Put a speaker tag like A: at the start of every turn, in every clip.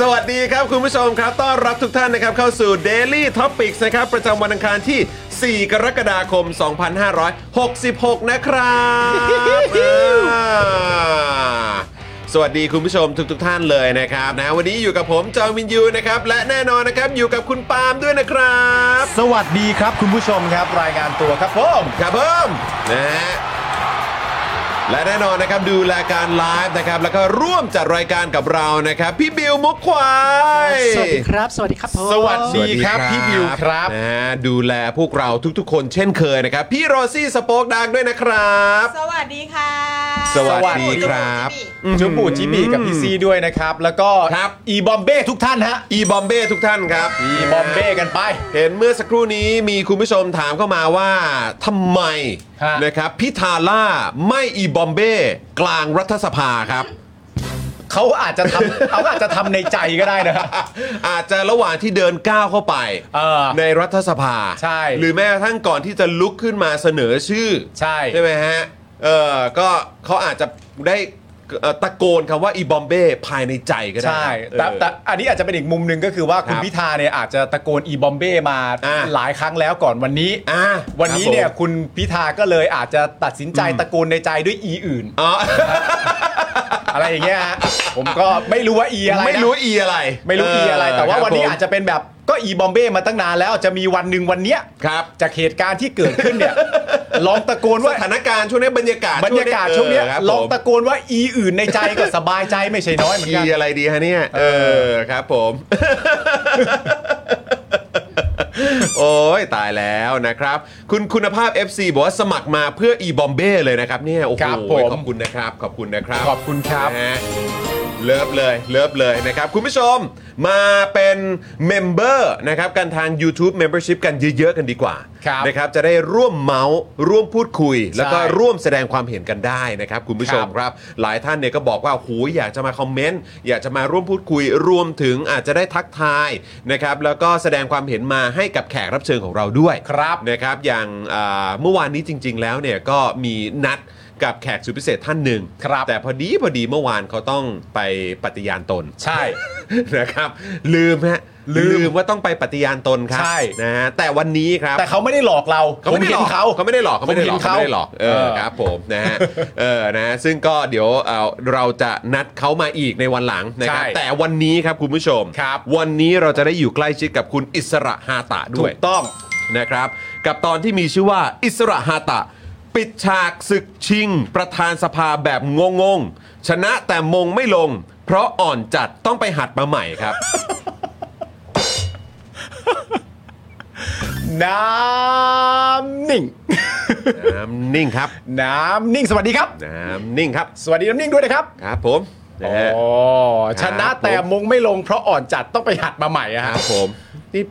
A: สวัสดีครับคุณผู้ชมครับ ต้อนรับทุกท่านนะครับเข้าสู่ Daily Topics นะครับ ประจำวันอังคารที่ 4 กรกฎาคม 2566 นะครับอ่าสวัสดีคุณผู้ชมทุกๆทท่านเลยนะครับนะวันนี้อยู่กับผมจอห์นวินยูนะครับ และแน่นอนนะครับอยู่กับคุณปาล์มด้วยนะครับ
B: สวัสดีครับคุณผู้ชมครับ รายงานตัวครับผม
A: ครับเพิ่มนะฮะและแน่นอนนะครับดูรายการไลฟ์นะครับ แล้วก็ร่วมจัดรายการกับเรานะครับ พี่บิวมุกควาย
C: สวัสดีครับ สวัสดีครับผม
B: สวัสดีครับพี่บิวครับ
A: นะฮะดูแลพวกเราทุกๆ คนเช่นเคยนะครับ พี่โรซี่สป็อกดังด้วยนะครับ
D: สวัสดีค่ะ
A: สวัสดีครับ
B: จุบูจิบีกับพี่ซีด้วยนะครับ แล้วก็
A: ครับ
B: อีบอมเบ้ทุกท่านฮะ
A: อีบอมเบ้ทุกท่านครับ
B: อีบอมเบ้กันไป
A: เห็นเมื่อสักครู่นี้มีคุณผู้ชมถามเข้ามาว่าทำไม
B: ฮะ
A: นะครับพิธาล่าไม่อีบอมเบ้กลางรัฐสภาครับ
B: เขาอาจจะทำ เขาอาจจะทำในใจก็ได้นะครับ
A: อาจจะระหว่างที่เดินก้าวเข้าไป
B: เออ
A: ในรัฐสภา
B: ใช่
A: หรือแม้กระทั่งก่อนที่จะลุกขึ้นมาเสนอชื่อ
B: ใช่
A: ใช่ไหมฮะ เออก็เขาอาจจะได้เอ่อตะโกนคำว่าอีบอมเบ้ภายในใจก็ได้
B: ใช่
A: เออ
B: แต่แต่อันนี้อาจจะเป็นอีกมุมหนึ่งก็คือว่าคุณ
A: ครับ
B: พิธาเนี่ยอาจจะตะโกนอีบอมเบ้มา
A: อ่า
B: หลายครั้งแล้วก่อนวันนี้
A: อ่ะ
B: วันนี้เนี่ยคุณพิธาก็เลยอาจจะตัดสินใจตะโกนในใจด้วยอีอื่น
A: อ๋อ
B: อะไรอย่างเงี้ยฮะ ผมก็ไม่รู้ว่าอีอะไรนะ
A: ไม่รู้อีอะไร
B: ไม่รู้อีอะไร แต่ว่าวันนี้
A: ครับผม
B: อาจจะเป็นแบบก็อีบอมเบ้มาตั้งนานแล้วจะมีวันหนึ่งวันเนี้ย
A: ครับ
B: จากเหตุการณ์ที่เกิดขึ้นเนี่ย ลองตะโกน
A: ส
B: ว่า
A: ถานการณ์ช่วงนี้บรรยากาศ
B: บรรยากาศช่วงเนี้ย
A: เครับ
B: ลอง
A: ผม
B: ตะโกนว่าอีอื่นในใจก็สบายใจไม่ใช่น้อยเหมือน
A: อี
B: กัน
A: อะไรดีฮะเนี่ย เออครับ ผม โอ้ยตายแล้วนะครับ คุณคุณภาพ FC บอกว่าสมัครมาเพื่ออีบอมเบ้เลยนะครับเนี่ยโอ้โห
B: ครับผม
A: ขอบคุณนะครับ ขอบคุณนะครับ
B: ขอบคุณครับ
A: นะฮะเลิฟเลยเลิฟเลยนะครับ คุณผู้ชมมาเป็นเมมเบอร์นะครับกันทาง YouTube Membership กันเยอะ ๆ กันดีกว่า
B: ครับ
A: นะครับจะได้ร่วมเมาส์ร่วมพูดคุย แล้วก็
B: ใช่
A: ร่วมแสดงความเห็นกันได้นะครับ คุณผู้ชมครับ หลายท่านเนี่ยก็บอกว่าโอ้โหูอยากจะมาคอมเมนต์อยากจะมาร่วมพูดคุย รวมถึงอาจจะได้ทักทายนะครับแล้วก็แสดงความเห็นมาให้กับแขกรับเชิญของเราด้วย
B: ครับ
A: นะครับอย่างอ่าเมื่อวานนี้จริง ๆ แล้วเนี่ยก็มีนัดกับแขกสุดพิเศษท่านหนึ่ง
B: ครับ
A: แต่พอดีพอดีเมื่อวานเขาต้องไปปฏิญาณตน
B: ใช่
A: นะครับ ลืมฮะ
B: ลืม
A: ว่าต้องไปปฏิญาณตนครับ
B: ใช่
A: นะฮะแต่วันนี้ครับ
B: แต่เขาไม่ได้หลอกเรา
A: ไม่ได้หลอก
B: ผห็นเขา
A: เขาไม่ได้หลอกเขาไม่ได้หลอก
B: ผมเห็นเขา
A: ไม่ได้หลอกเอ
B: เอ
A: อ
B: อ
A: ครับผมนะฮะเออนะฮะซึ่งก็เดี๋ยวเอาเราจะนัดเขามาอีกในวันหลังนะครับ
B: ใช่
A: แต่วันนี้ครับคุณผู้ชม
B: ครับ
A: วันนี้เราจะได้อยู่ใกล้ชิดกับคุณอิสระฮาตะ
B: ถู
A: ด้วย
B: กต้อง
A: นะครับกับตอนที่มีชื่อว่าอิสระฮาตะ ปิดฉากศึกชิง ประธานสภาแบบงงงๆชนะแต่มงไม่ลง เพราะอ่อนจัดต้องไปหัดมาใหม่ครับ
B: น้ำนิ่ง
A: น้ำนิ่งครับ
B: น้ำนิ่งสวัสดีครับ
A: น้ำนิ่งครับ
B: สวัสดีน้ำนิ่งด้วยนะครับ
A: ครับผมนะ
B: อ๋
A: ฮะ
B: อชนะครับ แต่มงไม่ลงเพราะอ่อนจัดต้องไปหัดมาใหม่อะ
A: ค
B: ฮะ
A: รับผมนี่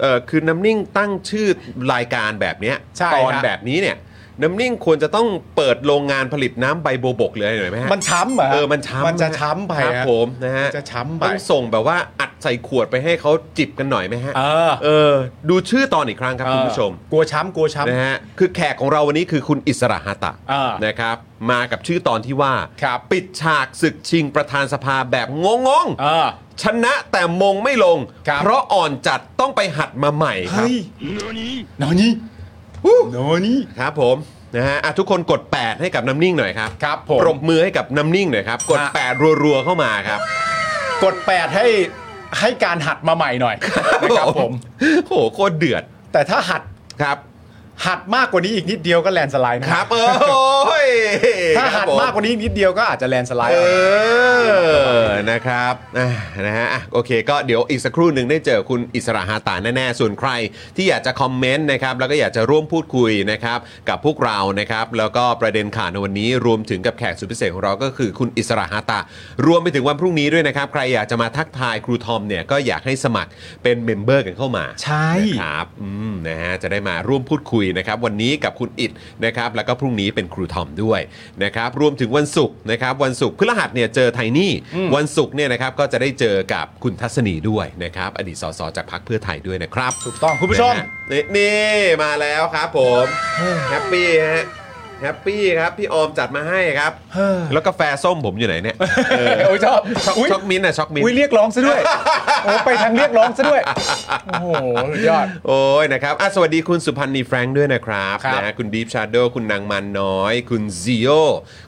A: เออคือน้ำนิ่งตั้งชื่อรายการแบบเนี้ย
B: ใช่
A: ตอน
B: ฮะ
A: แบบนี้เนี่ย น้ำนิ่งควรจะต้องเปิดโรงงานผลิตน้ำใบโบวบกหรืออะไรหน่อยไหมฮะ
B: มันช้ำเหรอฮะ
A: เออมันช้ำ
B: มันจะ
A: ฮ
B: ช้ำไป
A: ครับ
B: ฮะ
A: ผมนะฮะ
B: จะช้ำไป
A: ต้องส่งแบบว่าอัดใส่ขวดไปให้เขาจิบกันหน่อยไหมฮะ
B: เออ
A: เออ ดูชื่อตอนอีกครั้งครับคุณผู้ชม
B: กลัวช้ำกลัวช้ำ
A: นะฮะคือแขกของเราวันนี้คือคุณอิสระฮาตะ
B: อ่า
A: นะครับ มากับชื่อตอนที่ว่า
B: ครับ
A: ปิดฉากศึกชิงประธานสภาแบบงงงๆ
B: เออ
A: ชนะแต่มงไม่ลง
B: ครับ
A: เพราะอ่อนจัดต้องไปหัดมาใหม่ครับ
B: เฮ้ยนอนี่นอนี่
A: ครับผมนะฮะอ่ะทุกคนกด 8 ให้กับน้ำนิ่งหน่อยครับ
B: ครับผ
A: ปรบ
B: ม
A: มือให้กับน้ำนิ่งหน่อยครับ กด
B: ฮะ
A: 8 รัวๆเข้ามาครับ
B: กดแปดให้ให้การหัดมาใหม่หน่อยนะครับผม
A: โหโคตรเดือด
B: แต่ถ้าหัด
A: ครับ
B: หัดมากกว่านี้อีกนิดเดียวก็แลนด์สไลด์นะครับ
A: เออโอ้ย
B: ถ้าหัด
A: ครับผม
B: ากกว่านี้อีกนิดเดียวก็อาจจะแลนด์สไลด์
A: เออนะครับอ่ะนะฮะอ่ะโอเค ก็เดี๋ยวอีกสักครู่หนึ่งได้เจอคุณอิสระฮาตาแน่ๆส่วนใครที่อยากจะคอมเมนต์นะครับแล้วก็อยากจะร่วมพูดคุยนะครับกับพวกเรานะครับแล้วก็ประเด็นข่าวในวันนี้รวมถึงกับแขกสุดพิเศษของเราก็คือคุณอิสระฮาตารวมไปถึงวันพรุ่งนี้ด้วยนะครับ ใครอยากจะมาทักทายครูทอมเนี่ยก็อยากให้สมัครเป็นเมมเบอร์กันเข้ามา
B: ใช่
A: นะครับอืมนะฮะ จะได้มาร่วมพูดคุยนะครับ วันนี้กับคุณอิดนะครับ แล้วก็พรุ่งนี้เป็นครูทอมด้วยนะครับ รวมถึงวันศุกร์นะครับ วันศุกร์พฤหัสเนี่ยเจอไทนี่ วันศุกร์เนี่ยนะครับ ก็จะได้เจอกับคุณทัศนีด้วยนะครับ อดีตสสจากพรรคเพื่อไทยด้วยนะครับ
B: ถูกต้องคุณผู้ชม
A: นะฮะนี่นี่ มาแล้วครับผม แฮปปี้ฮะ แฮปปี้ครับ พี่ออมจัดมาให้ครับ
B: เฮ้อ
A: แล้วกาแฟส้มผมอยู่ไหนเนี่ยเออ
B: โอ้ยชอบ
A: ช็อก
B: อุ๊ย
A: ช็อกมิ้นท์อะช็อกมิ้นท์
B: อุ้ยเรียกร้องซะด้วยโอ้ไปทางเรียกร้องซะด้วย โอ้โหสุดยอด
A: โอ้ยนะครับอ่ะสวัสดีคุณสุพันธ์นีแฟรงค์ด้วยนะครับ
B: ครับ
A: นะฮะคุณดีฟชาร์โดคุณนางมันน้อย คุณซีโอ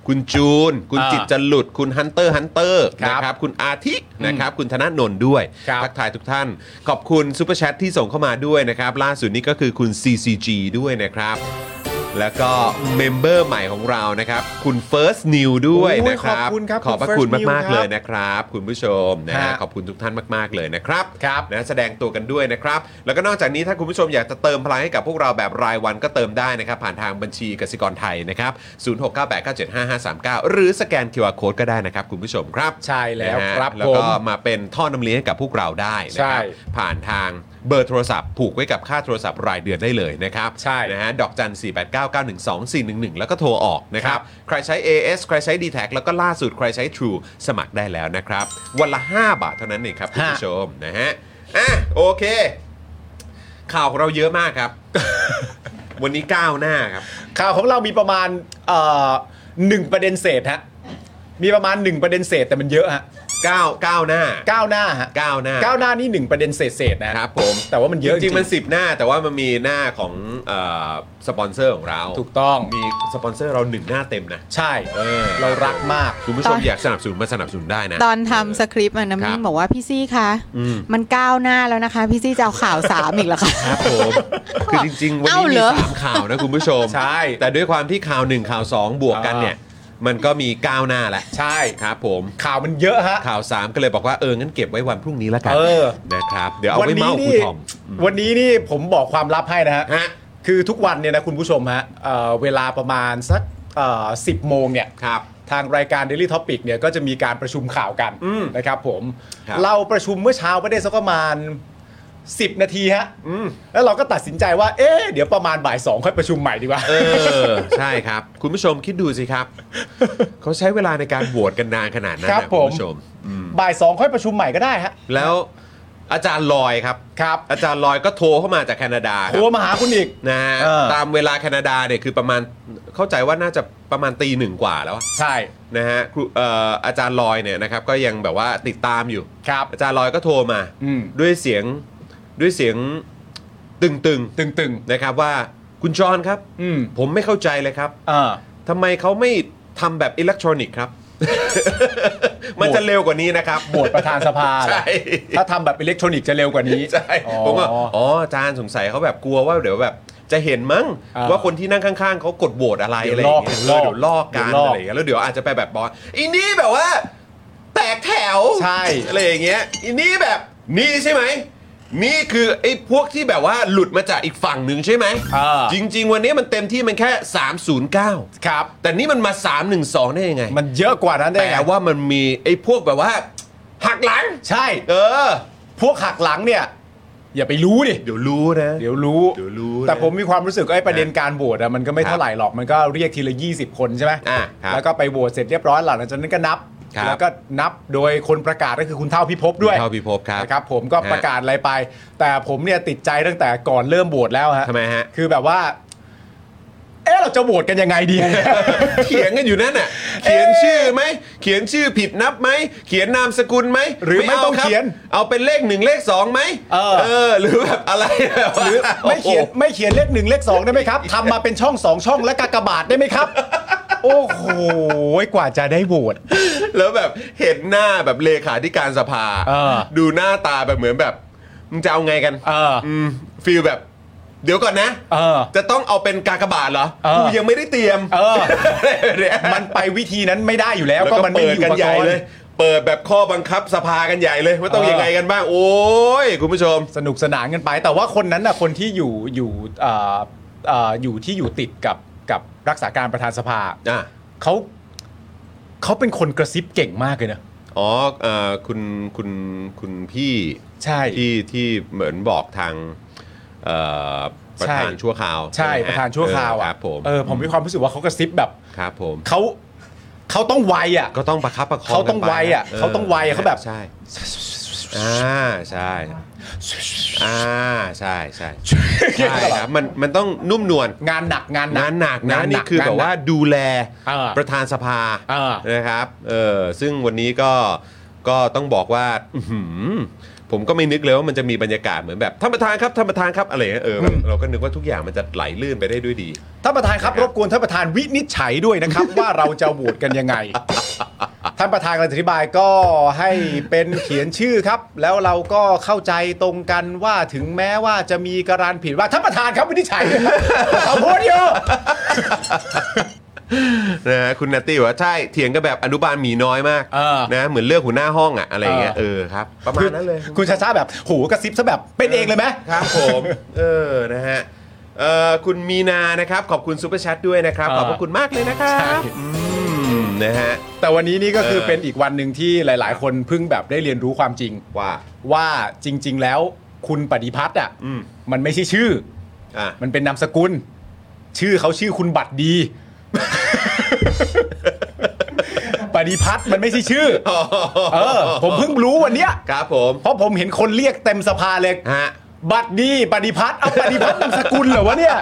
A: คุณจูน คุณ
B: อ่า
A: จิตจลุด คุณฮันเตอร์ฮันเตอร์
B: ครับ
A: นะครับ คุณอาทิตย์นะครับ คุณธนาโนนด้วย
B: ครับ
A: ทักทายทุกท่าน ขอบคุณซูเปอร์แชทที่ส่งเข้ามาด้วยนะครับ ล่าสุดนี้ก็คือคุณ CCG ด้วยนะครับ แล้วก็เมมเบอร์ใหม่ของเรานะครับ คุณ First New ด้วย
B: โอ้ย
A: นะครับ
B: ขอบคุณครับ
A: ขอบพระ
B: คุณ First
A: คุณ
B: New
A: มาก
B: ค
A: ๆ
B: รับ
A: เลยนะครับ คุณผู้ชมนะฮะ
B: ฮะ
A: ขอบคุณทุกท่านมาก ๆ เลยนะครับ
B: ครับ
A: นะแสดงตัวกันด้วยนะครับ แล้วก็นอกจากนี้ถ้าคุณผู้ชมอยากจะเติมพลังให้กับพวกเราแบบรายวันก็เติมได้นะครับ ผ่านทางบัญชีกสิกรไทยนะครับ 0698975539 หรือสแกน QR Code ก็ได้นะครับ คุณผู้ชมครับ
B: ใช่แล้ว
A: นะฮะ
B: ครับ
A: แล้วก็
B: ผม
A: มาเป็นท่อน้ำเลี้ยงให้กับพวกเราได้นะครับ
B: ใช่
A: ผ่านทางเบอร์โทรศัพท์ผูกไว้กับค่าโทรศัพท์รายเดือนได้เลยนะครับ
B: ใช่
A: นะฮะดอกจัน 4 8 9 9 1 2 4 1 1 แล้วก็โทรออกนะครั
B: ครับ บ
A: ใครใช้ AS ใครใช้ d t แทแล้วก็ล่าสุดใครใช้ True สมัครได้แล้วนะครับ วันละ 5 บาทเท่านั้นเองครับคุณผู้ชมนะฮะอ่ะโอเค ข่าวของเราเยอะมาก ครับ วันนี้ก้าวหน้าครับ
B: ข่าวของเรามีประมาณเอ่อหนึ่งประเด็นเศษฮะมีประมาณหนึ่งประเด็นเศษแต่มันเยอะฮะ
A: ก้าวก้าวหน้า
B: ก้าวหน้าฮะ
A: ก้าวหน้า
B: ก้าวหน้านี่หนึ่งประเด็นเศษเศษๆนะ
A: ครับผม
B: แต่ว่ามันเยอะ
A: จริงๆมัน
B: จริง
A: สิบหน้า แต่ว่ามันมีหน้าของเอ่อสปอนเซอร์ของเรา
B: ถูกต้อง
A: มีสปอนเซอร์เราหนึ่งหน้าเต็มนะ
B: ใช่
A: เออ
B: เรารักมาก
A: คุณผู้ชมอยากสนับสนุนมาสนับสนุนได้นะ
C: ตอนทำสคริปต์อะน้ำ
A: ค
C: นิ่
A: รั
C: ง
A: บ
C: บอกว่าพี่ซี่คะ
A: อืม
C: มันก้าวหน้าแล้วนะคะ พี่ซี่จะเอาข่าวสามอีกเหรอคะ
A: ครับ ผมคือจริง ๆ วัน
C: เอ้า
A: นี้
C: เห
A: มี
C: รอ
A: สามข่าวนะคุณผู้ชม
B: ใช่
A: แต่ด้วยความที่ข่าวหนึ่งข่าวสองบวกกันเนี่ย มันก็มีก้าวหน้าแหละ
B: ใช่
A: ครับผม
B: ข่าวมันเยอะฮะ
A: ข่าวสามก็เลยบอกว่าเอองั้นเก็บไว้วันพรุ่งนี้แล้วกัน
B: เออ
A: นะครับเดี๋ยวเอาไว้เมาคุณทอม
B: วันนี้นี่ผมบอกความลับให้นะฮะ
A: ฮะ
B: คือทุกวันเนี่ยนะคุณผู้ชมฮะเอ่อเวลาประมาณสักสิบโมงเนี่ย
A: ครับ
B: ทางรายการ Daily Topic เนี่ยก็จะมีการประชุมข่าวกัน
A: อืม
B: นะครับผม
A: ครับ
B: เราประชุมเมื่อเช้าไปได้สักประมาณ 10 นาทีฮะ
A: อืม
B: แล้วเราก็ตัดสินใจว่า เอ๊ะเดี๋ยวประมาณบ่ายสองค่อยประชุมใหม่ดีกว่า
A: เออ ใช่ครับ คุณผู้ชมคิดดูสิครับ เขาใช้เวลาในการโหวตกันนานขนาดนั้น
B: ครับ
A: นะ
B: ผ
A: คุ
B: ม
A: ณผู้ชม
B: บ่ายสองค่อยประชุมใหม่ก็ได้ฮะ
A: แล้วอาจารย์ลอยครับ
B: ครับ
A: อาจารย์ลอยก็โทรเข้ามาจากแคนาดาค
B: โท
A: รับ
B: รมาหาคุณอีก
A: นะฮะ
B: เออ
A: ตามเวลาแคนาดาเนี่ยคือประมาณเข้าใจว่าน่าจะประมาณตีหนึ่งกว่าแล้วอะ
B: ใช่
A: นะฮะครูเอ่ออาจารย์ลอยเนี่ยนะครับก็ยังแบบว่าติดตามอยู่
B: ครับ
A: อาจารย์ลอยก็โทรมา
B: อืม
A: ด้วยเสียงด้วยเสียงตึง
B: ตึง
A: ๆนะครับว่าคุณจอห์นครับ
B: ๆ อืม
A: ผมไม่เข้าใจเลยครับ
B: อ่า
A: ทำไมเขาไม่ทำแบบอิเล็กทรอนิกส์ครับ มันจะเร็วกว่านี้นะครับ
B: โหวตประธานสภา
A: ใช่
B: ถ้าทำแบบอิเล็กทรอนิกส์จะเร็วกว่านี้
A: ใช่
B: อ๋อ
A: ผมก็อ๋ออาจารย์สงสัยเขาแบบกลัวว่าเดี๋ยวแบบ จะเห็นมั้ง
B: อ่า
A: ว่าคนที่นั่งข้างๆเขากดโหวตอะไรอะไรอย่างเงี้ย
B: เดี๋ยวลอก
A: เดี๋ยวลอกกัน
B: เดี๋ยวลอ
A: อะ
B: ก
A: ไรอย่างเงี้ยแล้วเดี๋ยวอาจจะไปแบบบอสอีนี่แบบว่า แตกแถว
B: ใช่
A: อะไรอย่างเงี้ยอีนี่แบบนี่ใช่ไหมนี่คือไอ้พวกที่แบบว่าหลุดมาจากอีกฝั่งหนึ่งใช่ไหม
B: อ่า
A: จริง ๆ วันนี้มันเต็มที่มันแค่ 309
B: ครับ
A: แต่นี่มันมา 312 ได้ยังไง
B: มันเยอะกว่านั้นได้ไง
A: แต่ว่ามันมีไอ้พวกแบบว่าหักหลัง
B: ใช่
A: เออ
B: พวกหักหลังเนี่ย อย่าไปรู้ดิ
A: เดี๋ยวรู้นะ
B: เดี๋ยวรู้
A: เดี๋ยวรู้นะ
B: แต่ผมมีความรู้สึกว่าไอ้ประเด็นการโหวตอะมันก็ไม่เท่าไหร่หรอก มันก็เรียกทีละ 20 คนใช่ไหม
A: อ่าครับ
B: แล้วก็ไปโหวตเสร็จเรียบร้อยหลังจากนั้นก็นับ
A: ครับ
B: แล้วก็นับโดยคนประกาศก็คือคุณเท่าพิภพด้วย
A: เท่าพิภพครับ
B: นะครับผมก็ประกาศอะไรไป แต่ผมเนี่ยติดใจตั้งแต่ก่อนเริ่มโหวตแล้วฮะ
A: ทำไมฮะ
B: คือแบบว่า เอ๊ะเราจะโหวตกันยังไงดี
A: เถียงกันอยู่นั่นน่ะ เขียนชื่อไหม เขียนชื่อผิดนับไหม เขียนนามสกุลไหม
B: หรือไม่
A: า
B: ต้อง
A: ครับ
B: เขียน
A: เอาเป็นเลขหนึ่งเลขสองไหม
B: เออ
A: หรือแบบอะไร แบบว่า
B: หรือไม่เขียน
A: โอ้โห
B: ไม่เขียนเลขหนึ่งเลขสองได้ไหมครับทำมาเป็นช่องสองช่องและกากบาทได้ไหมครับ โอ้โหกว่าจะได้โหวต
A: แล้วแบบเห็นหน้าแบบเลขาธิการสภา
B: เออ
A: ดูหน้าตาแบบเหมือนแบบมึงจะเอาไงกัน
B: เออ
A: มฟีลแบบ เดี๋ยวก่อนนะ
B: เออ
A: จะต้องเอาเป็นกากบาทเหรอ
B: เออ
A: กูยังไม่ได้เตรียม
B: เออ
A: เนี่ย
B: มันไปวิธีนั้นไม่ได้อยู่แล้ว
A: แล้ว
B: ก็
A: ก็
B: มันไม่
A: เปิด
B: มีอุ
A: กัน
B: ปก
A: ใหญ่
B: รณ์
A: เลย เปิดแบบข้อบังคับสภากันใหญ่เลยว่าต้องยังไงกันบ้าง โอ้ยคุณผู้ชม
B: สนุกสนานกันไป แต่ว่าคนนั้นน่ะคนที่อยู่อยู่เอ่อเอ่ออยู่ที่อยู่ติดกับกับรักษาการประธานสภา
A: อ่ะ
B: เขาเขาเป็นคนกระซิบเก่งมากเลยนะ
A: อ๋อเอ่อคุณคุณคุณพี่
B: ใช่
A: ที่ที่เหมือนบอกทางเอ่อประธาน
B: ใช่
A: ชั่วคราว
B: ใช่
A: ไหมฮ
B: ประธานชั่วคราว
A: เออค
B: อ่ะ
A: รับผม
B: เออผมมีความรู้สึกว่าเขากระซิบแบบ
A: ครับผม
B: เขาเขาต้องไวอ่ะ
A: ก็ต้องประคับประคอง
B: เขาต้องไวอะ
A: กันไปน
B: เขาต้องไวอะเขาแบบ
A: ใช่อ่าใช่อ่าใช่ใช่ใช่ครับมันมันต้องนุ่มนวล
B: งานหนักงานหนั
A: งาก นหนักนะ
B: งาห
A: นี่คือแบบ
B: งนหนัก
A: ว่าดูแล
B: เออ
A: ประธานสภา
B: เออ
A: นะครับเออซึ่งวันนี้ก็ก็ต้องบอกว่าอื้อหือผมก็ไม่นึกเลยว่ามันจะมีบรรยากาศเหมือนแบบท่านประธานครับท่านประธานครับอะไรอย่างเงี้ยเออมันเราก็นึกว่าทุกอย่างมันจะไหลลื่นไปได้ด้วยดี
B: ท่านประธานครับรบกวนท่านประธานวินิจฉัยด้วย นะครับ ว่าเราจะโหวตกันยังไง ท่านประธานกำลังจะอธิบายก็ให้เป็นเขียนชื่อครับ แล้วเราก็เข้าใจตรงกันว่าถึงแม้ว่าจะมีการันผิดว่าท่านประธานครับวินิจฉัยเอาพูดอยู่
A: นะฮะคุณนัตตี้บอกว่าใช่เถียงกันแบบอนุบาลหมีน้อยมาก
B: เออ
A: นะเหมือนเลือกหัวหน้าห้องอะอะไรอย่างเงี้ย
B: เอ
A: เอ
B: อ
A: อครับ ประมาณนั้นเลย
B: คุณชาชาแบบโหกระซิบซะแบบเป็นเองเลยไหม
A: ครับผม เออนะฮะเออคุณมีนานะครับ ขอบคุณซูเปอร์แชทด้วยนะครับ
B: เออ
A: ขอบพระคุณมากเลยนะครับอืมนะฮะ
B: แต่วันนี้นี่ก็คือ
A: เออ
B: เป็นอีกวันหนึ่งที่หลาย ๆ คนเพิ่งแบบได้เรียนรู้ความจริง
A: ว่า
B: ว่าจริง ๆ แล้วคุณปฏิพัฒน์อ่ะ
A: อืม
B: มันไม่ใช่ชื่อ
A: อ่ะ
B: มันเป็นนามสกุล ชื่อเขาชื่อคุณบัตรดี ปฏิพัฒน์มันไม่ใช่ชื่อ เออ ผมเพิ่งรู้วันเนี้ย
A: ครับผม
B: เพราะผมเห็นคนเรียกเต็มสภาเลย
A: ฮะ
B: บัตรดีปฏิพัฒน์เอาปฏิพัฒน์นามสกุลเหรอวะเนี่ย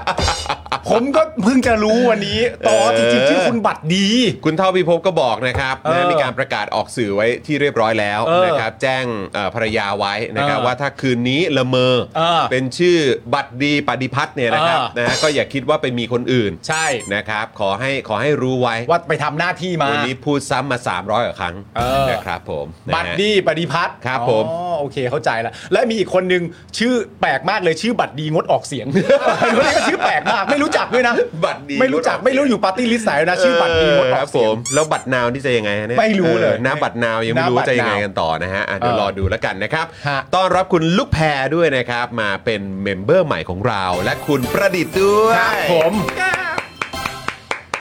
B: ผมก็เพิ่งจะรู้วันนี้ต่อจริงๆชื่อคุณบัตรดี
A: คุณเท่าพิภพก็บอกนะครับ
B: เออ
A: นะมีการประกาศออกสื่อไว้ที่เรียบร้อยแล้ว
B: เออ
A: นะครับ แจ้งเอ่อภรรยาไว้นะครับ
B: เออ
A: ว่าถ้าคืนนี้ละเมอ
B: เออ
A: เป็นชื่อบัตรดีปฏิพัฒน์เนี่ยนะครับ
B: เออ
A: นะฮะก็อย่าคิดว่าไปมีคนอื่น
B: ใช่
A: นะครับขอให้ขอให้รู้ไว้
B: ว่าไปทำหน้าที่มา
A: วันนี้พูดซ้ำมา 300กว่าครั้ง
B: เออ
A: นะครับผมนะฮะ
B: บัตรดีปฏิพัฒน์
A: ครับผม
B: อ๋อโอเคเข้าใจละและมีอีกคนนึงชื่อแปลกมากเลยชื่อบัตรดีงดออกเสียง คนนี้ก็ชื่อแปลกมากไม่รู้จักด้วยนะ
A: บัตรดี
B: ไม่รู้จักไม่รู้อยู่ปาร์ตี้ลิสต์ไหนนะ ชื่อบัตรดีงดอ
A: ค
B: อ
A: รับ
B: ก
A: ผ
B: เสียง
A: มแล้วบัตรนาวนี่จะยังไงฮะเนี่ย
B: ไม่รู้เลย
A: ออหน้าบัตรนาวยังไม่รู้
B: หน้าบัต
A: ว่า
B: ร
A: จะยังไงกันต่อนะฮะอ่ะเดี๋ยว
B: เออ
A: รอดูแล้วกันนะครับ
B: ฮะ
A: ต้อนรับคุณลูกแพรด้วยนะครับ มาเป็นเมมเบอร์ใหม่ของเรา และคุณประดิษฐ์ด้วย
B: ครับผม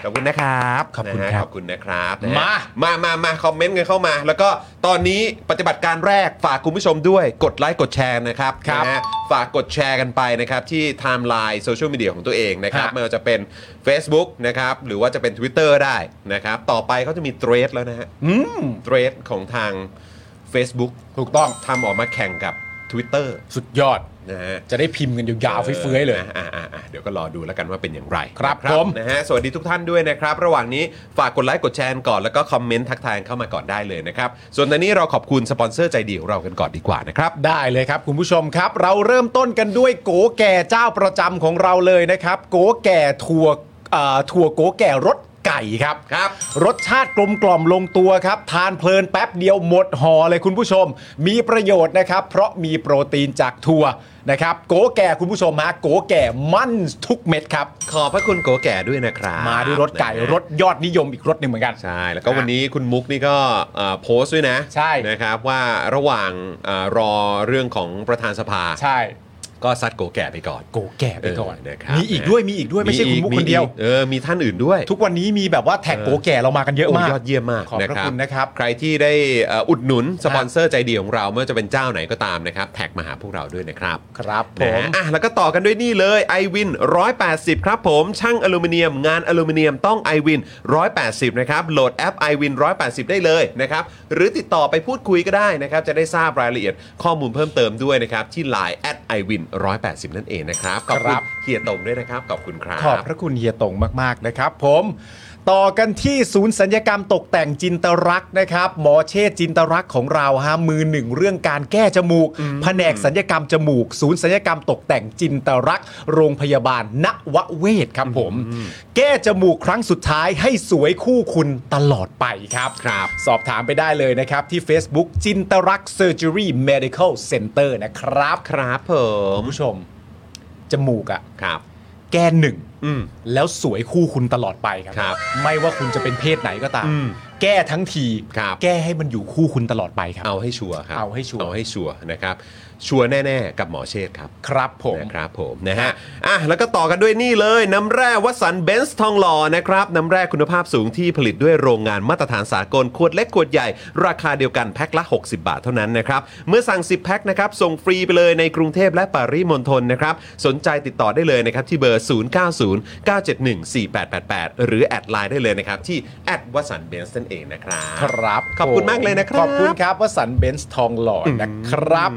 A: ขอบคุณนะครับ
B: ขอบคุณ
A: นะฮะ
B: ครับ
A: ขอบคุณนะครับนะฮะ
B: มา
A: มามามาคอมเมนต์กันเข้ามา แล้วก็ตอนนี้ปฏิบัติการแรกฝากคุณผู้ชมด้วยกดไลค์กดแชร์นะครับ
B: ครับ
A: นะฮะฝากกดแชร์กันไปนะครับ ที่ไทม์ไลน์โซเชียลมีเดียของตัวเองนะครับ
B: ฮะ
A: ไม่ว่าจะเป็น Facebook นะครับ หรือว่าจะเป็น Twitter ได้นะครับ ต่อไปเขาจะมีเทรดแล้วนะฮะเทรดของทาง Facebook
B: ถูกต้อง
A: ทำออกมาแข่งกับ Twitter
B: สุดยอด
A: นะฮะ
B: จะได้พิมพ์กันยาวๆเฟ้ยๆเลย
A: อ่ะอ่ะอ่ะเดี๋ยวก็รอดูแล้วกันว่าเป็นอย่างไร
B: ครับ
A: นะ
B: ผม
A: นะฮะสวัสดีทุกท่านด้วยนะครับ ระหว่างนี้ฝากกดไลค์กดแชร์ก่อนแล้วก็คอมเมนต์ทักทายเข้ามาก่อนได้เลยนะครับ ส่วนตอนนี้เราขอบคุณสปอนเซอร์ใจดีของเรากันก่อนดีกว่านะครับ
B: ได้เลยครับ คุณผู้ชมครับ เราเริ่มต้นกันด้วยโกแก่เจ้าประจำของเราเลยนะครับ โกแก่ถั่วเอ่อถั่วโกแก่รสไก่ครับ
A: ครับ
B: รสชาติกลมกล่อมลงตัวครับ ทานเพลินแป๊บเดียวหมดห่อเลยคุณผู้ชม มีประโยชน์นะครับ เพราะมีโปรตีนจากถั่วนะครับ โกแก่คุณผู้ชมฮะโกแก่มั่นทุกเม็ดครับ
A: ขอบพระคุณโกแก่ด้วยนะครับ
B: มาด้วยรสไก่
A: นะฮะ
B: รสยอดนิยมอีกรสหนึ่งเหมือนกัน
A: ใช่ แล้วก็วันนี้คุณมุกนี่ก็เอ่อโพสต์ด้วยนะ
B: ใช่
A: นะครับว่าระหว่างเออรอเรื่องของประธานสภา
B: ใช่
A: ก็ซัดโกแก่ไปก่อน
B: โกแก่ไปก่อน
A: เออนะครับ
B: มีอีกด้วยมีอีกด้วยไม่ใช่คุณมุกคนเดียว
A: มีอีกเออมีท่านอื่นด้วย
B: ทุกวันนี้มีแบบว่าแท็ก
A: เออ
B: โกแก่เรามากันเยอะมาก
A: โยอดเยี่ยมมาก
B: ขอบพระคุณนะครับ
A: ใครที่ได้เอ่ออุดหนุนสปอนเซอร์ใจดีของเราไม่ว่าจะเป็นเจ้าไหนก็ตามนะครับ แท็กมาหาพวกเราด้วยนะครับ
B: ครับผ
A: นะ
B: ม
A: ฮะอ่ะแล้วก็ต่อกันด้วยนี่เลย i w วิน180 ครับผม ช่างอลูมิเนียม งานอลูมิเนียมต้อง i w วิน180 นะครับ โหลดแอป i w วิน180 ได้เลยนะครับ หรือติดต่อไปพูดคุยก็ได้นะครับ จะได้ทราบรายละเอียดข้อมูลเพิ่มเติมด้วยนะครับ ที่ Line at i w วิน180 นั่นเองนะครับขอบคุ
B: ครั
A: ณ
B: บ
A: เฮียตงด้วยนะครับขอบคุณครับ
B: ขอบพระคุณเฮียตงมาก ๆ นะครับผม ต่อกันที่ศูนย์สัญญกรรมตกแต่งจินตรักษณ์นะครับ หมอเชษจินตรักษณ์ของเราฮะมือหนึ่งเรื่องการแก้จมูก แผนกสัญญกรรมจมูก ศูนย์สัญญกรรมตกแต่งจินตรักษณ์โรงพยาบาลนวเวศครับผม แก้จมูกครั้งสุดท้ายให้สวยคู่คุณตลอดไปครับ
A: ครับ
B: สอบถามไปได้เลยนะครับ ที่ Facebook จินตรักเซอร์เจอรี่เมดิคอลเซ็นเตอร์นะครับ
A: ครับผ
B: คุ
A: ม
B: ณผู้ชม จมูกอะ
A: ครับ
B: แก้หนึ่ง
A: อืม
B: แล้วสวยคู่คุณตลอดไปครับ
A: ครับ
B: ไม่ว่าคุณจะเป็นเพศไหนก็ตาม
A: อืม
B: แก้ทั้งที
A: ครับ
B: แก้ให้มันอยู่คู่คุณตลอดไปครับ
A: เอาให้ชัวร์ครับ
B: เอาให้ชัวร์
A: เอาให้ชัวร์นะครับ ชัวร์แน่ ๆ กับหมอเชษฐ์ครับ
B: ครับผม
A: นะครับผมนะฮะอ่ะแล้วก็ต่อกันด้วยนี่เลย น้ำแร่วัสันเบนซ์ทองหล่อนะครับน้ำแร่คุณภาพสูงที่ผลิตด้วยโรงงานมาตรฐานสากลขวดเล็กขวดใหญ่ ราคาเดียวกันแพ็คละ 60 บาทเท่านั้นนะครับ เมื่อสั่ง 10 แพ็คนะครับ ส่งฟรีไปเลยในกรุงเทพและปริมณฑลนะครับ สนใจติดต่อได้เลยนะครับ ที่เบอร์ 0909714888 หรือแอดไลน์ได้เลยนะครับที่แอดวัสันเบนซ์นั่นเองนะครับ
B: ครับ
A: ขอบคุณมากเลยนะครับ
B: ขอบคุณครับวสันเบนซ์ทองหล่อนะครับ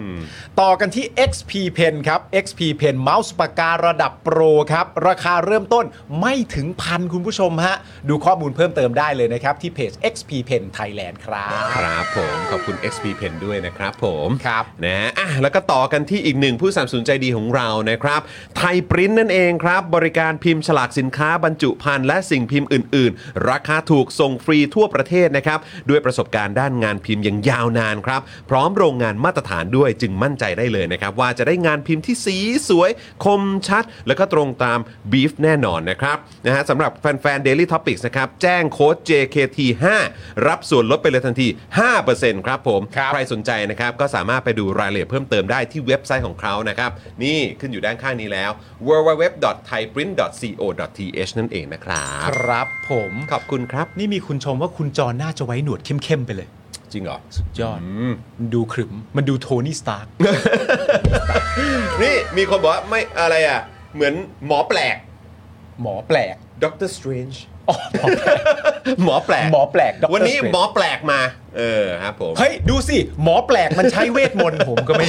B: ต่อกันที่ XP Pen ครับ XP Pen เมาส์ปากการะดับโปรครับ ราคาเริ่มต้นไม่ถึงพันคุณผู้ชมฮะ ดูข้อมูลเพิ่มเติมได้เลยนะครับ ที่เพจ XP Pen Thailand ครับ
A: ครับผมขอบคุณ XP Pen ด้วยนะครับผม
B: ครับ
A: นะฮะอ่ะแล้วก็ต่อกันที่อีกหนึ่งผู้สนับสนุนใจดีของเรานะครับไทยปริ้นนั่นเองครับ บริการพิมพ์ฉลากสินค้าบรรจุภัณฑ์และสิ่งพิมพ์อื่น ๆ ราคาถูกส่งฟรีทั่วประเทศนะครับ ด้วยประสบการณ์ด้านงานพิมพ์อย่างยาวนานครับ พร้อมโรงงานมาตรฐานด้วยจึงมั่นใจได้เลยนะครับ ว่าจะได้งานพิมพ์ที่สีสวย คมชัด แล้วก็ตรงตามบีฟแน่นอนนะครับนะฮะสำหรับแฟน ๆ Daily Topics นะครับแจ้งโค้ด JKT5 รับส่วนลดไปเลยทันที 5%ครับผม
B: ครับ
A: ใครสนใจนะครับ ก็สามารถไปดูรายละเอียดเพิ่มเติมได้ที่เว็บไซต์ของเขานะครับ นี่ขึ้นอยู่ด้านข้างนี้แล้ว www.thaiprint.co.th นั่นเองนะครับ
B: ครับผม
A: ขอบคุณครับ
B: นี่มีคุณชมว่าคุณจอน่าจะไว้หนวดเข้มๆไปเลย
A: จริงเหรอ
B: สุดยอด มันดูขรึม มันดูโทนี่ส ตาร์
A: นี่มีคนบอกว่าไม่อะไรอ่ะ เหมือนหมอแปลก
B: หมอแปลก
A: ด็อกเตอร์สเตรนจ์ หมอแปลก
B: หมอแปลก Dr.
A: วันนี้
B: Strange
A: หมอแปลกมา เออครับผม
B: เฮ้ย ดูสิ หมอแปลกมันใช้เวทมนต์ ผมก็ไม่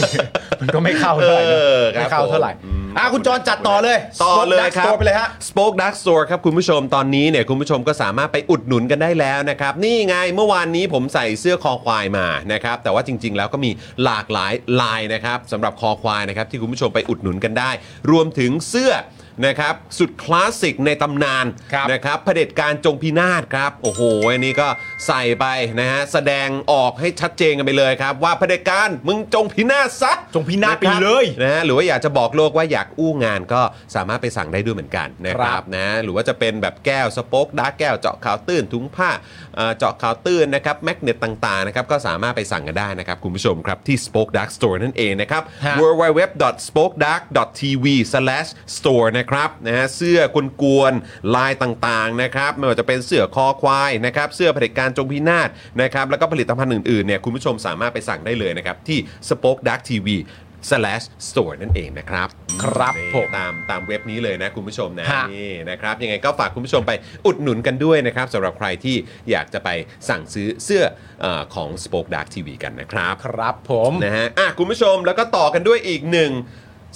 B: มันก็ไม่เข้าเท่าไหร่นะ
A: เออครับ
B: ไม่เข้าเท่าไหร่
A: ผม
B: อ่ะคุณจอนจัดต่อเลย
A: ต่อเลยครับ
B: ตัวไปเลยฮะ
A: Spoke Dark Store ครับคุณผู้ชมตอนนี้เนี่ยคุณผู้ชมก็สามารถไปอุดหนุนกันได้แล้วนะครับ นี่ไงเมื่อวานนี้ผมใส่เสื้อคอควายมานะครับ แต่ว่าจริง ๆ แล้วก็มีหลากหลายลายนะครับสำหรับคอควายนะครับที่คุณผู้ชมไปอุดหนุนกันได้ รวมถึงเสื้อนะครับสุดคลาสสิกในตำนาน
B: ครับ
A: นะครับเผด็จการจงพินาศครับ โอ้โหอันนี้ก็ใส่ไปนะฮะแสดงออกให้ชัดเจนกันไปเลยครับ ว่าเผด็จการมึงจงพินาศซะ
B: จงพินาศไปเลย
A: นะฮะหรือว่าอยากจะบอกโลกว่าอยากอู้งานก็สามารถไปสั่งได้ด้วยเหมือนกันนะค
B: ครั
A: รับบ นะหรือว่าจะเป็นแบบแก้วสป็อกดาร์กแก้วเจาะข่าวตื้นถุงผ้าเอ่อเจาะข่าวตื้นนะครับแมกเนตต่างๆนะครับก็สามารถไปสั่งกันได้นะครับ คุณผู้ชมครับ ที่ Spoke Dark Store นั่นเองนะครับ
B: ฮะ
A: w w w s p o k e d a r k t v s t o r e นะครับนะฮะเสื้อกวนๆลายต่างๆนะครับไม่ว่าจะเป็นเสื้อคอควายนะครับเสื้อเผลิตการจงพินาศนะครับแล้วก็ผลิตภัณฑ์อื่นๆเนี่ยคุณผู้ชมสามารถไปสั่งได้เลยนะครับที่ Spoke Dark TV slash store นั่นเองนะครับ
B: ครับ
A: นี่
B: ผม
A: ตามตามเว็บนี้เลยนะคุณผู้ชมนะ
B: ฮะ
A: นี่นะครับยังไงก็ฝากคุณผู้ชมไปอุดหนุนกันด้วยนะครับสำหรับใครที่อยากจะไปสั่งซื้อเสื้อเออของ Spoke Dark TV กันนะครับ
B: ครับผม
A: นะฮะอ่ะคุณผู้ชมแล้วก็ต่อกันด้วยอีกหนึ่ง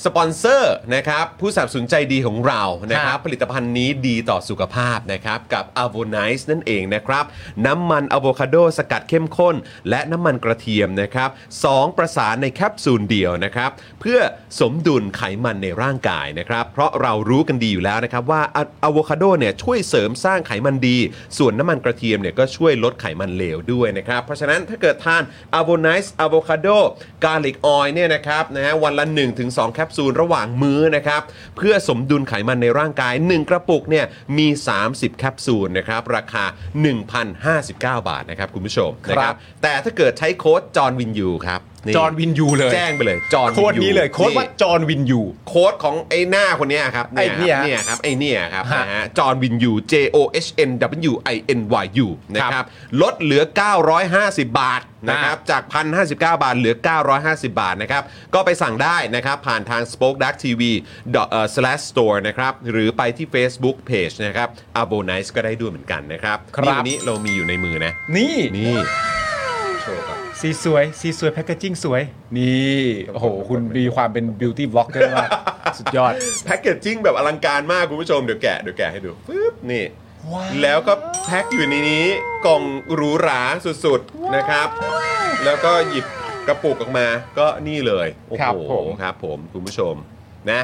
A: สปอนเซอร์นะครับผู้สนับสนุนใจดีของเรานะครับ
B: ครับ
A: ผลิตภัณฑ์นี้ดีต่อสุขภาพนะครับกับ a v o n i c e นั่นเองนะครับ น้ำมันอะโวคาโดสกัดเข้มข้น และน้ำมันกระเทียมนะครับสองประสานในแคปซูลเดียวนะครับ เพื่อสมดุลไขมันในร่างกายนะครับ เพราะเรารู้กันดีอยู่แล้วนะครับว่าอะโวคาโดเนี่ยช่วยเสริมสร้างไขมันดี ส่วนน้ำมันกระเทียมเนี่ยก็ช่วยลดไขมันเหลวด้วยนะครับ เพราะฉะนั้นถ้าเกิดทาน a v o n i c e Avocado Garlic Oil เนี่ยนะครับนะฮะวันละ 1-2 แคปซูลระหว่างมื้อนะครับ เพื่อสมดุลไขมันในร่างกาย 1 กระปุกเนี่ยมี 30 แคปซูลนะครับ ราคา 1,059 บาทนะครับ คุณผู้ชมนะครับ แต่ถ้าเกิดใช้โค้ดจอห์นวินยูครับ นี่
B: จอห์นวินยูเลย
A: แจ้งไปเลย จอห์นวินยู
B: โค้ดนี้เลยโค้ดว่าจอห์นวินยู
A: โค้ดของไอ้หน้าคนเนี้ยครับ
B: ไอ้เนี่ย
A: เนี่ยครับไอ้เนี่ยครับ
B: ฮะ
A: นะฮะจอห์นวินยู J O H N W I N Y U นะค
B: ครั
A: รับบ ลดเหลือ 950 บาทนะครับจาก 1,059 บาทเหลือ 950 บาทนะครับก็ไปสั่งได้นะครับผ่านทาง Spoke Dark TV dot- เอ่อ slash store นะครับหรือไปที่ Facebook Page นะครับ a b o n i c e ก็ได้ด้วยเหมือนกันนะครับ
B: ค
A: นี่
B: รับ
A: วันนี้เรามีอยู่ในมือนะ
B: นี่
A: นี่ โชว์ก่อน
B: สีสวยสีสวยแพคเกจิ้งสวย นี่โอ้โหคุณมีความเป็นบิวตี้บล็อกเกอ ร์มากสุดยอด
A: แพ็กเกจจิ้งแบบอลังการมากคุณผู้ชมเดี๋ยวแกะเดี๋ยวแกะให้ดูปึ๊บนี่ แล้วก็แพ็คอยู่ในนี้กล่องหรูหราสุดๆนะครับ แล้วก็หยิบกระปุกออกมาก็นี่เลยโอ้
B: ครั
A: โห
B: บผม
A: ครับผมคุณผู้ชมนะ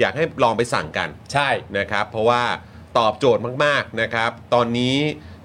A: อยากให้ลองไปสั่งกัน
B: ใช่
A: นะครับเพราะว่าตอบโจทย์มาก ๆ นะครับ ตอนนี้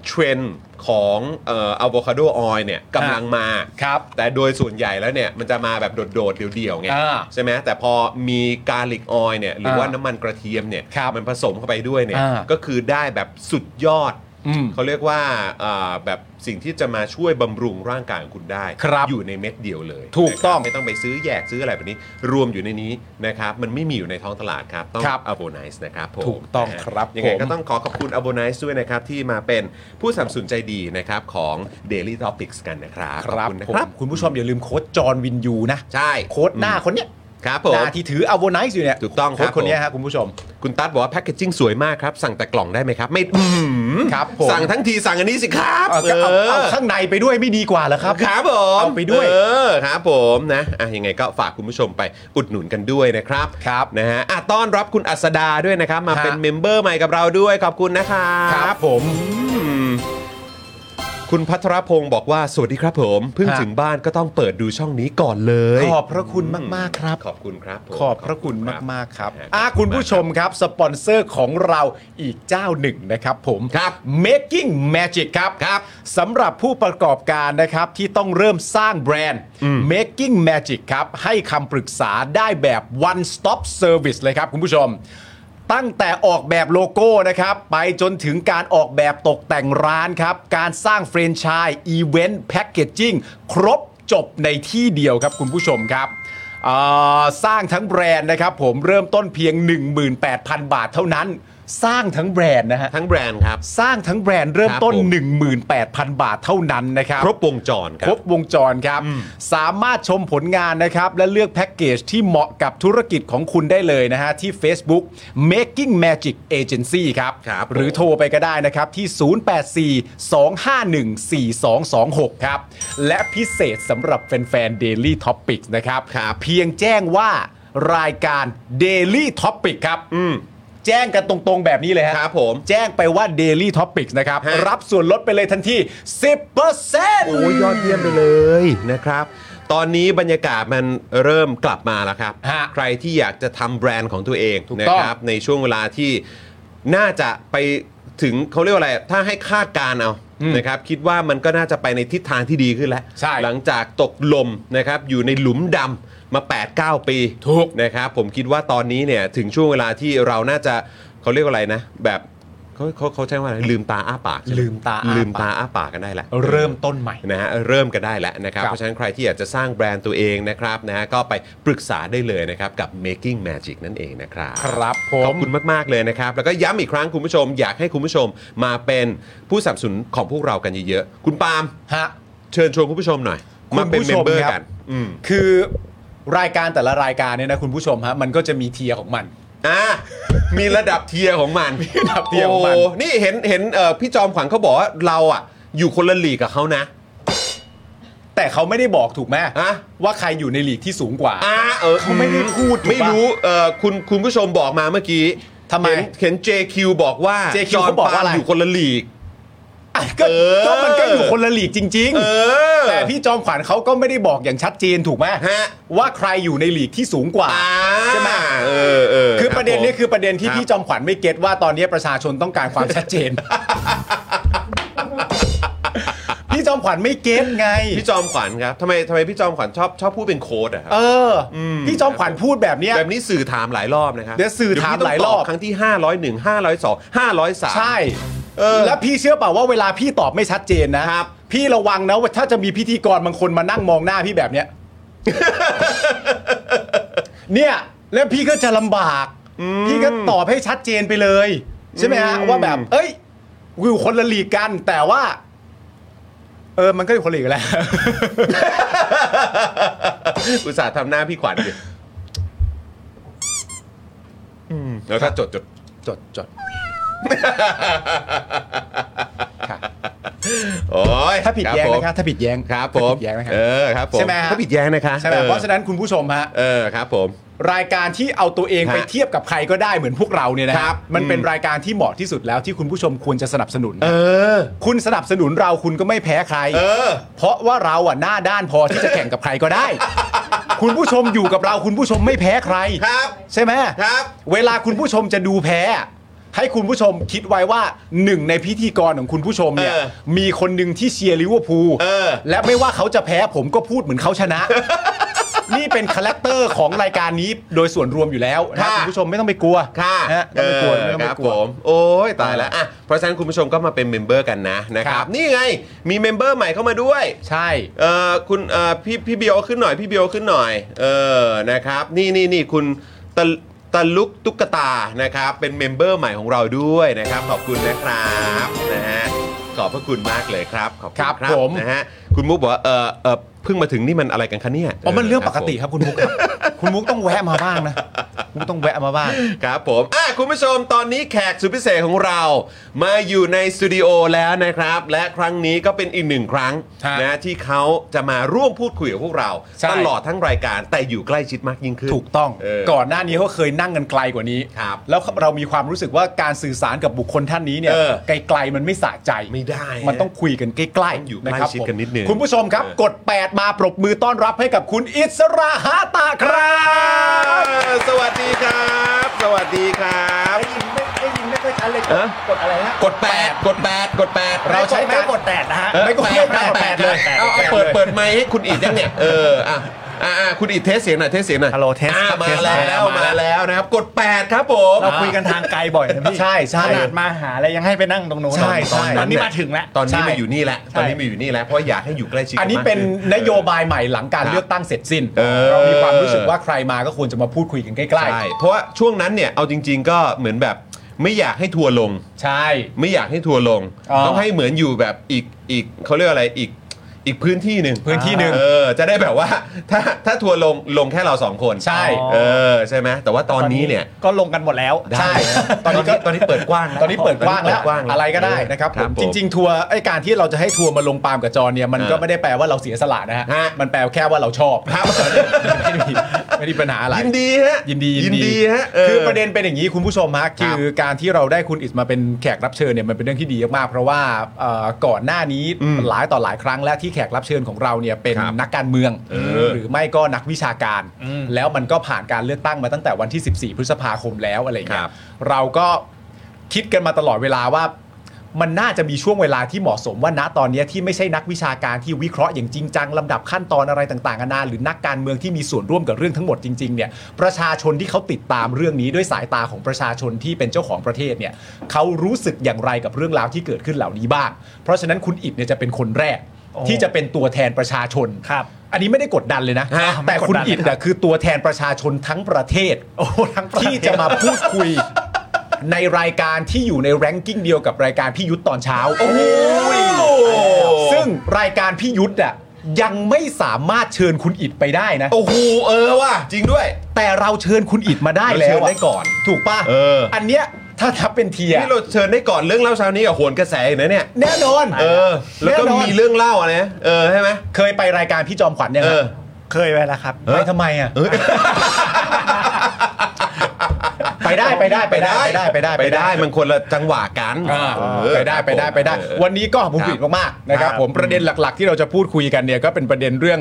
A: เทรนด์ของเอะโวคาโดออยเนี่ยกำลังมา
B: ครับ
A: แต่โดยส่วนใหญ่แล้วเนี่ย มันจะมาแบบโดด ๆ เดี่ยว ๆ ไง
B: อ่า
A: ใช่ไหมแต่พอมีกาลิกออยเนี่ยหรือว่า
B: อ่า
A: น้ำมันกระเทียมเนี่ย
B: ครับ
A: มันผสมเข้าไปด้วยเนี่ย
B: อ่า
A: ก็คือได้แบบสุดยอด
B: อืม
A: เขาเรียกว่าเอ่อแบบสิ่งที่จะมาช่วยบำรุงร่างกายของคุณได้
B: ครับ
A: อยู่ในเม็ดเดียวเลย
B: ถูกต้อง
A: นะครับไม่ต้องไปซื้อแยกซื้ออะไรแบบนี้ รวมอยู่ในนี้นะครับมันไม่มีอยู่ในท้องตลาดครับต้อง
B: ครับ
A: a b o n i c e นะครับผม
B: ถูกต้อง
A: นะฮะ
B: ครับ
A: ยังไง
B: ผม
A: ก็ต้องขอขอบคุณ a b o n i c e ด้วยนะครับ ที่มาเป็นผู้สนัมสนุนใจดีนะครับ ของ Daily Topics กันนะครับ
B: ครับ
A: ขอณนะ
B: ผม
A: ครับ
B: คุณผู้ชมอย่าลืมโค้ดจอห์นวินยูนะ
A: ใช่
B: โค้ดหน้าคนเนี้ย
A: ครับผม
B: หน้าที่ถืออโวไนซ์อยู่เนี่ย
A: ถูกต้องครับ
B: โค้ดคนเนี้ย
A: ผม
B: ครับคุณผู้ชม
A: คุณตั๊ดบอกว่าแพ็กเกจจิ้งสวยมากครับ สั่งแต่กล่องได้ไหมครับ ไม่อื้อหือ
B: ครับผม
A: สั่งทั้งทีสั่งอันนี้สิครับ
B: เอาก็เอา
A: อ
B: เอาข้างในไปด้วยไม่ดีกว่าเหรอครับ
A: ครับผม
B: เอาไปด้วย
A: เออครับผมนะอ่ะยังไงก็ฝากคุณผู้ชมไปอุดหนุนกันด้วยนะครับ
B: ครับ
A: นะฮะอ่ะต้อนรับคุณอัสดาด้วยนะครับ มา
B: ฮะ
A: เป็นเมมเบอร์ใหม่กับเราด้วยขอบคุณนะครับ
B: ครับผม
A: อืมคุณพัทรพงศ์บอกว่า สวัสดีครับผมเพิ่ง
B: ฮะ
A: ถึงบ้านก็ต้องเปิดดูช่องนี้ก่อนเลย
B: ขอบพระคุณมากๆครับ
A: ขอบคุณครับผม
B: ขอบพระคุณมาก ๆ ครับ
A: นะฮะ
B: อ่ะคุณผู้ชมครับ สปอนเซอร์ของเราอีกเจ้าหนึ่งนะครับผม
A: ครับ
B: Making Magic ครับ
A: ครับ
B: สำหรับผู้ประกอบการนะครับที่ต้องเริ่มสร้างแบรนด์ Making Magic ครับ ให้คำปรึกษาได้แบบ one stop service เลยครับคุณผู้ชม ตั้งแต่ออกแบบโลโก้นะครับ ไปจนถึงการออกแบบตกแต่งร้านครับ การสร้างเฟรนไชส์อีเวนต์แพ็กเกจจิ้งครบจบในที่เดียวครับคุณผู้ชมครับเอ่อสร้างทั้งแบรนด์นะครับ ผมเริ่มต้นเพียง 18,000 บาทเท่านั้น สร้างทั้งแบรนด์นะฮะ
A: ทั้งแบรนด์ครับ
B: สร้างทั้งแบรนด์เริ่มต้น
A: ครับผม
B: 18,000 บาทเท่านั้นนะครับ
A: ครบวงจรครั
B: ครบวงจรครับ สามารถชมผลงานนะครับ และเลือกแพ็กเกจที่เหมาะกับธุรกิจของคุณได้เลยนะฮะ ที่ Facebook Making Magic Agency ครับ
A: ครับผม
B: หรือโทรไปก็ได้นะครับที่ 0842514226 ครับ และพิเศษสำหรับแฟนๆ Daily Topics นะครับ
A: ครับ
B: เพียงแจ้งว่ารายการ Daily Topic ครับแจ้งกันตรงๆแบบนี้เลยฮะ
A: ครับผม
B: แจ้งไปว่า Daily Topics นะครับ
A: ฮะ
B: รับส่วนลดไปเลยทันที 10%
A: โอ้ยยอดเยี่ยมไปเลยนะครับ ตอนนี้บรรยากาศมันเริ่มกลับมาแล้วครับ
B: ฮะ
A: ใครที่อยากจะทำแบรนด์ของตัวเอง
B: ถูก
A: นะ
B: ต้อง
A: ครับในช่วงเวลาที่น่าจะไปถึงเขาเรียกว่าอะไร ถ้าให้คาดการณ์เอา
B: อืม
A: นะครับคิดว่ามันก็น่าจะไปในทิศทางที่ดีขึ้นแล้ว
B: ใช่
A: หลังจากตกลมนะครับอยู่ในหลุมดำมา 8-9 ปี
B: ถูก
A: นะครับผมคิดว่าตอนนี้เนี่ยถึงช่วงเวลาที่เราน่าจะเขาเรียกว่าอะไรนะแบบเขาเขาเขาใช้ว่าอะไรลืมตาอ้าปากใช่ไห
B: ลืมตาอ้า
A: ลืม
B: ปา
A: ตาก อ้าปากกันได้แล้ว
B: เริ่มต้นใหม่
A: นะฮะเริ่มกันได้แล้วนะครับ
B: ครับ
A: เพราะฉะนั้นใครที่อยากจะสร้างแบรนด์ตัวเองนะครับนะฮะก็ไปปรึกษาได้เลยนะครับ กับ making magic นั่นเองนะครับ
B: ครับผ
A: ขอ
B: ม
A: บคุณมาก ๆ เลยนะครับ แล้วก็ย้ำอีกครั้งคุณผู้ชม อยากให้คุณผู้ชมมาเป็นผู้สนับสนุนของพวกเรากันเยอะๆ คุณปาล์ม
B: ฮะ
A: เชิญชวนคุณผู้ชมหน่อย
B: คุณ
A: มาเป็น
B: ผู้
A: เม
B: ช
A: ม
B: ม
A: เบอร์
B: ครับ
A: กัน อืม
B: คือรายการแต่ละรายการเนี่ยนะคุณผู้ชมฮะมันก็จะมีเทียร์ของมัน
A: อ่ะมีระดับเทียร์ของมัน
B: ระดับเทียร์ของมัน
A: โนี่เห็นเห็นเอ่อพี่จอมขวัญเขาบอกว่าเราอ่ะอยู่คนละลีกกับเขานะ
B: แต่เขาไม่ได้บอกถูกไหม
A: ฮะ
B: ว่าใครอยู่ในหลีกที่สูงกว่า
A: อ่าเออ
B: เขาไม่ได้พูดถูกปะ
A: ไม่รู้เออคุณคุณผู้ชมบอกมาเมื่อกี้
B: ทำไม
A: เห็นเห็น JQ บอกว่า
B: JQ
A: จอห์น
B: เขาบอก
A: ปาล์ม
B: ว่าอะไร
A: อยู่คนละลีก
B: อ่ะก็
A: เออ
B: ก็มันก็อยู่คนละหลีกจริง
A: เออ
B: ๆ แต่พี่จอมขวัญเขาก็ไม่ได้บอกอย่างชัดเจนถูกไหม
A: ฮะ
B: ว่าใครอยู่ในหลีกที่สูงกว่า
A: อ่า
B: ใช่ไหม
A: เออเออ
B: คือประเด็นนี้
A: รับผม
B: คือประเด็นที่
A: ครับ
B: พี่จอมขวัญไม่เก็ตว่าตอนนี้ประชาชนต้องการความชัดเจน พี่จอมขวัญไม่เก็ตไง
A: พี่จอมขวัญครับทำไมทำไมพี่จอมขวัญชอบชอบพูดเป็นโค้ดอะครับ
B: เอออ
A: ม
B: พี่จอมขวัญพูดแบบเนี้ย
A: แบบนี้สื่อถามหลายรอบนะครับ
B: เดี๋ยวสื่อถามหลายรอบ
A: เดี๋วพี่ต้งตครั้งที่ 501 502 503
B: ใช่
A: เออ
B: แล้วพี่เชื่อเปล่าว่าเวลาพี่ตอบไม่ชัดเจนนะครับ พี่ระวังนะว่าถ้าจะมีพิธีกรบางคนมานั่งมองหน้าพี่แบบเนี้ย เนี่ย แล้วพี่ก็จะลำบาก พี่ก็ตอบให้ชัดเจนไปเลย ใช่ไหมฮะ
A: อืม
B: ว่าแบบ เอ้ยวิวคนละลีกกัน แต่ว่า เออ มันก็อยู่คนละลีกแหล้ว
A: อุตส่าห์ทำหน้าพี่ขวัญอยู่แล้วถ้าจดจด
B: จดจด
A: โอ้ย
B: ถ้าผิดแย้ง
A: รับผม
B: นะคะถ้าผิดแย้ง
A: ครับผม
B: ถ้าผิดแย้งนะคะ
A: เออครับผม
B: ใช่ไหมฮะ
A: ถ้าผิดแย้งนะคะ
B: ใช่ไหม
A: ออ
B: เพราะฉะนั้นคุณผู้ชมฮะ
A: เออครับผม
B: รายการที่เอาตัวเอง
A: ฮะ
B: ไปเทียบกับใครก็ได้เหมือนพวกเราเนี่ยนะค
A: ครั
B: รั
A: บบ
B: มันเป็น
A: อืม
B: รายการที่เหมาะที่สุดแล้วที่คุณผู้ชมควรจะสนับสนุน
A: เออ
B: คุณสนับสนุนเราคุณก็ไม่แพ้ใคร
A: เออ
B: เพราะว่าเราอ่ะหน้าด้านพอที่จะแข่งกับใครก็ได้ คุณผู้ชมอยู่กับเราคุณผู้ชมไม่แพ้ใคร
A: ครับ
B: ใช่ไหม
A: ครับ
B: เวลาคุณผู้ชมจะดูแพ้ ให้คุณผู้ชมคิดไว้ว่าหนึ่งในพิธีกรของคุณผู้ชมเนี่ย
A: เออ
B: มีคนหนึ่งที่เชียร์ลิเวอร์พูล
A: เออ
B: และไม่ว่าเขาจะแพ้ผมก็พูดเหมือนเขาชนะ นี่เป็นคาแรคเตอร์ของรายการนี้โดยส่วนรวมอยู่แล้วนะคุณผู้ชมไม่ต้องไปกลัว
A: ค่ะ
B: นะไม่ต้องไปกลัวไม่ต้อง
A: ค
B: ไป
A: รับ
B: กลั
A: ผ
B: ว
A: ม โอ้ยตายแล้วอ่ะเพราะฉะนั้นคุณผู้ชมก็มาเป็นเมมเบอร์กันนะนะค
B: ค
A: รั
B: รับ บ
A: นี่ไง มีเมมเบอร์ใหม่เข้ามาด้วย
B: ใช่
A: เอ่อคุณเอ่อพี่พี่เบียวขึ้นหน่อยพี่เบียวขึ้นหน่อยเออนะครับ นี่นี่นี่คุณตะตะลุกตุ๊กตานะครับ เป็นเมมเบอร์ใหม่ของเราด้วยนะครับ ขอบคุณนะครับนะฮะขอบพระคุณมากเลยครับขอบคุณ
B: ครับ
A: ครับ
B: ผม
A: นะฮะคุณมุกบอกว่าเออเออเพิ่งมาถึงนี่มันอะไรกันคะเนี่ย
B: อ๋อมันเรื่องปกติครับคุณมุกครับ คุณมุกต้องแวะมาบ้างนะคุณมุกต้องแวะมาบ้าง
A: ครับผมอ่ะคุณผู้ชมตอนนี้แขกสุดพิเศษของเรา มาอยู่ในสตูดิโอแล้วนะครับ และครั้งนี้ก็เป็นอีกหนึ่งครั้ง
B: ฮะ
A: นะที่เขาจะมาร่วมพูดคุยกับพวกเรา
B: ใช่
A: ตลอดทั้งรายการแต่อยู่ใกล้ชิดมากยิ่งขึ้น
B: ถูกต้อง
A: เออ
B: ก่อนหน้านี้เขาเคยนั่งกันไกลกว่านี้
A: ครับ
B: แล้วเรามีความรู้สึกว่าการสื่อสารกับบุคคลท่านนี้เนี่ย
A: เออ
B: ไกลๆมันไม่สะใจ
A: ไม่ได้
B: มันต้องคุยกันใกล้
A: ต้อง
B: ๆ
A: อยู่
B: ะครับ
A: ใกล้ชิดกัน
B: ผม
A: นิดนึง
B: คุณผู้ชมครับ
A: เออ
B: กด 8 มาปรบมือต้อนรับให้กับคุณอิสราฮาตาครับ
A: สวัสดีครับ สวัสดีครับ
D: ได้ยินไม่ได้ยินไม่ค่อยชัดเลยกดอะไรฮะ
A: กดแปดกดแปดกดแปด
D: เรา
A: เรา
D: ใช้
A: ใช้
D: ไม่
A: การ
D: กดแปดนะฮะ
A: เออแปดแปดแปดเลยเอาเอาเปิดเปิดไมค์ให้คุณอีดยังเนี่ยเอออ่ะอ่ะอ่ะคุณอีดเทสเสียงหน่อยเทสเสียงหน่อย
D: ฮัลโหลเทส
A: อ่ะ
D: ครับ
A: มา
D: เทส
A: แล้ว
D: มาแล้ว
A: มาแล้วนะครับ กดแปดครับผม
D: เราคุยกันทางไกลบ่อยนะพี่
B: ใช่ใช่
D: ขนาดมาหาอะไรยังให้ไปนั่งตรงโน้น
B: ใช่ใช่
D: ตอนนี้มาถึงแล้ว
A: ตอนนี้
B: ใช่
A: มาอยู่นี่แล้วตอนนี้มาอยู่นี่แล้วเพราะอยากให้อยู่ใกล้ชิดกั
B: อันนี้
A: มาก
B: เป็น
A: ขึ้
B: นโยบายใหม่หลังการ
A: ครับ
B: เลือกตั้งเสร็จสิ้น
A: เออ
B: เรามีความรู้สึกว่าใครมาก็ควรจะมาพูดคุยกันใกล้
A: ใช่เพราะว่าช่วงนั้นเนี่ยเอาจริง ๆ ก็เหมือนแบบไม่อยากให้ทัวร์ลง
B: ๆ ใช่
A: ไม่อยากให้ทัวร์ลง
B: อ๋อ
A: ต้องให้เหมือนอยู่แบบอีกอีกเขาเรียกอะไรอีกอีกพื้นที่หนึ่ง
B: พื้นที่หนึ่ง
A: เออจะได้แบบว่า ถ้าถ้าทัวร์ลงลงแค่เราสองคน
B: ใช่
A: เออใช่ไหมแต่ว่าตอนนี้เนี่ย
D: ก็ลงกันหมดแล้ว
A: ได้
B: ใช่
A: ตอนนี้ก็
B: ต
A: ต
B: อ
A: อน น
B: นี้
A: นี้เปิดกว้างแล้ว
B: ตอนนี้เปิดกว้างแล้
A: ตอ
B: ว
A: นนี้เปิก
B: อะไรก็ได้นะครับผมจริง
A: ๆ
B: ๆ ทัวร์ไอการที่เราจะให้ทัวร์มาลงปาล์มกับจอเนี่ยมันก็
A: อ่า
B: ไม่ได้แปลว่าเราเสียสละนะฮะ
A: ฮะ
B: มันแปลแค่ว่าเราชอบ
A: ครับ
B: ไม่ได้มีไม่ได้มีปัญหาอะไร
A: ยินดีฮะ
B: ยินดี
A: ยินดีฮะเ
B: คือประเด็นเป็นอย่างนี้คุณผู้ชมฮะ
A: ครั
B: คื
A: บ
B: อการที่เราได้คุณอิสมาเป็นแขกรับเชิญเนี่ยมันเป็นเรื่องที่ดีมากๆเพราะว่าเอ่อก่อนหน้านี้
A: อืม
B: หลายต่อหลายครั้งและที่แขกรับเชิญของเราเนี่ยเป็น
A: ครับ
B: นักการเมือง
A: เออ
B: หรือไม่ก็นักวิชาการ แล้วมันก็ผ่านการเลือกตั้งมาตั้งแต่วันที่ 14 พฤษภาคมแล้วอะไรอย่างเงี้
A: ครั
B: ย
A: บ
B: เราก็คิดกันมาตลอดเวลาว่า มันน่าจะมีช่วงเวลาที่เหมาะสมว่าณตอนเนี้ยที่ไม่ใช่นักวิชาการที่วิเคราะห์อย่างจริงจังลำดับขั้นตอนอะไรต่างๆนานาหรือนักการเมืองที่มีส่วนร่วมกับเรื่องทั้งหมดจริงๆเนี่ยประชาชนที่เขาติดตามเรื่องนี้ด้วยสายตาของประชาชนที่เป็นเจ้าของประเทศเนี่ยเขารู้สึกอย่างไรกับเรื่องราวที่เกิดขึ้นเหล่านี้บ้าง เพราะฉะนั้นคุณอิดเนี่ยจะเป็นคนแรก
D: โอ้
B: ที่จะเป็นตัวแทนประชาชน
D: ครับ
B: อันนี้ไม่ได้กดดันเลยนะ
A: ฮะ
B: แต่คุณ
D: ไม่กดดัน
B: อิดอะคือตัวแทนประชาชนทั้งประเทศ
D: โอ้ทั้งประเทศ
B: ที่จะมาพูดคุย ในรายการที่อยู่ในแรงกิ้งเดียวกับรายการพี่ยุทธตอนเช้า ซึ่งรายการพี่ยุทธอะยังไม่สามารถเชิญคุณอิดไปได้นะ
A: โอ้โหเออว่ะจริงด้วย
B: แต่เราเชิญคุณอิดมาได้แล้ว
A: เราเชิญได้ก่อน
B: ถูกป่ะ
A: เอออั
B: นเนี้ยถ้าทับเป็นเทียร์
A: นี่เราเชิญได้ก่อนเรื่องเล่าเช้านี้กับโหนกระแสอีกนะเนี่ย
B: แน่นอน
A: เออ แล้วก็
B: น่นอน
A: มีเรื่องเล่าอะไรนะเออใช่ไหม
B: เคยไปรายการพี่จอมขวัญยัง
A: เอ
B: อะ
A: อ
D: เคยไปแล้วครับ
A: เออ
B: ไปทำไมอะ
A: เออ
B: ไปได้ไปได้ไปได้ไปได้ไปได้
A: ไปได้มันคนละจังหวะกัน
B: อ่า
A: เออ
B: ไปได้ไปได้ไปได้
A: เออ
B: วันนี้ก็ขอบคุณ
A: ครับ
B: ผิดมากๆนะครับ
A: ครับ
B: ผมประเด็นหลักๆ ที่เราจะพูดคุยกันเนี่ยก็เป็นประเด็นเรื่อง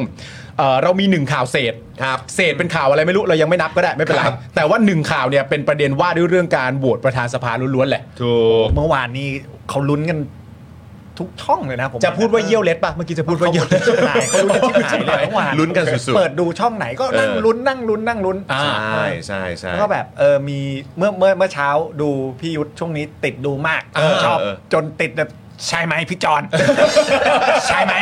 B: เอ่อเรามีหนึ่งข่าวเศษ
A: ครับ
B: เศษเป็นข่าวอะไรไม่รู้เรายังไม่นับก็ได้ไม่เป็นไร
A: ครับ
B: แต่ว่าหนึ่งข่าวเนี่ยเป็นประเด็นว่าด้วยเรื่องการโหวตประธานสภาล้วนๆแหละ
A: ถูก
D: เมื่อวานนี้เขาลุ้นกันทุกช่องเลยนะผม
B: จะพูดว่าเยี่ยวเล็ดปะเมื่อกี้จะพูดว่าเยี่ยวเล็ด
D: เขาลุ้นกันชิบหายเขาลุ้นกันชิบหายเลยเมื่อวาน
A: ลุ้นกันสุดๆ
D: เปิดดูช่องไหนก็นั่ง
A: เออ
D: ลุ้นนั่งลุ้นนั่งลุ้น
B: อ่า
A: ใช่ใช่ใช่
D: แล้วก็แบบเออมีเมื่อเมื่อเมื่อเช้าดูพี่ยุทธช่วงนี้ติดดูมาก
A: เออ
D: ชอบ
A: เออ
D: จนติดแบบ ใช่ไหมพี่จอน ใช่ไหม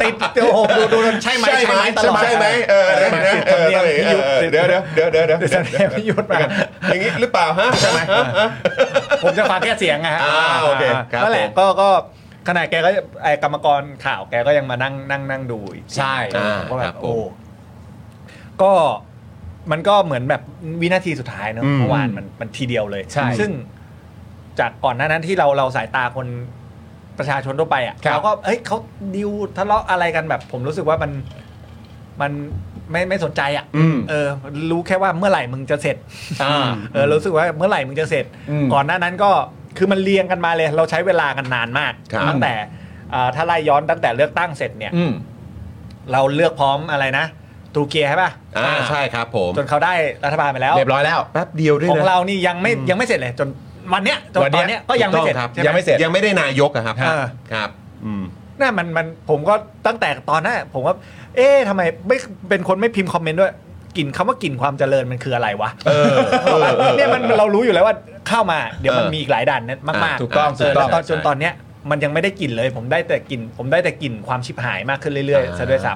D: ติดโอ้โหดูดูดูใช่ไหม
A: ใช่ไหม
D: ตลอด
A: ใช่ไหมเออเดี๋ยวนะเอออะไรอย่างเงี้ยเออเดี๋ยวเดี๋ยวเดี๋ยวเดี๋ยวเดี๋ยว
D: เดี๋ยวจะให้พี่ยุทธมา
A: อย่างนี้หรือเปล่าฮะ
D: ใช่ไหมผมจะฟังแค่เสียงไงฮะ
A: อ่าโอเคครับ
D: นั่นแหละ
A: ผม
D: ก็ก็ขนาดแกก็ไอ้กรรมกรข่าวแกก็ยังมานั่งนั่งนั่งดูอีก
B: ใช่
A: อ่า
D: ก็แบ
A: ครับ บผม
D: โอ้ก็มันก็เหมือนแบบวินาทีสุดท้ายเนอะ
B: อืม
D: เมื่อวานมันมันทีเดียวเลย
B: ใช่
D: ซึ่งจากก่อนหน้านั้นที่เราเราสายตาคนประชาชนทั่วไปอ่ะ
B: ครับ
D: เราก็เฮ้ยเขาดิวทะเลาะอะไรกันแบบ ผมรู้สึกว่ามันมันไม่ไม่สนใจอ่ะ
B: อืม
D: เออ รู้แค่ว่าเมื่อไหร่มึงจะเสร็จ
B: อ่า
D: เออรู้สึกว่าเมื่อไหร่มึงจะเสร็จ
B: อืม
D: ก่อนหน้านั้นก็คือมันเรียงกันมาเลย เราใช้เวลากันนานมาก
B: ครับ
D: ตั้งแต่อ่าถ้าไล่ย้อนตั้งแต่เลือกตั้งเสร็จเนี่ย
B: อืม
D: เราเลือกพร้อมอะไรนะตูเกียใช่ป่ะ
A: อ่าใช่ครับผม
D: จนเขาได้รัฐบาลไปแล้ว
B: เรียบร้อยแล้ว
A: แป๊บเดียวด้วย
D: ของ
A: นะ
D: เรานี่ยังไม่ยังไม่เสร็จเลยจนวันเนี้ยจน
B: วัน
D: ต
B: เนี้
D: อย นเนี้ยก็ยังไม่เสร็จ
A: ถูกต้องครับ
D: ใช่ห
B: ยังไม่เสร็จ
A: ยังไม่ได้นายกอะครับ
D: อ่า
A: ครับอืม
D: น่ามันมันผมก็ตั้งแต่ตอนนั้นอะผมว่าเอ๊ะทำไมไม่เป็นคนไม่พิมพ์คอมเมนต์ด้วยกลิ่นคำว่ากลิ่นความเจริญมันคืออะไรวะ
A: เออเออเออ
D: เนี่ยมันเรารู้อยู่แล้วว่าเข้ามาเดี๋ยวมัน
A: เออ
D: มีอีกหลายด่านเนี่ยมาก
A: อ่ะ
D: ๆ
A: ถูกต้อง
D: เ
A: ถูกต้อง
D: แล้วตอน
A: ใช่
D: จนตอนเนี้ยมันยังไม่ได้กลิ่นเลย ผมได้แต่กลิ่นผมได้แต่กลิ่นความชิบหายมากขึ้นเรื่อย
A: อ่า
D: ๆซะด้วยซ้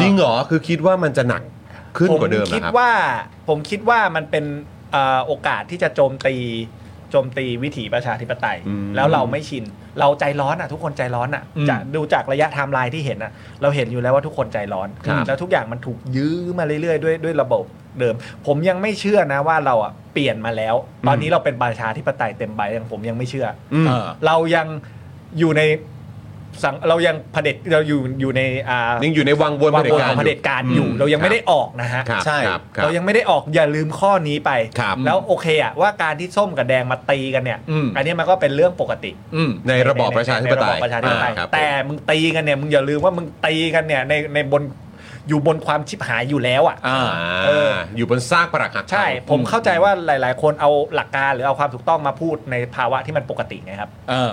A: จริงเหรอคือคิดว่ามันจะหนักขึ้น
D: ำผม
A: กว่าเดิม
D: คิด
A: นะครับ
D: ว่าผมคิดว่ามันเป็นเอ่อโอกาสที่จะโจมตีโจมตีวิถีประชาธิปไตย
A: อืม
D: แล้วเราไม่ชิน เราใจร้อนอ่ะ ทุกคนใจร้อนอ่ะ
B: อืม
D: จะดูจากระยะไทม์ไลน์ที่เห็นอ่ะ เราเห็นอยู่แล้วว่าทุกคนใจร้อน
A: ครับ
D: แล้วทุกอย่างมันถูกยื้อมาเรื่อยๆ ด้วยด้วยระบบเดิม ผมยังไม่เชื่อนะว่าเราอ่ะเปลี่ยนมาแล้ว ตอนนี้เราเป็นประชาธิปไตยเต็มใบยังผมยังไม่เชื่ออ
B: เออ
D: เรายังอยู่ในสังเรายังเผด็จเราอยู่อยู่ในอ่า
A: ยังอยู่ในวังวน
D: วางวนของ
A: เผ
D: เผ
A: ด็
D: ด็
A: จ
D: จ
A: กา
D: การ ร
A: อ
D: อยู่ ยู่ เรายังไม่ได้
A: ค
D: ออกนะฮะ
A: บครับ
B: ใช่
A: ครับคบ
D: เรายังไม่ได้ออกอย่าลืมข้อนี้ไป
A: ครับ
D: แล้วโอเคอะว่าการที่ส้มกับแดงมาตีกันเนี่ย
B: อืม
D: นนี้มันก็เป็นเรื่องปกติ
B: อืม
A: ในระบอบประชาธิปไตย
D: ในระบอบประชาธิปไตย
A: อ่าครับผม
D: แต่มึงตีกันเนี่ยมึงอย่าลืมว่ามึงตีกันเนี่ยในในบนอยู่บนความชิบหายอยู่แล้วอ่ะ
B: อ่า
D: เออ
A: อยู่บนซากปรักหัก
D: ใช่
A: พัง
D: ผมเข้าใจว่าหลาย ๆ คนเอาหลักการหรือเอาความถูกต้องมาพูดในภาวะที่มันปกติไงครับ
B: เออ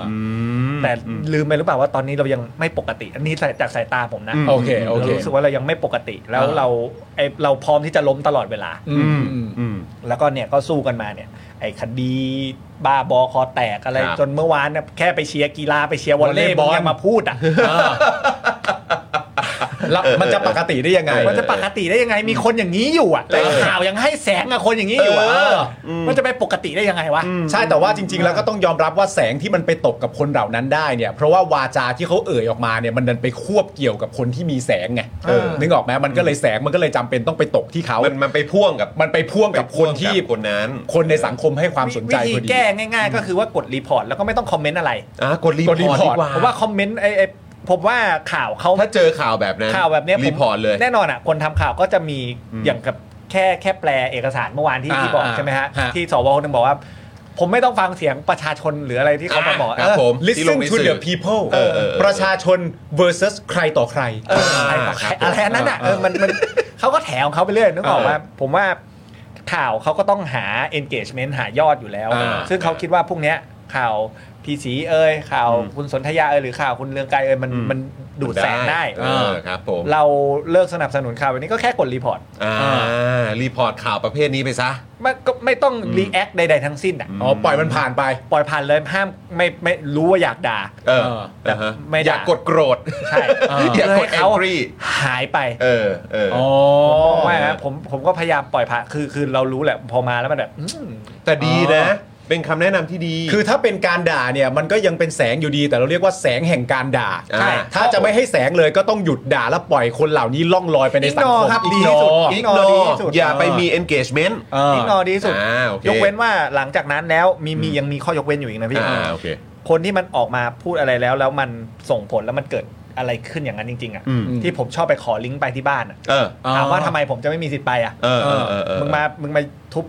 D: แต่ลืมไปหรือเปล่าว่าตอนนี้เรายังไม่ปกติ อันนี้จากสายตาผมนะ
A: อืม
B: โอเค โอ
D: เรา
B: เค
D: รู้สึกว่าเรายังไม่ปกติแล้ว
B: อ่า
D: เราไอเราพร้อมที่จะล้มตลอดเวลา
B: อืมอืม
A: อืม
D: แล้วก็เนี่ยก็สู้กันมาเนี่ย ไอ้คดีบ้าบอคอแตกอะไร
A: ครับ
D: จนเมื่อวานเนี่ยแค่ไปเชียร์กีฬาไปเชียร์วอลเล
B: วอลเล
D: ย์บอ
B: ย์บอล
D: ลยังมาพูดอ่ะ
B: แล้วมันจะปกติได้ยังไง
D: มันจะปกติได้ยังไงมีคนอย่างนี้อยู่อ่ะแต่ข่าวยังให้แสงกับคนอย่างนี้อยู่อ่ะ
B: เออ
D: เอออมันจะไปปกติได้ยังไงวะ
B: ใช่แต่ว่าจริง ๆ แล้วก็ต้องยอมรับว่าแสงที่มันไปตกกับคนเหล่านั้นได้เนี่ย เพราะว่าวาจาที่เขาเอ่ยออกมาเนี่ยมันดันไปควบเกี่ยวกับคนที่มีแสงไง
D: เออ
B: นึกออกไหมมันก็เลยแสงมันก็เลยจำเป็นต้องไปตกที่เขา
A: มันมันไปพ่วงกับ
B: มันไปพ่วงกับคนที่
A: ไปพ่วงกับคนนั้น
B: คนในสังคมให้ความสนใจ
D: วิ
B: พ
D: ธี
B: อดี
D: แก้ง่าย ๆ ก็คือว่ากดรีพอร์ตแล้วก็ไม่ต้องคอมเมนต์อะไร
A: อ่ะกดรีพ
B: ก
A: อร์
B: ด
A: ต
B: รี
A: ดี
B: พอร์ต
A: กว่า
D: ผมว่าคอมเมนต์ไอ้ไอ้ผมว่าข่าวเขา
A: ถ้าเจอข่าวแบบนั้น
D: ข่าวแบบเนี้ยผม
A: รีพอร์ตเลย
D: แน่นอนอ่ะคนทำข่าวก็จะมี
A: อืม
D: อย่างกับแค่แค่แปลเอกสารเมื่อวานที่
B: อ่า
D: ที่บอก
B: อ่า
D: ใช่ไหมฮะ
B: ฮะ
D: ที่สวคนหนึงบอกว่า ผมไม่ต้องฟังเสียงประชาชนหรืออะไรที่เขามาบอก
A: ค
D: เอ
A: รับ
D: อ
A: ผม
B: listen to the people
A: เออเออเออ
B: ประชาชน versus ใครต่อใคร
D: เอออะไรต่อใครอะไรอันนั้นอ่ะเออมันมันเขาก็แถของเขาไปเรื่อยนึกออกว่าผมว่าข่าวเขาก็ต้องหา engagement หายอดอยู่แล้ว
A: อ่า
D: ซึ่งเขาคิดว่าพวกเนี้ยข่าวพีสีเอ่ยข่าวคุณสนธยาเอ่ยหรือข่าวคุณเลืองไกรเอ่ยมัน
A: อืม
D: มันดูดแสงได้
A: เออครับผม
D: เราเลิกสนับสนุนข่าวแบบนี้ก็แค่กดรีพอร์ต
A: อ่ารีพอร์ตข่าวประเภทนี้ไปซะ
D: มันก็ไม่ต้องรีแอคใด ๆ ทั้งสิ้นอ่ะ
A: อืม
B: อ๋อปล่อยมันผ่านไป
D: ปล่อยผ่านเลยห้ามไม่ไม่รู้ว่าอยากด่า
A: เออ
B: เออ
A: อ่าฮะ
D: ไม่ด่า
A: อยากกดโกรธ
D: ใช่
B: เออ
A: อ
D: เพื่
A: ยาก
D: อก
A: ด
D: ให้
A: แอ
D: เขา
A: งกี
D: หายไป
A: เออเออ
B: อ๋อ
D: ผมว่านะผมผมก็พยายามปล่อยผ่านคือคือเรารู้แหละพอมาแล้วมันแบบอืม
A: แต่ดีนะ
B: อ๋อ
A: เป็นคำแนะนำที่ดี
B: คือถ้าเป็นการด่าเนี่ยมันก็ยังเป็นแสงอยู่ดี แต่เราเรียกว่าแสงแห่งการด่า
A: ใช่
B: ถ้าจะไม่ให้แสงเลยก็ต้องหยุดด่าแล้วปล่อยคนเหล่านี้ล่องลอยไปในสังค
D: Ignore
B: ม
D: ครับดีที่สุด
B: Ignore
A: อีก
D: ignore
A: นอ
D: ดีที่สุด
A: อย่าไปมี engagement
B: เออ
D: กนอดีที่สุด
A: อ่าโอเค
D: ยกเว้นว่าหลังจากนั้นแล้วมีมียังมีข้อยกเว้นอยู่อีกนะพี่
A: อ่าโอเค
D: คนที่มันออกมาพูดอะไรแล้ว แล้วมันส่งผลแล้วมันเกิดอะไรขึ้นอย่างนั้นจริง ๆ อ่ะ
A: อืม
D: ที่ผมชอบไปขอลิงก์ไปที่บ้านอะ
A: เออ
D: ถามว่าทำไมผมจะไม่มีสิทธิ์ไปอ่ะ
A: เออเออเออเออ
D: มึงมามึงมาทุบ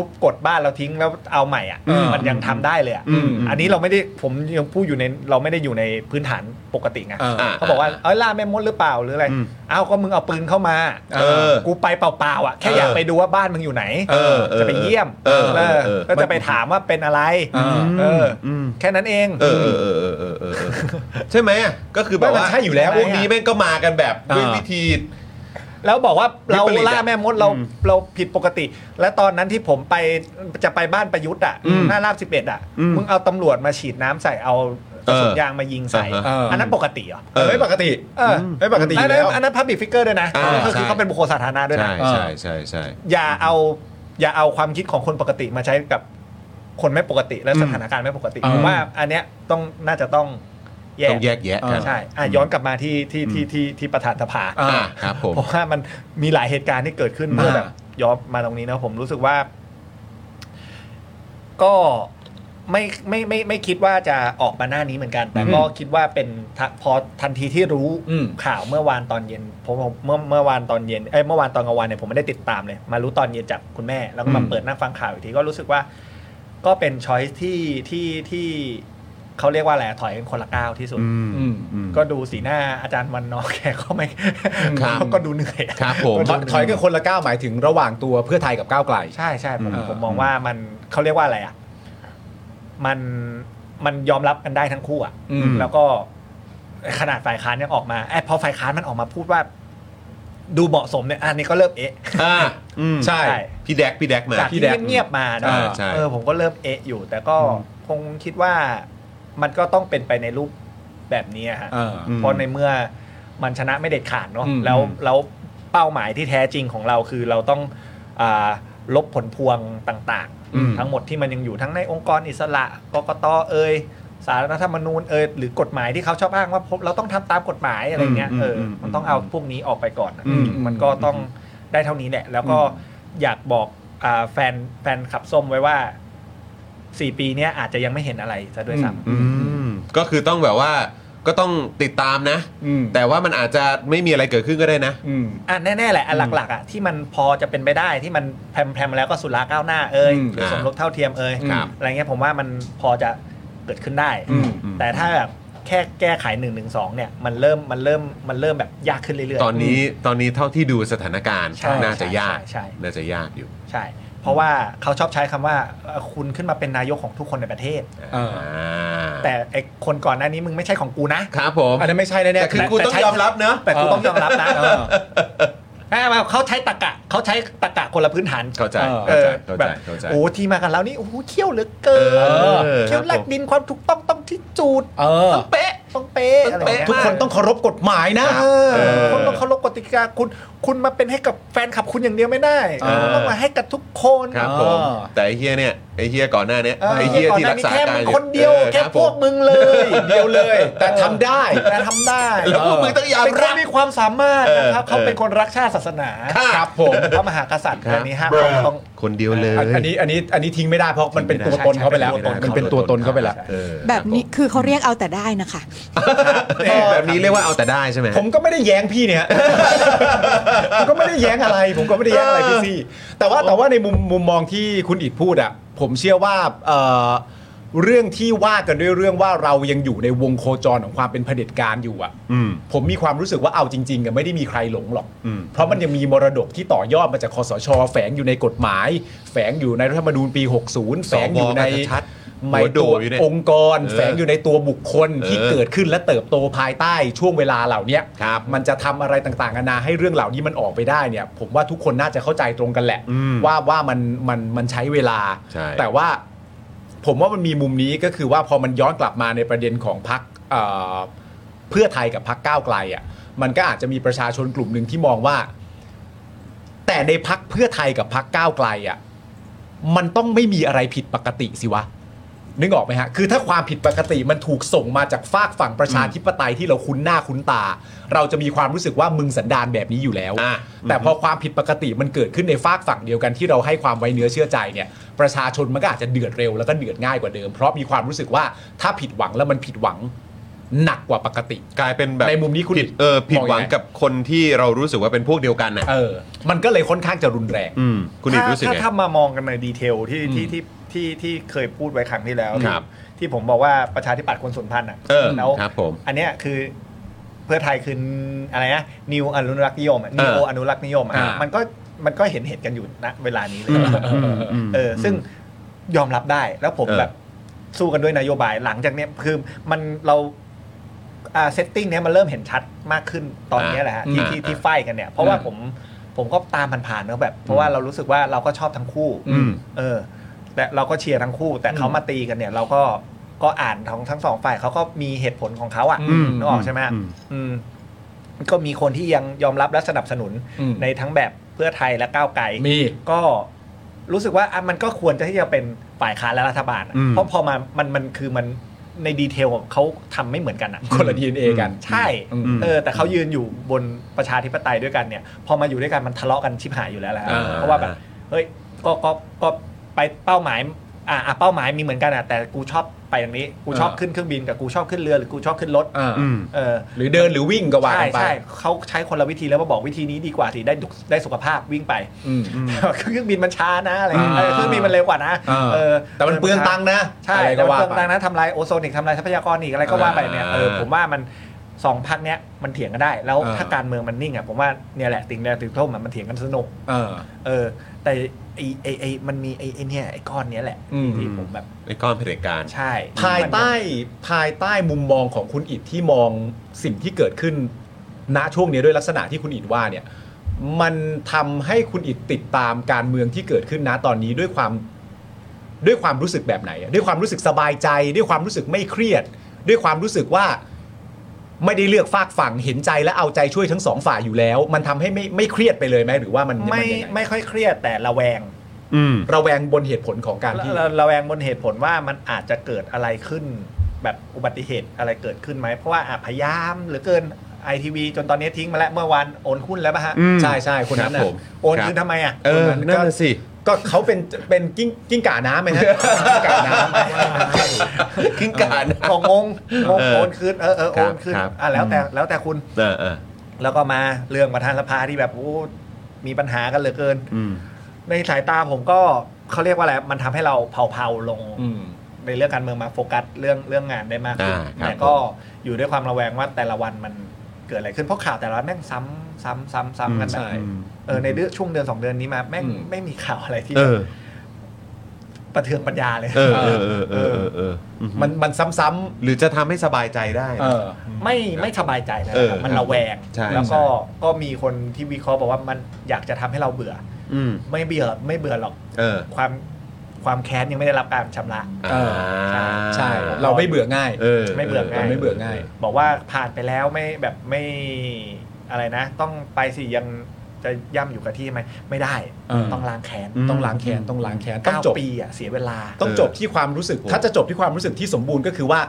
D: ทุบกดบ้านเราทิ้งแล้วเอาใหม่อ่ะ
B: อืม
D: มันยังทำได้เลยอ่ะ
A: อืม
D: อันนี้เราไม่ได้ผมยังพูดอยู่ในเราไม่ได้อยู่ในพื้นฐานปกติไง
B: เออ
A: อ่ะ
D: เขาบอกว่าเอ้ยล่าแม่มดหรือเปล่าหรืออะไร
A: อืม
D: เอ้าวก็มึงเอาปืนเข้ามา
A: เออ
D: กูไปเปล่าๆอ่ะแค่
A: เอออย
D: อากไปดูว่าบ้านมึงอยู่ไหน
A: เออเออ
D: จะไปเยี่ยม
A: เออเออเออ
D: ก็จะไปถามว่าเป็นอะไร
B: อืม
D: เอออแค่นั้นเอง
A: เออเออเออเออเออเออเออใช่ไหมอ่ะก็คือแบบ
B: ไม่มั
A: ว่าน
B: ใช่อยู่แล้ว
A: พวกนี้แม่งก็มากันแบบ
B: อ่า
A: ด้วยวิธี
D: แล้วบอกว่าเรา
A: วิปริตอะ
D: ล่าแม่มดเราเราผิดปกติ และตอนนั้นที่ผมไปจะไปบ้านประยุทธ์อ่ะหน้าลาบสิบเอ็ดอ่ะมึงเอาตำรวจมาฉีดน้ำใส่เอา กระสุ
A: เออย
D: นางมายิงใส่
A: อ่าฮะ
D: เอออันนั้นปกติเหรอ
A: เออ
B: ไม่ปกติ
D: เออ
B: ไม่ปกติอ
D: อัน
B: ยู่
D: นั้
B: แล้
D: น
B: ว
D: อันนั้นพับบิฟิกเกอร์ด้วยนะ
A: อ่า
D: ก็คือ
A: ใช่
D: เขาเป็นบุคคลสาธารณะด้วยนะ
A: ใช่ใช่ใช่ใช่
D: อย่าเอาอย่าเอาความคิดของคนปกติมาใช้กับคนไม่ปกติและ
B: อืม
D: สถานการณ์ไม่ปกติ
B: อืม
D: ผมว่าอันเนี้ยต้องน่าจะต้องแย
A: ต้
D: ก
A: องแยกแยะกัน
D: ใช่อ่ะย้อนกลับมาที่ที่ที่ที่ที่ประธานสภา
A: อ่าครับผม
D: ผมว่ามันมีหลายเหตุการณ์ที่เกิดขึ้นเมื่อแบบย้อนมาตรงนี้นะผมรู้สึกว่า ก็ไม่ไม่ไมไม่ไม่คิดว่าจะออกมาหน้านี้เหมือนกัน แต่ก็คิดว่าเป็นทะพอทันทีที่รู้
B: อืม
D: ข่าวเมื่อวานตอนเย็นผมผมเมื่อเมื่อวานตอนเย็นเอ้ยเมื่อวานตอนกลางวันเนี่ยผมไม่ได้ติดตามเลย มารู้ตอนเย็นจากคุณแม่ แล้วก็มา
B: อืม
D: เปิดนั่งฟังข่าวอีกทีก็รู้สึกว่า ก็เป็นช้อยที่ที่ที่เขาเรียกว่าอะไรถอยกันคนละก้าวที่สุด
B: อืม
D: ก็ดูสีหน้าอาจารย์วันนอร์แกก็ไม่
A: ครับ
D: ก็ดูเหนื่อย
A: ครับผม
B: ถอยถอยกันคนละก้าวหมายถึงระหว่างตัวเพื่อไทยกับก้าวไกล
D: ใช่ใช่ผม
B: อืม
D: ผมมองว่ามันเขาเรียกว่าอะไรอ่ะมันมันยอมรับกันได้ทั้งคู่อ่ะ
B: อืม
D: แล้วก็ขนาดฝ่ายค้านยังออกมาแอบพอฝ่ายค้านมันออกมาพูดว่า ดูเหมาะสมเนี่ยอันนี้ก็เริ่มเอ๊ะ
A: อ่าใช่
D: ใช่
A: พี่แดกพี่แดกมา
D: จากที่เงียบๆมานะ
A: อ่าใช่
D: เออผมก็เริ่มเอะอยู่ แต่ก็คงคิดว่ามันก็ต้องเป็นไปในรูปแบบนี้อะฮะ
B: เออ
D: เพราะในเมื่อมันชนะไม่เด็ดขาดเนาะ
B: อืม
D: แล้ว
B: อืม
D: แล้วเป้าหมายที่แท้จริงของเราคือเราต้องอาลบผลพวงต่าง
B: อืม
D: ๆ ทั้งหมดที่มันยังอยู่ทั้งในองค์กรอิสระกกตเอ่ยสารรัฐธรรมนูญเอ่ยหรือกฎหมายที่เขาชอบอ้างว่าพบเราต้องทำตามกฎหมายอะไรเงี้ยเอออมันต้องเอาพวกนี้ออกไปก่อนนะมันก็ต้องได้เท่านี้แหละแล้วก็อยากบอกอาแฟนแฟนขับส้มไว้ว่าสี่ปีเนี้ยอาจจะยังไม่เห็นอะไรซะด้วยซ้ำ
A: อืมก็คือต้องแบบว่าก็ต้องติดตามนะ
B: อืม
A: แต่ว่ามันอาจจะไม่มีอะไรเกิดขึ้นก็ได้นะ
B: อืม
D: อ่ะแน่ๆแหละอันหลักๆอ่ะที่มันพอจะเป็นไปได้ที่มันแพรมๆแล้วก็สุราก้าวหน้าเอ่ย
B: อืม
D: หรือสมรสเท่าเทียมเอ่ย
A: ครับ
D: อะไรเงี้ยผมว่ามันพอจะเกิดขึ้นได้
B: อืม
D: แต่ถ้าแบบแค่แก้ไขหนึ่งหนึ่งสองเนี่ยมันเริ่มมันเริ่มมันเริ่มแบบยากขึ้นเรื่อยๆ
A: ตอนนี้ตอนนี้เท่าที่ดูสถานการณ์
D: ใช่
A: น่าจะยาก
D: ใช่ใช่
A: น่าจะยากอยู่
D: ใช่ เพราะว่าเขาชอบใช้คำว่าเอ่อคุณขึ้นมาเป็นนายกของทุกคนในประเทศ
B: เออ
A: อ่า
D: แต่ไอ้คนก่อนหน้านี้มึงไม่ใช่ของกูนะ
A: ครับผม
B: อันนั้นไม่ใช่แน่ๆ
A: แต่คือกูต้อง
D: แต่ใช้
A: ยอมรับเนอะ
D: แต่กูต้องยอมรับนะ
B: เออ
D: อ่ะมาเขาใช้ตะกะเขาใช้ตะกะคนละพื้นฐาน
A: เข้าใจ
D: เอ
A: เข้าใจเข้า
D: อแบ
A: ใจ
D: บ
A: เข้าใจ
D: โอ้ที่มากันแล้วนี่โอ้โหเขี้ยวเหลือเกิน
A: เออ
D: เขี้ยวลักดินความถูกต้องต้องที่จูด
B: เออ
D: ต้องเป๊ะต้องเป๊ะ
A: ต้องเป๊ะ
D: อะไร
B: ทุกคนต้องเคารพกฎหมายนะ
D: เออ
A: เออ
D: คนต้องเคารพกติกาคุณคุณมาเป็นให้กับแฟนคลับคุณอย่างเดียวไม่ได้
A: เออ
D: คุณต้องมาให้กับทุกคน
A: ครับ
D: บ
A: ผม
B: อ๋อ
A: แต่ไอ้เฮียเนี่ยไอ้เฮียก่อนหน้าเนี้ย
D: เออ
A: ไอ้เฮีย
D: ก่อน
A: ที่
D: ห
A: รั
D: น้า
A: ก
D: นี้
A: ษา
D: แค่
A: การ
D: มึง
A: อ
D: คนเดียว
A: ออ
D: แค่
A: รับ
D: พวก
A: ผ
D: มึงเลย
B: เดียวเลย แต่ทำได้
D: แต่ทำได้
A: แล้วพวกมึงต้องยอม
D: เป็น
A: รั
D: คน
A: บ
D: มีความสามารถนะครับ
A: เออ
D: เขาเป็นคนรักชาติศาสนา
A: ครับ
D: พระมหากษัตริย์
A: ครับ
D: อันนี้ฮะต้องต้อง
A: คนเดียวเลย
B: อันนี้อันนี้อันนี้ทิ้งไม่ได้เพราะมันเป็นตัวตนเขาไปแล้ว
A: ใช่ใช่
B: มันเป็นตัวตนเขาไปแล้ว
A: เออ
C: แบบนี้คือเขาเรียกเอาแต่ได้นะคะ
A: เออแบบนี้เรียกว่าเอาแต่ได้ใช่ไหม
B: ผมก็ไม่ได้แย้งพี่เนี่ย ผมก็ไม่ได้แย้งอะไร ผมก็ไม่ได้แย้งอะไรพี่ซี่แต่ว่าแต่ว่าในมุมมุมมองที่คุณอิดพูดอ่ะ ผมเชื่อว่าเอ่อเรื่องที่ว่ากันด้วยเรื่องว่าเรายังอยู่ในวงโคจรของความเป็นเผด็จการอยู่อ่ะ
A: อืม
B: ผมมีความรู้สึกว่าเอาจริงๆอะไม่ได้มีใครหลงหรอก
A: อืม
B: เพราะมันยังมีมรดกที่ต่อยอดมาจากคอสช แฝงอยู่ในกฎหมาย แฝงอยู่ในรัฐธรรมนูญปี 60 แฝงอยู่ใน
A: สวก็ชัดๆ
B: ใน
A: หัวโด
B: ตัว
A: อยู่เนี่ย
B: องค์กร
A: เออ
B: แฝงอยู่ในตัวบุคคล
A: เออ
B: ที่เกิดขึ้นและเติบโตภายใต้ช่วงเวลาเหล่าเนี้ย
A: ครับ
B: มันจะทำอะไรต่างๆนานาให้เรื่องเหล่านี้มันออกไปได้เนี่ย ผมว่าทุกคนน่าจะเข้าใจตรงกันแหละ
A: อืม
B: ว่าว่ามันมันมันใช้เวลา
A: ใช่
B: แต่ว่าผมว่ามันมีมุมนี้ก็คือว่าพอมันย้อนกลับมาในประเด็นของพักเพื่อไทยกับพักก้าวไกลอ่ะมันก็อาจจะมีประชาชนกลุ่มหนึ่งที่มองว่า แต่ในพักเพื่อไทยกับพักก้าวไกลอ่ะมันต้องไม่มีอะไรผิดปกติสิวะ นึกออกไหมฮะ คือถ้าความผิดปกติมันถูกส่งมาจากฝากฝั่งประชาธิปไตยที่เราคุ้นหน้าคุ้นตา เราจะมีความรู้สึกว่ามึงสันดานแบบนี้อยู่แล้ว
A: อ่ะ
B: แต่พอความผิดปกติมันเกิดขึ้นในฝากฝั่งเดียวกันที่เราให้ความไว้เนื้อเชื่อใจเนี่ยประชาชนมันก็อาจจะเดือดเร็วแล้วก็เดือดง่ายกว่าเดิม เพราะมีความรู้สึกว่าถ้าผิดหวังแล้วมันผิดหวังหนักกว่าปกติ
A: กลายเป็นแบบ
B: ในมุมนี้คุณ
A: ผิดเออผิดหวัง
B: มองยังไง
A: กับคนที่เรารู้สึกว่าเป็นพวกเดียวกันน่ะ
B: เออ มันก็เลยค่อนข้างจะรุนแรง
A: อืมคุณอีก
D: ถ้า
A: รู้สึก
D: ถ้า
A: ไง
D: ถ้ามามองกันในดีเทลที่
B: อืม
D: ที่ที่ที่ที่เคยพูดไว้ครั้งที่แล้ว
A: ครับ
D: ที่ผมบอกว่าประชาธิปัตย์คนสูญพันธุ์อ่ะ
A: เออ
D: แล้ว
A: ครับผม
D: อันเนี้ยคือเพื่อไทยคืออะไรนะนิวอนุรักษ์นิยมนิว
A: เออ
D: อนุรักษ์นิยมอ่ะ
A: อ่ามั
D: มันก็มันก็เห็นเห็นกันอยู่ณเวลานี้เลย
A: อืมอืม
D: เออซึ่งยอมรับได้แล้วผม
A: เออ
D: แบบสู้กันด้วยนโยบายหลังจากเนี้ยคือมันเราอ่าเซตติ้งเนี้ยมันเริ่มเห็นชัดมากขึ้นตอนเนี้ยแหละฮะที่ที่ที่ไฟกันเนี่ย เพราะว่า
B: อืม
D: ผมผมก็ตามผ่านๆเนอะแบบ เพราะว่าเรารู้สึกว่าเราก็ชอบทั้งคู่
A: อืม
D: เออแต่เราก็เชียร์ทั้งคู่ แต่เขามาตีกันเนี่ย เราก็ ก็อ่านของทั้งสองฝ่ายเขาก็มีเหตุผลของเขาอ่ะ
B: อืม
D: นึกออกใช่ไหม
B: อืม
D: อืมก็มีคนที่ยังยอมรับและสนับสนุน
B: อืม
D: ในทั้งแบบเพื่อไทยและก้าวไกล
B: มี
D: ก็รู้สึกว่าอ่ะมันก็ควรจะที่จะเป็นฝ่ายค้านและรัฐบาลอะ
B: อืม
D: เพราะพอมามันมันคือมันในดีเทลของเขาทำไม่เหมือนกันอ่ะ
B: คนละ DNA กัน
D: ใช่
B: อืม
D: เออแต่เขายืนอยู่บนประชาธิปไตยด้วยกันเนี่ย พอมาอยู่ด้วยกันมันทะเลาะกันชิบหายอยู่แล้วแหละ
A: อ่า
D: เพราะว่าแบบเฮ้ยก็ก็ก็ไปเป้าหมายอ่าอ่ะเป้าหมายมีเหมือนกันอ่ะแต่กูชอบไปอย่างนี้กูชอบ
B: อ่า
D: ขึ้นเครื่องบินกับกูชอบขึ้นเรือหรือกูชอบขึ้นรถ
B: อ่า
D: เออ
B: หรือเดินหรือวิ่งก็ว่า
D: ใช่
B: กันไป
D: ใช่เขาใช้คนละวิธีแล้วมาบอกวิธีนี้ดีกว่าสิได้ดุได้สุขภาพวิ่งไป
B: อืม
D: แต่ว่าเครื่องบินมันช้านะอะไรเงี้ย
B: อ่า
D: เออเครื่องบินมันเร็วกว่านะ
B: อ่า
D: เออ
B: แต่มันเปลืองตังค์นะ
D: ใช่
B: อะไร
D: แต่
B: ก็
D: มัน
B: ว่า
D: เปลือง
B: ไป
D: ตังค์นะทำลายโอโซนอีกทำลายทรัพยากรอีกอะไรก็ว่าไปเนี่ยเออ
A: อ่า
D: ผมว่ามันสองพักเนี้ยมันเถียงกันได้ แล้ว
B: อ่า
D: ถ้าการเมืองมันนิ่งอ่ะผมว่าเนี่ยแหละติ่งแดงติ่งส้มอะมันเถียงกันสนุก
B: เออ
D: เออแต่ไอไอไอมันมีไอไอเนี่ยไอก้อนเนี้ยแหละ
B: อืม
D: ที่ผมแบบ
A: ไอ้ก้อนเผด็จการ
D: ใช่
B: ภายใต้ภายใต้มุมมองของคุณอิดที่มองสิ่งที่เกิดขึ้นณช่วงนี้ด้วยลักษณะที่คุณอิดว่าเนี่ย มันทำให้คุณอิดติดตามการเมืองที่เกิดขึ้นณตอนนี้ด้วยความด้วยความรู้สึกแบบไหนอะด้วยความรู้สึกสบายใจ ด้วยความรู้สึกไม่เครียด ด้วยความรู้สึกว่าไม่ได้เลือกฝากฝั่งเห็นใจและเอาใจช่วยทั้งสองฝ่ายอยู่แล้ว มันทำให้ไม่ไม่เครียดไปเลยไหมหรือว่ามัน
D: ไม่
B: นยังง
D: ไม่ค่อยเครียดแต่ระแวง
B: ระแวงบนเหตุผลของการที่
D: ระระแวงบนเหตุผลว่ามันอาจจะเกิดอะไรขึ้น แบบอุบัติเหตุอะไรเกิดขึ้นไหมเพราะว่าอ่ะพยายามเหลือเกินไอทีวีจนตอนนี้ทิ้งมาแล้วเมื่อวานโอนหุ้นแล้วป่ะฮะ
B: ใช่ใช่คนนั้น
A: ครับ
B: น่ะ
A: ผม
D: โอนคืนทำไมอ่ะ
A: เออ
D: คนนั้น
A: นั่น
D: ก็
A: น่ะสิ
B: ก็เขาเป็นเป็นกิ้งกิ้งก่าน้ำไหมฮะกิ้งก่าน้ำ
A: ขึ้นการ
D: ของงงงง
A: เออ
D: โอนคืนเออเออ
A: ค
D: โอ
A: รับ
D: นคืน
A: ครับ
D: อ่ะแล้วแต่แล้วแต่คุณ
A: เออเออ
D: แล้วก็มาเรื่องประธานสภาที่แบบโอ้มีปัญหากันเหลือเกิน
A: อืม
D: ในสายตาผมก็เขาเรียกว่าอะไรมันทำให้เราเผาๆลง
B: อืม
D: ในเรื่องการเมืองมาโฟกัสเรื่องเรื่องงานได้มากขึ้น
A: อ่าครับ
D: แต่ก็อยู่ด้วยความระแวงว่าแต่ละวันมันเกิดอะไรขึ้นเพราะข่าวแต่ละวันแม่งซ้ำซ้ำซ้ำซ้ำกันแบ
B: ใช่
D: บเออในเดือนช่วงเดือนสองเดือนนี้มาแม่ง
B: อืม
D: ไม่มีข่าวอะไรที่
A: เออ
D: ประเทืองปัญญาเลย
A: เออเออเออเออเออเออ
B: มันมันซ้ำ
A: หรือจะทำให้สบายใจได้
B: ๆ
A: นะ
B: เออ
D: ไม่ไม่สบายใจนะ
A: เออ
D: ครับมันระแวง
A: ใช่
D: แล้วก็
A: ใช่
D: ก็มีคนที่วิเคราะห์บอกว่ามันอยากจะทำให้เราเบื่อ
A: อืม
D: ไม่เบื่อไม่เบื่อหรอก
A: เออ
D: ความความแค้นยังไม่ได้รับการชำระ
B: เออ
A: อ่า
B: ใช่ เราไม่เบื่อง่าย
A: เออ
D: ไม่เบื่อง่าย
B: ไม่เบื่อง่าย
D: บอกว่าผ่านไปแล้วไม่แบบไม่อะไรนะ ต้องไปสิยังจะย่ำอยู่กับที่ไหมไม่ได้
B: เออ
D: ต้องล้างแค้น
B: ต้องล้างแค้นต้องล้างแค้นต้อง
D: เก้า
B: จบ
D: ปีอ่ะเสียเวลา
B: ต้องจบที่ความรู้สึก ถ้าจะจบที่ความรู้สึกที่สมบูรณ์ก็คือว่า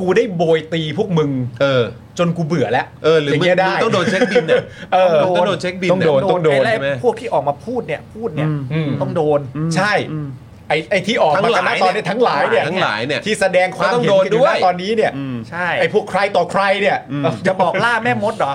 B: กูได้โบยตีพวกมึง
A: เออ
B: จนกูเบื่อแล้ว
A: เออหรือมึง
B: ย่างงี้ยได้
A: มึงต้องโดนเช็คบินเนี่ย
B: เออ
A: มึงต้องโดนเช็คบิน
B: ต้องโดน
A: เย
D: ไอ้
A: ใช่ไหม
D: พวกที่ออกมาพูดเนี่ยพูดเนี่ย
A: อืม
B: อืม
D: ต้องโดน
B: ใช่ ไอ้ไอ้ที่ออก
A: ทั้
B: มาง
A: ห
B: กัน
A: ลา
B: นะ
A: ย
B: ตอนนี้ทั้งหลายเนี่ย
A: ทั้งหลายเนี่ย
B: ที่แสดงความ
A: ก็ต้อง
B: เห็น
A: โดน
B: กันอยู่
A: ด้วย
B: ณตอนนี้เนี่ย
A: อืม
D: ใช่
B: ไอ้พวกใครต่อใครเนี่ย
A: อืม
D: จะบอกล่าแม่มดเหรอ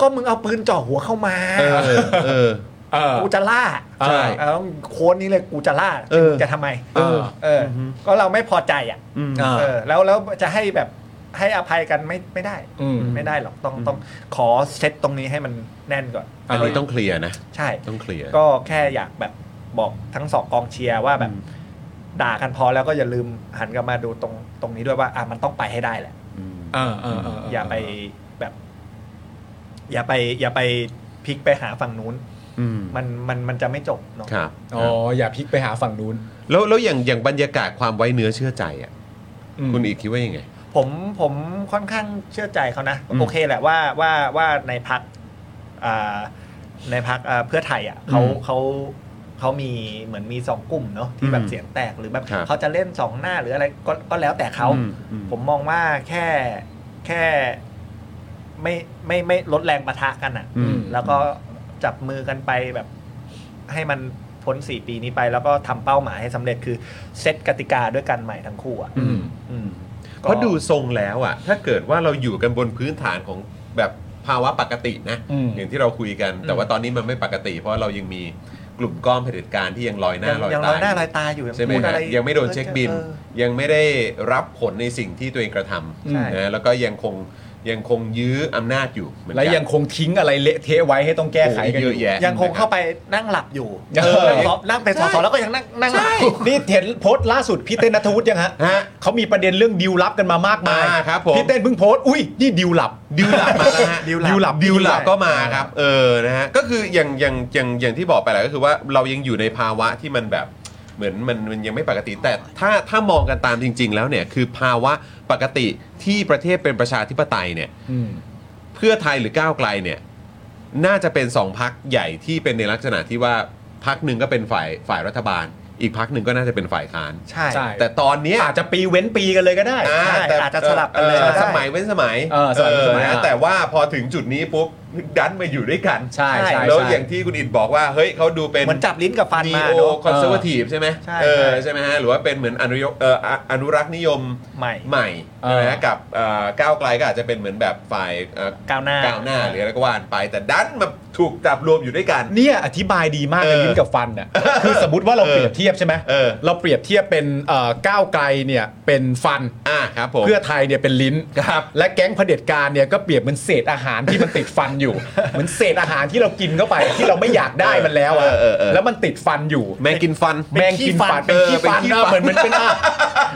D: ก็มึงเอาปืนเจ่อหัวเข้ามา
A: เออเออ
B: เออ
D: กูจะล่า
A: ใช่
D: เออโค้ดนี้เลยกูจะล่า
A: เออ
D: จะทำไม
B: เออ
D: เออ ก็เราไม่พอใจอ่ะ
A: อืม
B: อ่า
D: เออ แล้วแล้วจะให้แบบให้อภัยกันไม่ไม่ได้
B: อืม
D: ไม่ได้หรอก ต้องต้องขอเซตตรงนี้ให้มันแน่นก่อน
A: อันนี้ต้องเคลียร์นะ
D: ใช่
A: ต้องเคลียร์
D: ก็แค่อยากแบบบอกทั้งสองกองเชียร์ว่าแบบ ด่ากันพอแล้วก็อย่าลืมหันกลับมาดูตรงตรงนี้ด้วยว่าอ่ะมันต้องไปให้ได้แหละ
B: เออเออเออเ
D: อย่าไปแบบ อย่าไป อย่าไปพลิกไปหาฝั่งนู้น
A: อืม
D: มันมันมันจะไม่จบเนาะ
A: ครับ
B: อ๋ออย่าพลิกไปหาฝั่งนู้น
A: แล้วแล้วอย่างอย่างบรรยากาศความไว้เนื้อเชื่อใจอ่ะ
B: อืม
A: คุณอีกคิดว่ายังไง
D: ผมผมค่อนข้างเชื่อใจเขานะ
A: อืม
D: โอเคแหละว่าว่าว่าในพักในพักเพื่อไทยอ่ะเขา
B: อืม
D: เขาเขามีเหมือนมีสองกลุ่มเนาะที่แบ
A: อื
D: บ
A: ม
D: เสียงแตกหรือแบบ
A: ครับ
D: เขาจะเล่นสองหน้าหรืออะไรก็ก็แล้วแต่เขา
A: อืมอืม
D: ผมมองว่าแค่แค่ไม่ไม่ไม่ลดแรงปะทะกันอ่ะ
A: อืม
D: แล้วก็จับมือกันไปแบบให้มันพ้นสี่ปีนี้ไป แล้วก็ทำเป้าหมายให้สำเร็จคือเซตกติกาด้วยกันใหม่ทั้งคู่อ่ะ
B: อืม
D: อืม
A: เพราะดูทรงแล้วอ่ะ ถ้าเกิดว่าเราอยู่กันบนพื้นฐานของแบบภาวะปกตินะ
B: อืม
A: อย่างที่เราคุยกัน แต่ว่าตอนนี้มันไม่ปกติ เพราะเรายังมีกลุ่มก้อนเผด็จการที่ยังลอยหน้าลอย
D: ยัง
A: ตา
D: ลอยหน้าล
A: อ
D: อยตาอยู่
A: ยู่ใช่ไหม
D: พูดอะ
A: ฮะ
D: ร
A: ยังไม่โดนเช็คบิน
D: ออ
A: ยังไม่ได้รับผลในสิ่งที่ตัวเองกระท
D: ใช่
A: ำนะแล้วก็ยังคงยังคงยื้ออำนาจอยู่เหมือนกั
B: และ
A: น
B: ยังคงทิ้งอะไรเละเทะไว้ให้ต้องแก้ไขกัน
A: โอ้เยอะแยะ
D: ยังคงเข้าไปนั่งหลับอยู่
B: เออ
D: นั่งสอบนั่งเป็นสอสอแล้วก็ยังนั่งนั่งหลับอยู่
B: นี่เห็นโพสต์ล่าสุดพี่เต้นนัทวุฒิยังฮะ
A: ฮะ
B: เขามีประเด็นเรื่องดิวลับกันมามากมาย
A: อ่าครับผม
B: พี่เต้นเพิ่งโพสต์อุ้ยนี่ดิวลับ
A: ดิวหลับมาแล้วฮะ
D: ดิว
B: ดิวห
D: ห
B: ลั
D: ลั
B: บ
D: บ
A: ดิวหลับก็มาครับ เออนะฮะก็คืออย่างอย่างอย่างอย่างที่บอกไปแหละก็คือว่าเรายังอยู่ในภาวะที่มันแบบ เหมือนมันมันยังไม่ปกติ แต่ถ้าถ้ามองกันตามจริง ๆ แล้วเนี่ยคือภาวะปกติที่ประเทศเป็นประชาธิปไตยเนี่ยเพื่อไทยหรือก้าวไกลเนี่ยน่าจะเป็นสองพักใหญ่ที่เป็นในลักษณะที่ว่าพักหนึ่งก็เป็นฝ่ายฝ่ายรัฐบาล อีกพักหนึ่งก็น่าจะเป็นฝ่ายค้าน
B: ใช่
D: ใช่
A: แต่ตอนเนี้ย
B: อาจจะปีเว้นปีกันเลยก็ได้
A: อ่า
D: ใช่
A: แต่
D: อาจจะสลับกันเลย
A: ออ
D: ก็ได้
A: สมัยเว้นสมัย
B: เออสมัยเว้นส
A: เอ
B: มัย
A: อนะ
B: อ่ะ
A: แต่ว่าพอถึงจุดนี้ปุ๊บดันมาอยู่ด้วยกัน
B: ใช่ใช่
A: แล้ว
B: ใช่
A: อย่างที่คุณอิดบอกว่า เฮ้ยเขาดูเป็น
D: เหมือนจับลิ้นกับฟันมา
A: neo
D: เนอะ
A: conservative ใช่ไหม
D: ใช่
A: เออ
D: ใช่
A: ใช่ไหมฮะหรือว่าเป็นเหมือนอนุยเอ่ออ่ะอนุรักษ์นิยม
D: ใหม่
A: ใหม่
B: เออ
A: ใช่ไหมฮะกับเอ่อก้าวไกลก็อาจจะเป็นเหมือนแบบฝ่ายเอ่อ
D: ก้าวหน้า
A: ก้าวหน้าหรืออะไรก็ว่าไป แต่ดันมาถูกจับรวมอยู่ด้วยกัน
B: เนี่ยอธิบายดีมากเลย
A: เออ
B: ลิ้นกับฟันน่ะคือสมมติว่าเราเปรียบเทียบใช่ไหม
A: เออ
B: เราเปรียบเทียบเป็นเอ่อก้าวไกลเนี่ยเป็นฟัน
A: อ่าครับผม
B: เพื่อไทยเนี่ยเป็นลิ้น
A: ครับ
B: และแก๊งเผด็จการเนี่ยก็เปรียบเหมือนเศษอาหารที่มันติดฟัน อยู่ เหมือนเศษอาหารที่เรากินเข้าไปที่เราไม่อยากได้มันแล้วอะ
A: เออเออเออ
B: แล้วมันติดฟันอยู่
A: แมงกินฟัน
B: แมงกินฟันเป็นขี้ฟัน
A: เอ
B: นะ
A: อ
B: เหมือนเหมือนเป็นอ่ะ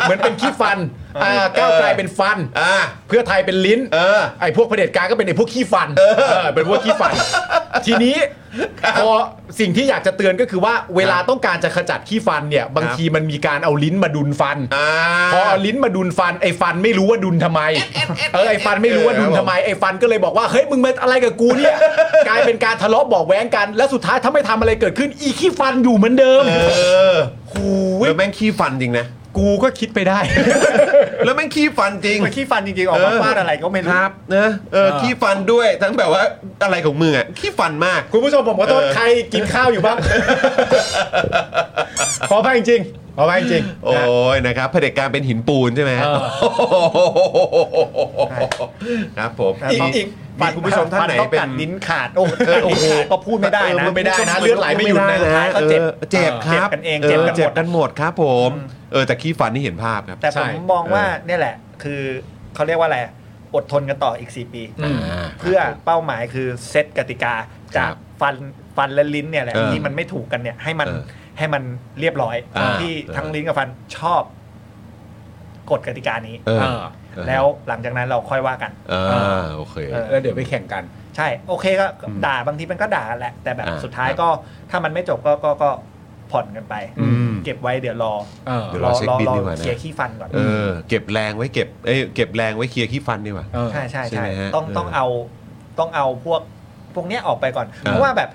B: เหมือนเป็นขี้ฟันอ่าก้าวไกลเป็นฟัน
A: อ่า
B: เพื่อไทยเป็นลิ้น
A: เออ
B: ไอ้พวกเผด็จการก็เป็นไอ้พวกขี้ฟันเออเป็นพวกขี้ฟัน ทีนี้พอสิ่งที่อยากจะเตือนก็คือว่าเวลาต้องการจะขจัดขี้ฟันเนี่ย บางทีมันมีการเอาลิ้นมาดุลฟัน
A: อ่า
B: พอเอาลิ้นมาดุนฟันไอ้ฟันไม่รู้ว่าดุนทำไม เออไอ้ฟันไม่รู้ว่าดุนทำไมไอ้ฟันก็เลยบอกว่าเฮ้ยมึงมาอะไรกับกูเนี่ย กลายเป็นการทะเลาะเบอกแว้งกัน และสุดท้ายถ้าไม่ทำอะไรเกิดขึ้น อีขี้ฟันอยู่เหมือนเดิม
A: เออ
B: หูย
A: แล้วแม่งขี้ฟันจริงนะ
B: กูก็คิดไปได้
A: แล้วแม่งขี้ฟันจริง
D: มันขี้ฟันจริงๆออกมาฟาดอะไรก็ไม่รู้
A: ครับนะเออขี้ฟันด้วยทั้งแบบว่าอะไรของมึงอ่ะขี้ฟันมาก
B: คุณผู้ชมผมขอโทษ
A: เออ
B: ใครกินข้าวอยู่บ้าง ขออภัยจริงๆขออภัยจริงๆ
A: โอ้
B: นะ
A: ยนะครับเผด็จการเป็นหินปูนใช่ไหม
B: เออ
A: โอ้โหครับผม
D: อีกอีก
A: มีคุณผู้ชมท่านไหน
D: ฟัต้อง
A: เป็น
D: กัดลิ้นขาดโอ้เออโอ้โหก็พูดไม่ได้
B: เออ
D: นะ
B: พูดไม่ได้นะ
D: พู
B: เลือดไหลไม่หยุดนะ
D: สุท้ายก็เจ็บ
A: ออเจ็บค
D: เจ็
A: รั
D: บบ กันเองเจ็บกันหมด
A: เจ็บกันหมดครับผม เออแต่ขี้ฟันนี่เห็นภาพครับ
D: แต่
B: ใช่
D: ผมมองว่าเนี่ยแหละ คือเขาเรียกว่าอะไรอดทนกันต่ออีก 4 ปี
B: อืม
D: เพื่อเป้าหมายคือเซตกติกาจา
A: ค
D: ก
A: รับ
D: ฟันฟันและลิ้นเนี่ยแหละ
A: เออ
D: ที่มันไม่ถูกกันเนี่ย ให้มัน
A: เออ
D: ให้มันเรียบร้อย
A: อ่า
D: ที่ทั้งลิ้นกับฟันชอบ กฎกติกานี้
A: เออ
B: เออ
D: แล้วหลังจากนั้นเราค่อยว่ากัน
A: เออโอเค
D: เออ
B: แล้วเดี๋ยวไปแข่งกัน
D: ใช่โอเคก็
A: อืม
D: ด่าบางทีมันก็ด่ากันแหละ แต่แบบ
A: อ่า
D: สุดท้า
A: ค
D: ย
A: รับ
D: ก็ถ้ามันไม่จบก็ก็ก็ผ่อนกันไป
A: อืม
D: เก็บไว้เดี๋ยวรอ
B: เออ
A: ดี๋ยวรอเช็คบิลดีกว่านะ
D: เคลียร์ขี้ฟันก่อน
A: เออเก็บแรงไว้เก็บเอ้ยเก็บแรงไว้เคลียร์ขี้ฟันดีกว่า
B: เออ
D: ใช่ใช่
A: ใช่
D: ใช่
A: ไหมฮะ
D: ต้อง
A: เออ
D: ต้องเอาต้องเอาพวกพวกเนี้ยออกไปก่อน เพราะว่าแบบ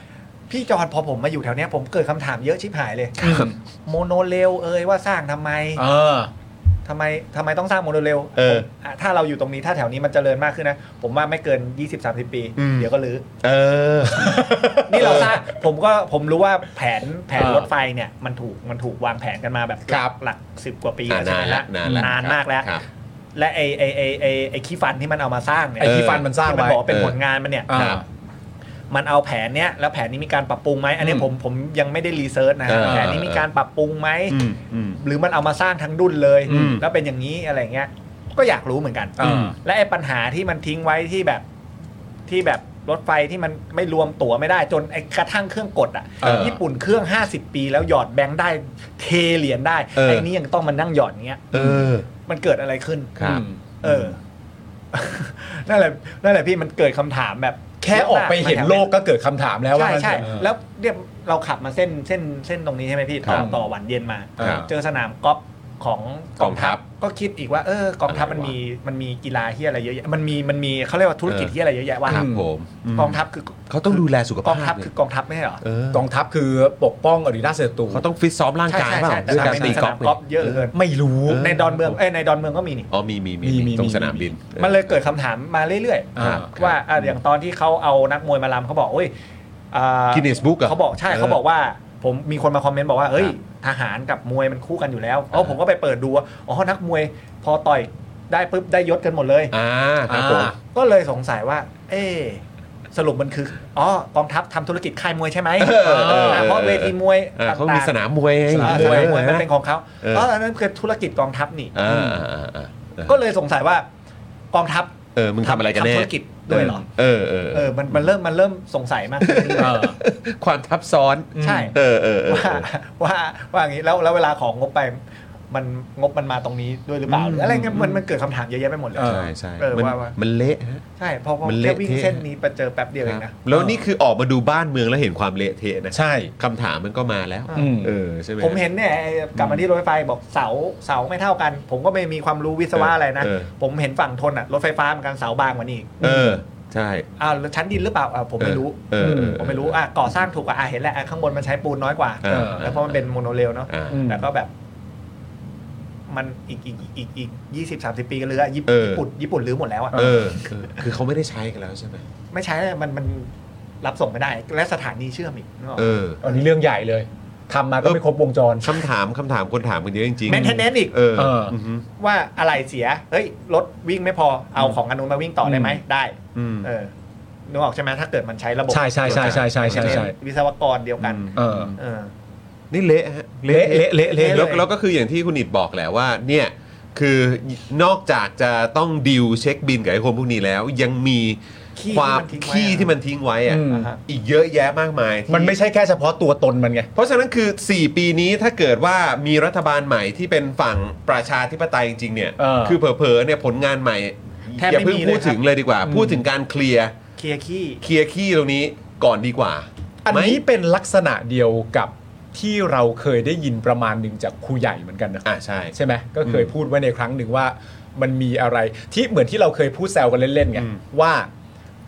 D: พี่จอห์นพอผมมาอยู่แถวเนี้ยผมเกิดคำถามเยอะชิบหายเลย
A: ครับ
D: โมโนเรลเอ่ยว่าสร้างทำไม
B: เออ
D: ทำไมทำไมต้องสร้างโมโนเรล
A: เออ
D: ผมอ่ะถ้าเราอยู่ตรงนี้ถ้าแถวนี้มันเจริญมากขึ้นนะ ผมว่าไม่เกิน 20-30 ปี
A: อืม
D: เดี๋ยวก็รื้อ
A: เออ
D: นี่เราทราบผมก็ผมรู้ว่าแผนแผน
B: เออ
D: รถไฟเนี่ยมันถูกมันถูกวางแผนกันมาแบบห
B: ครั
D: ลั
B: บ
D: กหลักสิบกว่าปี
A: อ่ะ
D: แล้วใช่ไหมละ
A: นานแล้วนานแล้ว
D: นานมากแล้ว
A: ครับ
D: และไอไอไอไอไอขี้ฟันที่มันเอามาสร้างเนี่ย
B: ไอ้ที่ฟันมันสร้าง
D: ที่มัน
B: ไว้
D: บอกว่าเป็น
A: เออ
D: ผลงานมันเนี่ย
B: อ่า
A: ครับ
D: มันเอาแผนเนี้ยแล้วแผนนี้มีการปรับปรุงไหมอันเนี้ย
B: อืม
D: ผมผมยังไม่ได้รีเสิร์ชนะ
A: เออ
D: แผนนี้มีการปรับปรุงไหม
A: อืมอืม
D: หรือมันเอามาสร้างทั้งดุนเลย
A: อืม
D: แล้วเป็นอย่างนี้อะไรเงี้ย ก็อยากรู้เหมือนกัน
B: อืม
D: และไอ้ปัญหาที่มันทิ้งไว้ที่แบบที่แบบรถไฟที่มันไม่รวมตั๋วไม่ได้จนไอ้กระทั่งเครื่องกดอ่ะ
A: เออ
D: ญี่ปุ่นเครื่อง 50 ปีแล้วหยอดแบงค์ได้เทเหรียญได้
A: เออ
D: ไอ้นี่ยังต้องมานั่งหยอดเงี้ย
A: เออ
D: มันเกิดอะไรขึ้น
A: ครับ
D: เออ นั่นแหละนั่นแหละพี่มันเกิดคำถามแบบ
B: แค่ออกไปเห็นโลกก็เกิดคำถามแล้วว่า
D: ใช่
B: มัน
D: ใช่
B: เออ
D: แล้วเนี่ยเราขับมาเส้นเส้นเส้นตรงนี้ใช่ไหมพี่
A: ครั
D: ต่
A: บ
D: อต่อวันเย็นมา
A: ครับ
D: เจอสนามกอล์ฟของ
A: กองทัพ
D: ก็คิดอีกว่า เออกองทัพ
A: อะไร
D: มัน
A: วะ
D: มีมันมีกีฬาที่อะไรเยอะแยะมันมีมันมีเขาเรียกว่าธุรกิจที่อะไรเยอะแยะว่า
A: ครับผม
D: กองทัพคือก
A: เขาต้องดูแลสุขภาพ
D: กองทัพ
A: เนี่ย
D: คือกองทัพไม่ใช่เหรอ
A: เออก
B: องทัพคือปกป้องอดีตราชศัตรู
A: เขาต้องฟิตซ้อมร่าง
D: ใช่
A: กาย
D: ใช่
A: เปล่า
D: ใช่แต่
A: ด้วยการ
D: ไม่
A: ตี
D: มี
A: กอน
D: สามกอ
A: ล์ฟ
D: ล์ฟ
A: เนี่ย
D: เยอะเหลือเกิน
B: ไม่รู้
D: ในดอนเมืองเอ้ยในดอนเมืองก็มีนี่
A: อ๋อมีมีมี
B: มีมี
A: ตรงสนามบินเออ
D: มันเลยเกิดคำถามมาเรื่อย
B: อ่า
D: ๆว่าอ่ะอย่างตอนที่เขาเอานักมวยมาลำเขาบอกโอ้ยอ่า
A: Guinness Book เหรอ
D: เขาบอกใช่เขาบอกว่า ผมมีคนมาคอมเมนต์บอกว่าเฮ้ย
A: ครับ
D: ทหารกับมวยมันคู่กันอยู่แล้วเอ๋
A: อ่า
D: อผมก็ไปเปิดดูว่าอ๋อนักมวยพอต่อยได้ปุ๊บได้ยศกันหมดเลย
A: อ่าครับผม
B: อ่า
D: ก็เลยสงสัยว่า เอ๊ะสรุปมันคืออ๋อกองทัพทำธุรกิจค่ายมวยใช่ไหม
A: เออเออเออ
D: นะเพราะเวทีมวย
A: อ่า
D: ต่างๆ
A: เขามีสนามมวยไง
B: สนาม
D: เออสนามมวย
A: เอ
D: มัน
A: อ
D: เป็นของเขา
A: เออ
D: เพราะอันนั้นคือธุรกิจกองทัพนี่
A: อ่าอ่าอ่าอ่า
D: ก็เลยสงสัยว่ากองทัพ
A: เออมึงทำอะไรกันแน่
D: ทำธุรกิจด้วยเหรอ
A: เออเออ
D: เอ
A: เอ
D: อ
A: อ
D: มันมันเริ่มมันเริ่มสงสัยมากขึ้ นเรื่อยๆ
B: เออ
A: ความทับซ้อน
D: ใช่
A: เออเออเออ
D: ว่าว่าว่าอย่างนี้แล้วแล้วเวลาของงบไป มันงบมันมาตรงนี้ด้วยหรือเปล่าหรืออะไรเงี้ยมันมันเกิดคำถามเยอะแยะไปหมดเลย
A: ใช่ใช่
D: เออ
A: มัน
D: ว่าว่า
A: มันเละฮะ
D: ใช่เพราะว่า
A: มันเละ
D: แค่วิ่ง
A: เทะ
D: เส้นนี้ไปเจอแป๊บเดียวเองนะ
A: แล้วนี่คือออกมาดูบ้านเมืองแล้วเห็นความเละเทะนะ
B: ใช่
A: คำถามมันก็มาแล้ว
D: อืม
A: เออใช่ไหม
D: ผมเห็นเนี่ยไอ้กลับมาที่รถไฟฟ้าบอกเสาเสาไม่เท่ากัน ผมก็ไม่มีความรู้วิศวะ
A: เอออ
D: อะไรนะ
A: เออ
D: ผมเห็นฝั่งทนอ่ะรถไฟฟ้าเหมือนกันเสาบางกว่านี้
A: เออใช่
D: อ้าวแล้วชั้นดินหรือเปล่าอ่ะผมไม่รู้
A: เออเออเออ
D: ผมไม่รู้อ่ะก่อสร้างถูกกว่าอ่ะเห็นแล้วอ่ะข้างบนมันใช้ปูนน้อยกว่า
A: เออ
D: แล้วเพราะมันเป็นโมโนเรลเนาะ
A: อ่า
B: ม
D: แต่ก็แบบ มันอีกอีกอีกอีกยี่สิบสามสิบปีก็เลืออ่ะญี่
A: เออ
D: ปุ่นญี่ปุ่นรื้อหมดแล้วอ่ะ
A: เออเออ คือเขาไม่ได้ใช้กันแล้วใช่ไหม
D: ไม่ใช้แล้วมันมันรับส่งไม่ได้ และสถานีเชื่อมอีกนึกออก
A: เออ
B: อันนี้เรื่องใหญ่เลยทำมาก็ไม่ครบวงจร
A: คำถามคำถามคนถามกันเยอะจริง
D: แมนเทนเนนอีก
A: เออ
B: เอออื
A: อหือ
D: ว่าอะไรเสีย เฮ้ย รถวิ่งไม่พอ เอาของอันนู้นมาวิ่งต่อได้ไหม ได้
A: อืม
D: เออ นึกออกใช่ไหม ถ้าเกิดมันใช้ระบบ
B: ใช่ใช่ใช่ใช่ใช่ใช่ใช่
D: วิศวกรเดียวกัน
B: เออ
D: เออ
A: นี่เละฮะ
B: เละเละเละเละ
A: แล้วแล้วก็คืออย่างที่คุณอิดบอกแหละว่า เนี่ยคือนอกจากจะต้องดิวเช็คบินกับไอ้คนพวกนี้แล้ว ยังมี
D: ขี้
A: ความขี้ที่
D: ที่มั
A: มัน
D: นทิ้
A: ทิ้ง
D: งไว้
A: ไว้อะ
D: อะ
B: อืม
D: อ่าฮะ
A: อีกเยอะแยะมากมายที่
B: มันไม่ใช่แค่เฉพาะตัวตนมันไง
A: เพราะฉะนั้นคือ 4 ปีนี้ถ้าเกิดว่ามีรัฐบาลใหม่ที่เป็นฝั่งประชาธิปไตยจริงๆเนี่ย
B: เออ
A: คือเผลอๆเนี่ยผลงานใหม่
D: แทบ
A: อย่า
D: ไม่
A: เพิ่ง
D: มีเลย
A: พูดถึง
D: ครับ
A: เลยดีกว่า พูดถึงการเคลียร์
D: เคลียร์ขี้
A: เคลียร์ขี้ตรงนี้ก่อนดีกว่า
B: อันนี้
A: ไหม
B: เป็นลักษณะเดียวกับที่เราเคยได้ยินประมาณหนึ่งจากครูใหญ่เหมือนกันนะ
A: อ่าใช่
B: ใช่ไหมก็เคยพูดไว้ในครั้งหนึ่งว่ามันมีอะไรที่เหมือนที่เราเคยพูดแซวกันเล่นๆไง
A: อืม
B: ว่า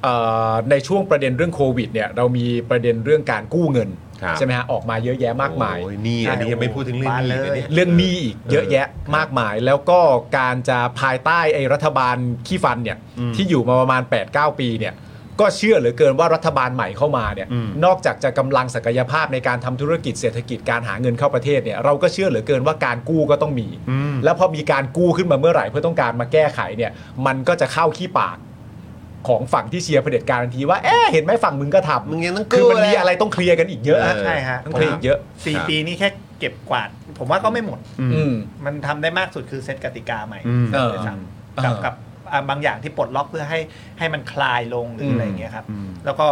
B: เอ่อในช่วงประเด็นเรื่องโควิดเนี่ยเรามีประเด็นเรื่องการกู้เงิน
A: ครับ
B: ใช่ไหมฮะออกมาเยอะแยะมากมาย
A: โอ้ยนี่อันนี้ยังไม่พูดถึงเรื่อง
D: มา
A: นี้
D: เล
A: อี
D: ย
A: กนะเนี่ย
B: เรื่องหนี้อีกเยอะแยะมากมาย แล้วก็การจะภายใต้ไอ้รัฐบาลขี้ฟันเนี่ย
A: อืม
B: ที่อยู่มาประมาณ 8-9 ปีเนี่ยก็เชื่อเหลือเกินว่ารัฐบาลใหม่เข้ามาเนี่ย
A: อืม
B: นอกจากจะกำลังศักยภาพในการทำธุรกิจเศรษฐกิจการหาเงินเข้าประเทศเนี่ยเราก็เชื่อเหลือเกินว่าการกู้ก็ต้องมี
A: อืม
B: แล้วพอมีการกู้ขึ้นมาเมื่อไหร่เพื่อต้องการมาแก้ไขเนี่ย มันก็จะเข้าขี้ปากของฝั่งที่เชียร์เผด็จการทันทีว่าเอ๊ะเห็นไหมฝั่งมึงก็ทำ
A: มึงยังต้องกู้
B: คือมันมี
A: เลย
B: อะไรต้องเคลียร์กันอีกเยอะนะ
A: เออ
D: ใช่ฮะ
B: ต้องเคลียร์อีกเยอะ
D: สี่
A: ครับ
D: ปีนี้แค่เก็บกวาด ผมว่าก็ไม่หมด
B: อืม
D: มันทำได้มากสุดคือเซตกติกาใหม่
A: อืม
D: เออครับ
B: เออ
D: กับกับอ่ะบางอย่างที่ปลดล็อกเพื่อให้ให้มันคลายลงหรืออะไรอย่างเงี้ยครับ
A: อืม
D: แล้วก็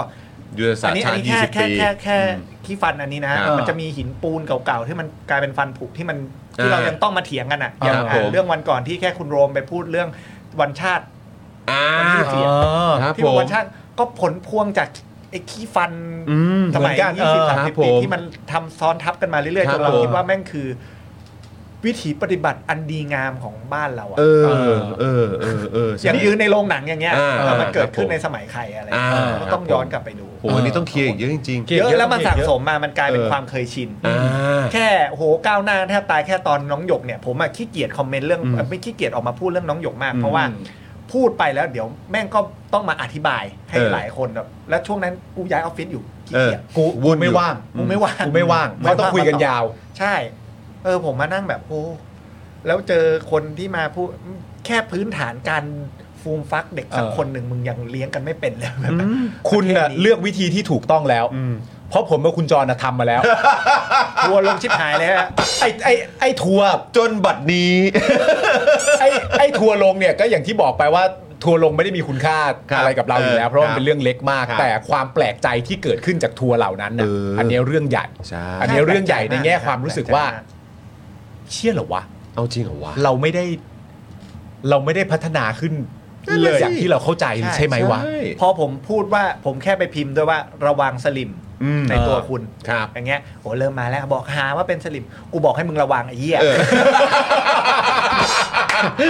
A: ยุทธศาส
D: อั
A: ต
D: น
A: ร์
D: นี้
A: ชาติ
D: อันนี้
A: ยี่
D: แค่
A: สิบปี
D: แค่แค่แค่ขี้ฟันอันนี้นะฮะ
A: ครับ
D: มันจะมีหินปูนเก่าๆที่มันกลายเป็นฟันผุที่มันที่
A: อ่า
D: เรายังต้องมาเถียงกันอ่ะอย่า
A: ค
D: ง
A: รับ
D: อ่ะ
A: ผม
D: เรื่องวันก่อนที่แค่คุณโรมไปพูดเรื่องวันชาติ
A: อ่า
D: มันมีเสียง
A: ครับ
D: ที่
A: ผ
D: บอก
A: ม
D: วันชาติก็ผลพวงจากไอ้ขี้ฟัน
A: อืม
D: สมัย
B: เหมือนกัน
D: ยี่สิ
B: เอ
D: บ
B: อ
D: สาม
A: ครั
D: สิ
A: บบ ผ
D: ปี
A: ม
D: ที่มันทำซ้อนทับกันมาเรื่อย
A: ค
D: ๆ
A: รั
D: จ
A: บ
D: นเรา
A: ผม
D: คิดว่าแม่งคือ วิถีปฏิบัติอันดีงามของบ้านเราอะ
A: เออเออเออเออใช่
D: อย่างยืนในโรงหนังอย่างเงี้ย
A: อ่า
D: แล้วมันเกิด
A: ค
D: ขึ้
A: รับ
D: น
A: ผม
D: ในสมัยใครอะไร
A: อ่า
D: ก็ต้อง
A: ครับผม
D: ย้อนกลับไปดู
A: โหอันนี้ต้องเคลียร์อีกเยอะจริง
B: เย
D: เย
B: อะ
D: อะแล้วมันสะสมมา มันกลายเป็น
A: เออ
D: ความเคยชิน
A: ๆอ่า
D: แค่โอ้โหก้าวหน้าแทบตายแค่ตอนน้องหยกเนี่ยผมอะขี้เกียจคอมเมนต์เรื่อง
A: อืม
D: ไม่ขี้เกียจออกมาพูดเรื่องน้องหยกมาก
A: อืม
D: เพราะว่าพูดไปแล้วเดี๋ยวแม่งก็ต้องมาอธิบายให้
A: เออ
D: หลายคนแบบแล้วช่วงนั้นกูย้ายออฟฟิศอยู่ขี้
A: เออ
D: เกียจ
B: กู
A: วุ่นอยู่
B: ไม่ว่าง
D: กูไม่ว่าง
B: กูไม่ว่างไม่ต้องคุยกันยาว
D: ใช่ เออผมมานั่งแบบโอ้แล้วเจอคนที่มาพูดแค่พื้นฐานการฟูมฟักเด็กสัก
B: เออ
D: คนหนึ่งมึงยังเลี้ยงกันไม่เป็นเลยแบบ
B: คุณน่ะ
D: ประเทศนี้
B: เลือกวิธีที่ถูกต้องแล้ว
A: อืม
B: เพราะผมกับคุณจรน่ะทำมาแล้ว
D: ทัวร์ลงชิบหายเลยฮะ
B: ไอ้ไอ้ไอ้ทัวร์
A: จนบัดนี้
B: ไอ้ไอ้ทัวร์ลงเนี่ยก็อย่างที่บอกไปว่าทัวร์ลงไม่ได้มีคุณค่า
A: ครับ
B: อะไรกับเราอยู่แล้วเพราะมั
A: ค
B: น
A: รับ
B: เป็นเรื่องเล็กมาก
A: ครับ
B: แต่ความแปลกใจที่เกิดขึ้นจากทัวร์เหล่านั้นน่ะ
A: เอออั
B: อันเนี้ยเรื่องใหญ่
A: ใช่
B: อันนี้เรื่องใหญ่ในแง่ความรู้สึกว่า
D: แปลกใจมาก
B: เชื่อเหรอวะ
A: เอาจริงเหรอวะ
B: เราไม่ได้ เราไม่ได้พัฒนาขึ้น
A: นั่น
B: เล
A: น่ะ
B: ย
A: สิ
B: จากที่เราเข้าใจ
D: ใช่
B: ใช่ไหมวะ
A: ใช่
D: พอผมพูดว่าผมแค่ไปพิมพ์ด้วยว่าระวังสลิม
A: อืม
D: ในตัวคุณ
A: ครับ
D: อย่างเงี้ยโอ้เริ่มมาแล้วบอกหาว่าเป็นสลิมกูบอกให้มึงระวังไอ้เหี้ย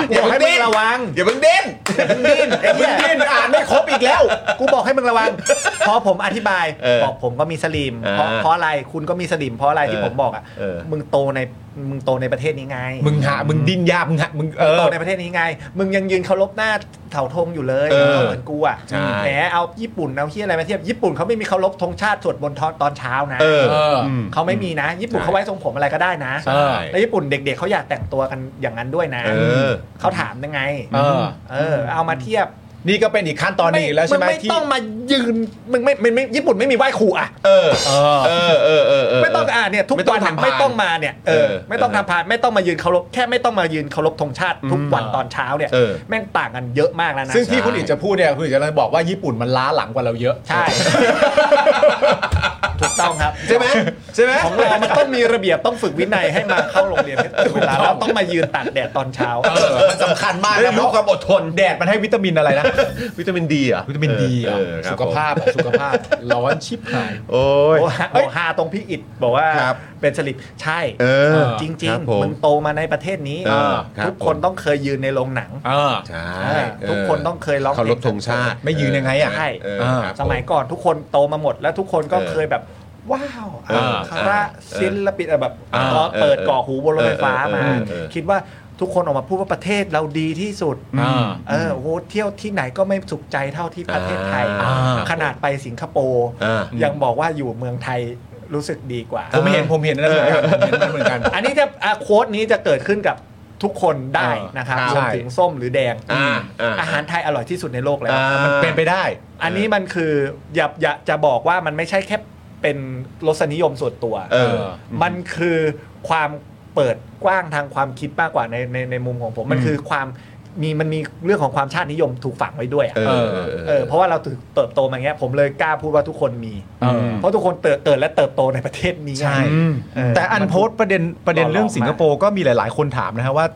D: กูบอกให้มึงระวัง
A: อย่าเพิ่งเด้น
D: ดิ้นไอ้เหี้ย
B: ดิ้นอ่านไม่ครบอีกแล้ว
D: กูบอกให้มึงระวังพอผมอธิบาย
A: เออ
D: บอกผมก็มีสลิม
A: อ่า
D: เพราะเพราะอะไรคุณก็มีสลิมเพราะอะไรที่
A: เออ
D: ผมบอกอ่ะ
A: เออ
D: มึงโตในมึงโตในประเทศนี้ไง
B: มึงหา มึงดิ้นยากมึงหามึงเออ
D: โตในประเทศนี้ไง มึงยังยืนเคารพหน้าเถาธงอยู่เลย
A: เออ
D: มือนกูอ่ะ
A: ใช่
D: แหมเอาญี่ปุ่นเอาเฮียอะไรมาเทียบญี่ปุ่นเขาไม่มีเคารพธงชาติสวดบนต์ตอนเช้านะ
A: เออ
B: เอออื
A: ม
D: เขาไม่มีนะ ญี่ปุ่น
A: ใช่
D: เขาไว้ทรงผมอะไรก็ได้นะ
B: ใช่
D: แล้วญี่ปุ่นเด็กๆเขาอยากแต่งตัวกันอย่างนั้นด้วยนะ
A: เออ
D: เขาถามยังไง
B: เออ
D: เออ เอามาเทียบ
B: นี่ก็เป็นอีกขั้นตอนหนึงอีกแล้วใช่ไหม
D: งไม่
B: ที่
D: ต้องมายืนมึงไม่ไม่ไม่ญี่ปุ่นไม่มีไหว้ครูอ่ะ
A: เออ
B: เออ
A: เออ เออ เออเ
D: ไม่ต้องอ่าเนี่ยทุก
A: ไม่ต้อ
D: วั
A: ง
D: น
A: ทำพาน
D: ไม่ต้องมาเนี่ยเอ
A: เอ
D: อ
A: อ
D: ไม่ต้องทำพานไม่ต้องมายืนเคารพแค่ไม่ต้องมายืนเคารพธงชาติทุกวันตอนเช้าเนี่ย
A: เออ
D: แม่งต่างกันเยอะมากแล้วนะ
B: ซึ่งที่คุณอิจจะพูดเนี่ยคุณอิจจะบอกว่าญี่ปุ่นมันล้าหลังกว่าเราเยอะ
D: ใช่ถูก ต้องครับ
A: ใช่ไหมใช่ไหม
D: ของเรามันต้องมีระเบียบต้องฝึกวินัยให้มาเข้าโรงเรียนให้ตรงเวลาแล้วต้องมายืนตากแดดตอนเช้า
B: เออมันสำคัญมาก
A: ได้รู้ความอดทน
B: แดดมันให้วิตามินอะไรนะ
A: วิตามินดีอ่ะ
B: วิตามินดี
A: เออครับ
B: สุขภาพอะสุขภาพ ร้อนชิบหาย
A: โอ้ย
D: โอ้ฮะโอ้ฮาตรงพี่อิดบอกว่า
A: ครับ
D: เป็นสลิปใช่
A: เออ
D: จริง
A: ครับผม
D: ๆ มันโตมาในประเทศนี้
A: เออครับ
D: ทุกคน
A: ผม
D: ต้องเคยยืนในโรงหนัง
B: เออ
A: ใช่
D: ทุกคนต้องเคยร้องเพลง
A: เคารพธงชาติ
B: ไม่ยืนยังไงอะ
D: ใช่
A: เออครับ
D: สมัย
A: ผ
D: ก่อนทุกคนโตมาหมด แล้วทุกคนก็
A: เออ
D: เคยแบบว้าว
A: เออ
D: คาระ
A: เออ
D: ศิลปินแบบ
A: เออ
D: ก็เปิด
A: เออ
D: ก่อหูบนรถไฟฟ้ามา
A: เออเออเออ
D: คิดว่าทุกคนออกมาพูดว่าประเทศเราดีที่สุด
B: อ่า
D: เออโหเที่ยวที่ไหนก็ไม่สุขใจเท่าที่ประเทศไทย
A: อ่า
D: ขนาดไปสิงคโปร์
A: อ่า
D: ยังบอกว่าอยู่เมืองไทยรู้สึกดีกว่า
B: ผมเห็นผมเห็นนะผมเห็นมันเหมือนกัน
D: อันนี้จะอ่ะโค้ดนี้จะเกิดขึ้นกับทุกคนได้นะครับ
A: อ่าร ใช่
D: วมถึงส้มหรือแดง
A: อ่าอ่า
D: หารไทยอร่อยที่สุดในโลกแล้ว
A: อ่า
B: มันเป็นไปได้
D: อันนี้มันคืออย่าอย่าจะบอกว่ามันไม่ใช่แค่เป็นรสนิยมส่วนตัว
A: เออ
D: มันคือความเปิดกว้างทางความคิดมากกว่าในในในมุมของผม มันคือความมีมันมีเรื่องของความชาตินิยมถูกฝังไว้ด้วยอะ
A: เออ
D: เออเพราะว่าเราเติบโตมาอย่างเงี้ยผมเลยกล้าพูดว่าทุกคนมี
B: เออ
D: เพราะทุกคนเติบเติบและเติบโตในประเทศนี้ไง
B: ใช่
D: เออ
B: แต่อันโพสต์ประเด็นประเด็น
D: หล่อๆ
B: เรื่องสิงคโปร์ก็มีหลาย ๆ คนถามนะฮะว่า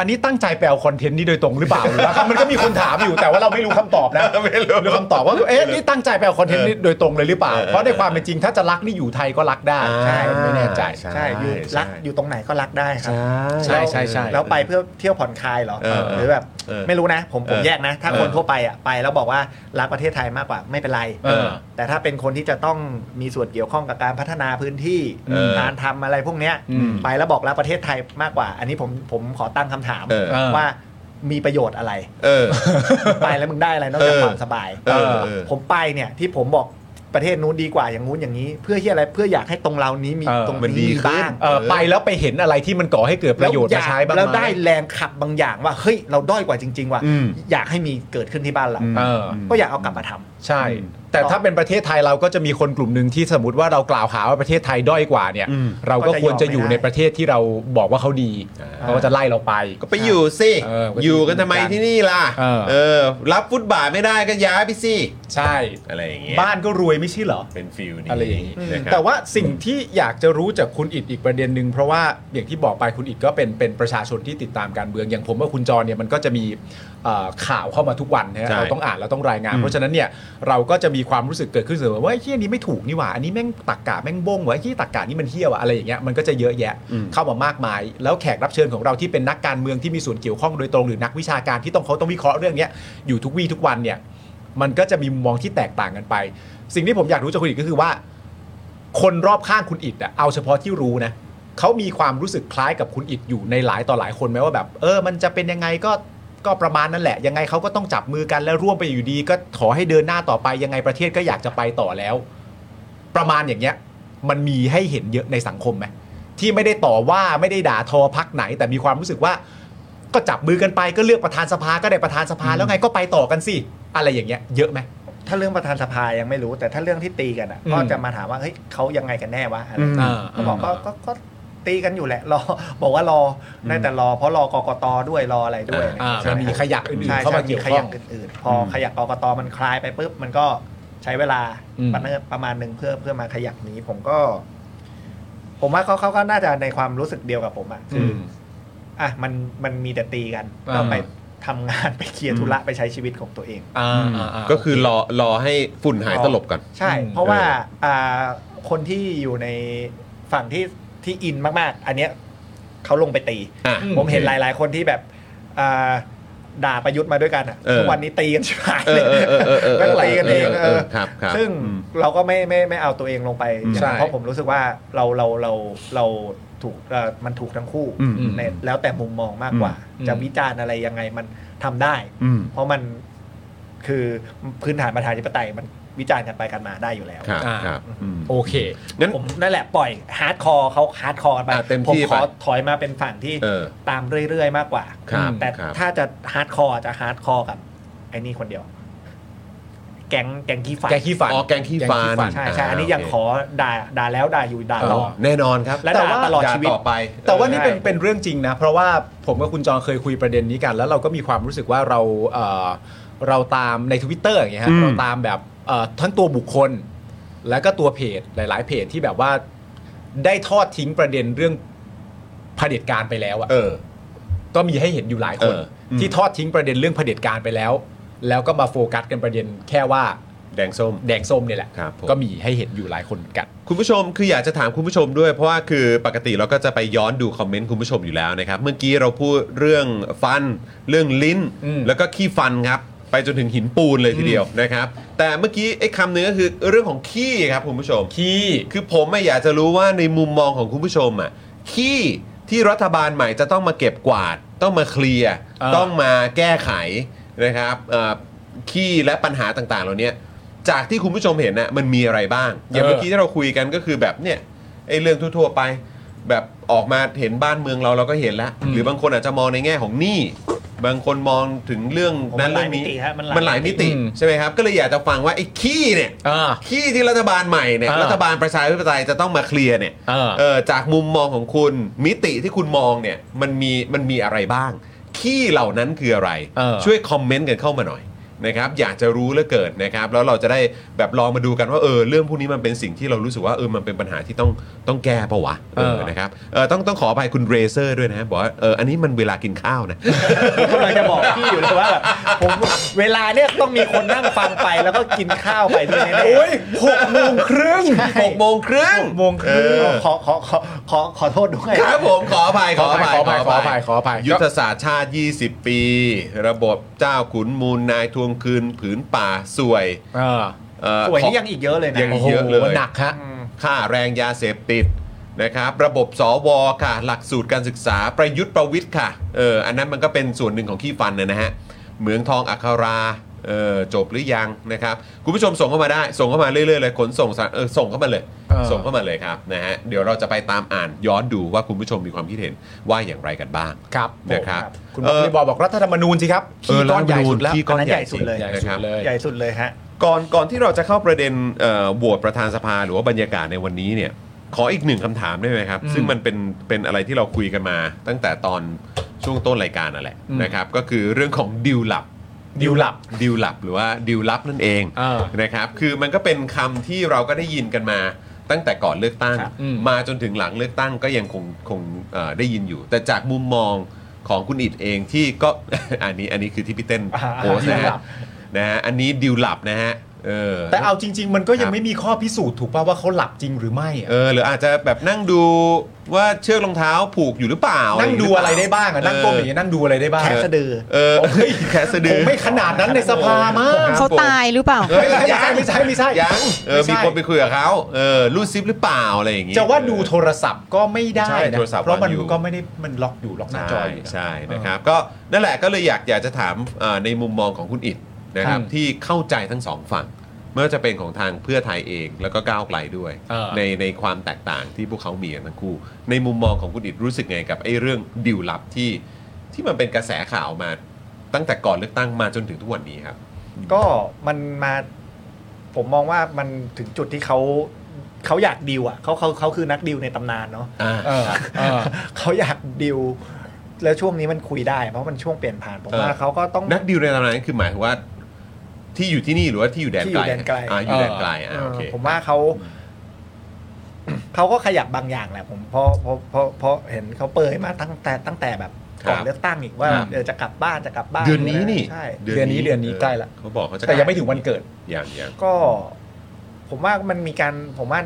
B: อันนี้ตั้งใจไปเอาคอนเทนต์นี้โดยตรงหรือเปล่าหรือว่ามันก็มีคนถามอยู่แต่ว่าเราไม่รู้คำตอบนะไม่รู้คำตอบว่าเอ๊ะนี่ตั้งใจไปเอาคอนเทนต์นี้โดยตรงเลยหรือเปล่า
A: เออ
B: เพราะในความเป็นจริงถ้าจะรักนี่อยู่ไทยก็รักได้
A: อ่า
B: ใช่ไม่แน่ใจ
A: ใช่
D: ใช่อยู่
A: ใช่
D: รักอยู่ตรงไหนก็รักได้ครับ
B: ใช่ใช่ใช่
D: แล้วไปเพื่อเที่ยวผ่อนคลายเหรอ
A: เออ
D: หรือแบบ
A: เออ
D: ไม่รู้นะ ผมผม
A: เออ
D: แยกนะ ถ้า
A: เออ
D: คนทั่วไปอ่ะไปแล้วบอกว่ารักประเทศไทยมากกว่าไม่เป็นไร
A: เออ
D: แต่ถ้าเป็นคนที่จะต้องมีส่วนเกี่ยวข้องกับการพัฒนาพื้นที่
A: เออ
D: การทำอะไรพวกเนี้ย
A: อืม
D: ไปแล้วบอกรักประเทศไทยมากกว่า อันนี้ผมผมขอตั้งคำถาม
A: เออ
D: ว่ามีประโยชน์อะไร
A: เออ
D: ไปแล้วมึงได้อะไรนอกจาก
A: เออ
D: ความสบาย
A: เออเออ
D: ผมไปเนี่ยที่ผมบอกประเทศนู้นดีกว่าอย่างงู้นอย่างนี้ เพื่อที่อะไรเพื่ออยากให้ตรงเรานี้มี
B: เออ
D: ตรง
A: มันดี
D: นี้มี
A: ขึ้น
D: บ้าง
B: เออไปแล้วไปเห็นอะไรที่มันก่อให้เกิดประโยชน์
D: แล้
B: มาว
D: อ
B: ใช้บ้างหม
D: แล้วได้แรงขับบางอย่างว่าเฮ้ยเราด้อยกว่าจริง ๆ ว่ะ
B: อืม
D: อยากให้มีเกิดขึ้นที่บ้านเรา
B: เออ
D: ก็อยากเอากลับมาทำ
B: ใช่ แต่ถ้าเป็นประเทศไทยเราก็จะมีคนกลุ่มหนึ่งที่สมมติว่าเรากล่าวหาว่าประเทศไทยด้อยกว่าเนี่ย เราก็ควรจะอยู่ในประเทศที่เราบอกว่าเขาดีเขาก็จะไล่เราไป
A: ก็ไปอยู่สิ
B: เออก็
A: อยู่กันทำไมที่นี่ล่ะ
B: เออ
A: เออ รับฟุตบาทไม่ได้ก็ย้ายไปสิ
B: ใช่
A: อะไรอย่างเงี้ย
B: บ้านก็รวยไม่ใช่เหรอ
A: เป็นฟิลนี้
B: อะไรอย่างนี้
A: นะครับ
B: แต่ว่าสิ่งที่อยากจะรู้จากคุณอิดอีกประเด็นหนึ่งเพราะว่าอย่างที่บอกไปคุณอิดก็เป็นเป็นประชาชนที่ติดตามการเมืองอย่างผมกับคุณจรเนี่ยมันก็จะมีเอ่อข่าวเข้ามาทุกวันนะฮะ
A: ใช่
B: เราต้องอ่านเราต้องรายงาน เพราะฉะนั้นเนี่ยเราก็จะมีความรู้สึกเกิดขึ้นเสมอว่าไอ้เฮี้ยนี้ไม่ถูกนี่หว่าอันนี้แม่งตักกะแม่งบงวะไอ้เฮี้ยตักกะนี่มันเฮี้ยวะอะไรอย่างเงี้ยมันก็จะเยอะแยะ
A: อืม
B: เข้ามามากมาย แล้วแขกรับเชิญของเราที่เป็นนักการเมืองที่มีส่วนเกี่ยวข้องโดยตรงหรือนักวิชาการที่ต้องเขาต้องวิเคราะห์เรื่องเนี้ยอยู่ทุกวี่ทุกวันเนี่ย มันก็จะมีมุมมองที่แตกต่างกันไป สิ่งที่ผมอยากรู้จากคุณอิดก็คือว่า คนรอบข้างคุณอิดอะเอาเฉพาะที่รู้นะเขามีความรู้สึกคล้ายกับคุณอิดอยู่ในหลายต่อหลายคนไหมว่าแบบ เออ มันจะเป็นยังไงก็ก็ประมาณนั่นแหละ ยังไงเขาก็ต้องจับมือกันแล้วร่วมไปอยู่ดี ก็ขอให้เดินหน้าต่อไปยังไงประเทศก็อยากจะไปต่อแล้ว ประมาณอย่างเงี้ย มันมีให้เห็นเยอะในสังคมไหมที่ไม่ได้ต่อว่าไม่ได้ด่าทอพักไหน แต่มีความรู้สึกว่า ก็จับมือกันไปก็เลือกประธานสภาก็ได้ประธานสภาแล้วไงก็ไปต่อกันสิอะไรอย่างเงี้ยเยอะไหม
D: ถ้าเรื่องประธานสภายังไม่รู้ แต่ถ้าเรื่องที่ตีกันอ่ะ
B: อืม
D: ก็จะมาถามว่าเฮ้ยเขายังไงกันแน่วะอะไร
B: อืมอ่า
D: ก็บอกก็ก็ก็ตีกันอยู่แหละรอ บอกว่ารอได้แต่รอ เพราะรอกกตด้วยรออะไรด้วย
B: อ่า
D: ใช่ไห
B: มันมีขยักอื่นๆ
D: ใช่
B: เข้ามา
D: ใช่
B: เกี่ยวข้
D: ข
B: อง
D: ยักอื่นๆ พออ
B: ม
D: ขยักกกตมันคลายไปปุ๊บมันก็ใช้เวลา
B: อืม
D: ประเนิดประมาณหนึ่งเพื่อเพื่อมาขยักนี้ ผมก็ ผมว่าเขาเขาก็น่าจะในความรู้สึกเดียวกับผมอ่ะคืออ อ่ะมันมันมีแต่ตีกัน
B: อ่า
D: ก็ไปทำงานไปเคลียร์ธุระไปใช้ชีวิตของตัวเอง
B: อ่า
A: อืม
B: อ่าา
A: ก็คือรอรอให้ฝุ่นหายตลบก่อน
D: ใช่
B: อืม
D: เพราะว่าอ่าคนที่อยู่ในฝั่งที่ที่อินมากๆ อันเนี้ยเขาลงไปตี
A: อ่ะ
D: ผมเห็นหลาย ๆ คนที่แบบอ่าด่าประยุทธ์มาด้วยกันอ่ะ
A: เออ
D: ทุกวันนี้ตีกันชิบหาย
A: เอ
D: เล
A: อย เออเออเออเออ
D: แม่งตีกันเองเออ
A: ครับครับ
D: ซึ่ง
A: อืม
D: เราก็ไม่ไม่ไม่เอาตัวเองลงไปอย่างนั้น
B: ใช่
D: เพราะผมรู้สึกว่าเราเราเราเราถูกเอ่อมันถูกทั้งคู่
A: อืม
D: ในแล้วแต่มุมมองมากกว่า
B: อืม
D: จะวิจารณ์อะไรยังไงมันทำได้
A: อืม
D: เพราะมันคือพื้นฐานประชาธิปไตยมันวิจารณ์กันไปกันมาได้อยู่แล้ว
A: ครับครับอืม
B: โอเค
A: งั้น
D: ผมนั่นแหละปล่อยฮาร์ดคอร์เขาฮาร์ดคอร์ไป
A: อ่ะเต็ม
D: ผม
A: ที่
D: ขอ
A: ไป
D: ถอยมาเป็นฝั่งที่
A: เออ
D: ตามเรื่อยๆมากกว่า
A: ครับ
D: แต่
A: ครับ
D: ถ้าจะฮาร์ดคอร์จะฮาร์ดคอร์กับไอ้นี่คนเดียว แก๊งแก๊งขี้ฝัน
B: แกขี้ฝัน
A: อ๋อแกงขี้ฟัน
B: แกงขี้
D: ใช่ใช่อันนี้
A: อ่า
D: ยัง
A: โอเค
D: ขอด่าด่าแล้วด่าอยู่ด่าต่อ
A: แน่นอนครับ
D: และด่าตลอดชีวิต
A: ต่อไป
B: แต่ว่านี่เป็น
D: ใช่
B: เป็นเรื่องจริงนะ เพราะว่าผมกับคุณจองเคยคุยประเด็นนี้กัน แล้วเราก็มีความรู้สึกว่าเราเอ่อเราตามใน Twitter อย่างเงี้ยฮะ
A: อืม
B: เราตามแบบเอ่อทั้งตัวบุคคล แล้วก็ตัวเพจหลาย ๆ เพจที่แบบว่าได้ทอดทิ้งประเด็นเรื่องเผด็จการไปแล้วอะ
A: เออ
B: ก็มีให้เห็นอยู่หลายคน
A: เอออืม
B: ที่ทอดทิ้งประเด็นเรื่องเผด็จการไปแล้ว แล้วก็มาโฟกัสกันประเด็นแค่ว่า
A: แดงส้ม
B: แดงส้มเนี่ยแหละ
A: ครับผม
B: ก็มีให้เห็นอยู่หลายคนเหมือนกัน
A: คุณผู้ชมคืออยากจะถามคุณผู้ชมด้วยเพราะว่าคือปกติเราก็จะไปย้อนดูคอมเมนต์คุณผู้ชมอยู่แล้วนะครับเมื่อกี้เราพูดเรื่องฟัน เรื่องลิ้น
B: อืม
A: แล้วก็ขี้ฟันครับไปจนถึงหินปูนเลยทีเดียวนะครับ แต่เมื่อกี้ไอ้คำหนึงก็คือเรื่องของขี้ครับคุณผู้ชมขี้คือผมอะอยากจะรู้ว่าในมุมมองของคุณผู้ชมอ่ะขี้ที่รัฐบาลใหม่จะต้องมาเก็บกวาด ต้องมาเคลียร์
B: อ่า
A: ต้องมาแก้ไขนะครับเอ่อขี้และปัญหาต่างๆ เหล่านี้จากที่คุณผู้ชมเห็นน่ะมันมีอะไรบ้างอย่างเมื่อกี้ ที่เราคุยกันก็คือแบบเนี่ยไอ้เรื่องทั่วๆไป แบบออกมาเห็นบ้านเมืองเราเราก็เห็นแล้ว
B: อืม
A: หรือบางคนอาจจะมองในแง่ของหนี้บางคนมองถึงเรื่องนั้น
D: มันหลา
A: เรื่
D: ย
A: องนี้
D: มิติฮะมันหลาย
A: มันหลายมิติใช่ไหมครับก็เลยอยากจะฟังว่าไอ้ขี้เนี่ย
B: อ่า
A: ขี้ที่รัฐบาลใหม่เนี่ย
B: อ่ารั
A: รัฐบาลประชาธิปไตยจะต้องมาเคลียร์เนี่ย
B: อ่า
A: เออจากมุมมองของคุณมิติที่คุณมองเนี่ยมันมีมันมีอะไรบ้างขี้เหล่านั้นคืออะไร
B: เออ
A: ช่วยคอมเมนต์กันเข้ามาหน่อยนะครับอยากจะรู้เหลือเกินนะครับแล้วเราจะได้แบบลองมาดูกันว่าเออเรื่องพวกนี้มันเป็นสิ่งที่เรารู้สึกว่าเออมันเป็นปัญหาที่ต้องต้องแก้ปะวะเออ
B: เออ
A: นะครับเออต้องต้องขออภัยคุณเรเซอร์ด้วยนะบอกว่าเอออันนี้มันเวลากินข้าว นะ
D: ผมกำลังจะบอกพี่อยู่เลยว่าแบบผมเวลาเนี่ยต้องมีคนนั่งฟังไปแล้วก็กินข้าวไปด้วยแน่ๆ
B: หกโมงครึ่ง
A: หกโมงครึ่ง
D: หกโมงครึ่ง
A: เออ
D: ขอขอขอขอขอโทษด้วย
A: ครับผมขออภัยขออภัย
B: ขออภัยขออภัยขออภัย
A: ยุทธศาสตร์ชาติ 20 ปี ระบบเจ้าขุนมูลนายทวงคืนผืนป่าสวย
B: เออ
A: เอ่อ
D: สวยนี่ยังอีกเยอะเลยนะ
A: ยัง
B: โอ้โห
A: เยอะเลย
B: หนักฮะ
D: อืม
A: ค่าแรงยาเสพติดนะครับระบบสวค่ะ หลักสูตรการศึกษาประยุทธ์ประวิทย์ค่ะเอออันนั้นมันก็เป็นส่วนหนึ่งของขี้ฟันนะนะฮะเหมืองทองอัคราเออจบหรือยังนะครับคุณผู้ชมส่งเข้ามาได้ ส่งเข้ามาเรื่อยๆเลยขนส่งสาเออส่งเข้ามาเลย
B: เออ
A: ส่งเข้ามาเลยครับนะฮะเดี๋ยวเราจะไปตามอ่านย้อนดูว่าคุณผู้ชมมีความคิดเห็นว่าอย่างไรกันบ้าง
B: ครับ
A: นะครับ
B: คุณบอก
A: เออ
B: พี่บอยบอกรัฐธรรมนูญสิครับขี้ก้อนใหญ่สุดแล้ว
A: ขี้ก้อนใหญ่
D: อันนั้นใหญ่สุดเลย
A: จริง
B: ใหญ่สุ
A: นะครับ
B: ดเลย
D: ใหญ่สุดเลยฮะ
A: ก่อนก่อนที่เราจะเข้าประเด็นเอ่อโหวตประธานสภาหรือว่าบรรยากาศในวันนี้เนี่ยขออีกหนึ่งคำถามได้ไหมครับ
B: อืม
A: ซึ่งมันเป็นเป็นอะไรที่เราคุยกันมา ตั้งแต่ตอนช่วงต้นรายการนั่นแหละ
B: อืม
A: นะครับก็คือเรื่องของดิวหลับ
B: ดิวหลับ
A: ดิวหลับหรือว่าดิวลับนั่นเอง
B: เออ
A: นะครับคือมันก็เป็นคำที่เราก็ได้ยินกันมา ตั้งแต่ก่อนเลือกตั้ง
B: ครับอืม
A: มาจนถึงหลังเลือกตั้งก็ยังคงคงเอ่อได้ยินอยู่ แต่จากมุมมองของคุณอิดเองที่ก็ อันนี้อันนี้คือที่พี่เต้น
D: อ่า
A: โพสต์นะ
B: ดิวหลั
A: ฮะ
B: บ
A: นะฮะอันนี้ดิวหลับนะฮะเออ
B: แต่เอาจริง ๆ มันก็ยังไม่มีข้อพิสูจน์ถูกป่าว่าเขาหลับจริงหรือไม่อะ
A: เออหรืออาจจะแบบนั่งดูว่าเชือกรองเท้าผูกอยู่หรือเปล่า
B: นั่งดูอะไรได้บ้างอะนั่งก้มอย่าง
A: เงี้ย
B: เงี้ยนั่งดูอะไรได้บ้าง
D: แขนสะดือ
A: เออเฮ้ย แขนสะดื
B: ผ
A: อ
B: มไม่ขนาดนั้นในสภามาก
C: เขา
A: ผม
C: ตายหรือเปล่า
A: เฮ้ย
B: ไม่ใช่ไม่ใช่ไม่ใช่
A: ยังเออ
B: ไม่ใช่
A: มีคนไปคุยกับเขาเออรูดซิปหรือเปล่าอะไรอย่างงี้
B: จะว่าดูโทรศัพท์ก็ไม่ได้
A: ใช่
B: นะ
A: โทรศัพท์
B: เพราะมั
A: วา
B: น
A: งอยู่
B: ก็ไม่ได้มันล็อกอยู่ล็อกหน้าจออยู่นะ
A: ใช่นะครับก็นั่นแหละก็เลยอยากอยากจะถามเอ่อในมุมมองของคุณอิดนะครับ
B: ครับ
A: ที่เข้าใจทั้งสองฝั่งไม่ว่าจะเป็นของทางเพื่อไทยเองแล้วก็ก้าวไกลด้วย
B: เออ
A: ในในความแตกต่างที่พวกเขามีกันทั้งคู่ ในมุมมองของคุณอิดรู้สึกไงกับไอ้เรื่องดิวลับที่ที่มันเป็นกระแสข่าวมาตั้งแต่ก่อนเลือกตั้งมาจนถึงทุกวันนี้ครับ
D: ก็มันมา ผมมองว่ามันถึงจุดที่เขาเขาอยากดิวอ่ะเขาเขาเขาคือนักดิวในตำนานเนาะ
A: อ่า
B: เออเออ
D: เขาอยากดิว แล้วช่วงนี้มันคุยได้ เพราะมันช่วงเปลี่ยนผ่านผม
A: เออ
D: ว่าเขาก็ต้อง
A: นักดิวในตำนานนคือหมายถึงว่า ที่อยู่ที่นี่หรือว่าที่อยู่แดน
D: ที่อ
A: ไกล
D: ยู่แดนไกล
A: อ่าอยู่แดนไกลอ่า
D: เอ
A: โอ
D: อ
A: เค
D: ผมว่า เขา เขาก็ขยับบางอย่างแหละผมเพราะเพราะเพราะเพราะเห็นเขาเปิดมาตั้งแต่ตั้งแต่แบบก่อ
A: ค
D: น
A: รับ
D: เลือกตั้งอีกว่า
A: ครับ
D: เดี๋ยวจะกลับบ้านจะกลับบ้าน
A: เดือนนี้นี่
D: ใช่
B: เดือนนี้เดือนนี้ใกล้ละ
A: เขาบอกเขาจะ
B: แต่ยังไม่ถึงวันเกิด
A: อย่างอย่าง
D: ก็ ผมว่ามันมีการผมว่า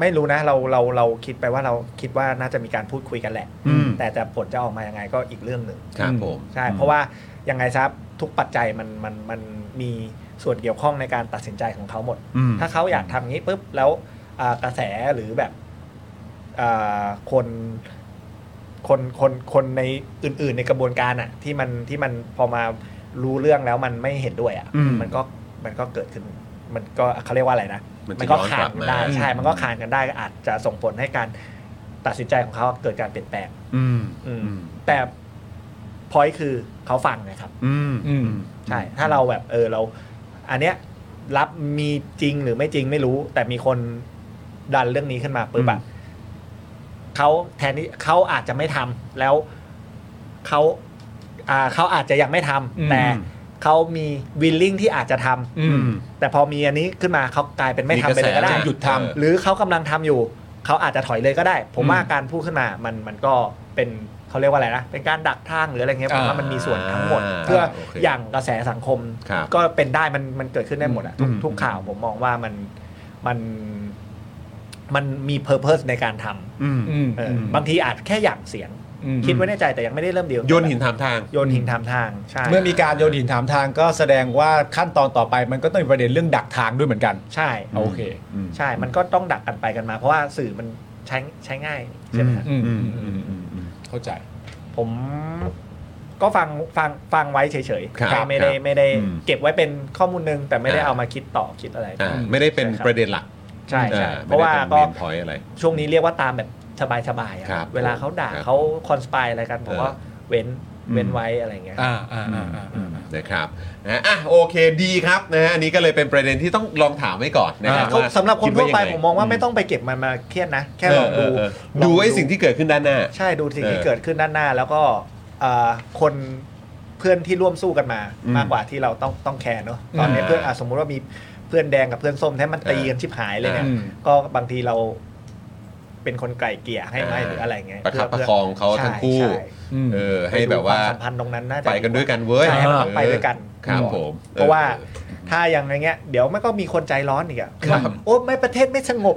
D: ไม่รู้นะ เราเราเราคิดไปว่าเราคิดว่าน่าจะมีการพูดคุยกันแหละ
A: อืม
D: แต่แต่ผลจะออกมายังไงก็อีกเรื่องหนึ่ง
A: ครับ
B: อืม
A: ผม
D: ใช่
B: อืม
D: เพราะว่ายังไงซะทุกปัจจัยมันมันมันมีส่วนเกี่ยวข้องในการตัดสินใจของเขาหมด
B: อืม
D: ถ้าเขาอยากทำอย่างนี้ปุ๊บแล้วอ่ากระแสหรือแบบอ่าคนคนคนคนในอื่น ๆ ในกระบวนการอะที่มันที่มันพอมารู้เรื่องแล้วมันไม่เห็นด้วยอะ
B: อืม
D: มันก็มันก็เกิดขึ้น มันก็เขาเรียกว่าอะไรนะ
A: มันจะ
D: ก็
A: ย้อน
D: ขาก
A: ลั
D: ด
A: บ
D: กั
A: มา
D: นได้ใช่ มันก็ขานกันได้ก็อาจจะส่งผลให้การตัดสินใจของเขาเกิดการเปลี่ยนแปลง
B: อืม
D: อืมแต่พอยคือเขาฟังนะครับ
A: อืม
B: อืม
D: ใช่ ถ้าเราแบบเออเรา อันเนี้ยรับมีจริงหรือไม่จริงไม่รู้ แต่มีคนดันเรื่องนี้ขึ้นมาปุ๊บอะเขาแทนที่เขาอาจจะไม่ทำแล้วเขาอ่าเขาอาจจะยังไม่ทำ
B: อืม
D: แต่ เขามีวิลลิ่งที่อาจจะทำ
B: อืม
D: แต่พอมีอันนี้ขึ้นมาเขากลายเป็นไม่ทำไปเลยก็ได้
B: มีกระแสจนหยุดทำ
D: หรือเขากำลังทำอยู่ เขาอาจจะถอยเลยก็ได้ ผมว่าการพูดขึ้นมามันมันก็เป็นเขาเรียกว่าอะไรนะเป็นการดักทางหรืออะไรเงี้ยผมว่ามันมีส่วนทั้งหมด
A: อ่า
D: เพื่อ
A: โอเค
D: อย่างกระแสสังคม
A: ครับ
D: ก็เป็นได้มันมันเกิดขึ้นได้หมดอะทุก
A: อืม
D: ทุกข่าวผมมองว่ามันมันมันมีเพอร์เพสในการท
A: อืม
B: อืม
D: ำเอออ
B: ม
D: บางทีอาจแค่อย่างเสียง
B: อืม
D: คิดไว้ในใจแต่ยังไม่ได้เริ่มเดียว
A: โยนหินถามทาง
D: โยนหินทำทางใช่
B: เมื่อมีการโยนหินถามทางก็แสดงว่าขั้นตอนต่อไปมันก็ต้องมีประเด็นเรื่องดักทางด้วยเหมือนกัน
D: ใช่
B: โอเค
D: ใช่ มันก็ต้องดักกันไปกันมา เพราะว่าสื่อมันใช้ใช้ง่ายใช่ไหมครับ
B: อืมอืมอืมอืมเข้าใจ
D: ผมก็ฟังฟังฟังไว้เฉย
A: ครับ
D: ๆไม่ได้
A: ครับ
D: ไม่ได้
A: อืม
D: เก็บไว้เป็นข้อมูลหนึง แต่ไม่ได้
A: อ่า
D: เอามาคิดต่อคิดอะไร
A: อ่าไม่ได้เป็น
D: ใช่ครับ
A: ประเด็นหลัก
D: ใช่ใช่
A: อ่
D: เพราะว่าก็
A: ไม่ได้เป็น main point อะไร
D: ช่วงนี้เรียกว่าตามแบบสบายๆอะ
A: ครับ
D: เวลาเขาด่า
A: ครับ
D: เขาคอนสปายอะไรกันผม
A: เออ
D: ว่าเว้นเว้นไว้อะไรเงี้ย
B: อ่าอ่าอ่าอ่าอ่า
A: นะครับนะอ่ะโอเคดีครับนะฮะอันนี้ก็เลยเป็นประเด็นที่ต้องลองถามไว้ก่อนนะครับ
B: อ่า
A: ว่า
D: สำหรับค
A: ด
D: นทั่วไป
A: ยั
D: ผมมองว่าไม่ต้องไปเก็บมันมาเครียดนะ แค่ลอง
A: เอ
D: ดู
A: อเออ
D: ลอง
A: ดูไอ้สิ่งที่เกิดขึ้นด้านหน้า
D: ใช่ดูสิ่งที่
A: เออ
D: เกิดขึ้นด้านหน้า แล้วก็เอ่อคนเพื่อนที่ร่วมสู้กันมา
A: อืม
D: มากกว่าที่เราต้องต้องแคร์เนอะตอนนี้
A: อ่า
D: เพื่อนอะสมมุติว่ามีเพื่อนแดงกับเพื่อนส้มแท้มันตีกันชิบหายเลยเนี่ย
A: อ่า
D: ก็บางทีเราเป็นคนไกลเกลี่ยให้ไหม
A: อ่า
D: หรืออะไรเงี้ย
A: ประคับ
D: เพื่
A: ประคองเขาทั้งคู่
D: ใช่
B: อืม
A: เออ
D: ช่
A: ให้แบบว่า
D: ไปดูคมสัมพันธ์ตรงนั้นน่าจะ
A: ไปกันด้วยกันเว้ย
D: ใช่ให้มัน
A: เออ
D: ไปด้วยกัน
A: ครับผม
D: เพราะว่าถ้าอย่างไรเงี้ยเดี๋ยวมันก็มีคนใจร้อนอีกอะ
A: ครับ
D: โอ้ไม่ประเทศไม่สงบ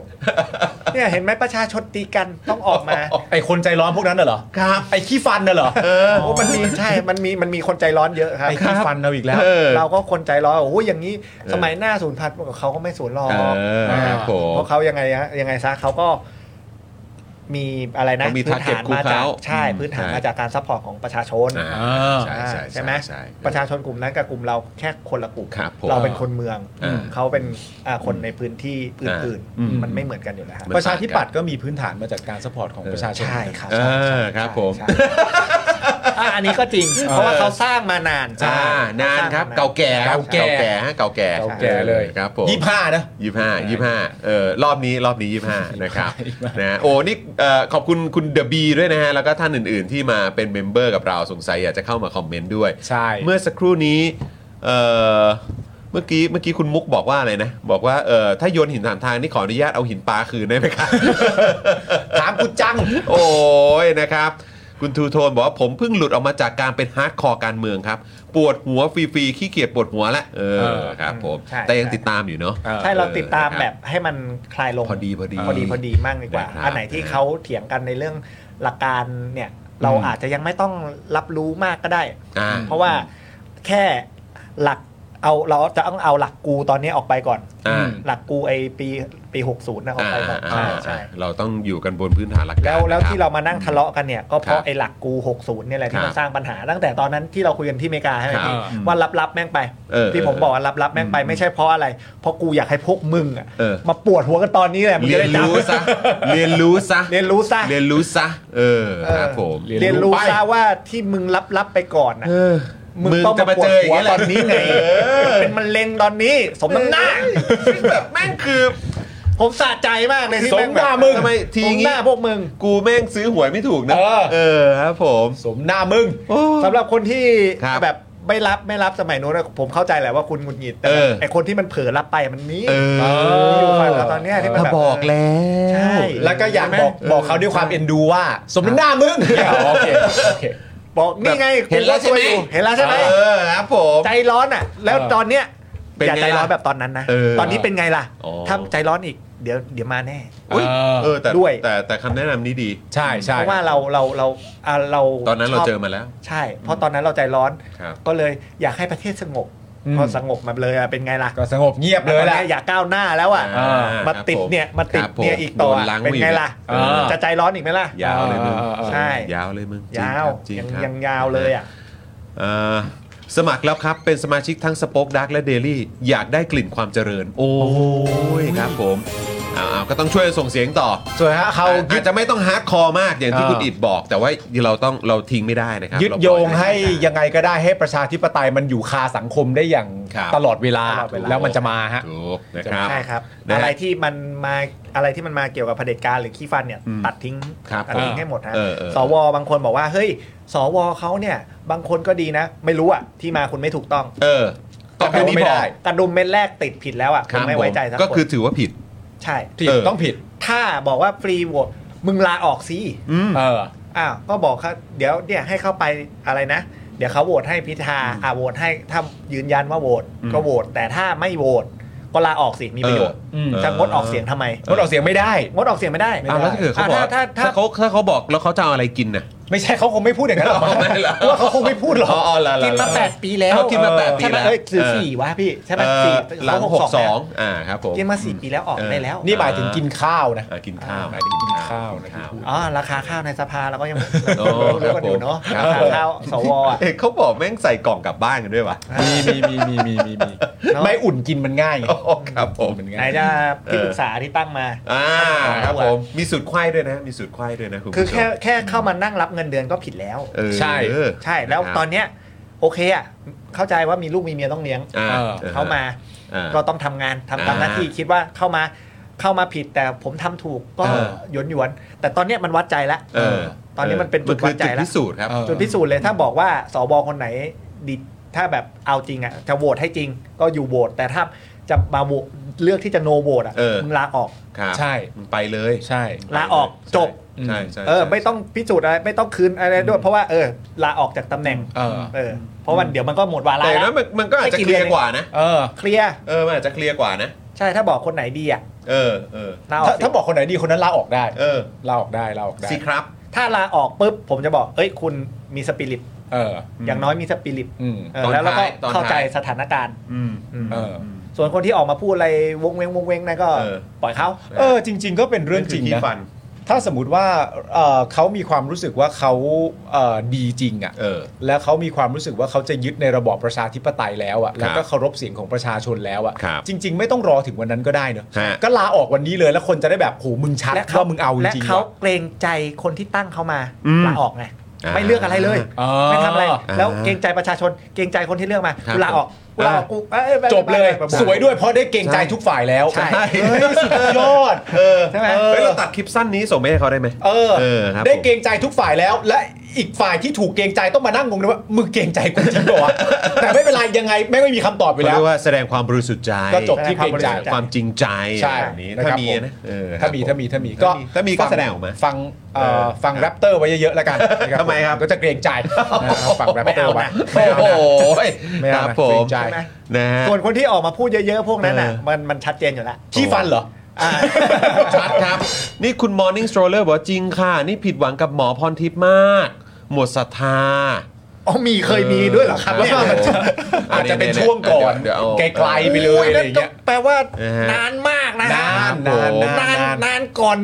D: เนี่ยเห็นไหมประชาชนตีกันต้องออกมา
B: ไอคนใจร้อนพวกนั้นน่ะเหรอ
A: ครับ
B: ไอขี้ฟันน่ะเหรอ
D: โอ้มันมีใช่ มันมี มันมีคนใจร้อนเยอะครับ
B: ไอขี้ฟันเอาอีกแล้ว
A: เออ
D: เราก็คนใจร้อน โอ้ยอย่างนี้
A: ออ
D: สมัยหน้าศูนย์พันธุ์เขาก็ไม่ศูนย์หรอก
A: เออครับผม
D: เพราะเขายังไงฮะยังไงซะเขาก็ มีอะไรนะ
A: เขามี
D: พื้นฐาน
A: target
D: มา
A: คู่
D: จาก
A: เขา
D: ใช่
A: อืม
D: พื้นฐาน
A: ใช่
D: มาจากการซัพพอร์ตของประชาชน
A: อ่า
B: อ่า
A: ใช่ใช่ใช่
D: ไหม
A: ใช่
D: ประชาชนกลุ่มนั้นกับกลุ่มเราแค่คนละกลุ่ม
A: ครับผม
D: เราเป็นคนเมือง
A: อ่า
D: เขาเป็นอ่าคนในพื้นที่พื้น
A: อ่า
D: อื่น
A: อืม
D: มันไม่เหมือนกันอยู่แล้วฮะ
A: มัน
B: ประชาธิปัต
A: ต่างกั
B: ย์
A: น
B: ก็มีพื้นฐานมาจากการสปอร์ตของประชาชน
D: ใช่ครับ
A: เออครับผม
D: ใช่ใช่อ่ะอันนี้ก็จริง เพราะว่าเขาสร้างมานาน
A: จ้านานครับ เก่าแก่ครับ
B: เก่าแก่
A: ฮะเก่าแก่
B: เก่าแก่เลย
A: ครับผม
B: ยี่สิบห้านะ
A: ยี่ห้ายี่ห้าเออรอบนี้รอบนี้ยี่ห้านะครับนะโอ้นี่เอ่อขอบคุณคุณเดบีด้วยนะฮะ แล้วก็ท่านอื่นๆที่มาเป็นเมมเบอร์กับเราสงสัยอยากจะเข้ามาคอมเมนต์ด้วย
B: ใช่
A: เมื่อสักครู่นี้เอ่อเมื่อกี้เมื่อกี้คุณมุกบอกว่าอะไรนะ บอกว่าเออถ้าโยนหินถามทางนี่ขออนุญาตเอาหินปลาคืนได้ไหม ครับ
B: ถามกูจัง
A: โอ้ยนะครับ คุณทูโทนบอกว่าผมเพิ่งหลุดออกมาจากการเป็นฮาร์ดคอร์การเมืองครับ ปวดหัวฟรีๆขี้เกียจปวดหัวละเอ
B: เอ
A: อ
B: อ
A: ครับผม
D: ใช่
A: แต่ยัง
D: ใช่
A: ติดตามอยู่เนาะ
B: เออ
D: ใช่เราติดตาม
A: เออ
D: แบบให้มันคลายลง
A: พอดีพอดี
D: พอดีพอดีมากดีกว่า
A: นะครับ
D: อันไหนที่เขาเถียงกันในเรื่องหลักการเนี่ย เราอาจจะยังไม่ต้องรับรู้มากก็ได้
A: อ่า
D: เพราะว่าแค่หลักเอาเราจะต้องเอาหลักกูตอนนี้ออกไปก่อน
A: อ่า
D: หลักกูไอปีปีหกศูนย์นะออกไปก่อน
A: อ่า
D: ใช่
A: อ่า
D: ใช่
A: เราต้องอยู่กันบนพื้นฐานหลักการ
D: แล้วแล้ว
A: นะครับ
D: ที่เรามานั่งทะเลาะกันเนี่ยก็เพ
A: ครั
D: ราะ
A: บ
D: ไอ้หลักกู 60เนี่ยแหละที่มั
A: ครั
D: น
A: บ
D: สร้างปัญหาตั้งแต่ตอนนั้นที่เราคุยกันที่อเมริกาใช่ไหม
A: ครับ
D: พี่ว่าลับๆแม่งไป
A: เออ
D: ที่ผมบอกว่าลับๆแม่งไปไม่ใช่เพราะอะไร เพราะกูอยากให้พวกมึงอะ
A: เออ
D: มาปวดหัวกันตอนนี้แหละมึง
A: เรียน
D: จะได้จ
A: รู้ซะ เรียนรู้ซะ
D: ำ เรียนรู้ซะ
A: เรียนรู้ซะ เออครับผม
D: เรียนรู้
A: ไป
D: ซะว่าที่มึงลับๆไปก่อนนะ
A: เออ
D: มึง
A: มึง
D: ต้อง
A: จะมา
D: มาปว
A: เจ
D: ด
A: ออย่า
D: หั
A: ง
D: ว
A: เงี้ยแหละ
D: ตอนนี้ไงเป็นมันเลงตอนนี้สมน้ำหน้า
A: ซึ่งแบบแม่งคือ
D: ผมสะใจมากเลยที่แม่ง
B: สมหน้ามึง
A: ทำไมที
D: สม
A: งี้
D: หน้าพวกมึง
A: กูแม่งซื้อหวยไม่ถูกนะ
B: เออ
A: เออครับผม
B: สมหน้ามึง
D: สำหรับคนที่
A: ครับ
D: แบบไม่รับไม่รับสมัยนู้นอะผมเข้าใจแหละว่าคุณหงุดหงิดแต่
A: เออ
D: ไอคนที่มันเผลอรับไปมันมี
A: เออ
D: มีอยู่ฝั่งเราตอนเนี้ยที่มัน
A: มา
D: แบบ
A: บอกแล้ว
D: ใช่
B: แล้วก็อยากบอกบอกเขาด้วยความเอ็นดูว่า สมน้ำหน้ามึงเนี่ยโอเคโอเค
D: บอกนี่ไง
A: เห็นแล้วใช่ไหม
D: กูก็ซวยอยู่เห็นแล้วใช่ไหม
A: เออครับผม
D: ใจร้อนอ่ะ แล้ว
B: เออ
D: ตอนเนี้ย
A: เป็น
D: อย่า
A: ไง
D: ใจร้อน
A: ล่ะ
D: แบบตอนนั้นนะ
A: เออ
D: ตอนนี้เป็นไงล่ะ
A: อ๋อ
D: ถ้าใจร้อนอีกเดี๋ยวเดี๋ยวมาแน่
A: อุ๊ย
B: เออ
A: เออแต่
D: ด้วย
A: แต่แต่คำแนะนำนี้ดี
B: ใช่ใช่
D: เพราะว่าเราเราเราอ่ะเรา
A: ตอนนั้นเรา
D: ชบ
A: เจอมาแล้ว
D: ใช่ เพราะตอนนั้นเราใจร้อน
A: ครับ
D: ก็เลยอยากให้ประเทศสงบพอสงบมาเลยอะเป็นไงล่ะ
B: ก็สงบเงียบเลยแหละ
D: ตอนนี้อยากก้าวหน้าแล้วอ่ะ
A: อ่
D: มาติดเนี่ยมาติดเนี่ยอีกต่อ
A: โดนล้าง
D: เป็นไงล่ะ
B: เออ
D: จะใจร้อนอีกไหมล่ะ
A: ยาวเลยมึง
B: เออเออเออ
D: ใช่
A: ยาวเลยมึง
D: ยาว
A: จริง
D: ยัง
A: ครับ
D: ยังยาวเลยอ่ะ
A: เอ่อสมัครแล้วครับ เป็นสมาชิกทั้งสป็อคดักและเดลี่อยากได้กลิ่นความเจริญ โอ้ยครับผม เอาเอาก็ต้องช่วยส่งเสียงต่อ
B: ส่วนฮะเขา
A: อาจ
B: ยึ
A: อา
B: ด
A: จจะไม่ต้องฮาร์ดคอร์มากอย่างที่
B: อ่า
A: คุณอิดบอก แต่ว่าเราต้องเราทิ้งไม่ได้นะครับ
B: ยึด
A: เราปล่อ
B: โยงให้
A: ไม่ได้
B: ยังไงก็ได้ให้ประชาธิปไตยมันอยู่คาสังคมได้อย่าง
A: ครับ
B: ตลอดเวลา
D: ตลอดเวลา
B: แล้วมันจะมาฮะ
A: ถูกนะครับ
D: ใช่ครับ
A: นะฮะ
D: อะไรที่มันมาอะไรที่มันมาเกี่ยวกับเผด็จการหรือขี้ฟันเนี่ย
A: อืม
D: ตัดทิ้ง
A: ครับ
D: ตัดทิ้งให้หมดฮะ
A: เออเออ
D: สวบางคนบอกว่าเฮ้ย สวเขาเนี่ยบางคนก็ดีนะ ไม่รู้อะที่มาคุณไม่ถูกต้อง
A: เออก็แค่นี้
B: ไม่
A: พอ
B: ได้
D: กระดุมเม็ดแรกติดผิดแล้วอะ
A: ค
D: คุ
A: รั
D: ณ
A: บ
D: ไม่ไว้ใจสัก
A: ก็
D: คน
A: คือถือว่าผิด
D: ใช่
B: ผิด
A: เออ
B: ต้องผิด
D: ถ้าบอกว่าฟรีโหวตมึงลาออกสิ
A: อืม
B: เออ
D: อ้าวก็บอกเขาเดี๋ยวเนี่ยให้เข้าไปอะไรนะ เดี๋ยวเขาโหวตให้พิธาอ่าโหวตให้ถ้ายืนยันว่าโหวต
A: อืม
D: ก็โหวตแต่ถ้าไม่โหวตก็ลาออกสิมีประโยชน์
B: เอออืม
D: จะงดออกเสียงทำไม
B: งดออกเสียงไม่ได้
D: งดออกเสียงไม่ได้
A: อ้าวแล้วถ้าเกิดเขาบอก
D: อ่ะถ้าถ้า
A: ถ้าเขาถ้าเขาบอกแล้วเขาจะเอาอะไรกินน่ะ
B: ไม่ใช่เขาคงไม่พูดอย่างนั้นหรอก
A: อ๋อไม่เหรอ
B: ว่าเขาคงไม่พูดหรอก
A: อ๋ออ๋อละละละ
D: กินมาแปดปีแล้ว
A: เขากินมาแปดปี
D: ใช่ไหม
A: แล้ว
D: เอ้ยซื้อสี่วะพี่ ใช่ไหม
A: เออ
D: สี่
A: หลัง
D: เขา
A: หกสองอ่าครับผม
D: กินมาสี่ปีแล้วออก
A: เออ
D: ได้แล้ว
B: นี่หมายถึงกินข้าวนะ
A: อ่ากินข้าว
B: หมายถึงกินข้าวนะ
A: กิข้าว
D: อ๋อราคาข้าวในสภาเราก็ยัง
A: โอ้
D: รู้
A: ครับ
D: กันอยู่เนาะ
A: ผม
D: ราคาข้าวสวอ่ะ
A: เอ๊ะเขาบอกแม่งใส่กล่องกลับบ้านกันด้วยวะ
B: มีมีมีมีมีมีมี
D: เนอะ
B: ไม่อุ่นกินมันง่ายไง
A: โอ้ครับผม
B: มัน
D: ไหน
B: ง่าย
D: จะที่
A: เออ
D: ปรึกษาที่ตั้งมา
A: อ่าครับ
D: อ่ะ
A: ผมมีสูตรไขว้ด้วยนะ มีสูตรไขว้ด้วยนะคุณ
D: คือ
A: ผู้ชม
D: แค่แค่เข้ามานั่งรับเงินเดือนก็ผิดแล้ว
A: เออ
B: ใช่
D: ใช่แล้ว
A: ครับ
D: ตอนเนี้ยโอเคอ่ะเข้าใจว่ามีลูกมีเมียต้องเลี้ยง
A: อ่า
B: เออ
A: ออ
D: เข้ามา
A: อ่า
D: ก็ต้องทำงานทำตาม
A: อ่า
D: หน้าที่คิดว่าเข้ามาเข้ามาผิดแต่ผมทำถูกก็
A: เออ
D: หยวนหยวนๆแต่ตอนเนี้ยมันวัดใจแล้ว
A: เออ
D: ตอนนี้มันเป็นจุด
A: คือ
D: วัดใจ
A: จุด
D: แล้
A: พิ
D: ว
A: สูจน์ครับ
B: เออ
D: จุดพิสูจน์เลยถ้าบอกว่าสบคนไหนดีถ้าแบบเอาจริงอ่ะจะโหวตให้จริงก็อยู่โหวตแต่ถ้าจะมาโหวตเลือกที่จะโนโหวตอ่ะ
A: เออ
D: มึงลาออก
A: ครับ
B: ใช่
A: มึงไปเลย
B: ใช่
D: ลาออกจบ
A: ใช่ใช่ใช่
D: เออไม่ต้องพิสูจน์อะไรไม่ต้องคืนอะไรด้วย เพราะว่าเออลาออกจากตำแหน่ง
B: เออ
D: เออเพราะวันเดี๋ยวมันก็หมดวาระ
A: แต่
D: แล้
A: นะ
D: ว
A: มันมันก็อาจจะ
D: ไม่กี่
A: เค
D: เดื
A: ลี
D: อยน
A: ร์กว่านะ
B: เออ
D: เคลียร์
A: เออมันอาจจะเคลียร์กว่านะ
D: ใช่ถ้าบอกคนไหนดีอ่ะ
A: เออเออ
D: ลาออก
B: ถ้า
D: สิ
B: ถ้าบอกคนไหนดีคนนั้นลาออกได้
A: เออ
B: ลาออกได้ลาออกได้
A: สิครับ
D: ถ้าลาออกปุ๊บผมจะบอก เอ้ย คุณมีสปิริต
B: เออ
D: อย่างน้อยมีสปิริต
B: อืม
D: เออ
A: ตอน
D: แล้วเราก็
A: ท้ายตอนท้าย
D: เข้าใจสถานการณ์
A: อืม
D: อืม
B: เออ
D: ส่วนคนที่ออกมาพูดอะไรวงเวงวงเวงนั่นก็
A: เออ
D: ปล่อยเขา
B: เออจริง ๆ ก็เป็นเรื่องจริง
A: คืขี้
B: นะ
A: ฟัน
B: ถ้าสมมติว่าเอ่อเขามีความรู้สึกว่าเขาเอ่อดีจริงอะ่ะ
A: เออ
B: แล้วเขามีความรู้สึกว่าเขาจะยึดในระบอบประชาธิปไตยแล้วอะ่ะแล้วก็เคารพเสียงของประชาชนแล้ว
A: ครั
B: อะ่ะ
A: บ
B: จริง ๆ ไม่ต้องรอถึงวันนั้นก็ได้เนอะ
A: ฮะ
B: ก็ลาออกวันนี้เลยแล้วคนจะได้แบบโหมึงชัด
D: และเขา
B: ว่ามึงเอาจ
D: และ
B: ริงๆ
D: เขา
B: ว่ะ
D: เกรงใจคนที่ตั้งเขามา
A: อืม
D: ลาออกไง
A: อ่า
D: ไม่เลือกอะไรเลย
B: อ่า
D: ไม่ทำอะไร
B: อ่า
D: แล้วเกรงใจประชาชน เกรงใจคนที่เลือกมา
A: ครับ
D: กูลาออกกูลาออกกูเอ้ยไม่
B: จบเลย
D: ไม่ไม่ไม่
B: สวยด้วยเพราะได้เกรงใจทุกฝ่ายแล้ว
D: ใช่
B: เฮ้ยสุดยอด
A: เออ
D: ใช่ไหม
A: เฮ้ยเราตัดคลิปสั้นนี้ส่งไปให้เขาได้ไหม
B: เออ
A: เออครับ
B: ได้
A: ผม
B: เกรงใจทุกฝ่ายแล้ว และอีกฝ่ายที่ถูกเกรงใจต้องมานั่งงงเลยว่ามึงเกรงใจกูจริงเหรอวะแต่ไม่เป็นไรยังไงไม่ไม่มีคำตอบไป
A: เขา
B: แล้
A: เรี
B: ว
A: ยกว่าแสดงความบริสุทธิ์ใจ
B: ก็จบที่เกรงใจ
A: ความจริงใจ
B: ใช่
A: แบบนี้
B: นะค
A: ถ้า
B: รับ
A: มี
B: ผม
A: นะเออ
B: ถ้ามี
A: ครั
B: ถ้า
A: บ
B: มีถ้ามี
A: ถ้ามีถ้ามีก็
B: ฟัง
A: แสดงออกมา
B: ฟังเอ่
A: เออ
B: อฟังแรปเตอร์ไว้เยอะๆแล้วกันนะครับ
A: ทำไมครับ
B: ผก็จะเกรงใจนะครับฟังแรปเตอร์ไว้
A: โอ้โห
B: ไม่
A: ค
B: เอา
A: รับ
B: นะ
A: ผ
B: เกร
A: ม
B: งใจ
D: ใช่ไหม
A: นะฮะ
D: ส่วนคนที่ออกมาพูดเยอะๆพวกนั้นน่ะ
A: เออ
D: มันมันชัดเจนอยู่แล้ว
B: ขี้ฟันเหรอ
D: อ่า
A: ชัดครับ นี่คุณ Morning Stroller บอกว่าจริงค่ะ นี่ผิดหวังกับหมอพรทิพย์มาก หมดศรัทธา
D: อ๋อมีเคยมีด้วยเหรอครับ
A: เออ
D: เนี่ย
B: อาจจะเป็นช่วงก่อน
A: เดี๋ยวเอา
B: ไกลๆไปเลยอะไรอย่างเงี้ย
D: แปลว่า
A: เออฮะ
D: นานมากนะฮะ
B: นาน
A: นาน
B: า
D: นาน
B: นน
D: นานก่อน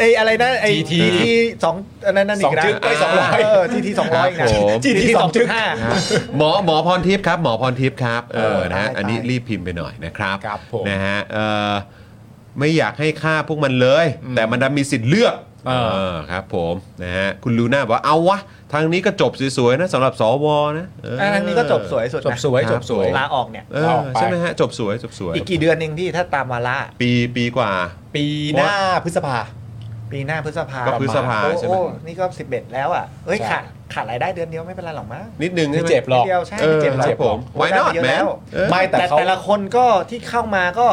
D: ไอ้อะไรนะไอ้
B: GT
D: ทีสองอันนั้นนั่นอีก
B: ส
D: นะ
B: องจุดเอ้ยสองร้อย
D: เทีทีสองร้อย
A: ครั
D: นะ
A: บผม
D: ทีทีสองจุดห้า
A: นะหมอหมอพรทิพย์ครับ หมอพรทิพย์ครับเออนะฮะ
D: ตายตาย
A: อันนี้รีบพิมพ์ไปหน่อยนะครับ
B: ครับผม
A: นะฮะเออไม่อยากให้ฆ่าพวกมันเลย แต่มันดันมีสิทธิ์เลือก
B: เออ
A: เออครับผมนะฮะคุณลูน่าบอกว่าเอาวะ ทางนี้ก็จบสวยๆนะสำหรับสวนะเออ
D: อันนี้ก็จบสวยสุดนะ
B: จบสวยจบสวย
D: ลาออกเนี่ย
A: เออ
B: ออกไป
A: ใช่ไหมฮะ จบสวยจบสวย
D: อีกกี่เดือนเองพี่ถ้าตามวาระ
A: ปีปีกว่า
B: ปีหน้าพฤษภา
D: ปีหน้าพฤษภา
A: ก็พฤษภา
D: โอ้
A: ใช่ไหม
D: โอ้นี่ก็สิบเอ็ดแล้วอ่ะเอ้ย
B: ใช่
D: ขาดขาดรายได้เดือนเดียวไม่เป็นไรหรอกมั้ง
A: นิดนึง
B: ไม่
A: ใช่ไหม
B: เจ็บหรอ
D: นิด
B: ก
D: เดียวใช่
A: เออ
D: เจ็บหรอก
A: ครับผม why
D: ได้
A: not
D: เยอะ
A: man
D: แล้ว
A: เออ
B: ไม่ แต่
D: แต่
B: เขา
D: แต่ละคนก็ที่เข้ามาก็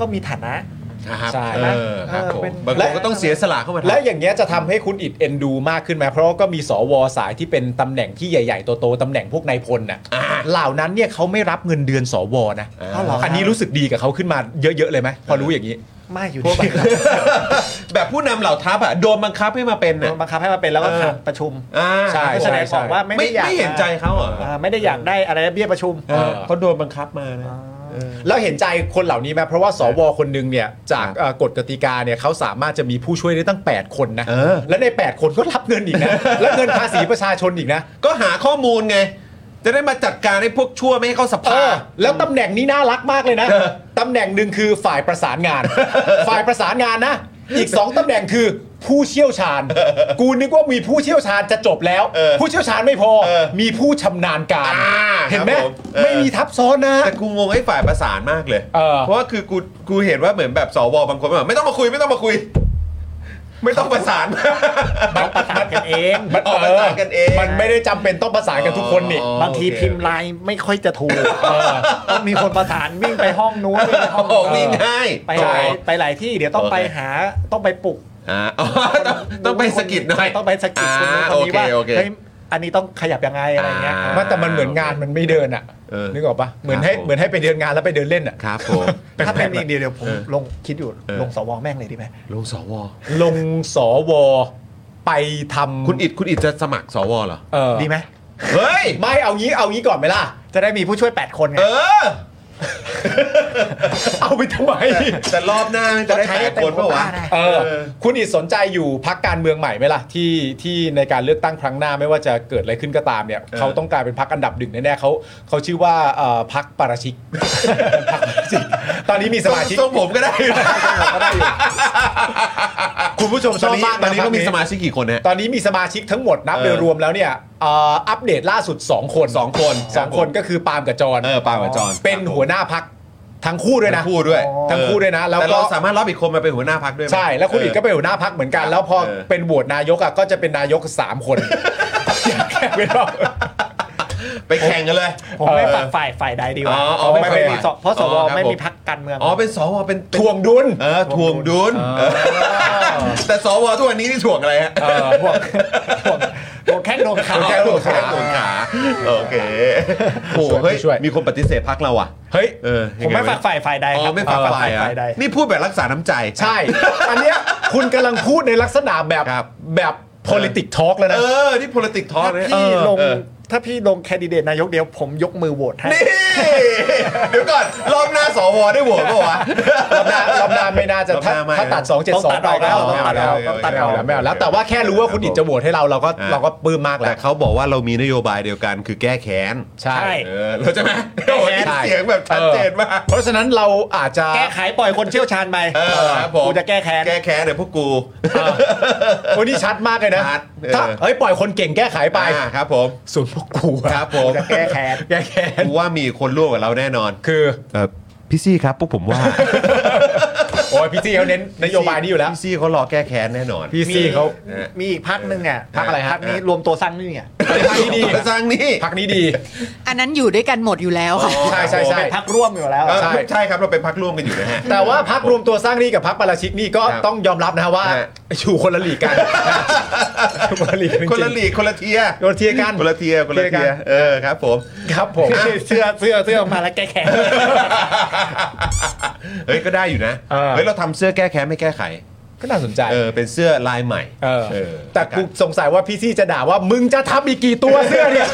D: ก็มีฐานะ
A: นะครับ
B: ใช่
A: เออครับผม
D: เออเป็น
A: บางค
D: และ
A: นก็ต้องเสียสละเข้ามา
B: แล้ว
A: ทำ
B: อย่างเงี้ยจะทำให้คุณอิดเอ็นดูมากขึ้นไหมเพราะว่าก็มีสวสายที่เป็นตำแหน่งที่ใหญ่ๆโตๆตำแหน่งพวกนายพลน่ะเหล่านั้นเนี่ยเขาไม่รับเงินเดือนสวนะ
A: อ้าวเหรอครับ
B: นนี้รู้สึกดีกับเขาขึ้นมาเยอะๆเลยไหมพอรู้อย่างนี้
D: ไม่อยู่
A: พวก
D: ดี
A: แบบแบบผู้นำเหล่าทัพอะโดนบังคับให้มาเป็น
D: โด
A: น่ะ
D: นบังคับให้มาเป็นแล้วก็ขาดประชุม
A: อ่า
B: ใช่
D: แสดงออกว่าไม่
A: ไม่
D: ได้อยาก
A: ไม่เห็นใจเขาเหรอ
D: อ่าไม่ได้อยากได้อะไรนะเบี้ยประชุม
A: เออเขาโดนบังคับมานะเออ
B: แล้วเห็นใจคนเหล่านี้ไหมเพราะว่าสวคนหนึงเนี่ยจากเอ่อกฎกติกาเนี่ยเขาสามารถจะมีผู้ช่วยได้ตั้ง 8 คนนะ
A: เออ
B: และใน 8 คนก็รับเงินอีกนะ และเงินภาษีประชาชนอีกนะ
A: ก็หาข้อมูลไง จะได้มาจัดการให้พวกชั่วไม่ให้เข้าส
B: เอ
A: ภา
B: อแล้วตำแหน่งนี้น่ารักมากเลยนะ
A: เออ
B: ตำแหน่งหนึ่งคือฝ่ายประสาน งาน ฝ่ายประสานงานนะ อีกสองตำแหน่งคือผู้เชี่ยวชาญ กูนึกว่ามีผู้เชี่ยวชาญจะจบแล้ว
A: เออ
B: ผู้เชี่ยวชาญไม่พอ
A: เออ
B: มีผู้ชำนาญการ
A: อ่า
B: เห็นไหม
A: ครับผมเออ
B: ไม่มีทับซ้อนนะ
A: แต่กูงงไอ้ฝ่ายประสานมากเลย
B: เออ
A: เพราะว่าคือกูกูเห็นว่าเหมือนแบบสวบางคนแบบไม่ต้องมาคุยไม่ต้องมาคุย ไม่ต้องประ สาน
D: มันประสานกันเอง
B: มัน
A: ออกประสานกันเอง
B: มันไม่ได้จำเป็นต้องประสานกันทุกคนนี่
A: อ๋อ
D: บางที
A: โอเค
D: พิมพ์ไลน์ไม่ค่อยจะถูกต้องมีคนประสานวิ่งไปห้องนู้นวิ่งไปห้อง
A: โอ้
D: นี้
A: วิ่งง่าย
D: ไปหลายไปหลายที่เดี๋ยวต้องไปหาต้องไปปลุก
A: อ่า อ๋อต้องต้องไปสะกิดหน่อย
D: ต้องไปสะกิดคนนู้น
A: อ่า
D: ค
A: โอน เค
D: นี้ว่า
A: โอเค
D: เฮ้ยอันนี้ต้องขยับยังไงอะไรเงี้ย
A: อ่า
B: มันแต่มันเหมือนงานมันไม่เดินอ่ะ
A: เออ
B: นึกออกปะเหมือนให้
A: ครับผม
B: เหมือนให้ไปเดินงานแล้วไปเดินเล่นอ่ะ
A: ครับผม
D: ถ้าเป็นอีกเดียวเดี๋ยวผม
A: เออ
D: ลงคิดอยู่
A: เออ
D: ลงสวแม่งเลยดีไหม
A: ลงสว
B: ลงสวไปทำ
A: คุณอิดคุณอิดจะสมัครสวเหรอ
B: เออ
D: ดีไหม
A: เฮ้ย
B: ไม่เอางี้เอางี้ก่อนไหม ล่ะ
D: จะได้มีผู้ช่วย 8 คนไง
A: เออ
B: เอาไปทำไม
A: แต่รอบหน้ามันจะได้แปดคนเปล่าวะ
B: เออ
A: เออ
B: คุณอิดสนใจอยู่พักการเมืองใหม่ไหมล่ะที่ที่ในการเลือกตั้งครั้งหน้าไม่ว่าจะเกิดอะไรขึ้นก็ตามเนี่ยเขาต้องกลายเป็นพักอันดับหนึ่งแน่ๆเขาเขาชื่อว่าเอ่อพักปาราชิก พรรคปาราชิก ตอนนี้มีสมาชิก
A: ทรงผมก็ได้ คุณผู้ชมชอบมาก
B: ต
A: ต
B: อ
A: อน น
B: นี้
A: นี้ก็มีสมาชิกกี่คนนะ
B: ตอนนี้มีสมาชิกทั้งหมดนับ
A: เออ
B: โดยรวมแล้วเนี่ยเอ่ออัปเดตล่าสุด 2 คน
A: สองคน
B: สอง
A: ครับผม
B: คนก็คือปาล์มกับจร
A: เออปาล์มกับจร
B: เป็นหัวหน้าพักทั้งคู่ด้วยนะ
A: ทั้งคู่ด้วย
B: ทั้งคู่ด้วยนะแล้วก็
A: ต่เราสามารถรับอีกคนมาเป็นหัวหน้าพักด้วยไหม
B: ใช่แล้วคุณอิกก็เป็นหัวหน้าพักเหมือนกัน แล้วพอ
A: เออ
B: เป็นโหวตนายกอ่ะก็จะเป็นนายก 3 คนแค่ไม่รอบ
A: ไปแข่งกันเลย
D: ผมไม่ฝักฝ่ายฝ่ายใดดีกว่า
A: อ๋ออ๋อ
D: เพราะไม่
A: ไม่
D: มี
A: ไม่
D: สเพราะสว
A: อ๋อครับ
D: ไม่มี
A: ผม
D: พักการเมือง
A: อ๋อเป็นสวเป็นเป็น
B: ทวงดุล
A: เออทวงดุลเออแต่สวทุกวันนี้นี่ถ่วงอะไรฮะ
B: เออพวกพวก
D: โดนแข้งโดนขา
A: แค่ถ่วงขาถ่วงขาโอเคโอ้โหเฮ้ย
B: ช่วย
A: มีคนปฏิเสธพักเราอ่ะ
B: เฮ้ย
A: เออ
D: ผมไม่ฝักฝ่ายฝ่ายใด
A: อ๋
D: ค
A: อ
D: รับ
A: ไม่ฝักฝ่าย
D: ฝ่ายใด
A: อ่ะนี่พูดแบบรักษาน้ำใจ
B: ใช่ อันเนี้ยคุณกำลังพูดในลักษณะแบบ
A: ครับ
B: แบบ politic talk แล้วนะ
A: เออ นี่ politic talk
D: ถ้า
A: นะ
D: พี่ลง
A: เออ
D: ถ้าพี่ลงแคนดิเดตนายกเดียวผมยกมือโหวตให้
A: นี่ เดี๋ยวก่อน รอบหน้าสวได้โหวตปะวะ
B: รอบหน้ารอบหน้าไม่น่าจะ
A: รอบห
B: ถ้า
A: น้าไม่
B: ถ้าตัด
D: ต้องตั
B: 272
D: ด
B: ไป
D: ออก
B: แล้ว
D: แล้ว
B: ไม่
A: ต้องตั
B: เอาแล้ว
A: ดอ
B: ไม่เอา
A: อก
B: แล้วไม่เอาแล้ว
A: โอเค
B: แต่ว่าแค่รู้ว่าคุณอิดจะโหวตให้เราเราก็
A: อ่า
B: เราก็ปลื้มมากแห
A: แต่
B: ละ
A: เขาบอกว่าเรามีนโยบายเดียวกันคือแก้แค้น
B: ใช่
D: ใช่
A: เออเราใช่ไหม
D: แก้
A: โอ้
D: แค้
A: ย
D: น
A: เสียงแบบชัดเจนมาก
B: เพราะฉะนั้นเราอาจจะ
D: แก้ไขปล่อยคนเชี่ยวชาญไป
A: เออครับผม
D: กูจะแก้แค้น
A: แก้แค้นเดี๋ยวพวกกู
B: โอ้ยนี่ชัดมากเลยนะ
A: ชัดเออ
B: ถ้าเฮ้ยปล่อยคนเก่งแก้ไขไป
A: อ่าครับผม
B: ส่วนพวกกูอะ
A: ครับผม
D: จะแก้แค้น
B: แก้แค้น
A: กูว่ามีคนร่วมกับเราแน่นอน
B: คือ
A: เออพี่ซี่ครับพวกผมว่า
B: โอ้ยพี่ซี่เขาเน้น นโยบายนี้อยู่แล้ว
A: พี่ซี่เขารอแก้แค้นแน่นอน
B: พี่ซี่เขา
D: มีอีกพักหนึ่งอ่ะ
B: พรรคอะไรฮะ
D: พักนี้รวมตัวสร้างนี่อ่ะ
B: พักนี้ดี
A: สร้างนี่
B: พักนี้ดี
C: อันนั้นอยู่ด้วยกันหมดอยู่แล้วค่ะ
B: ใช่ใช่ใช่
D: เป็นพักร่วมอยู่แล้ว
A: เออ
D: อะ
A: ใช่ใช่ครับเราเป็นพักร่วมกันอยู่นะฮะ
B: แต่ว่าพักรวมตัวสร้างหนี้กับพักปาราชิกนี่ก็
A: ครับ
B: ต้องยอมรับนะว่า
A: ฮะ
B: อยู่คนละหลีกกันอยู่คนละหลีกจริง ๆ
A: คนละลีกคนละเทียร์
B: คนละเทียกัน
A: คนละเทียร์คนละเทียร์เออครับผม
B: ครับผม
D: เสื้อเสื้อเสื้อมาแล้วแก้แค้น
A: เฮ้ยก็ได้อยู่นะ
B: เออ
A: เฮ้ยเราทำเสื้อแก้แค้นไม่แก้ไข
B: ก็น่าสนใจ
A: เออเป็นเสื้อลายใหม่
B: เออ
A: เออ
B: แต่กูสงสัยว่าพี่ซี่จะด่าว่ามึงจะทำอีกกี่ตัว เสื้อ เนี่ย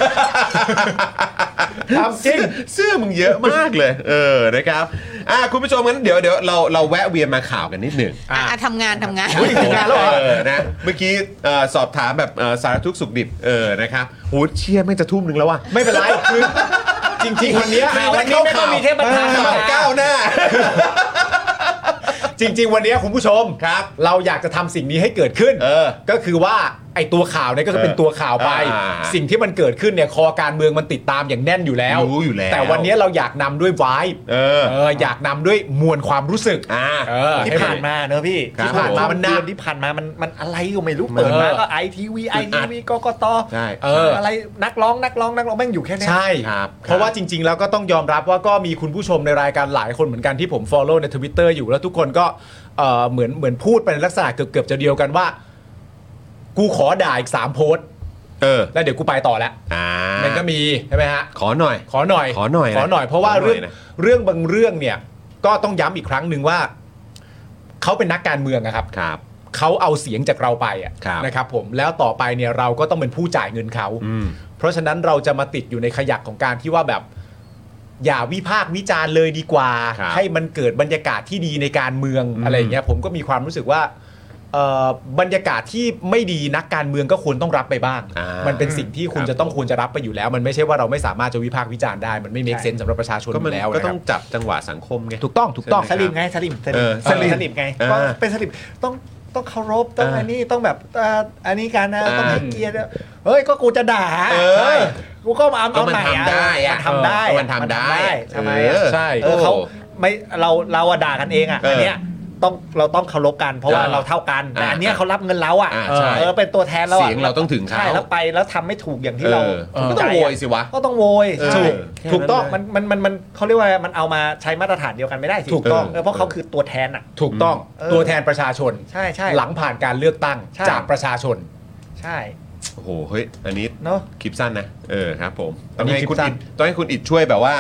B: ทำจริง
A: เสื้อมึงเยอะมากเลย เออนะครับอ่ะคุณผู้ชมงั้นเดี๋ยวเดี๋ยวเราเราแวะเวียนมาข่าวกันนิดหนึ่ง
C: อ่ะอ่ะทำงานทำงาน
B: อุ๊ยถึงงานแล้วเหรอ
A: เออนะเมื่อกี้เอ่อสอบถามแบบเอ่อสารทุกข์สุขดิบเออนะครับโหเชี่ยไม่งจะทุ่มหนึ่งแล้วว่ะ
B: ไม่เป็นไรคือจริงๆวันเนี้ย
D: ข่าววันนี้ไม่ต้องมีเทพบรรทัด
A: ข่าวก้าวหน้า
B: จริง ๆ วันเนี้ยคุณผู้ชม
A: ครับ
B: เราอยากจะทำสิ่งนี้ให้เกิดขึ้น
A: เออ
B: ก็คือว่าไอ้ตัวข่าวเนี่ยก็คือเป็นตัวข่าวไป
A: อ่า
B: สิ่งที่มันเกิดขึ้นเนี่ยคอการเมืองมันติดตามอย่างแน่นอยู่แล้ว
A: รู้อยู่แล้ว
B: แต่วันเนี้ยเราอยากนำด้วยวาย
A: เออ
B: อยากนำด้วยมวลความรู้สึก
A: อ่า
B: เออ
D: ที่ผ่านมาเนอะพี่
A: ครับ
D: ที่ผ่านมา
B: ผม
D: มัน
B: เดื
D: เดื
B: อ
D: อน น
B: ที่
D: ที่
B: ผ่า
D: ผ่าน น
B: มา
D: มา
B: มั
D: มัน นมันอะไรก็ไม่รู้เปิดมาก็ไอทีวีไอทีวีกกต
A: ใช่
B: เอออ
D: อะไรนักร้องนักร้องนักร้องแม่งอยู่แค่เนี้ย
B: ใช่
A: ครับ
B: เพราะว่าจริง ๆ แล้วก็ต้องยอมรับว่าก็มีคุณผู้ชมในรายการหลายคนเหมือนกันที่ผม Follow ใน Twitter อยู่แล้วทุกคนก็เอ่อเหมือนเหมือนพูดไปในลักษณะเกือบๆจะเดียวกันว่า กูขอด่าอีก 3 โพสต์
A: เออ
B: แล้วเดี๋ยวกูไปต่อแล้ว
A: อ่า
B: มันก็มีใช่ไหมฮะ
A: ขอหน่อย
B: ขอหน่อย
A: ขอหน่อยนะ
B: ขอหน่อย เพราะว่า
A: ขอหน่อ
B: เรื่
A: ย
B: อง
A: นะ
B: เรื่องบางเรื่องเนี่ยก็ต้องย้ำอีกครั้งหนึ่งว่าเขาเป็นนักการเมืองนะครับ
A: ครับ
B: เขาเอาเสียงจากเราไปอะ
A: ครับ
B: นะครับผมแล้วต่อไปเนี่ยเราก็ต้องเป็นผู้จ่ายเงินเขา
A: อืม
B: เพราะฉะนั้นเราจะมาติดอยู่ในขยักของการที่ว่าแบบ อย่าวิพากษ์วิจารณ์เลยดีกว่า
A: ครับ
B: ให้มันเกิดบรรยากาศที่ดีในการเมือง
A: อืม
B: อะไรอย่างเงี้ยผมก็มีความรู้สึกว่า เอ่อบรรยากาศที่ไม่ดีนักการเมืองก็ควรต้องรับไปบ้าง
A: อ่ามั
B: มันเป็นสิ่งที่คุณ
A: ครับ
B: จะต้องควรจะรับไปอยู่แล้ว มันไม่ใช่ว่าเราไม่สามารถจะวิพากษ์วิจารณ์ได้ มันไม่เมคเซนสำหรับประชาชน
A: ก็
B: อ
A: มัน
B: ยู่แล้ว
A: ก็
B: นะค
A: ต้
B: รั
A: อบ งจับจังหวะสังคมไง
B: ถูกต้องถูกต้อง
A: ใช่
D: ส
A: ห
D: ลิมไงสลิมสลิ
A: เอ
D: ม
A: อ
D: สลิม
A: สลิม
D: สลิมไง
A: เออ
D: ก็เป็นสลิมต้องต้องเคารพต้อง
A: เอออั
D: อันนี้ต้องแบบเอ่ออันนี้กันนะ
A: เออ
D: ต้องให้เกียรติเฮ้ยก็กูจะด่า
A: เออ
D: ใช่กูก็มา
A: ก็
D: เอา
A: มัน
D: ใหม่
A: ทำได้อะ
D: มันทำได้
A: เออมันทำได้
D: ใช่ไหม
A: เออ
D: ใช่เออ
A: โอ้
D: เขาไม่เราเราอะด่ากันเองอ่ะ
A: เอออั
D: อันเนี้ยต้องเราต้องเคารพกันเพราะว่า
A: เออ
D: เราเท่ากันแต่
A: อ่า
D: อันเนี้ยเขารับเงินเราอ่ะ
A: อ่าใช่
D: เออเป็นตัวแทนเราอะ
A: เสียงเราต้องถึงเขา
D: ใช่แล้วไปแล้วทำไม่ถูกอย่างที่
A: เออ
D: เรา
A: เออก็ต้อง
D: ใจะ
A: โวยสิวะ
D: ก็ต้องโวย
A: เออ
D: ใช่
A: แค่นั้น
D: ถูกต้อง
A: เลย
D: มันมันมันมันเขาเรียกว่ามันเอามาใช้มาตรฐานเดียวกันไม่ได้สิ
B: ถูกต้อง
D: เออเพราะเขาคือตัวแทนอ่ะ
B: ถูกต้อง
D: เออ
B: ตัวแทนประชาชน
D: ใช่ใช่
B: หลังผ่านการเลือกตั้ง
D: ใช่
B: จากประชาชน
D: ใช่
A: โอ้โหเฮ้ยอันนี้
D: เนาะ
A: คลิปสั้นนะเออครับผม
B: อั
A: ต้อน ง
B: นี้
A: ให้คุณ
B: คลิปสั้
A: อิ
B: น
A: ดต้องให้คุณอิดช่วยแบบว่า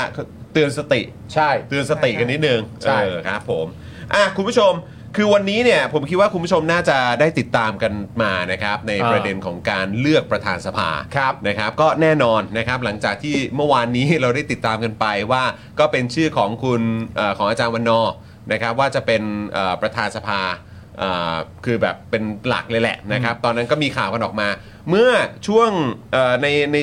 A: เตือนสติ
B: ใช่
A: เตือนสติกันนิดนึง
B: ใช่
A: เออครับผมอ่ะคุณผู้ชม คือวันนี้เนี่ยผมคิดว่าคุณผู้ชมน่าจะได้ติดตามกันมานะครับในประเด็นของการเลือกประธานสภาครับนะครับ ก็แน่นอนนะครับหลังจากที่เมื่อวานนี้ เราได้ติดตามกันไปว่าก็เป็นชื่อของคุณเออของอาจารย์วันนอร์นะครับว่าจะเป็นเอ่อประธานสภาเอ่อคือแบบเป็นหลักเลยแหละนะครับตอนนั้นก็มีข่าวกันออกมา เมื่อช่วงเอ่อในใน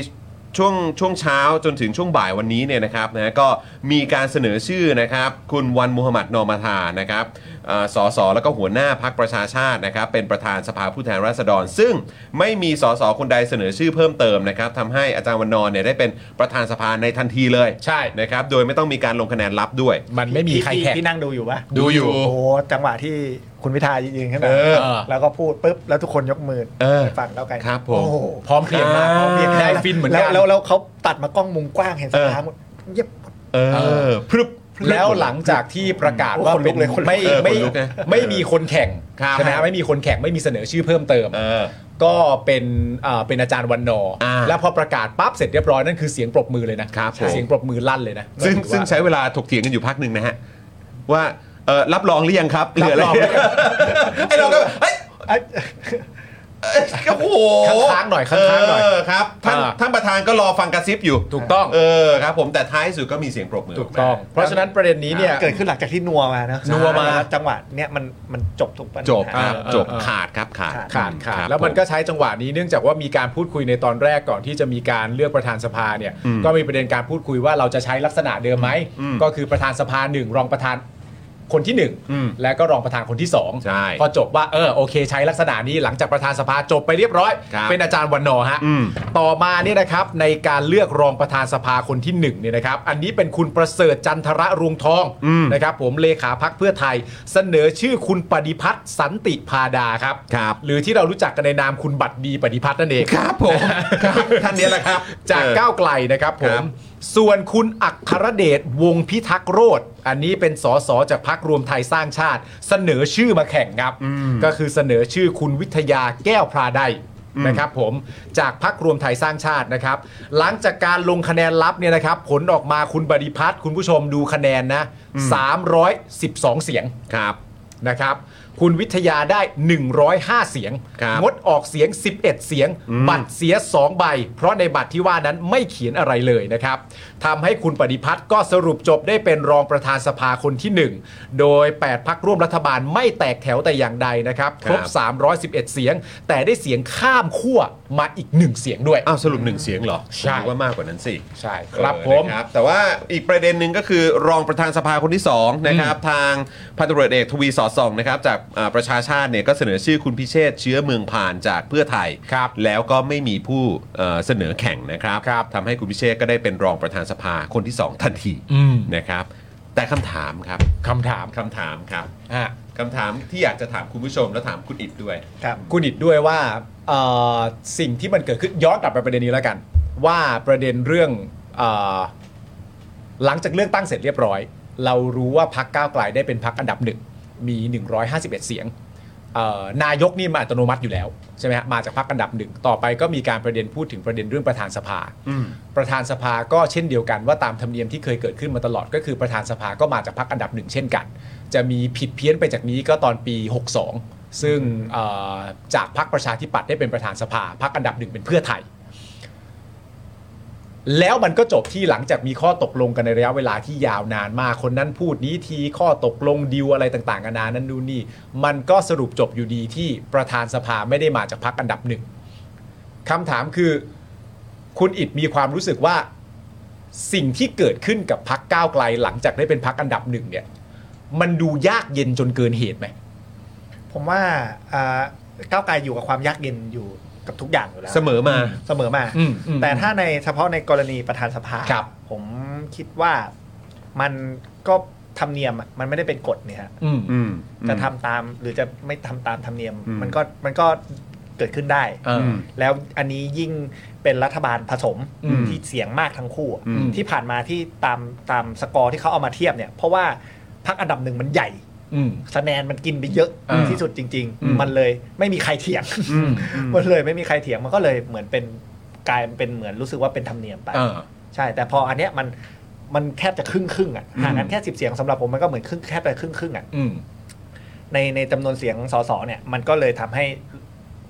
A: ช่วงช่วงเช้าจนถึงช่วงบ่ายวันนี้เนี่ยนะครับนะก็มีการเสนอชื่อนะครับ คุณวันมูฮัมหมัดนอมาธานะครับเอ่อสสแล้วก็หัวหน้าพักประชาชาตินะครับ เป็นประธานสภาผู้แทนราษฎร ซึ่งไม่มีสสคนใดเสนอชื่อเพิ่มเติมนะครับทำให้อาจารย์วันนอร์เนี่ยได้เป็นประธานสภาในทันทีเลย
B: ใช่
A: นะครับโดยไม่ต้องมีการลงคะแนนลับด้วย
B: มันไม่มี
D: พี่
B: ใคร
D: พี่
B: แข่ง
D: พี่นั่งดูอยู่ปะ
A: ดูอยู่
D: โอ้โหจังหวะที่คุณพิธายิงขึ้นมา
B: เออ
D: แล้วก็พูดปุ๊บแล้วทุกคนยกมือ
A: เออ
D: ฝั่งแล้วกัน
A: ครับผม
D: โอ้โห
B: พร้อมเพรียงมาก
A: อ่า
B: พร้อมเพรียงได้ฟินเหมือน
D: แล้ว
B: กัน
D: แล้วแล้วเขาตัดมากล้องมุมกว้างเห็นสนามหมดเย็บ
A: เออพรึบ
B: แล้วหลังจากที่ประกาศ
D: โอ้
B: ว่า
D: ขนลุ
B: เป็น
D: กเลยขนลุก
B: ไม่
A: เออ
B: ไม่
A: ขนลุกนะ
B: ไม่มีคนแข่ง
A: ครับ
B: ใช่ไหมฮะไม่มีคนแข่งไม่มีเสนอชื่อเพิ่มเติม
A: เออ
B: ก็เป็นอ่าเป็นอาจารย์วันนอร์
A: อ่า
B: แล้วพอประกาศปั๊บเสร็จเรียบร้อยนั่นคือเสียงปรบมือเลยนะครับ
A: ผม
B: เสียงปรบมือลั่นเลยนะ
A: ซึ่ง
B: ถือว่า
A: ซึ่งใช้เวลาถกเถียงกันอยู่พักหนึ่งนะฮะว่าเออรับรองหรือยังครับหรืออะไร
B: รับรอง
A: ไอ้เราก็เฮ้ย
D: ไอ้
A: โอ้โห
B: ค้างๆหน่อยค้างๆหน่อย
A: เครับท่าน
B: อ่า
A: ท่านประธานก็รอฟังกระซิบอยู่
B: ถูกต้อง
A: เออครับผมแต่ท้ายสุดก็มีเสียงปรบมือ
B: ถูกต้อง
A: มา
B: เพราะฉะนั้นประเด็นนี้เนี่ย
D: เกิดขึ้นหลังจากที่นัวมาเนอะ
B: นัวมา
D: แล้จังหวะเนี้ยมันมันจบทุกปัญหา
A: จบครับ
B: เออเออ
A: จบ
B: เออ
A: ขาดครับขาด
B: ขาดขา
A: ค
B: ด
A: รับ
B: แล้วมัน
A: ผ
B: ก็ใช้จังหวะนี้เนื่องจากว่ามีการพูดคุยในตอนแรกก่อนที่จะมีการเลือกประธานสภาเนี่ย
A: อืม
B: ก็มีประเด็นการพูดคุยว่าเราจะใช้ลักษณะเดิมไหม
A: อืม
B: ก็คือประธานสภาหนึ่งรองประธานคนที่หนึ่ง
A: อืม
B: และก็รองประธานคนที่สอง
A: ใช่
B: พอจบว่าเออโอเค ใช้ลักษณะนี้หลังจากประธานสภาจบไปเรียบร้อย
A: ครับ
B: เป็นอาจารย์วันนอร์ฮะ
A: อืม
B: ต่อมาเนี่ยนะครับในการเลือกรองประธานสภาคนที่หนึ่งเนี่ยนะครับอันนี้เป็นคุณประเสริฐจันทระรวงทอง นะครับผมเลขาพักเพื่อไทยเสนอชื่อคุณปฏิพัฒน์สันติพาดาครับ
A: ครับ
B: หรือที่เรารู้จักกันในนามคุณบัตรดีปฏิพัฒน์นั่นเอง
A: ครับผมครับท่านเนี้แหละครับ
B: จาก
A: เออ
B: ก้าวไกลนะครับผ
A: ครั
B: ม
A: บ
B: ส่วนคุณอัครเดชวงศ์พิทักษ์โรธอันนี้เป็นสสจากพักรวมไทยสร้างชาติ เสนอชื่อมาแข่งครับ ก็คือเสนอชื่อคุณวิทยาแก้วพราไดนะครับผมจากพักรวมไทยสร้างชาตินะครับ หลังจากการลงคะแนนลับเนี่ยนะครับ ผลออกมาคุณบดิพัฒน์คุณผู้ชมดูคะแนนนะ 312 เสียง
A: ครับ
B: นะครับ คุณวิทยาได้ 105 เสียง
A: ครับ
B: งดออกเสียง 11 เสียง บัตรเสีย 2 ใบ เพราะในบัตรที่ว่านั้นไม่เขียนอะไรเลยนะครับทำให้คุณปฏิพัฒน์ก็สรุปจบได้เป็นรองประธานสภาคนที่ 1 โดย 8 พักร่วมรัฐบาลไม่แตกแถวแต่อย่างใดนะครับ ครบ
A: ครับ
B: 311 เสียง แต่ได้เสียงข้ามขั้วมาอีก 1 เสียงด้วย
A: อ้าวสรุปหนึ่งเสียงเหรอ
B: ใช่
A: หรือว่ามากกว่านั้นสิ
B: ใช่ครับผม
A: เออนะครับแต่ว่าอีกประเด็นหนึ่งก็คือรองประธานสภาคนที่สองนะครับทางพันตำรวจเอกทวีสอดส่องนะครับจากอ่าประชาชาติเนี่ยก็เสนอชื่อคุณพิเชษฐ์เชื้อเมืองผ่านจากเพื่อไทย
B: ครับ
A: แล้วก็ไม่มีผู้เอ่อเสนอแข่งนะครับ
B: ครับ
A: ทำให้คุณพิเชษฐ์ก็ได้เป็นรองประธานสภาคนที่สองทันที
B: อืม
A: นะครับแต่คำถามครับ
B: คำถาม
A: คำถามครับ
B: อ่ะ
A: คำถามที่อยากจะถามคุณผู้ชมและถามคุณอิดด้วย
B: คุณอิดด้วยว่าเอ่อสิ่งที่มันเกิดขึ้นย้อนกลับไปประเด็นนี้แล้วกัน ว่าประเด็นเรื่องเออหลังจากเลือกตั้งเสร็จเรียบร้อย เรารู้ว่าพักก้าวไกลได้เป็นพักอันดับหนึ่งมี 151 เสียงเอ่อนายกนี่มาอัตโนมัติอยู่แล้วใช่ไหมฮะมาจากพักอันดับหนึ่งต่อไปก็มีการประเด็นพูดถึงประเด็นเรื่องประธานสภา ประธานสภาก็เช่นเดียวกันว่าตามธรรมเนียมที่เคยเกิดขึ้นมาตลอดก็คือประธานสภาก็มาจากพรรคอันดับหนึ่งเช่นกัน จะมีผิดเพี้ยนไปจากนี้ก็ตอนปี 62 ซึ่งเอ่อจากพรรคประชาธิปัตย์ได้เป็นประธานสภาพรรคอันดับหนึ่งเป็นเพื่อไทย แล้วมันก็จบที่หลังจากมีข้อตกลงกันในระยะเวลาที่ยาวนานมาก คนนั้นพูดนี้ทีข้อตกลงดีลอะไรต่างๆกันานานั้นดูนนี่ มันก็สรุปจบอยู่ดีที่ประธานสภาไม่ได้มาจากพรรคอันดับหนึ่งคำถามคือ คุณอิดมีความรู้สึกว่าสิ่งที่เกิดขึ้นกับพักก้าวไกล หลังจากได้เป็นพักอันดับหนึ่งเนี่ย มันดูยากเย็นจนเกินเหตุไหม
D: ผมว่าอ่าก้าวไกลอยู่กับความยากเย็นอยู่กับทุกอย่างอยู่แล้ว
A: เสมอมา
D: เสมอมา
B: อืมอืม
D: แต่ถ้าในเฉพาะในกรณีประธานสภา
B: ครับ
D: ผมคิดว่ามันก็ธรรมเนียมอะมันไม่ได้เป็นกฎเนี่ยฮะ
B: อืม
A: อืม
D: จะทำตามหรือจะไม่ทำตามธรรมเนียม
A: อืม
D: มันก็มันก็เกิดขึ้นได้
B: เออ
D: แล้วอันนี้ยิ่งเป็นรัฐบาลผสม
B: อืม
D: ที่เสียงมากทั้งคู่อะ
B: อืม
D: ที่ผ่านมาที่ตามตามสกอร์ที่เขาเอามาเทียบเนี่ย เพราะว่าพักอันดับหนึ่งมันใหญ่
B: อืม
D: คะแนนมันกินไปเยอะ
B: อ่า
D: ที่สุดจริง
B: อืม
D: ๆ มันเลยไม่มีใครเถียง
A: อืม
D: มันเลยไม่มีใครเถียงมันก็เลยเหมือนเป็นกลายเป็นเหมือนรู้สึกว่าเป็นธรรมเนียมไป
B: เออ
D: ใช่ แต่พออันเนี้ยมันมันแทบจะครึ่งครึ่งๆอ่ะห่างกันแค่สิบเสียงสำหรับผมมันก็เหมือนครึ่งแค่ไปครึ่งครึ่งๆอ่ะ
B: อืม
D: ในในจำนวนเสียงสสเนี่ยมันก็เลยทำให้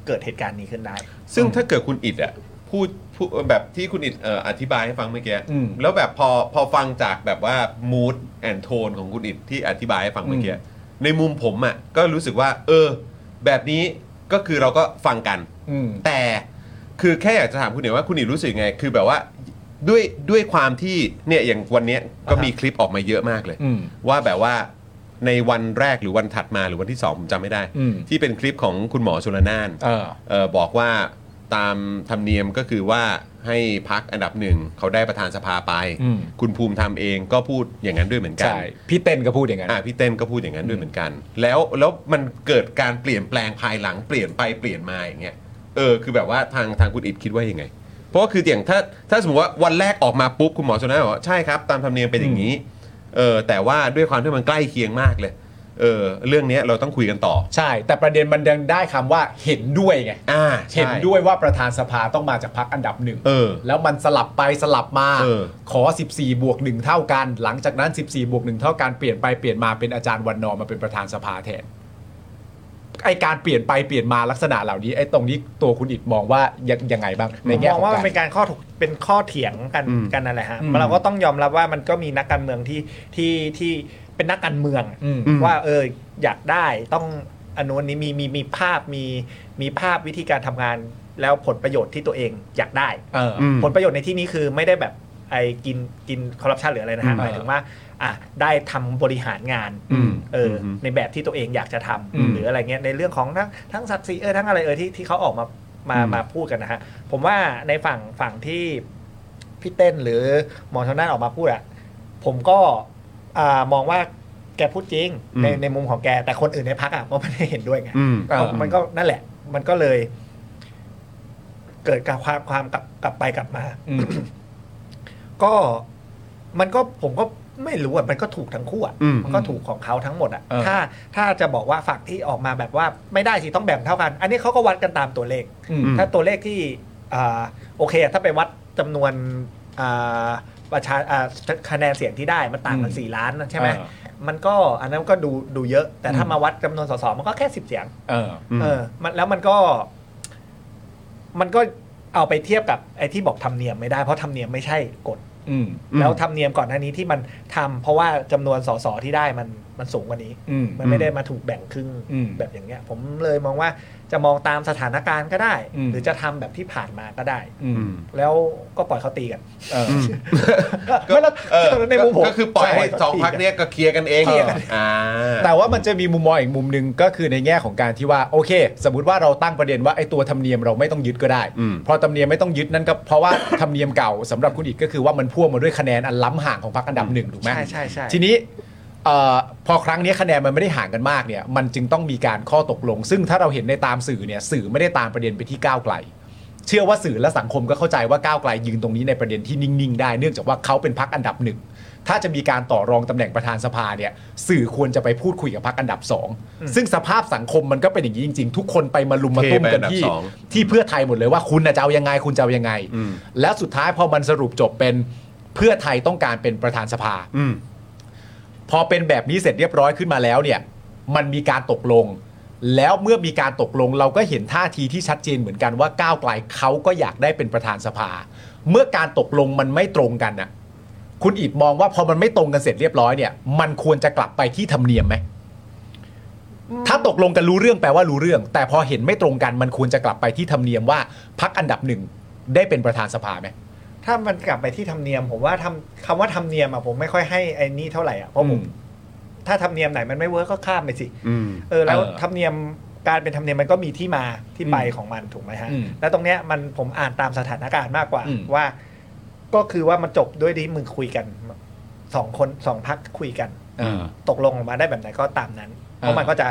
D: เกิดเหตุการณ์นี้ขึ้นได้
A: ซึ่งถ้าเกิดคุณอิดอะพูดพูดแบบที่คุณอิดเอ่ออธิบายให้ฟังเมื่อกี้
B: อืม
A: แล้วแบบพอพอฟังจากแบบว่า mood and tone ของคุณอิดที่อธิบายให้ฟังเมื่อกี้
B: อืม
A: ในมุมผมอะก็รู้สึกว่า เออ แบบนี้ก็คือเราก็ฟังกัน
B: อืม
A: แต่คือแค่อยากจะถามคุณเหนียวว่าคุณหนิวรู้สึกไง คือแบบว่าด้วยด้วยความที่เนี่ยอย่างวันเนี้ยก็มีคลิปออกมาเยอะมากเลย
B: อืม
A: ว่าแบบว่าในวันแรกหรือวันถัดมาหรือวันที่สองผมจำไม่ได้
B: อืม
A: ที่เป็นคลิปของคุณหมอชลนาน
B: เออ
A: เอ่อบอกว่าตามธรรมเนียมก็คือว่าให้พักอันดับหนึ่งเขาได้ประธานสภาไป
B: อืม
A: คุณภูมิธรรมเองก็พูดอย่างนั้นด้วยเหมือนกัน
B: ใช่ พี่เต้นก็พูดอย่างนั้น
A: อ่าพี่เต้นก็พูดอย่างนั้นด้วยเหมือนกัน แล้วแล้วมันเกิดการเปลี่ยนแปลงภายหลังเปลี่ยนไปเปลี่ยนมาอย่างเงี้ยเออคือแบบว่าทางทางคุณอิดคิดว่ายังไง เพราะว่าคืออย่างถ้าถ้าสมมติว่าวันแรกออกมาปุ๊บคุณหมอชนนะบอกว่าใช่ครับตามธรรมเนียมเป็นอย่างนี้เออแต่ว่าด้วยความที่มันใกล้เคียงมากเลยเออเรื่องเนี้ยเราต้องคุยกันต่อ
B: ใช่ แต่ประเด็นมันยังได้คำว่าเห็นด้วยไง
A: อ่าใช่
B: เห็นด้วยว่าประธานสภาต้องมาจากพรรคอันดับหนึ่ง
A: เออ
B: แล้วมันสลับไปสลับมา
A: เออ
B: ขอ 14 บวกหนึ่งเท่ากัน หลังจากนั้น 14 บวกหนึ่งเท่ากันเปลี่ยนไปเปลี่ยนมาเป็นอาจารย์วันนอร์มาเป็นประธานสภาแทนไอการเปลี่ยนไปเปลี่ยนมาลักษณะเหล่านี้ไอตรงนี้ตัวคุณอิดมองว่ายังยังไงบ้างในแง่
D: มอ
B: ข
D: ง
B: อง
D: ว่ามัน
B: การ
D: เป็นการข้อถกเป็นข้อเถียงกันกันนั่นแหละฮะ
B: อืม
D: เราก็ต้องยอมรับว่ามันก็มีนักการเมืองที่ที่ที่เป็นนักการเมือง
B: อืม
D: ว่าเอออยากได้ต้องอนนุนนี้มีมีมีภาพมีมีภาพวิธีการทำงานแล้วผลประโยชน์ที่ตัวเองอยากได้
B: เออ
A: อืม
D: ผลประโยชน์ในที่นี้คือไม่ได้แบบไอ้กินกินคอร์รัปชันหรืออะไรนะ
B: อื
D: ฮะ
B: ม
D: หมายถึงว่าอ่ะได้ทำบริหารงาน
B: อืม
D: เอออ
A: ม
D: ในแบบที่ตัวเองอยากจะทำ
B: อืม
D: หรืออะไรเงี้ยในเรื่องของทั้งทั้งศักดิ์ศรีเออทั้งอะไรเออที่ที่เขาออกมามา
B: อืม
D: มาพูดกันนะฮะผมว่าในฝั่งฝั่งที่พี่เต้นหรือหมอชนน่านออกมาพูดอะผมก็อ่ามองว่าแกพูดจริง
A: อืม
D: ในในมุมของแกแต่คนอื่นในพักอะก็ไม่ได้เห็นด้วยไง
A: อืม
B: เออ
D: มันก็นั่นแหละ มันก็เลย เกิดการความความกลับกลับไปกลับมา
B: อืม
D: ก็มันก็ผมก็ไม่รู้อ่ะมันก็ถูกทั้งคู่อ่ะ
A: อืม
D: มันก็ถูกของเขาทั้งหมดอ่ะ
B: เออ
D: ถ้าถ้าจะบอกว่าฝั่งที่ออกมาแบบว่า ไม่ได้สิต้องแบ่งเท่ากัน อันนี้เขาก็วัดกันตามตัวเลข
B: อืม
D: ถ้าตัวเลขที่อ่าโอเคอะถ้าไปวัดจำนวนอ่าประชาอ่าคะแนนเสียงที่ได้มันต่างกัน
B: อืม
D: สี่ล้านนะใช่ไหม
B: เออ
D: มันก็อันนั้นก็ดูดูเยอะ แต่ถ้า
B: อืม
D: มาวัดจำนวนสสมันก็แค่สิบเสียง
B: เออ
D: เออมันแล้วมันก็ มันก็เอาไปเทียบกับไอ้ที่บอกธรรมเนียมไม่ได้เพราะธรรมเนียมไม่ใช่กฎ
B: อืม
A: อืม
D: แล้วธรรมเนียมก่อนหน้านี้ที่มันทำเพราะว่าจำนวนสสที่ได้มันมันสูงกว่านี้
B: อืม
D: มันไม่ได้มาถูกแบ่งครึ่ง
B: อืม
D: แบบอย่างเงี้ย ผมเลยมองว่าจะมองตามสถานการณ์ก็ได้
B: อืม
D: หรือจะทำแบบที่ผ่านมาก็ได้
B: อืม
D: แล้วก็ปล่อยเขาตีกัน
B: เออ
A: ก็
D: ไม่แล้ว
A: เออ
D: ในมุมผม
A: ก็คือปล่อยให้
D: ขา
A: สองพักเนี้ยก็เคลียร์กันเอง
B: เคลียร์กัน
A: อ่า
B: แต่ว่ามันจะมีมุมมองอีกมุมหนึ่งก็คือในแง่ของการที่ว่าโอเค สมมติว่าเราตั้งประเด็นว่าไอ้ตัวธรรมเนียมเราไม่ต้องยึดก็ได้
A: อืม
B: เพราะธรรมเนียมไม่ต้องยึดนั่นก็เพราะว่า ธรรมเนียมเก่าสำหรับคุณอีกก็คือว่ามันพ่วงมาด้วยคะแนนอันล้ำห่างของพรรคอันดับหนึ่งถูกไหม
D: ใช่ใช่ใช่
B: ทีนี้เอ่อพอครั้งนี้คะแนนมันไม่ได้ห่างกันมากเนี่ย มันจึงต้องมีการข้อตกลง ซึ่งถ้าเราเห็นในตามสื่อเนี่ยสื่อไม่ได้ตามประเด็นไปที่ก้าวไกล เชื่อว่าสื่อและสังคมก็เข้าใจว่าก้าวไกลยืนตรงนี้ในประเด็นที่นิ่งๆได้เนื่องจากว่าเขาเป็นพักอันดับหนึ่งถ้าจะมีการต่อรองตำแหน่งประธานสภาเนี่ยสื่อควรจะไปพูดคุยกับพักอันดับสองซึ่งสภาพสังคมมันก็เป็นอย่างนี้จริง ๆ ทุกคนไปมาลุมมาตุ้มกันที่
A: เทไปอันดับสอง
B: ที่เพื่อไทยหมดเลยว่าคุณน่ะจะเอายังไงคุณจะเอายังไง และสุดท้ายพอมันสรุปจบเป็นเพื่อไทยต้องการเป็นประธานสภา
A: อืม
B: พอเป็นแบบนี้เสร็จเรียบร้อยขึ้นมาแล้วเนี่ย มันมีการตกลง แล้วเมื่อมีการตกลงเราก็เห็นท่าทีที่ชัดเจนเหมือนกันว่าก้าวไกลเขาก็อยากได้เป็นประธานสภา เมื่อการตกลงมันไม่ตรงกันน่ะ คุณอีดมองว่าพอมันไม่ตรงกันเสร็จเรียบร้อยเนี่ย มันควรจะกลับไปที่ธรรมเนียมไหมถ้าตกลงกันรู้เรื่องแปลว่ารู้เรื่อง แต่พอเห็นไม่ตรงกันมันควรจะกลับไปที่ธรรมเนียมว่าพักอันดับหนึ่งได้เป็นประธานสภาไหม
D: ถ้ามันกลับไปที่ธรรมเนียม ผมว่าทำคำว่าธรรมเนียมอะผมไม่ค่อยให้ไอ้นี่เท่าไหร่อ่ะเพราะผมถ้าธรรมเนียมไหนมันไม่เวิร์กก็ข้ามไปสิ
A: อืม
D: เออแล้ว
B: เออ
D: ธรรมเนียมการเป็นธรรมเนียมมันก็มีที่มาที่ไป
B: อืม
D: ของมันถูกไหมฮะ
B: อืม
D: แล้วตรงเนี้ยมันผมอ่านตามสถานการณ์มากกว่า
B: อืม
D: ว่า ก็คือว่ามันจบด้วยที่มึงคุยกันสองคนสองพักคุยกัน
B: เออ
D: ตกลงออกมาได้แบบไหนก็ตามนั้น เพราะ
B: อ่ามั
D: มันก็จะ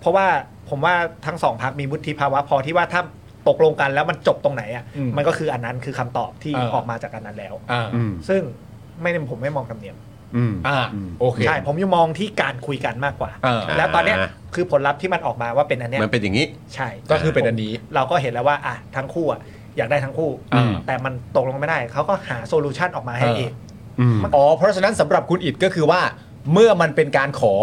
D: เพราะว่าผมว่าทั้งสองพักมีวุฒิภาวะพอที่ว่าถ้าตกลงกันแล้วมันจบตรงไหนอ่ะ
B: อืม
D: มันก็คืออันนั้นคือคำตอบที่
B: เออ
D: ออกมาจากอันนั้นแล้ว
B: อ่า
A: อืม
D: ซึ่งไม่ได้ผมไม่มองธรรมเนียม
A: อืม
B: อ่าโอเค
D: ใช่ผมยังมองที่การคุยกันมากกว่า
B: เออ
D: แล้วตอนเนี้ย
A: อ่า
D: คือผลลัพธ์ที่มันออกมาว่าเป็นอันเนี้ย
A: มันเป็นอย่างนี้
D: ใช่
B: ก็คือเป็นอันนี้
D: เราก็เห็นแล้วว่าอ่ะทั้งคู่อ่ะอยากได้ทั้งคู่
B: อืม
D: แต่มันตกลงไม่ได้ เขาก็หาโซลูชันออกมาให้เอง
A: อืม
B: อ๋อเพราะฉะนั้นสำหรับคุณอิดก็คือว่า เมื่อมันเป็นการขอ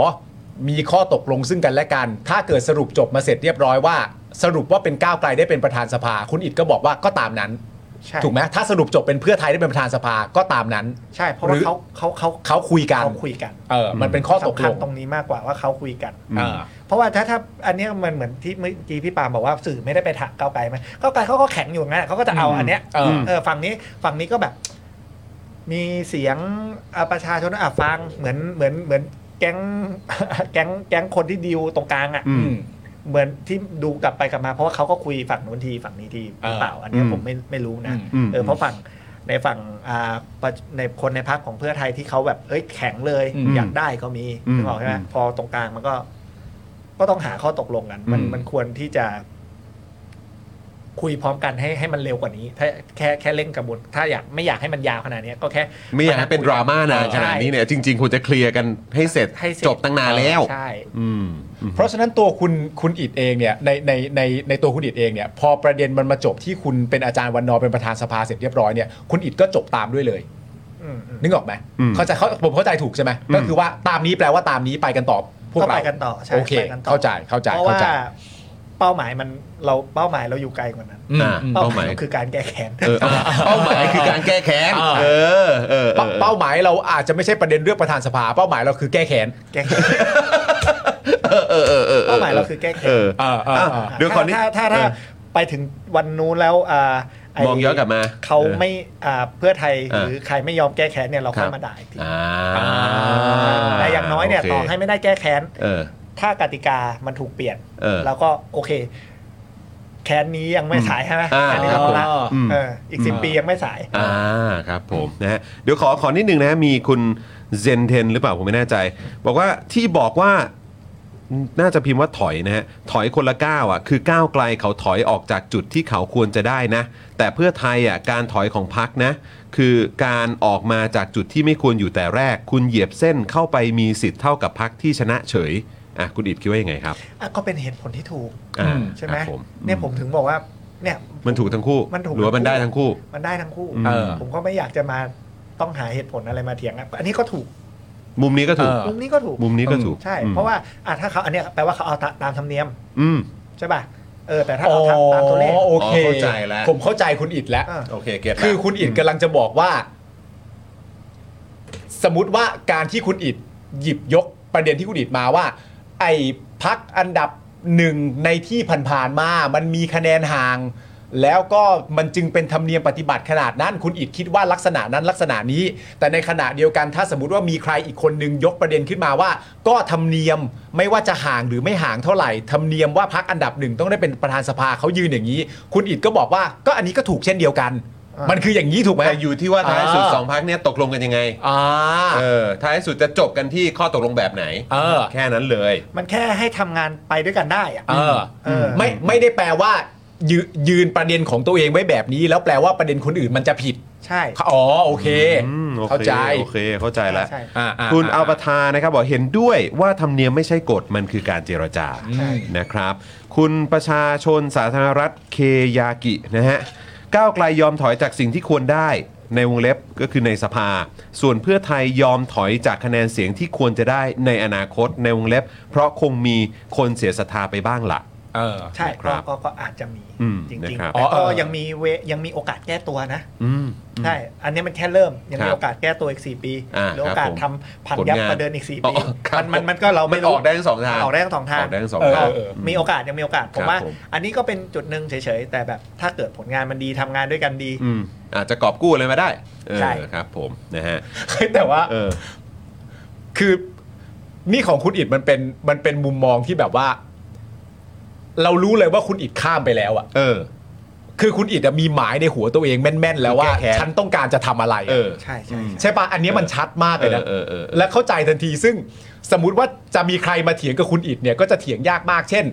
B: มีข้อตกลงซึ่งกันและกัน ถ้าเกิดสรุปจบมาเสร็จเรียบร้อยว่า สรุปว่าเป็นก้าวไกลได้เป็นประธานสภา คุณอิดก็บอกว่าก็ตามนั้น
D: ใช่
B: ถูกไหมถ้าสรุปจบเป็นเพื่อไทยได้เป็นประธานสภาก็ตามนั้น
D: ใช่ เพราะว่า
B: หรือ
D: เขาเขาเขา
B: เขาคุยกัน
D: เขาคุยกัน
B: เออมันเป็นข้อตกล
D: สำคัญ
B: ง
D: ตรงนี้มากกว่าว่าเขาคุยกัน
A: ม
B: เออ
D: เพราะว่าถ้าถ้าอันเนี้ยมันเหมือนที่เมื่อกี้พี่ปาล์มบอกว่าสื่อไม่ได้ไปถามก้าวไกลไหมก้าวไกลเขาก็แข็งอยู่งั้นอะเขาก็จะเอาอันเนี้ย
B: เออ
D: เออฝั่งนี้ฝั่งนี้ก็แบบ มีเสียงเอ่อประชาชนอ่ะฟังเหมือนเหมือนเหมือนแก๊ง แก๊งแก๊งคนที่ดิวตรงกลางอ่ะ
A: อื
B: อื
A: ม
B: ม
D: เหมือนที่ดูกลับไปกลับมาเพราะว่าเขาก็คุยฝั่งนู้นทีฝั่งนี้ทีหรือเปล่า อันเนี้ย
A: อืม
D: ผมไม่ไม่รู้นะ
A: อืม
D: เออเพราะฝั่งในฝั่งอ่าประในคนในพักของเพื่อไทยที่เขาแบบเอ้ยแข็งเลย
B: อืม
D: อยากได้ก็มี
A: อืม
D: นึกออกใช่ไหม
A: อืม
D: พอตรงกลางมันก็ ก็ต้องหาข้อตกลงกัน มัน
A: อืม
D: มันควรที่จะ คุยพร้อมกันให้ให้มันเร็วกว่านี้ ถ้าแค่แค่เร่งกระบวนถ้าอยากไม่อยากให้มันยาวขนาดเนี้ยก็แค่
A: ไม่อยากให้เป็นดราม่านานขนาดนี้เนี่ย จริง ๆควรจะเคลียร์กันให้เสร็จ
D: ให้เสร็จ
A: จบตั้งนานแล้ว
D: ใช่
A: อืมอืม
B: เพราะฉะนั้นตัวคุณคุณอิดเองเนี่ยในในในในตัวคุณอิดเองเนี่ย พอประเด็นมันมาจบที่คุณเป็นอาจารย์วันนอร์เป็นประธานสภาเสร็จเรียบร้อยเนี่ยคุณอิดก็จบตามด้วยเลย
D: อืมอืม
B: นึกออกไหม
A: อืม
B: เขาใจะเขาผมเข้าใจถูกใช่ไหม
A: อืม
B: ก็คือว่าตามนี้แปลว่าตามนี้ไปกันต่อพวก
D: ก็
B: เรา
D: ไปกันต่อใช่
B: โอเค
D: ไปกันต่อ
B: เข้าใจเข้าใจ
D: เพราะ
B: เข้า
D: ว่า
B: ใจ
D: เป้าหมายมันเราเป้าหมายเราอยู่ไกลกว่านั้น
B: อืม
A: อ่า
B: อืม
D: เป้าหมาย
A: เป้าหมาย
D: คือการแก้แค้ น
A: เออเอาเป้าหมายคือการแก้แค้น
B: อ่า
A: เออเอออ
B: เป้า
A: อ
B: เป้าหมายเราอาจจะไม่ใช่ประเด็นเรื่องประธานสภา เป้าหมายเราคือแก้แค้น
D: แก้แค้น
A: เออเออเออเออ
D: เป้าหมายเราคือแก้แค้น
A: เออ
B: เออเออเออ
A: เดี๋ยวขอนิด
D: ถ้าถ้า
A: เอ
D: ถ้า
A: อ
D: ไปถึงวันนู้นแล้วอ่าไ
A: มองย้อนกลับมา
D: เขา
A: ออ
D: ไม่อ่าเพื่อไทย
A: เออ
D: หรือใครไม่ยอมแก้แค้นเนี่ยเราค่อยมาด่าอีกที
A: อ่า
D: แต่อย่างน้อยเนี่ย
A: โค
D: ต่อให้ไม่ได้แก้แค้น
A: เออ
D: ถ้ากติกามันถูกเปลี่ยน
A: เออ
D: เราก็โอเค แค้นนี้ยังไม่สายใช่ไหม
A: อ่า
D: แค้นนี้เรา
B: ครั
D: ละ
B: บผม
A: อืม
D: เอออีกสิบปียังไม่สาย
A: อ่าครับผมนะฮะเดี๋ยวขอขอนิดนึงนะฮะมีคุณเซนเทนหรือเปล่าผมไม่แน่ใจ บอกว่าที่บอกว่าน่าจะพิมพ์ว่าถอยนะฮะถอยคนละก้าวอ่ะคือก้าวไกลเขาถอยออกจากจุดที่เขาควรจะได้นะ แต่เพื่อไทยอ่ะการถอยของพักนะ คือการออกมาจากจุดที่ไม่ควรอยู่แต่แรก คุณเหยียบเส้นเข้าไปมีสิทธิ์เท่ากับพักที่ชนะเฉยอ่ะคุณอิดคิดว่ายังไงครับ
D: อ่ะก็เป็นเหตุผลที่ถูก
A: อ่า
D: ใช่ไหม
A: ครับผ
D: เนี่ยผมถึงบอกว่า เนี่ย
A: มันถูกทั้งคู่
D: มันถูก
A: หรือว่ามันได้ทั้งคู่
D: มันได้ทั้งคู่
A: เออ
D: ผมก็ไม่อยากจะมาต้องหาเหตุผลอะไรมาเถียงอะอันนี้ก็ถูก
A: มุมนี้ก็ถูก
B: เออ
D: มุมนี้ก็ถูก
A: มุมนี้ก็ถูก
D: ใช่
A: อืม
D: เพราะว่าอ่ะถ้าเขาอันเนี้ยแปลว่าเขาเอาตาตามธรรมเนียม
A: อืม
D: ใช่ป่ะเออแต่ถ้า
B: อ๋อ
D: เราทำตามตัวเลข
B: โอเค
A: อ๋อเข้าใจแล้ว
B: ผมเข้าใจคุณอิดแล้ว
D: อ่า
A: โอเคเก็ตละ
B: คือคุณอิดกำลังจะบอกว่า สมมติว่าการที่คุณอิดหยิบยกประเด็นที่คุณอิดมาว่า ไอ้พักอันดับหนึ่งในที่ผ่านๆมา มันมีคะแนนห่าง แล้วก็มันจึงเป็นธรรมเนียมปฏิบัติขนาดนั้น คุณอิดคิดว่าลักษณะนั้นลักษณะนี้ แต่ในขณะเดียวกันถ้าสมมติว่ามีใครอีกคนหนึ่งยกประเด็นขึ้นมาว่า ก็ธรรมเนียมไม่ว่าจะห่างหรือไม่ห่างเท่าไหร่ธรรมเนียมว่าพักอันดับหนึ่งต้องได้เป็นประธานสภาเขายืนอย่างนี้ คุณอิดก็บอกว่าก็อันนี้ก็ถูกเช่นเดียวกัน
D: อ่ามั
B: มันคืออย่างนี้ถูกไหม
A: แต่อยู่ที่ว่าท้ายสุด
B: อ่า
A: สองพักเนี่ยตกลงกันยังไง
B: อ่า
A: เออ ท้ายสุดจะจบกันที่ข้อตกลงแบบไหน
B: เออ
A: แค่นั้นเลย
D: มันแค่ให้ทำงานไปด้วยกันได้อะ
B: เออ
D: เออ
B: ไม่ไม่ได้แปลว่า ยืยืนประเด็นของตัวเองไว้แบบนี้ แล้วแปลว่าประเด็นคนอื่นมันจะผิด
D: ใช่
B: อ๋อโอเค
A: อืมโอค
B: เข้าใจ
A: โอเค เข้าใจแล้ว
D: ใช่
B: อ่าๆๆ
A: คุณอัลปทานะครับบอกเห็นด้วยว่าธรรมเนียมไม่ใช่กฎมันคือการเจรจา
D: ใช่
A: นะครับ คุณประชาชนสาธารณรัฐเคยากินะฮะก้าวไกลยอมถอยจากสิ่งที่ควรได้ในวงเล็บก็คือในสภา ส่วนเพื่อไทยยอมถอยจากคะแนนเสียงที่ควรจะได้ในอนาคตในวงเล็บ เพราะคงมีคนเสียศรัทธาไปบ้างละ
B: เ เออ
D: ใช่
A: ครั
D: ก็
A: บ
D: ก็ก็อาจจะมี
A: อืม
D: จริง
A: นะครับ
D: ๆแต่ก็
B: อ๋อเออ
D: ยังมีเวยังมีโอกาสแก้ตัวนะ
A: อืม
D: ใช่ อันนี้มันแค่เริ่ม ยัง
A: ค
D: มี
A: รับ
D: โอกาสแก้ตัวอีก 4 ปี
A: อ่า
D: หรือโอกาส
A: ครับผม
D: ทำพันยับ
A: ผลงาน
D: ประเดินอีก 4
A: อ๋
D: ปี
A: อครับ
D: มันมัน
A: ผม
D: มันก็เรา
A: มัน
D: ไม่
A: อ
D: รู้
A: อกได้ทั้งสองทาง
D: ออกได้ทั้งสองทาง
A: ออกได้ทั้งสอง
D: เ
A: ทาง
D: เเมีโอกาสยังมีโอกาส ผมว่า
A: ผม
D: อันนี้ก็เป็นจุดหนึ่งเฉยๆ แต่แบบถ้าเกิดผลงานมันดีทำงานด้วยกันดี
A: อืมอาจจะกอบกู้อะไรมาได้เออ
D: ใช่
A: ครับ ผมนะฮะ
B: แต่ว่า
A: เออ
B: คือนี่ของคุณอิดมันเป็นมันเป็นมุมมองที่แบบว่า เรารู้เลยว่าคุณอิดข้ามไปแล้วอะ
A: เออ
B: คือคุณอิดอะมีหมายในหัวตัวเองแม่นๆ แล้วว่า
A: แก้แค้น
B: ฉันต้องการจะทำอะไรอะ
A: เออ
D: ใช่ใช่ใช่
B: ใช่ปะอันเนี้ยมันชัดมากเลยนะ
A: เออเออเออเออ
B: และเข้าใจทันที ซึ่งสมมติว่าจะมีใครมาเถียงกับคุณอิดเนี่ยก็จะเถียงยากมากเช่น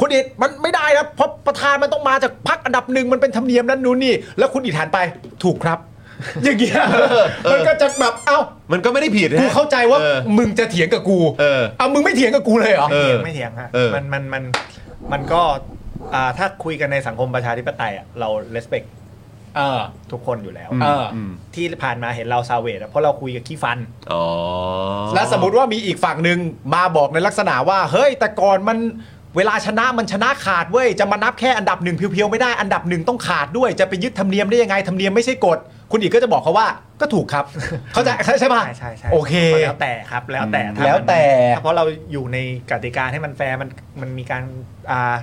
B: คุณอิดมันไม่ได้นะเพราะประธานมันต้องมาจากพักอันดับหนึ่งมันเป็นธรรมเนียมนั่นนู่นนี่ แล้วคุณอิดหันไปถูกครับ อย่างเงี้ย
A: เออ
B: มันก็จะแบบเอ้า
A: มันก็ไม่ได้ผิดนะ
B: กูเข้าใจว่า
A: ออ
B: มึงจะเถียงกับกู
A: เออ
B: เอามึงไม่เถียงกับกูเลยเหรอ
A: เออ
D: ไม่เถียงฮะ
A: เออ
D: มันมันมันมันก็อ่าถ้าคุยกันในสังคมประชาธิปไตยอะเรา respect
B: เออ
D: ทุกคนอยู่แล้ว
B: อืม เ
A: ม
D: ที่ผ่านมาเห็นเราซาเวทอะเพราะเราคุยกับขี้ฟัน
A: อ๋อ
B: แล้วสมมติว่ามีอีกฝั่งหนึ่งมาบอกในลักษณะว่า เฮ้ย แต่ก่อนมันเวลาชนะมันชนะขาดเว้ย จะมานับแค่อันดับหนึ่งเพียวๆไม่ได้ อันดับหนึ่งต้องขาดด้วย จะไปยึดธรรมเนียมได้ยังไง ธรรมเนียมไม่ใช่กฎ คุณอีกก็จะบอกเขาว่า ก็ถูกครับ เขาใจะใช่ใช่ปะ
D: ใช่ใช่ใช่
B: โอเค
D: ก็แล้วแต่ครับแล้วแต่ถ้ามัน
B: แล้วแต่
D: ถ้าเพราะเราอยู่ในกติกาให้มันแฟร์มันมันมีการอ่า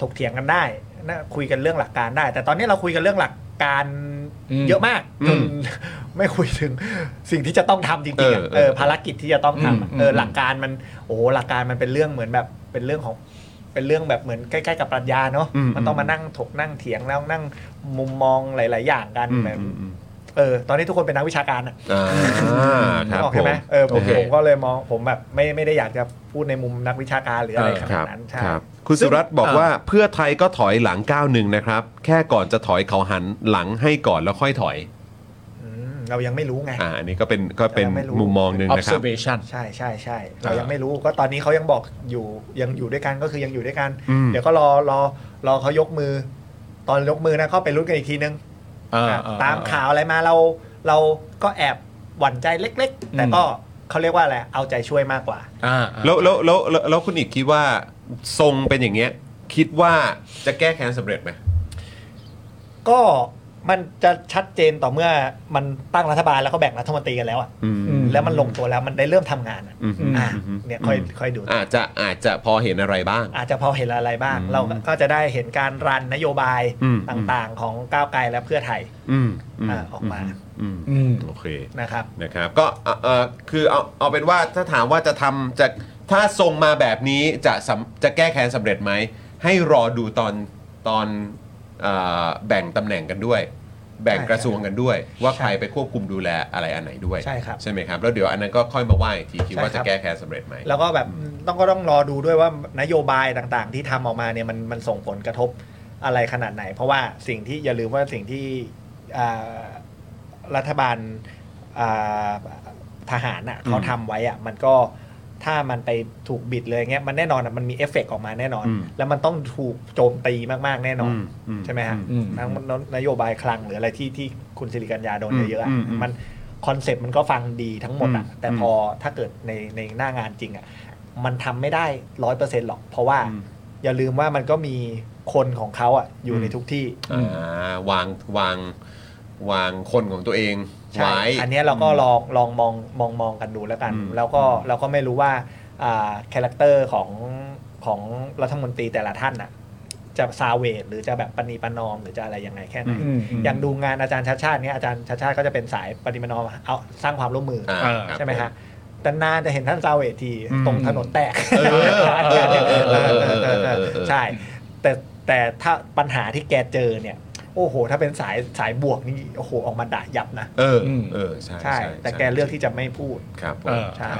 D: ถกเถียงกันได้นะคุยกันเรื่องหลักการได้ แต่ตอนนี้เราคุยกันเรื่องหลักการเยอะมากจน ไม่คุยถึงสิ่งที่จะต้องทำจริงๆอะ
A: เออเออ
D: เออภารกิจที่จะต้องทำอะ
B: อืม
D: เอออ
B: ม
D: หลักการมันโอ้โหหลักการมันเป็นเรื่องเหมือนแบบเป็นเรื่องของเป็นเรื่องแบบเหมือนใกล้ๆกับปรัชญาเนาะมันต้องมานั่งถกนั่งเถียงแล้วนั่งมุมมองหลาย ๆ อย่างกัน
A: อืม
D: แบบ
A: อืมอืม
D: เออตอนนี้ทุกคนเป็นนักวิชาการอะ
A: อ่าครับ
D: ออก
A: ผ
D: ใช่
A: ม
D: ไหมเออผ
A: โอ
D: ม
A: เค
D: ผมก็เลยมองผมแบบไม่ไม่ได้อยากจะพูดในมุมนักวิชาการหรืออะไรข
A: ค
D: นา
A: รั
D: ด
A: บ
D: นั้นใช่
A: ครับ คุณสุรัตน์บอกว่าเพื่อไทยก็ถอยหลังก้าวหนึ่งนะครับ แค่ก่อนจะถอยเขาหันหลังให้ก่อนแล้วค่อยถอย
D: อืมเรายังไม่รู้ไง
A: อ่าอันนี้ก็เป็นก็เป็น
D: เราไม่รู้
A: มุมมองหนึ่งนะครับ
B: observation
D: ใช่ใช่ใช่เรายังไม่รู้ก็ตอนนี้เขายังบอกอยู่ยังอยู่ด้วยกันก็คือยังอยู่ด้วยกัน
A: อืม
D: เดี๋ยวก็รอรอรอเขายกมือ ตอนยกมือนะก็ไปรุ้นกันอีกทีนึง
B: เออ
D: ครับ
B: เออ
D: ตามข่าวอะไรมาเราเราก็แอบหวั่นใจเล็ก ๆ แต่ก็เขาเรียกว่าอะไรเอาใจช่วยมากกว่า
B: อ่า
A: แล้วแล้วแล้วแล้วแล้วคุณอีกคิดว่าทรงเป็นอย่างเงี้ย คิดว่าจะแก้แค้นสำเร็จไหม
D: ก็มันจะชัดเจนต่อเมื่อมันตั้งรัฐบาลแล้วก็แบ่งรัฐมนตรีกันแล้วอะ แล้วมันลงตัวแล้วมันได้เริ่มทำงานอะ
A: อืม
D: อ่ะ
A: อืมอืม
D: เนี่ยค่อยค่อยดู
A: อาจจะอาจจะพอเห็นอะไรบ้าง
D: อาจจะพอเห็นอะไรบ้าง
A: อืม
D: เราก็จะได้เห็นการรันนโยบาย
A: อืม
D: ต่างๆ ของก้าวไกลและเพื่อไทย
A: อืมม
D: อ่าออกมา
A: อืม
B: อืม
A: โอเค
D: นะครับ
A: นะครับก็เอ่อเอ่อคือเอาเอาเป็นว่าถ้าถามว่าจะทำจะถ้าทรงมาแบบนี้จะสำจะแก้แค้นสำเร็จไหม ให้รอดูตอนตอนเอ่อแบ่งตำแหน่งกันด้วย แบ่ง
D: ใช่
A: กระทรวงกันด้วย ว่า
D: ใช่
A: ใครไปควบคุมดูแลอะไรอันไหนด้วย
D: ใช่ครับ
A: ใช่ไหมครับ แล้วเดี๋ยวอันนั้นก็ค่อยมาว่าอีกทีคิด
D: ใช่
A: ว่า
D: ค
A: จะ
D: รับ
A: แก้แค้นสำเร็จไหม
D: แล้วก็แบบต้องก็ต้องรอดูด้วยว่านโยบายต่างๆ ที่ทำออกมาเนี่ยมันมันส่งผลกระทบอะไรขนาดไหน เพราะว่าสิ่งที่อย่าลืมว่าสิ่งที่อ่ารัฐบาลอ่าทหารอ่ะเขาทำไว้อ่ะมันก็ถ้ามันไปถูกบิดเลยเงี้ยมันแน่นอนอะมันมีเอฟเฟกต์ออกมาแน่นอน
A: อืม
D: แล้วมันต้องถูกโจมตีมากๆแน่นอน
A: อืมอืม
D: ใช่ไหมฮะ
B: อืม
D: ทั้งนโยบายคลังหรืออะไรที่ที่คุณสิริกัญญาโดนเยอะๆอะ
A: อืมอืม
D: มัน คอนเซปต์มันก็ฟังดีทั้งหมดอะ
A: อืม
D: แต่พอถ้าเกิดในในหน้างานจริงอะมันทำไม่ได้ร้อยเปอร์เซ็นต์หรอก เพราะว่า
A: อืม
D: อย่าลืมว่ามันก็มีคนของเขาอะอยู่ในทุกที่
A: อ่าวางวางวางคนของตัวเอง
D: ใช่
A: ไว้
D: อันเนี้ยเราก็ลองลองมองมองมองกันดูแล้วกัน
A: อืม
D: แล้วก็เราก็ไม่รู้ว่าอ่าคาแรคเตอร์ของของรัฐมนตรีแต่ละท่านอะจะซาเวทหรือจะแบบปณีประนอมหรือจะอะไรยังไงแค่ไหน อย่างดูงานอาจารย์ชาติชาติเนี้ยอาจารย์ชาติชาติก็จะเป็นสายปฏิมานอมเอาสร้างความร่วมมืออา
A: ครับ
D: ใช่ไหมฮะแต่นานจะเห็นท่านซาเวทที
B: อืม
D: ตรงถนนแตก
A: เออเออเออเออเออเออเออเออเออ
D: ใช่ แต่แต่ถ้าปัญหาที่แกเจอเนี่ย โอ้โห ถ้าเป็นสายสายบวกนี่โอ้โหออกมาด่ายับนะ
A: เออ
B: อืม
A: เออใช่
D: ใช่ แต่แกเลือกที่จะไม่พูด
A: ครับผม
B: เออ
D: ใช่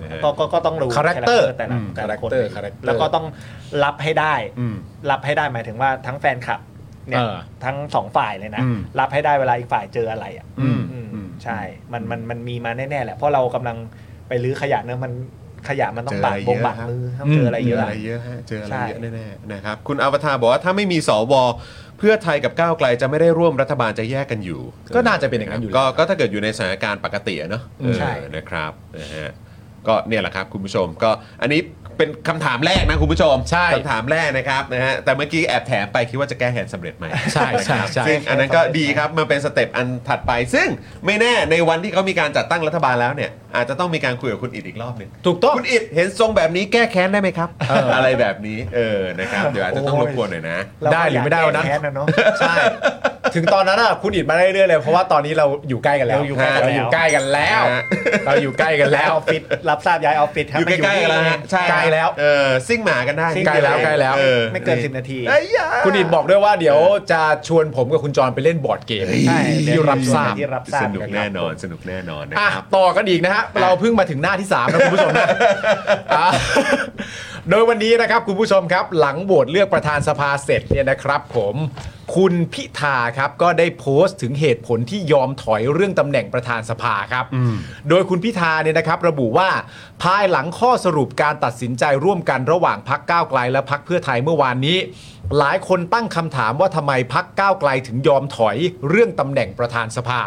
A: นะฮะ
D: ก็ก็ก็ต้องรู้
B: Character
D: character แต่ละ
B: อืม
D: แต่ละคน
B: Character Character
D: แล้วก็ต้องรับให้ได้
A: อืม
D: รับให้ได้หมายถึงว่าทั้งแฟนคลับเนี่ย
B: เออ
D: ทั้งสองฝ่ายเลยนะ
A: อืม
D: รับให้ได้เวลาอีกฝ่ายเจออะไรอ่ะ
A: อืม
D: อืม
A: อืม
D: ใช่ มันมันมันมีมาแน่ๆแหละ เพราะเรากำลังไปรื้อขยะเนอะมันขยะมันต้องบาด
A: เจอ
D: บ
A: อะไร
D: ง
A: เยอะ
D: บาด
A: ครับ
D: มือต้องเจออะไรเยอะ
A: เจอ
D: อะ
A: อะไรเยอะฮะ เจออะไร
D: ใช่
A: เยอะแน่ๆนะครับ คุณอวตารบอกว่าถ้าไม่มีสวเพื่อไทยกับก้าวไกลจะไม่ได้ร่วมรัฐบาลจะแยกกันอยู่
B: ก็น่าจะเป็นอย่างนั้นอยู่แล้ว
A: ก็ก็ถ้าเกิดอยู่ในสถานการณ์ปกติอะเนาะ
D: ใช่
A: เออนะครับนะฮะก็เนี่ยแหละครับคุณผู้ชมก็อันนี้ เป็นคำถามแรกนะคุณผู้ชม
B: ใช่
A: คำถามแรกนะครับนะฮะแต่เมื่อกี้แอบแถมไปคิดว่าจะแก้แหนสำเร็จไหม
B: ใช่ใช่ใช่
A: ซึ่งอันนั้นก็ดีครับมันเป็นสเต็ปอันถัดไป ซึ่งไม่แน่ในวันที่เขามีการจัดตั้งรัฐบาลแล้วเนี่ยอาจจะต้องมีการคุยกับคุณอิดอีกรอบหนึ่ง
B: ถูกต้อง
A: คุณอิดเห็นทรงแบบนี้แก้แค้นได้ไหมครับ อะไรแบบนี้เออนะครับเดี๋ยวอาจจะต้องร
D: โอ้
A: บ
D: ย
A: กวนหน่อยนะ
D: เาก็
B: ได้หรือไม่ได้
D: ยาก
B: วันนั้น
D: แก้แค้นะเนาะ
B: ใช่ ถึงตอนนั้นอ่ะคุณอิดมาได้เรื่อยๆเลย เพราะว่าตอนนี้เราอยู่ใกล้กันแล้ว
D: เราอยู่ใกล้กันแล้ว
B: เราอยู่ใกล้
A: ฮะ
B: กันแล้วเราอยู่ใกล้กัน
D: แล้
B: แล้วว
D: ออฟฟิศรับทราบย้ายออฟฟิศครับ
A: อยู่ใกล้ๆกันแล้วฮะ
D: มา
A: ใช่
D: อยู่นี่
B: ใกล้แล้ว
A: เออซิ่งหมากันได้
D: ซิ่งใกล้แล้วใกล้แล้ว
A: เออ
D: ไม่เกินสิบนาที
A: ไอ้ยา
B: คุณอิดบอกด้วยว่าเดี๋ยวจะชวนผมกับคุณจรไปเล่นบอร์ดเกม
A: ใช่
B: ที่รับทราบ
D: ที่รับทรา
A: ส
D: บ
A: นุกแน่นอนสนุกแน่นอนนะ
B: อ่ะ
A: ครับ
B: ต่อกันอีกนะฮะเราเพิ่งมาถึงหน้าที่ 3 นะคุณผู้ชมนะอ่ะ โดยวันนี้นะครับคุณผู้ชมครับหลังโหวตเลือกประธานสภาเสร็จเนี่ยนะครับผมคุณพิธาครับก็ได้โพสต์ถึงเหตุผลที่ยอมถอยเรื่องตำแหน่งประธานสภาครับ โดยคุณพิธาเนี่ยนะครับระบุว่าภายหลังข้อสรุปการตัดสินใจร่วมกันระหว่างพักก้าวไกลและพักเพื่อไทยเมื่อวานนี้ หลายคนตั้งคำถามว่าทำไมพักก้าวไกลถึงยอมถอยเรื่องตำแหน่งประธานสภา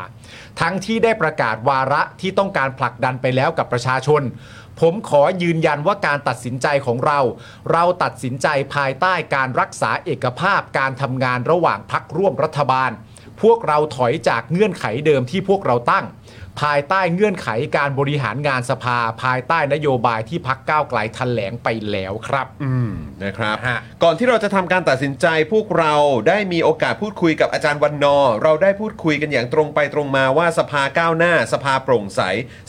B: ทั้งที่ได้ประกาศวาระที่ต้องการผลักดันไปแล้วกับประชาชน ผมขอยืนยันว่าการตัดสินใจของเรา เราตัดสินใจภายใต้การรักษาเอกภาพการทำงานระหว่างพักร่วมรัฐบาล พวกเราถอยจากเงื่อนไขเดิมที่พวกเราตั้ง ภายใต้เงื่อนไขการบริหารงานสภา ภายใต้นโยบายที่พักก้าวไกลแถลงไปแล้วครับ
A: อืมนะครับ
B: ฮะ
A: ก่อนที่เราจะทำการตัดสินใจพวกเราได้มีโอกาสพูดคุยกับอาจารย์วันนอร์เราได้พูดคุยกันอย่างตรงไปตรงมาว่าสภาก้าวหน้า สภาโปร่งใส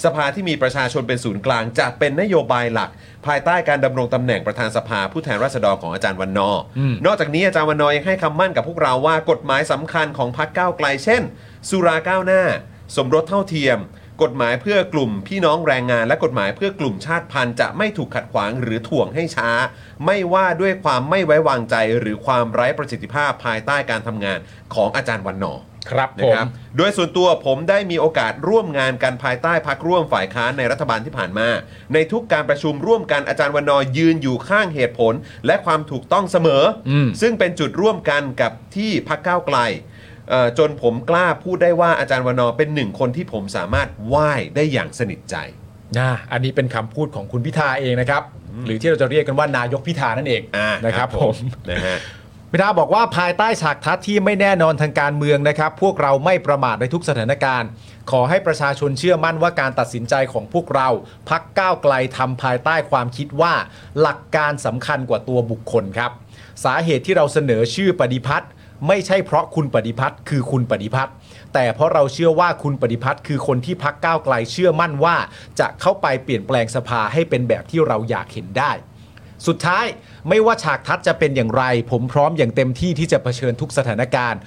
A: สภาที่มีประชาชนเป็นศูนย์กลางจะเป็นนโยบายหลัก ภายใต้การดำรงตำแหน่งประธานสภาผู้แทนราษฎรของอาจารย์วันนอร์
B: อืม
A: นอกจากนี้อาจารย์วันนอร์ยังให้คำมั่นกับพวกเราว่ากฎหมายสำคัญของพรรคก้าวไกลเช่น สุราก้าวหน้า สมรสเท่าเทียม กฎหมายเพื่อกลุ่มพี่น้องแรงงาน และกฎหมายเพื่อกลุ่มชาติพันธุ์จะไม่ถูกขัดขวางหรือถ่วงให้ช้า ไม่ว่าด้วยความไม่ไว้วางใจหรือความไร้ประสิทธิภาพภายใต้การทำงานของอาจารย์วันนอร์
B: ครับ
A: นะ
B: ผม
A: ครับโดยส่วนตัวผมได้มีโอกาสร่วมงานกันภายใต้พักร่วมฝ่ายค้านในรัฐบาลที่ผ่านมา ในทุกการประชุมร่วมกันอาจารย์วันนอร์ยืนอยู่ข้างเหตุผล และความถูกต้องเสมออ
B: ม
A: ซึ่งเป็นจุดร่วมกันกับที่พักก้าวไกลเอ่อจนผมกล้าพูดได้ว่าอาจารย์วันนอร์เป็นหนึ่งคนที่ผมสามารถไหว้ได้อย่างสนิทใจ
B: นะอันนี้เป็นคำพูดของคุณพิธาเองนะครับ หรือที่เราจะเรียกกันว่านายกพิธานั่นเอง
A: อ่า
B: นะค
A: ครั
B: รั
A: บบ ผ
B: ผม ม
A: นะฮะ
B: พิธาบอกว่าภายใต้ฉากทัศน์ที่ไม่แน่นอนทางการเมืองนะครับ พวกเราไม่ประมาทในทุกสถานการณ์ ขอให้ประชาชนเชื่อมั่นว่าการตัดสินใจของพวกเราพักก้าวไกลทำภายใต้ความคิดว่า หลักการสำคัญกว่าตัวบุคคลครับ สาเหตุที่เราเสนอชื่อปฏิพัฒน์ไม่ใช่เพราะคุณปฏิพัฒน์คือคุณปฏิพัฒน์แต่เพราะเราเชื่อว่าคุณปฏิพัฒน์คือคนที่พักก้าวไกลเชื่อมั่นว่า จะเข้าไปเปลี่ยนแปลงสภาให้เป็นแบบที่เราอยากเห็นได้ สุดท้ายไม่ว่าฉากทัศน์จะเป็นอย่างไร ผมพร้อมอย่างเต็มที่ที่จะเผชิญทุกสถานการณ์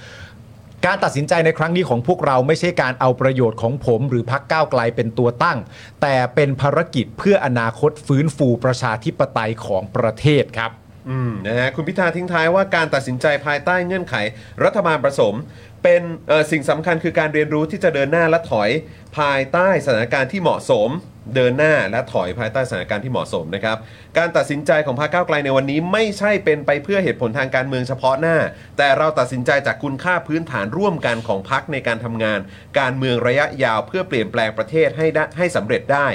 B: การตัดสินใจในครั้งนี้ของพวกเราไม่ใช่การเอาประโยชน์ของผมหรือพักก้าวไกลเป็นตัวตั้ง แต่เป็นภารกิจเพื่ออนาคตฟื้นฟูประชาธิปไตยของประเทศครับ
A: อืมนะฮะคุณพิธาทิ้งท้ายว่าการตัดสินใจภายใต้เงื่อนไข รัฐบาลผสม เป็นเอ่อสิ่งสำคัญคือการเรียนรู้ที่จะเดินหน้าและถอยภายใต้สถานการณ์ที่เหมาะสม เดินหน้าและถอยภายใต้สถานการณ์ที่เหมาะสมนะครับการตัดสินใจของพรรคก้าวไกลในวันนี้ ไม่ใช่เป็นไปเพื่อเหตุผลทางการเมืองเฉพาะหน้า แต่เราตัดสินใจจากคุณค่าพื้นฐานร่วมกันของพรรคในการทำงาน การเมืองระยะยาวเพื่อเปลี่ยนแปลงประเทศให้ได้ให้สำเร็จได้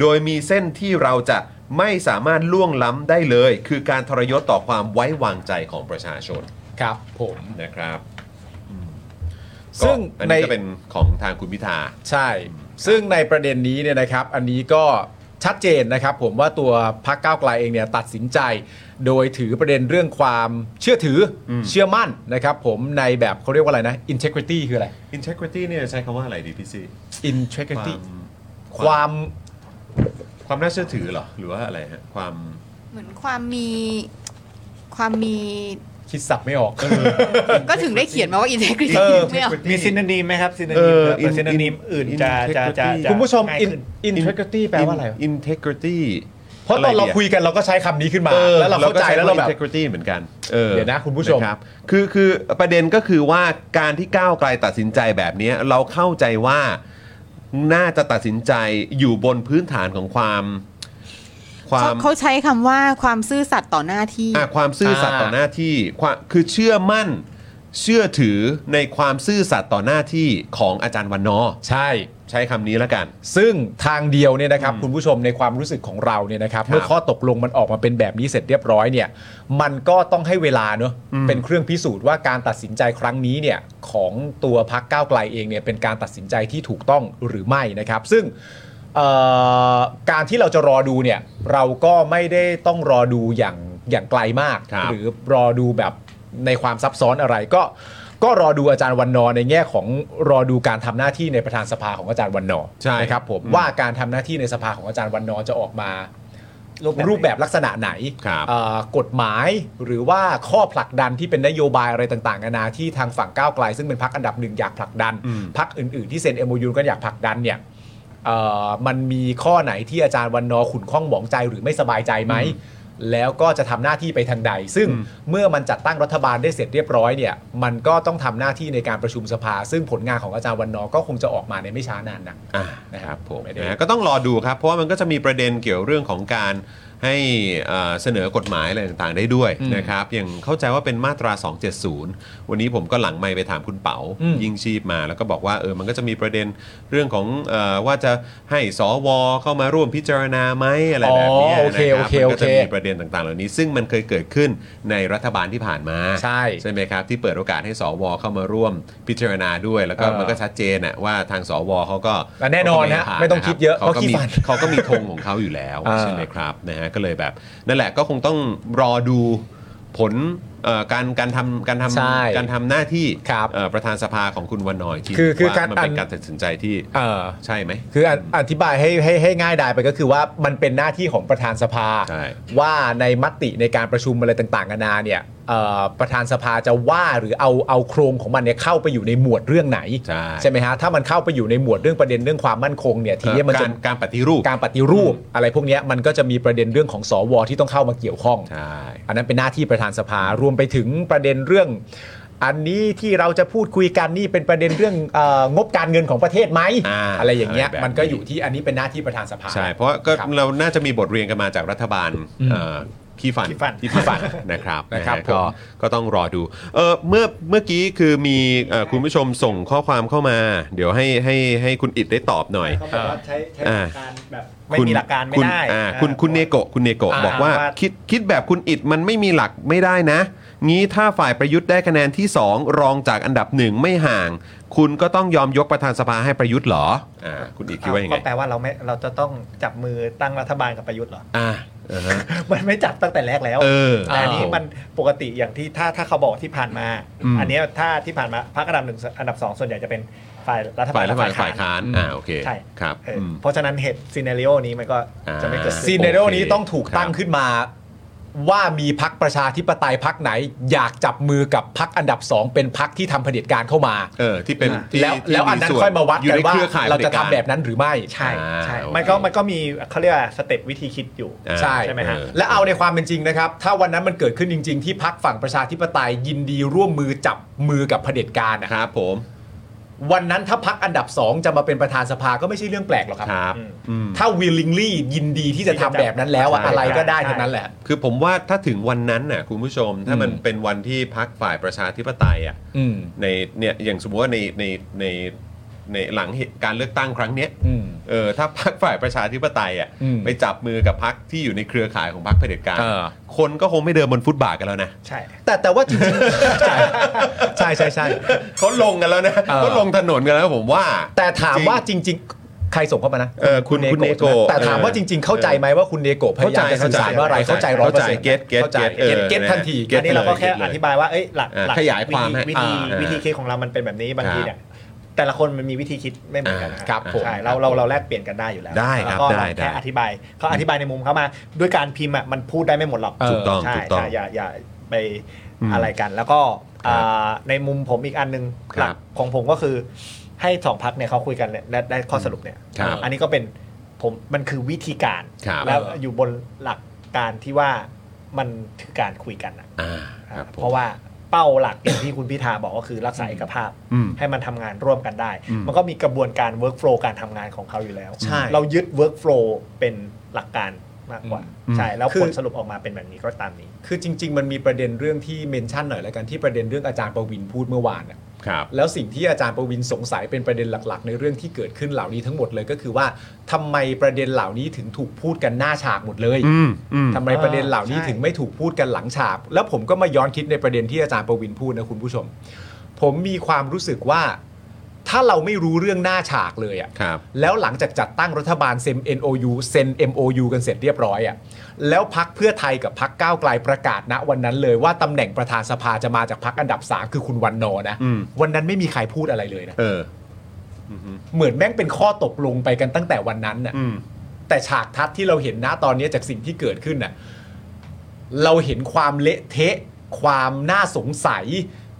A: โดยมีเส้นที่เราจะ ไม่สามารถล่วงล้ำได้เลย คือการทรยศต่อความไว้วางใจของประชาชน
B: ครับผม
A: นะครับก็
B: ซึ่ง
A: อัน
B: ใน
A: นี้ก็เป็นของทางคุณพิธา
B: ใช่ ซึ่งในประเด็นนี้เนี่ยนะครับ อันนี้ก็ชัดเจนนะครับ ผมว่าตัวพักก้าวไกลเองเนี่ยตัดสินใจ โดยถือประเด็นเรื่องความเชื่อถืออเชื่อมั่นนะครับ ผมในแบบเขาเรียกว่าอะไรนะ integrity คืออะไร
A: integrity เนี่ยใช้คำว่าอะไรดีพี่ซี
B: integrity
A: ค
B: ความ วาม
A: ความน่าเชื่อถือเหรอ หรือว่าอะไรฮะ ความ
C: เหมือนความมีความมี
B: คิดสับไม่ออก
C: ก็ถึงได้เขียนมาว่า integrity
B: เออ
C: ไม่เอา
D: มีซินนีมไหมครับซินนี
A: เอ
D: ม
A: อ
D: ซินนีมอื่นจะจะจะจะ
B: คุณผู้ชม
D: ง่ายขึ้น
B: in- integrity แปลว่าอะไรวะ
A: integrity
B: เพราะตอนเราคุยกันเราก็ใช้คำนี้ขึ้นมา แล้วเราเข้าใจแล้วเราแบบ
A: integrity เหมือนกันออ
B: เดี๋ยวนะคุณผู้ชม
A: นะครับคือคือประเด็นก็คือว่าการที่ก้าวไกลตัดสินใจแบบนี้เราเข้าใจว่าน่าจะตัดสินใจอยู่บนพื้นฐานของความความ
C: เขาใช้คำว่าความซื่อสัตย์ต่อหน้าที่
A: อ่ะความซื่อสัตย์ต่อหน้าที่ความคือเชื่อมั่น เชื่อถือในความซื่อสัตย์ต่อหน้าที่ของอาจารย์วันนอร์
B: ใช่
A: ใช้คำนี้แล้วกัน
B: ซึ่งทางเดียวเนี่ยนะครับคุณผู้ชมในความรู้สึกของเราเนี่ยนะครับ เมื่อข้อตกลงมันออกมาเป็นแบบนี้เสร็จเรียบร้อยเนี่ย มันก็ต้องให้เวลาเนอะเป็นเครื่องพิสูจน์ว่าการตัดสินใจครั้งนี้เนี่ยของตัวพักก้าวไกลเองเนี่ยเป็นการตัดสินใจที่ถูกต้องหรือไม่นะครับ ซึ่งเอ่อการที่เราจะรอดูเนี่ยเราก็ไม่ได้ต้องรอดูอย่างอย่างไกลมาก
A: ครับ
B: หรือรอดูแบบในความซับซ้อนอะไรก็ก็รอดูอาจารย์วันนอร์ในแง่ของรอดูการทำหน้าที่ในประธานสภาของอาจารย์วันนอร์
A: ใช่
B: นะครับผมว่าการทำหน้าที่ในสภาของอาจารย์วันนอร์จะออกมา
D: รูปแบบ
B: รูปแบบลักษณะไหน
A: ครับ
B: เอ่อกฎหมายหรือว่าข้อผลักดันที่เป็นนโยบายอะไรต่างๆนานาที่ทางฝั่งก้าวไกล ซึ่งเป็นพักอันดับหนึ่งอยากผลักดัน
A: อืม
B: พักอื่นๆที่เซ็นเอ็มโอยูก็อยากผลักดันเนี่ยเอ่อมันมีข้อไหนที่อาจารย์วันนอร์ขุนข้องหมองใจหรือไม่สบายใจไหม แล้วก็จะทำหน้าที่ไปทางใด ซึ่งเมื่อมันจัดตั้งรัฐบาลได้เสร็จเรียบร้อยเนี่ยมันก็ต้องทำหน้าที่ในการประชุมสภา ซึ่งผลงานของอาจารย์วันนอร์ก็คงจะออกมาในไม่ช้านานนัก
A: อ่า
B: นะ
A: ค
B: ครั
A: รับบ ผม
B: ไม่ได้
A: นะฮะก็ต้องรอดูครับ เพราะว่ามันก็จะมีประเด็นเกี่ยวเรื่องของการให้เอ่อเสนอกฎหมายอะไรต่างๆได้ด้วยนะครับอย่างเข้าใจว่าเป็นมาตรา 270 วันนี้ผมก็หลังไม่ไปถามคุณเปา
B: อืม
A: ยิ่งชีพมา แล้วก็บอกว่าเออมันก็จะมีประเด็นเรื่องของเออว่าจะให้สวเข้ามาร่วมพิจารณาไหมอะไรแบบเนี้ย
B: อ๋อโอ
A: นะ
B: เค
A: ค
B: โอ
A: รับ
B: เค
A: มันก็จะ
B: โอเค
A: มีประเด็นต่างๆ เหล่านี้ ซึ่งมันเคยเกิดขึ้นในรัฐบาลที่ผ่านมา
B: ใช่
A: ใช่ไหมครับที่เปิดโอกาสให้สวเข้ามาร่วมพิจารณาด้วย แล้วก็
B: เออ
A: มันก็ชัดเจนอะว่าทางสวเขาก็
B: อ่ะแน่นอนฮะ
A: เขาก็
B: ไม่ต้องคิดเยอะ
A: เขาก็มี
B: เพราะขี้ฟัน
A: เขาก็มีธ งของเขาอยู่แล้ว
B: อ่า
A: ใช่ไหมครับนะฮะก็เลยแบบนั่นแหละก็คงต้องรอดูผลเอ่อการการทำการ
B: ใช่
A: ทำการทำหน้าที่
B: ครับ
A: เอ่อประธานสภาของคุณวันนอยที่
B: คือคือ
A: ว่า
B: การ
A: มันเป็น
B: อัน
A: การตัดสินใจที่
B: เอ่อ
A: ใช่ไหม
B: คืออ่ะอธิบายให้ให้ให้ง่ายดายไปก็คือว่ามันเป็นหน้าที่ของประธานสภา
A: ใช่
B: ว่าในมติในการประชุมอะไรต่างๆนานาเนี่ยเอ่อประธานสภาจะว่าหรือเอาเอาโครงของมันเนี่ยเข้าไปอยู่ในหมวดเรื่องไหน
A: ใช่
B: ไหมฮะถ้ามันเข้าไปอยู่ในหมวดเรื่องประเด็นเรื่องความมั่นคงเนี่ยที
A: เอ่อ
B: เนี้ยมัน
A: กา
B: จะ
A: รการปฏิรูป
B: การปฏิรูปอะไรพวกเนี้ยมันก็จะมีประเด็นเรื่องของสวที่ต้องเข้ามาเกี่ยวข้อง
A: ใช่
B: อันนั้นเป็นหน้าที่ประธานสภารวมไปถึงประเด็นเรื่อง อันนี้ที่เราจะพูดคุยกันนี่เป็นประเด็นเรื่องเอองบการเงินของประเทศไหม
A: อ่า
B: อะไรอย่างเงี้ย
A: อะไรแบบนี้
B: มันก็อยู่ที่อันนี้เป็นหน้าที่ประธานสภา
A: ใช่ เพราะว่าก็
B: ครับ
A: เราน่าจะมีบทเรียนกันมาจากรัฐบาล
B: อืม
A: เอ่อขี้ฟัน
D: ขี้ฟัน
A: ขี้ฟันนะครับ
B: นะครับ
A: ฮ
B: ผม
A: ก็ก็ต้องรอดูเออเมื่อเมื่อกี้คือมีเอ่อคุณผู้ชมส่งข้อความเข้ามา เดี๋ยวให้ให้ให้คุณอิดได้ตอบหน่อย
D: เขาบอกว่าใช้ใช้
A: อ่า
D: หลักการแบบไม่
A: คุณ
D: มีหลักการไม่
A: คุณ
D: ได้
A: อ่า
D: อ่า
A: คุณคุณเนโกะคุณเนโกะ
B: อ่า
A: บอกว่า
D: ว่า
A: คิดคิดแบบคุณอิดมันไม่มีหลักไม่ได้นะ งี้ถ้าฝ่ายประยุทธ์ได้คะแนนที่ 2 รองจากอันดับหนึ่งไม่ห่าง คุณก็ต้องยอมยกประธานสภาให้ประยุทธ์เหรออ่าคุณอิดคิดว่ายังไง
D: ก็แปลว่าเราไม่เราจะต้องจับมือตั้งรัฐบาลกับประยุทธ์เหรอ
A: อ่าอ่าฮะ
D: มันไม่จับตั้งแต่แรกแล้ว
A: เออ
D: แต่อันนี้มันปกติอย่างที่ถ้าถ้าเขาบอกที่ผ่านมา
A: อืม
D: อันเนี้ยถ้าที่ผ่านมาพรรคอันดับหนึ่งอันดับสองส่วนใหญ่จะเป็นฝ่ายรัฐบาล
A: ฝ่ายรัฐบาล
D: และ
A: ฝ่าย
D: ค้น
A: ค้าน
B: อืม
A: อ่า โอเค
D: ใช่
A: ครับ
D: เอออ
A: ม
D: เพราะฉะนั้นเหตุซีเน a รีโอนี้มันก็จะไม่เกิด
A: อ่า
B: ซี
D: ขึ้น
B: เนโร
A: โอเค
B: นี้ต้องถูกตั้
A: ค
B: ง
A: รับ
B: ขึ้นมา ว่ามีพักประชาธิปไตยพักไหน อยากจับมือกับพักอันดับสองเป็นพักที่ทำเผด็จการเข้ามา
A: เออ ที่เป็นที่
B: แล้ว
A: ที่
B: แล้วอันนั้น
A: ส่
B: ค่อยมาวัด
A: อยู่
B: กัน
A: ใน
B: ว่า
A: ครือข่ย
B: เราจะ
A: ผ
B: ทำ
A: ด็จก
B: แบบนั้นหรือไม่
D: ใช่
A: อ่า
D: ใช่
A: โอเค
D: มันก็มันก็มีเขาเรียกว่าสเต็ปวิธีคิดอยู่
A: อ่า
B: ใช่
D: ใช่ไหมฮะ
A: เออ
B: และเอาในความเป็นจริงนะครับ ถ้าวันนั้นมันเกิดขึ้นจริง ๆ ที่พักฝั่งประชาธิปไตยยินดีร่วมมือจับมือกับเผด็จการนะครับ
A: ผม
B: วันนั้นถ้าพักอันดับสองจะมาเป็นประธานสภาก็ไม่ใช่เรื่องแปลกหรอกครับ
A: ครับ
D: อืม
A: อืม
B: ถ้า willingly ยินดีที่จะทำแบบนั้นแล้วอะ
A: ใช่
B: อะไรก็ได้
D: ใช่
B: ทั้งนั้นแหละ
A: คือผมว่าถ้าถึงวันนั้นน่ะคุณผู้ชม ถ้ามัน
B: อืม
A: เป็นวันที่พักฝ่ายประชาธิปไตยอ่ะ
B: อืม
A: ใน เนี่ย อย่างสมมติว่าใน ใน ใน ในหลังเหตุการเลือกตั้งครั้งเนี้ย
B: อืม
A: เออ ถ้าพักฝ่ายประชาธิปไตยอ่ะ
B: อืม
A: ไปจับมือกับพักที่อยู่ในเครือข่ายของพักเผด็จการ
B: เออ
A: คนก็คงไม่เดินบนฟุตบาทกันแล้วนะ
D: ใช่
B: แต่แต่ว่าจริงๆ ใช่ใช่ใช่ใช่
A: เขาลงกันแล้วนะ
B: เออ
A: เขาลงถนนกันแล้วผมว่า
B: แต่ถามว่าจริง ๆ ใครส่งเข้ามานะ
A: เออคุณคุณเนโกะ
B: ใช่ไหมแต่
A: เออ
B: ถามว่าจริง ๆ เข้าใจไหมว่าคุณเนโกะพยายามจะสื่อสารว่าอะไรเข้าใจร้อยเปอร์เซ็นต์
A: เข้าใจ get get
B: เข้าใจ
A: get เออ
B: get get ทันที
A: get
D: อันนี้เราก็แค่
A: เลย
D: อธิบายว่าเอ้ยหลัก
A: อ่า
D: หลัก
A: ขยายความให้
D: วิธี
A: อ่า
D: วิธีคิดของเรามันเป็นแบบนี้บางทีเนี่ยแต่ละคนมันมีวิธีคิดไม่เหมือนกัน
A: อ่า
D: นะครับ
B: ผม
D: ใช่เราเราเราแลกเปลี่ยนกันได้อยู่แล้ว
A: ได้ครับ
D: แล้วก็เรา
A: ได้ได้
D: แค่อธิบายเขาอธิบายในมุมเขามาด้วยการพิมพ์อะมันพูดได้ไม่หมดหรอก
B: เอ
A: ถูกต้อง
D: ใช่
A: ถูกต้อง
D: ใช่อย่าอย่าไป
A: อืม
D: อะไรกัน แล้วก็
A: ครับ
D: อ่าในมุมผมอีกอันหนึง
A: ครับ
D: หลักของผมก็คือให้สองพักเนี่ยเขาคุยกันเนี่ยและได้ข้อสรุปเนี่ย
A: ครับ
D: อันนี้ก็เป็นผมมันคือวิธีการ
A: ครับ
D: แล้วอยู่บนหลักการที่ว่ามันคือการคุยกันอะ
A: อ่าครับผม
D: เพราะว่าเป้าหลักอย่างที่คุณพิธาบอกก็คือรักษาเอกภาพ
A: อืม
D: ให้มันทำงานร่วมกันได้
A: อืม
D: มันก็มีกระบวนการ workflow การทำงานของเขาอยู่แล้ว
B: ใช่
D: เรายึด workflow เป็นหลักการ มากกว่า
A: อืม
D: ใช่แล้ว
B: คื
D: ผ
B: อ
D: ลสรุปออกมาเป็นแบบนี้ก็ตามนี้
B: คือจริง ๆ มันมีประเด็นเรื่องที่เมนชั่นหน่อยแล้วกันที่ประเด็นเรื่องอาจารย์ประวินพูดเมื่อวานอะ
A: ครับ
B: แล้วสิ่งที่อาจารย์ประวินสงสัยเป็นประเด็นหลัก ๆ ในเรื่องที่เกิดขึ้นเหล่านี้ทั้งหมดเลยก็คือว่าทำไมประเด็นเหล่านี้ถึงถูกพูดกันหน้าฉากหมดเลย
A: อืมอืม
B: ทำไมประเด็นเหล่านี้
D: ใช่
B: ถึงไม่ถูกพูดกันหลังฉาก แล้วผมก็มาย้อนคิดในประเด็นที่อาจารย์ประวินพูดนะคุณผู้ชม ผมมีความรู้สึกว่า ถ้าเราไม่รู้เรื่องหน้าฉากเลยอะ
A: ครับ
B: แล้วหลังจากจัดตั้งรัฐบาลเซ็น NOU เซ็น MOU กันเสร็จเรียบร้อยอะ่ะแล้วพักเพื่อไทยกับพักก้าวไกลประกาศณวันนั้นเลยว่าตำแหน่งประธานสภาจะมาจากพักอันดับสามคือคุณวันนอนะ
A: อืม
B: วันนั้นไม่มีใครพูดอะไรเลยนะ
A: เออ
B: เหมือนแม่งเป็นข้อตกลงไปกันตั้งแต่วันนั้นน่ะ
A: อืม
B: แต่ฉากทัศน์ที่เราเห็นณตอนนี้จากสิ่งที่เกิดขึ้นน่ะเราเห็นความเละเทะ ความน่าสงสัย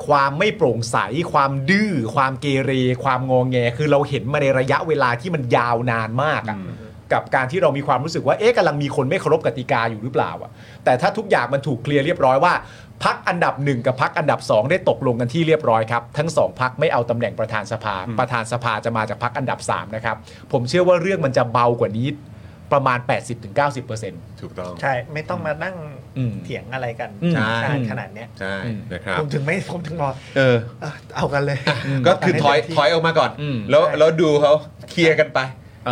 B: ความไม่โปร่งใส ความดื้อความเกเร ความงองแง คือเราเห็นมาในระยะเวลาที่มันยาวนานมากอ่ะ กับการที่เรามีความรู้สึกว่า เอ๊ะกำลังมีคนไม่เคารพกติกาอยู่หรือเปล่าอ่ะ แต่ถ้าทุกอย่างมันถูกเคลียร์เรียบร้อยว่าพักอันดับหนึ่งกับพักอันดับสองได้ตกลงกันที่เรียบร้อยครับ ทั้งสองพักไม่เอาตำแหน่งประธานสภา ประธานสภาจะมาจากพักอันดับสามนะครับ ผมเชื่อว่าเรื่องมันจะเบากว่านี้ประมาณ 80-90%อร์เซ็นต์
A: ถูกต้อง
D: ใช่ไม่ต้องมานั่ง
B: อืม
D: เถียงอะไรกัน
B: อืม
A: ใช่
D: นานขนาดเนี้ย
A: ใช่นะครับ
D: ผมถึงไม่ผมถึงบอก
A: เออ
D: เออเอากันเลย
A: ก็คือถอยถอยออกมาก่อน
B: อืม
A: แล้ว
D: ใช่
A: แล้วดูเขาเคลียร์กันไป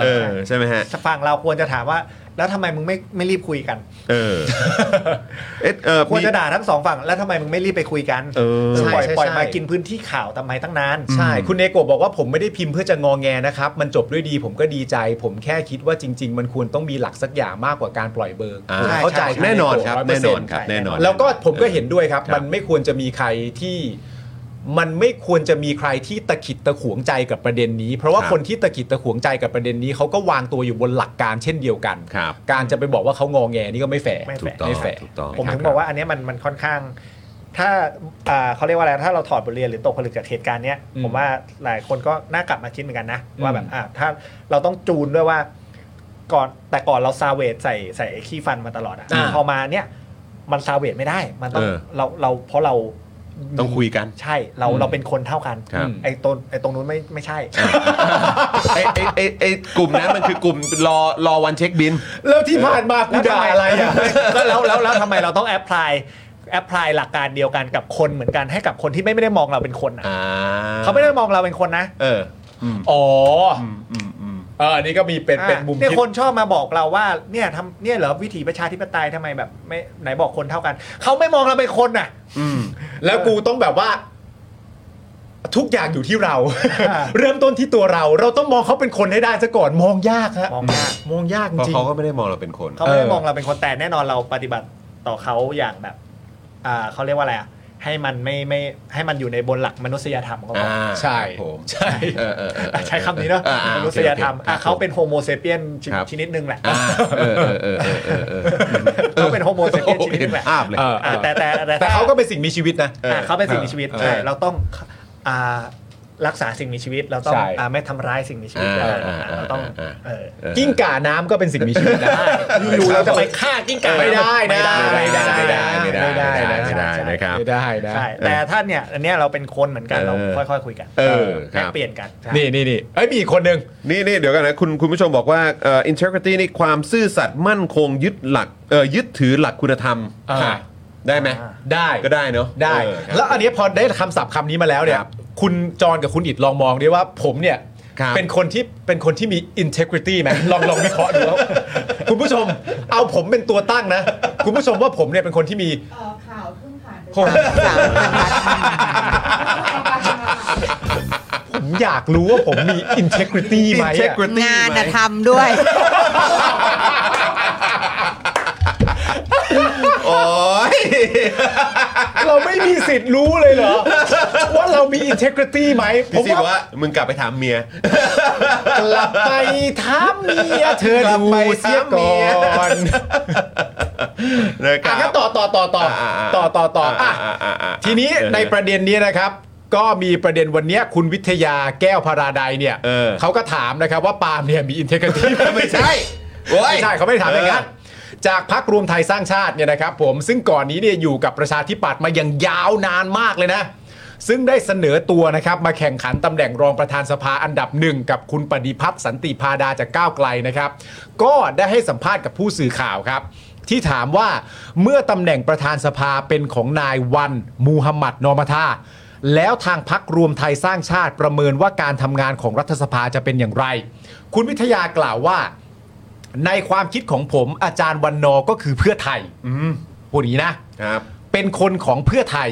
A: เออ ใช่ไหมฮะ
D: ฝั่งเราควรจะถามว่า แล้วทำไมมึงไม่ไม่รีบคุยกัน
A: เออ เอ๊ะเออ
D: ควร
A: มี
D: จะด่าทั้งสองฝั่งแล้วทำไมมึงไม่รีบไปคุยกัน
A: เออ
D: ปล่อย
B: ใช่ใช่
D: ปล่อยมากินพื้นที่ข่าวทำไมตั้งนาน
B: ใช่ คุณเนโกะบอกว่าผมไม่ได้พิมพ์เพื่อจะงอแงนะครับ มันจบด้วยดีผมก็ดีใจ ผมแค่คิดว่าจริง ๆ มันควรต้องมีหลักสักอย่างมากกว่าการปล่อยเบอร์
A: อ่า
B: ผมเข้าใจ
D: ใช่ใช่
B: คุณ
A: แน่นอน
B: เโกะ
A: ครับ
B: 100%
A: แน่นอนครับ แน่นอน
B: แล้วก็ผมก็เห็นด้วยครับ
A: ครับ
B: มันไม่ควรจะมีใครที่มันไม่ควรจะมีใครที่ตะขิดตะขวงใจกับประเด็นนี้ เพราะว่าคนที่ตะขิดตะขวงใจกับประเด็นนี้เขาก็วางตัวอยู่บนหลักการเช่นเดียวกัน
A: ครับ
B: การจะไปบอกว่าเขางอแงนี่ก็ไม่แฟร์
D: ไม่
A: ถู
D: แฝ
A: ก
D: ง
A: ต้อง
B: ไม่แฝง
A: ถูกต้อง
D: ผมถึง
A: ครับ
D: บอกว่าอันเนี้ยมันมันค่อนข้าง ถ้าอ่าเขาเรียกว่าอะไรถ้าเราถอดบทเรียนหรือตกผลึกจากเหตุการณ์เนี้ย
B: อืม
D: ผมว่าหลายคนก็น่ากลับมาคิดเหมือนกันนะ ว่าแบบ
B: อืม
D: อ่าถ้าเราต้องจูนด้วยว่าก่อนแต่ก่อนเราซาเวตใส่ใส่ไอ้ขี้ฟันมาตลอดอ่ะ
B: อ่า
D: พอมาเนี้ยมันซาเวตไม่ได้ มันต้อง
A: เออ
D: เราเราเพราะเรา
A: ต้องคุยกัน
D: ใช่เรา
B: อืม
D: เราเป็นคนเท่ากัน
A: ครับ
D: ไอ้ตรงไอ้ตรงนู้นไม่ไม่ใช่
A: ไอ้ไอ้ไอ้ไอ้กลุ่มนั้นมันคือกลุ่มรอรอวันเช็คบิน
B: แล้วที่ผ่านมากู
D: แล้ว
B: ด่า
D: ทำไม
B: อะไรอ่ะ
D: แล้วแล้วแล้วแล้วทำไมเราต้องแอพพลายแอพพลายหลักการเดียวกันกับคนเหมือนกันให้กับคนที่ไม่ไม่ได้มองเราเป็นคนอ่ะ
A: อ่า
D: เขาไม่ได้มองเราเป็นคนนะ
A: เออ
B: อ๋อ
A: อืมอืมอืม
B: เอออันนี่ก็มีเป็นเป็นมุม
D: อ่ะเนี่ย
B: คิด
D: คนชอบมาบอกเราว่าเนี่ยทำเนี่ยเหรอวิถีประชาธิปไตยทำไมแบบไม่ไหนบอกคนเท่ากัน เขาไม่มองเราเป็นคนน่ะ
A: อืม
B: แล้วกูต้องแบบว่า ทุกอย่างอยู่ที่เรา
D: อ่า
B: เริ่มต้นที่ตัวเรา เราต้องมองเขาเป็นคนให้ได้ซะก่อนมองยากฮะ
D: มองยาก
B: มองยากจ
A: เพราะ
B: ริง
A: เขาก็ไม่ได้มองเราเป็นคน
D: เขาไม่ได้
B: เออ
D: มองเราเป็นคนแต่แน่นอนเราปฏิบัติต่อเขาอย่างแบบอ่าเขาเรียกว่าอะไรอ่ะให้มันไม่ไม่ให้มันอยู่ในบนหลักมนุษยธรรมของเขา
B: ใช่
A: ครับผม
B: ใช่
A: เออเออเออเออ
D: ใช้คำนี้เนอะ
A: อ่อ่
D: มนุษยธรรม
A: โอค
D: อ่ะ
A: โอค
D: เขาเป็นโฮโมเซเปียนช
A: ครับ
D: ชนิดหนึ่งแหละ
A: อ่าเออเออเออเออเออ
D: เขาเป็นโฮโมเซเปียนชนิดห
A: เห็
D: นึ่
A: น
D: งแหละ
A: ภาพเลย
B: เออ
D: อ่ะแต่แต่
B: แต่เขาก็เป็นสิ่งมีชีวิตนะ
A: เออ
D: อ่ะเขาเป็นสิ่งมีชีวิต
A: เออ
D: ใช่เราต้องอ่ารักษาสิ่งมีชีวิต เราต้อง
B: ใช่
D: อ่าไม่ทำร้ายสิ่งมีชีวิต
A: อ่า
D: อ่ะ
A: อ่าอ่า
D: เราต้อง
A: อ่า
D: เออ
A: เออ
B: กิ้งก่าน้ำก็เป็นสิ่งมีชีวิตนะ
D: อยู่ๆเราจะไปฆ่ากิ้งก่า
B: ไม่ได้นะ
D: ไม่ได้
A: ไม่ได้
D: ไม่ได้
A: ไม่ได้
D: ไม่ได้
A: ไม่ได้
D: ใช่ใช่
A: ไม่ได้นะครับ
B: ไม่ได้นะ
D: ใช่แต่ถ้าเนี่ยอันเนี้ยเราเป็นคนเหมือนกันเรา
A: เออ
D: ค่อยๆคุยกัน
A: เออค
D: แล
A: รับ
D: กเปลี่ยนกันใช่
B: นี่นี่นี่เอ้ยมีอีกคนนึง
A: นี่นี่เดี๋ยวกันนะคุณคุณผู้ชมบอกว่าเอ่อ integrity นี่ความซื่อสัตย์มั่นคงยึดหลักเอ่อยึดถือหลักคุณธรรม
B: อ่า
A: ค่ะได้ไหม
D: อ่า
B: ได้
A: ก็ได้เนอะ
B: ได้
A: เออครับ
B: แล้วอันนี้พอได้คำศัพท์คำนี้มาแล้วเนี่ย
A: ครับ
B: คุณจรกับคุณอิดลองมองดิว่าผมเนี่ย
A: ครับ
B: เป็นคนที่เป็นคนที่มี integrity ไหมลองลองวิเคราะห์ ดูว่า คุณผู้ชมเอาผมเป็นตัวตั้งนะ คุณผู้ชมว่าผมเนี่ยเป็นคนที่ มี
E: ข่าวเพิ่งผ่านไป
F: สามบรรทัด
B: ผมอยากรู้ว่าผมมี integrity ไหมอะ
A: integrity
C: งาน
A: ไหม
C: น่ะทำด้วย
A: โอ้ย
B: เราไม่มีสิทธิ์รู้เลยเหรอ ว่าเรามี integrity ไหมผ
A: พี่
B: ม
A: ซีบอก
B: ว่า
A: ว่ามึงกลับไปถามเมีย
B: กลับไปถามเมียเธอก
A: ลับ
B: ดู
A: ไป
B: เสีย
A: ถามเมี
B: ก่อย น
A: นะค
B: อ่ะ
A: รั
B: ก็
A: บ
B: ต่อต่อต่อต่อต่อต่อต่อ
A: า
B: อ่ะ
A: อ่าอ่า
B: ทีนี้ในประเด็นนี้นะครับ ก็มีประเด็นวันเนี้ยคุณวิทยาแก้วพาราไดเนี่ย
A: เออ
B: เขาก็ถามนะครับว่าปาล์มเนี่ยมีอินเทกริตี้
A: ไม่ใช่โอ้ย
B: ไม่ใช่เขาไม่ได้ถามอย่างนั้นจากพักรวมไทยสร้างชาติเนี่ยนะครับ ผมซึ่งก่อนนี้เนี่ยอยู่กับประชาธิปัตย์มาอย่างยาวนานมากเลยนะ ซึ่งได้เสนอตัวนะครับมาแข่งขันตำแหน่งรองประธานสภาอันดับหนึ่งกับคุณปฏิพัฒน์สันติพาดาจากก้าวไกลนะครับ ก็ได้ให้สัมภาษณ์กับผู้สื่อข่าวครับ ที่ถามว่าเมื่อตำแหน่งประธานสภาเป็นของนายวันมูฮัมหมัดนอมาธาแล้วทางพักรวมไทยสร้างชาติประเมินว่าการทำงานของรัฐสภาจะเป็นอย่างไร คุณวิทยากล่าวว่า ในความคิดของผมอาจารย์วันนอร์ก็คือเพื่อไทยพูดอย่างนี้นะ
A: ครับ
B: เป็นคนของเพื่อไทย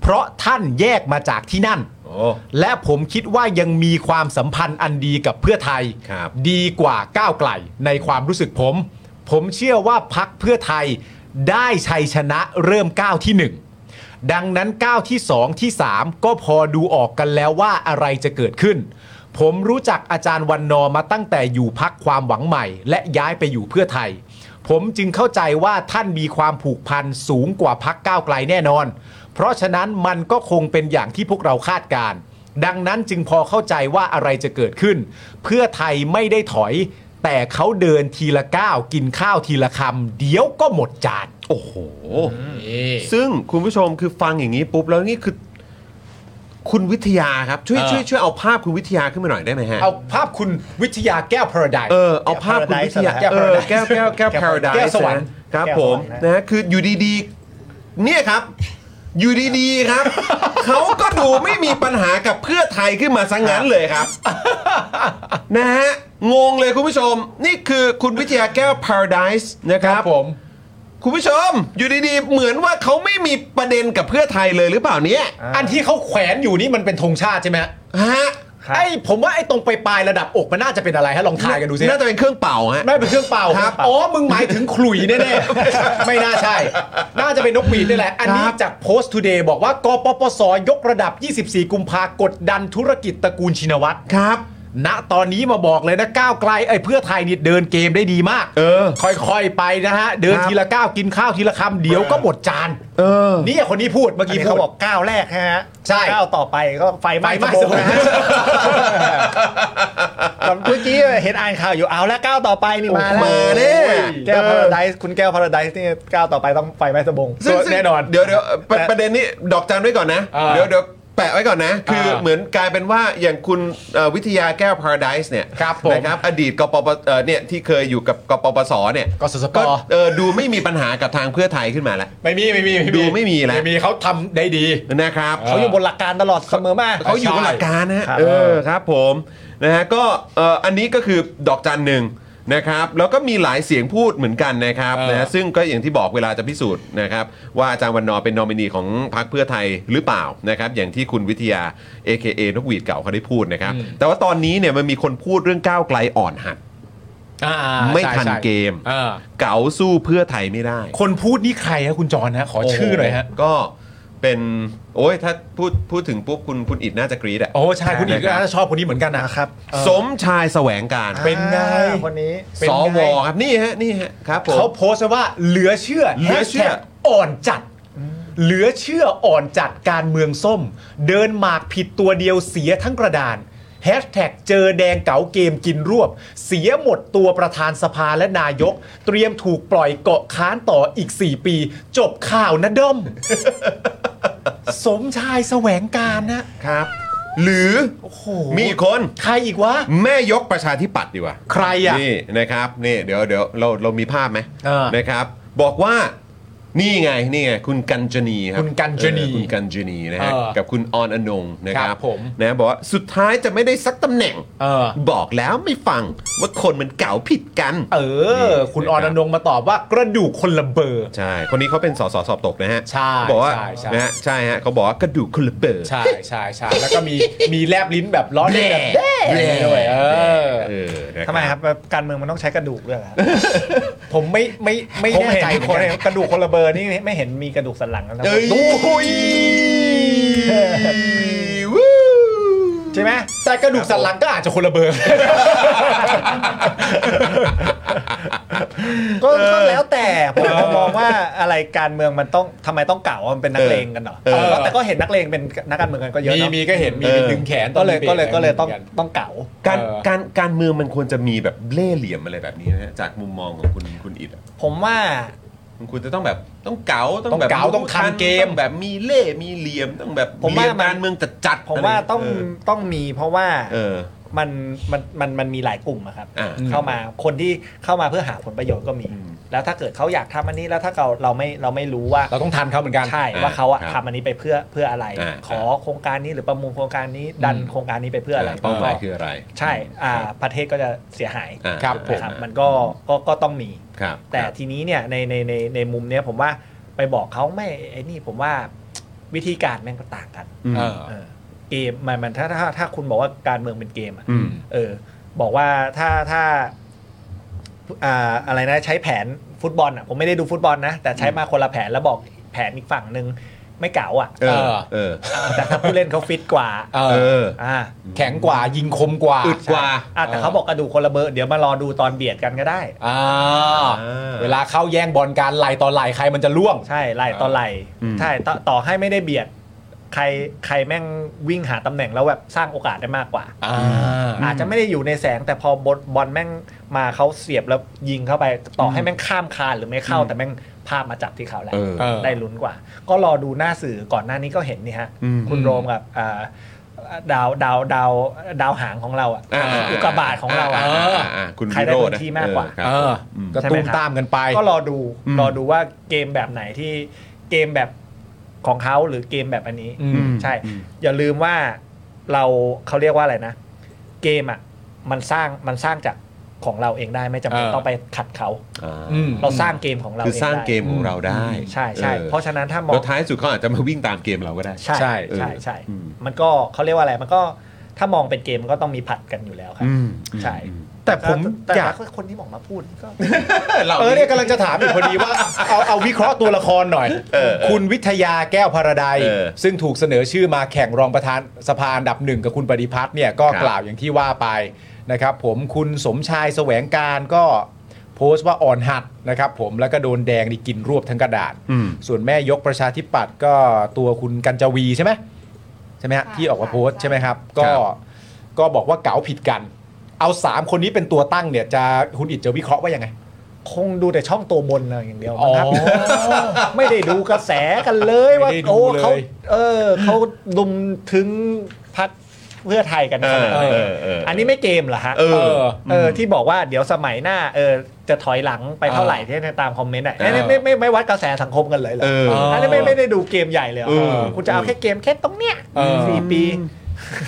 B: เพราะท่านแยกมาจากที่นั่น
A: โอ้
B: และผมคิดว่ายังมีความสัมพันธ์อันดีกับเพื่อไทย
A: ครับ
B: ดีกว่าก้าวไกลในความรู้สึกผม ผมเชื่อว่าพักเพื่อไทยได้ชัยชนะเริ่มก้าวที่หนึ่งดังนั้นก้าวที่สองที่สามก็พอดูออกกันแล้วว่าอะไรจะเกิดขึ้น ผมรู้จักอาจารย์วันนอร์มาตั้งแต่อยู่พักความหวังใหม่ และย้ายไปอยู่เพื่อไทย ผมจึงเข้าใจว่าท่านมีความผูกพันสูงกว่าพักก้าวไกลแน่นอน เพราะฉะนั้นมันก็คงเป็นอย่างที่พวกเราคาดการณ์ ดังนั้นจึงพอเข้าใจว่าอะไรจะเกิดขึ้น เพื่อไทยไม่ได้ถอย แต่เขาเดินทีละก้าวกินข้าวทีละคำเดี๋ยวก็หมดจาน
A: โอ้โห ซึ่งคุณผู้ชมคือฟังอย่างนี้ปุ๊บ แล้วนี่คือ คุณวิทยาครับ ช่วยช่วยช่วยเอาภาพคุณวิทยาขึ้นมาหน่อยได้ไหมฮะ
B: เอาภาพคุณวิทยาแก้วพระดาย
A: เออเอาภาพคุณวิทยา
B: แก้ว
A: เอ
B: Paradise
A: อแก้วแก้วแก้ว
B: แก้ว
A: paradise
B: แก้วสวรรค์
A: นะบ
D: แก้ว
A: ผ
D: สว
A: ม
D: รรค์นะ
A: นะคืออยู่ดีๆ เนี่ยครับ อยู่ดีๆครับ เขาก็ดูไม่มีปัญหากับเพื่อไทยขึ้นมาซะงั้นเลยครับ นะฮะงงเลยคุณผู้ชม นี่คือคุณวิทยาแก้ว paradise นะครับ
B: ผม
A: คุณผู้ชม อยู่ดีๆ เหมือนว่าเขาไม่มีประเด็นกับเพื่อไทยเลยหรือเปล่าเนี่ย
B: อันที่เขาแขวนอยู่นี่มันเป็นธงชาติใช่ไหมฮะ
A: ฮะ
D: ครับ
B: ไอ้ผมว่าไอ้ตรงปลายๆระดับอกมันน่าจะเป็นอะไรฮะลองทายกันดูสิ
A: น่าจะเป็นเครื่องเป่าฮะ
B: ไม่เป็นเครื่องเป่า
A: ครับ
B: อ๋อ มึงหมายถึงขลุ่ยแน่ๆ ไม่น่าใช่ น่าจะเป็นนกหวีดนี่แหละ อันนี้
A: ครับ
B: จากโพสต์ Today บอกว่ากปปส ยกระดับ 24 กุมภากดดันธุรกิจตระกูลชินวัตร
A: ครับ
B: ณตอนนี้มาบอกเลยนะก้าวไกลไอ้เพื่อไทยนี่เดินเกมได้ดีมาก
A: เออ
B: ค่อยๆ ไปนะฮะ เดิน
A: ครับ
B: ทีละก้าวกินข้าวทีละคำเดี๋ยวก็หมดจาน
A: เออ
B: นี่คนนี้พูดเมื่อ
D: อัน
B: กี้
D: นี้
B: พู
D: เขา
B: ด
D: บอกก้าวแรกฮะ
B: ใช่
D: ก้าวต่อไปก็ไฟไห
B: ไป
D: ม้
B: มาก
D: ส
B: ส
D: ม
B: ม
D: นะฮะ ตอนเมื่อกี้เห็นอ่านข่าวอยู่เอาแล้วก้าวต่อไปนี่มาแล้ว
A: มาแน่
D: แก้วพาราไดซ์คุณแก้วพาราไดซ์นี่ก้าวต่อไปต้องไฟไหม้สบง
A: ซึ่ง
B: แน่นอน
A: เดี๋ยวเดี๋ยวประ
D: แต่
A: ประเด็นนี้ดอกจันไว้ก่อนนะ
B: อ่า
A: เดี๋ยวเดี๋ยวแปะไว้ก่อนนะ คืออา เหมือนกลายเป็นว่าอย่างคุณเอ่อวิทยาแก้ว paradise เนี่ย
B: ครับผม
A: นะครับอดีตกปปเอ่อเนี่ยที่เคยอยู่กับกปปสเนี่ย
B: กสสป
A: ก็เออดูไม่มีปัญหากับทางเพื่อไทยขึ้นมาแล้ว
B: ไม่มีไม่มี
A: ดูไม่มีแล้ว
B: ไม่มีเขาทำได้ดี
A: นะครับ
B: เ
D: เขาอยู่บนหลักการตลอดเสมอมา
A: เขาอยู่บนหลักการนะฮะ
D: ครับ
A: เออครับผมนะฮะก็เอ่ออันนี้ก็คือดอกจันหนึ่งนะครับแล้วก็มีหลายเสียงพูดเหมือนกันนะครับ
B: เออ
A: นะฮะซึ่งก็อย่างที่บอกเวลาจะพิสูจน์นะครับว่าอาจารย์วันนอร์เป็นนอมินีของพรรคเพื่อไทยหรือเปล่านะครับอย่างที่คุณวิทยา AKA นกหวีดเก่าเขาได้พูดนะครับ
B: อืม
A: แต่ว่าตอนนี้เนี่ยมันมีคนพูดเรื่องก้าวไกลอ่อนหัด
B: อ่า
A: ไม่
B: ใช่
A: ทัน
B: ใช่
A: เกม
B: อ่า
A: เก๋าสู้เพื่อไทยไม่ได้
B: คนพูดนี่ใครฮะคุณจรนะขอชื่อหน่อยฮะ
A: ก็เป็นโอ้ยถ้าพูดพูดถึงปุ๊บคุณคุณอิดน่าจะกรี๊ดอะ
B: โอ้ใช่คุณอีกก็น่าจะชอบคนนี้เหมือนกันนะ
D: นะค
B: ครับ
D: รับ
A: สมชายแสวงการ
B: เป็นไง
D: วันนี้
A: สวครับนี่ฮะนี่ฮะครับผม
B: เขาโพสต์ไว้ว่าเหลือเชื่อ
A: เหลือเชื่อ
B: แฮชแท็กอ่อนจัด เหลือเชื่ออ่อนจัดการเมืองส้ม เดินหมากผิดตัวเดียวเสียทั้งกระดานแฮชแท็กเจอแดงเก๋าเกมกินรวบ เสียหมดตัวประธานสภาและนายก เตรียมถูกปล่อยเกาะค้านต่ออีก 4 ปี จบข่าวนะด้อม สมชายแสวงการนะครับ
A: หรือ
B: โอ้โห
A: มีอีกคน
B: ใครอีกวะ
A: แม่ยกประชาธิปัตย์ดีกว่า
B: ใครอ่ะ
A: นี่นะครับนี่เดี๋ยวเดี๋ยวเราเรามีภาพไหม
B: เออ
A: นะครับ บอกว่านี่ไงนี่ไงคุณกัญจนีครับ
B: คุณกัญจ
A: เอ
B: นี
A: อคุณกัญจนีนะฮะ
B: เออ
A: กับคุณออนอนงนะค
B: ค
A: รั
B: รั
A: บบ
B: ผม
A: นะบอกว่าสุดท้ายจะไม่ได้สักตำแหน่ง
B: เออ
A: บอกแล้วไม่ฟังว่าคนมันเก่าผิดกัน
B: เออ
A: นี่
B: คุณ
A: นะ
B: อ
A: ครั
B: อบ นอนงมาตอบว่ากระดูกคนละเบอร์
A: ใช่ คนนี้เขาเป็นสสสอบตกนะฮะ
B: ใช่
A: บอกว่า
B: ใช่ใช่
A: นะฮะใช่ฮะเขาบอกว่ากระดูกคนละเบอร์
B: ใช่ใช่ใช่แล้วก็มี มีแลบลิ้นแบบล้อเล่นแบบ
A: แบะ
B: เด้ด้วยเออ
A: เออนะ
D: ทำไมครับการเมืองมันต้องใช้กระดูกด้วยเหรอ ครับ
B: ผมไม่ไม่ไม่
D: ผม
B: แน่
D: เห็น
B: ใจ
D: ทุก
B: ค
D: คน
B: น
D: เนี่ยกระดูกคนละเบอร์นี่ไม่เห็นมีกระดูกสันหลังกันทั้งหม
A: เอ้
D: ด
A: ย
D: ดู
A: วู้
D: ใช่ไหม
B: แต่กระดูกสันหลังก็อาจจะคนละเบอร์
D: ก็ก็แล้วแต่ผมผมมองว่าอะไรการเมืองมันต้องทำไมต้องเก่าว่ามันเป็นนักเลงกันเหรอ
B: เออ
D: แต่ก็เห็นนักเลงเป็นนักการเมืองกันก็เยอะ
B: มี
D: เนาะ
B: มีก็เห็นมีดึงแขนตอ
D: ก็
B: น
D: เลย
B: บร
D: ก็เลยก็เลยต้อง
B: หมืนน
D: ต้องเก่า
A: การ
B: เออ
A: การการเมืองมันควรจะมีแบบเล่ห์เหลี่ยมอะไรแบบนี้นะฮะจากมุมมองของคุณคุณอิดอะ
D: ผมว่า
A: คุณจะต้องแบบต้องเก๋าต้องแบบ
B: ต้องเก๋าต้องทันเกม
A: ต้องแบบมีเล่ห์มีเหลี่ยมต้องแบบ
D: ผมว่า
A: เหลี่ย
D: มัน
A: การเมืองจัดจัด
D: ผมว่าต้อง
A: เ
D: ต้องมีเพราะว่า
A: เออ
D: มันมันมันมันมีหลายกลุ่มอะครับ
A: อ่า
D: เข้ามาคนที่เข้ามาเพื่อหาผลประโยชน์ก็มี
A: อืม
D: แล้วถ้าเกิดเขาอยากทำอันนี้แล้วถ้าเราเราไม่เราไม่รู้ว่า
B: เราต้องทันเขาเหมือนกัน
D: ใช่ว่าเขาอะ
A: อ่าครับ
D: ทำอันนี้ไปเพื่อเพื่ออะไร
A: อ่า
D: ขอโครงการนี้หรือประมูลโครงการนี้ดัน
B: อืม
D: โครงการนี้ไปเพื่ออะไร
A: เป้าหมายคืออะไร
D: ใช่อ่าประเทศก็จะเสียหาย
A: อ่า
B: ครับผม
D: นะครับมันก็ก็ก็ต้องมี
A: ครับ
D: แต่ทีนี้เนี่ยในในในในมุมเนี้ยผมว่าไปบอกเขาไม่ไอ้นี่ผมว่าวิธีการแม่งก็ต่างกัน
A: อืม
B: เออ
D: เออเกมมันมันถ้าถ้าถ้าคุณบอกว่าการเมืองเป็นเกมอะ
A: อืม
D: เออบอกว่าถ้าถ้าอ่าอะไรนะใช้แผนฟุตบอลอ่ะผมไม่ได้ดูฟุตบอลนะ แต่ใช้มาคนละแผนแล้วบอกแผนอีกฝั่งหนึ่งไม่เก๋าอ่ะ
A: เออ เออ
D: แต่ถ้าผู้เล่นเขาฟิตกว่า
B: เอ
A: เอ
B: อ
A: อ
D: อ่า
B: แข็งกว่ายิงคมกว่า
A: อึดกว่า
D: อ่ะแต่เขาบอกกระดูกคนละเบอร์เดี๋ยวมารอดูตอนเบียดกันก็ได้
B: อ่า
A: อ่า
B: เวลาเข้าแย่งบอลการไหลตอนไหลใครมันจะล่วง
D: ใช่ไล่ต่อไล่
A: อืม
D: ใช่ต่อต่อให้ไม่ได้เบียด ใครใครแม่งวิ่งหาตำแหน่งแล้วแบบสร้างโอกาสได้มากกว่า
B: อ่า
D: อาจจะไม่ได้อยู่ในแสงแต่พอบอลบอลแม่งมาเขาเสียบแล้วยิงเข้าไป ต่อให้แม่งข้ามคานหรือไม่เข้า แต่แม่งภาพมาจับที่เขาแหละ
A: เออ
B: เออ
D: ได้ลุ้นกว่า ก็รอดูหน้าสื่อก่อนหน้านี้ก็เห็นนี่ฮะ
A: อืม
D: คุณโรมกับอ่าดาวดาวดาวดาวหางของเราอ่ะ
A: า
D: อุกกาบาตของเราอ่ะ
A: อ่าอ่าอ่าคุณ
D: ใครได้
A: วิโจ
D: พื้
A: น์
D: นที่มากกว่า
A: เออครับ
B: เออ
A: อืม
B: ก็
D: ใช่ไหม
B: ตุ้ม
D: ครับ
B: ตามกันไป
D: ก็รอดู
A: อืม
D: รอดูว่าเกมแบบไหนที่เกมแบบของเขาหรือเกมแบบอันนี้
B: อื
A: อืม
D: ใช่ อย่าลืมว่าเราเขาเรียกว่าอะไรนะ เกมอ่ะมันสร้างมันสร้างจากของเราเองได้ไม่จำเป็น
B: เออ
D: ต้องไปขัดเขา
A: อ่า
B: อืม
D: เราสร้างเกมของเรา
A: คือ
D: เอง
A: สร้าง
D: ได้
A: เกมของเราได้
D: ใช่ใช่
A: ออ
D: เพราะฉะนั้นถ้ามอง
A: แล้วท้ายสุดเขาอาจจะมาวิ่งตามเกมเราก็ได้
D: ใช่
B: ใช่
D: ใช่
A: เออ
D: ใช่ใช่
A: อืม
D: มันก็เขาเรียกว่าอะไรมันก็ถ้ามองเป็นเกมมันก็ต้องมีผัดกันอยู่แล้วครับ
A: อืม
D: ใช่
A: อืม
B: แต่ผม
D: แต่
B: อ
D: แต่
B: ยาก
D: แต่คนที่บอกมาพูดก็
A: เรา
B: เออเนี่ยกำลังจะถามอยู่พอดี ว่า เอาเอาวิเคราะห์ตัวละครหน่อย
A: เออเออ
B: คุณวิทยาแก้วพาราไดซ์
A: เออ
B: ซึ่งถูกเสนอชื่อมาแข่งรองประธานสภาอันดับหนึ่งกับคุณปฏิพัฒน์เนี่ยก็
A: ครับ
B: กล่าวอย่างที่ว่าไปนะครับผมคุณสมชายแสวงการก็โพสต์ว่าอ่อนหัดนะครับผมแล้วก็โดนแดงนี่กินรวบทั้งกระดาษ
A: อืม
B: ส่วนแม่ยกประชาธิปัตย์ก็ตัวคุณกัญจวีใช่ไหมใช่ไหมฮะ
C: ค่ะ
B: ที่ออกมาโพสต์ใช่ไหมครับ ก็
A: ครับ
B: ก็บอกว่าเก๋าผิดกัน เอาสามคนนี้เป็นตัวตั้งเนี่ยจะคุณอิดจะวิเคราะห์ว่ายังไง
D: คงดูแต่ช่องตัวบนนะอย่างเดียว
B: อ๋อ
D: นะครับ ไม่ได้ดูกระแสกันเลยว่า
B: ไม่ได้ดู
D: โอ้
B: เลย
D: เขาเออเขาดุมถึงพักเพื่อไทยกัน
A: เอ
D: ข
A: อ
D: นาดไหน
A: เออเออ
D: อั
A: อั
D: นนี้ไม่เกมเหรอฮะ
A: เออ
D: เออที่บอกว่าเดี๋ยวสมัยหน้าเออจะถอยหลังไปเท่าไหร่ที่ในตามคอมเมนต์อ่ะ
A: เออ
D: ไมไม่ไม่ไม่วัดกระแสสังคมกันเลยเหรอ
A: เออ
D: อันนี้ไม่ไม่ได้ดูเกมใหญ่เลยเหรอ
A: เออ
D: คุณจะเอาแค่เกมแค่ตรงเนี้ย
B: เออ
D: สี่ปี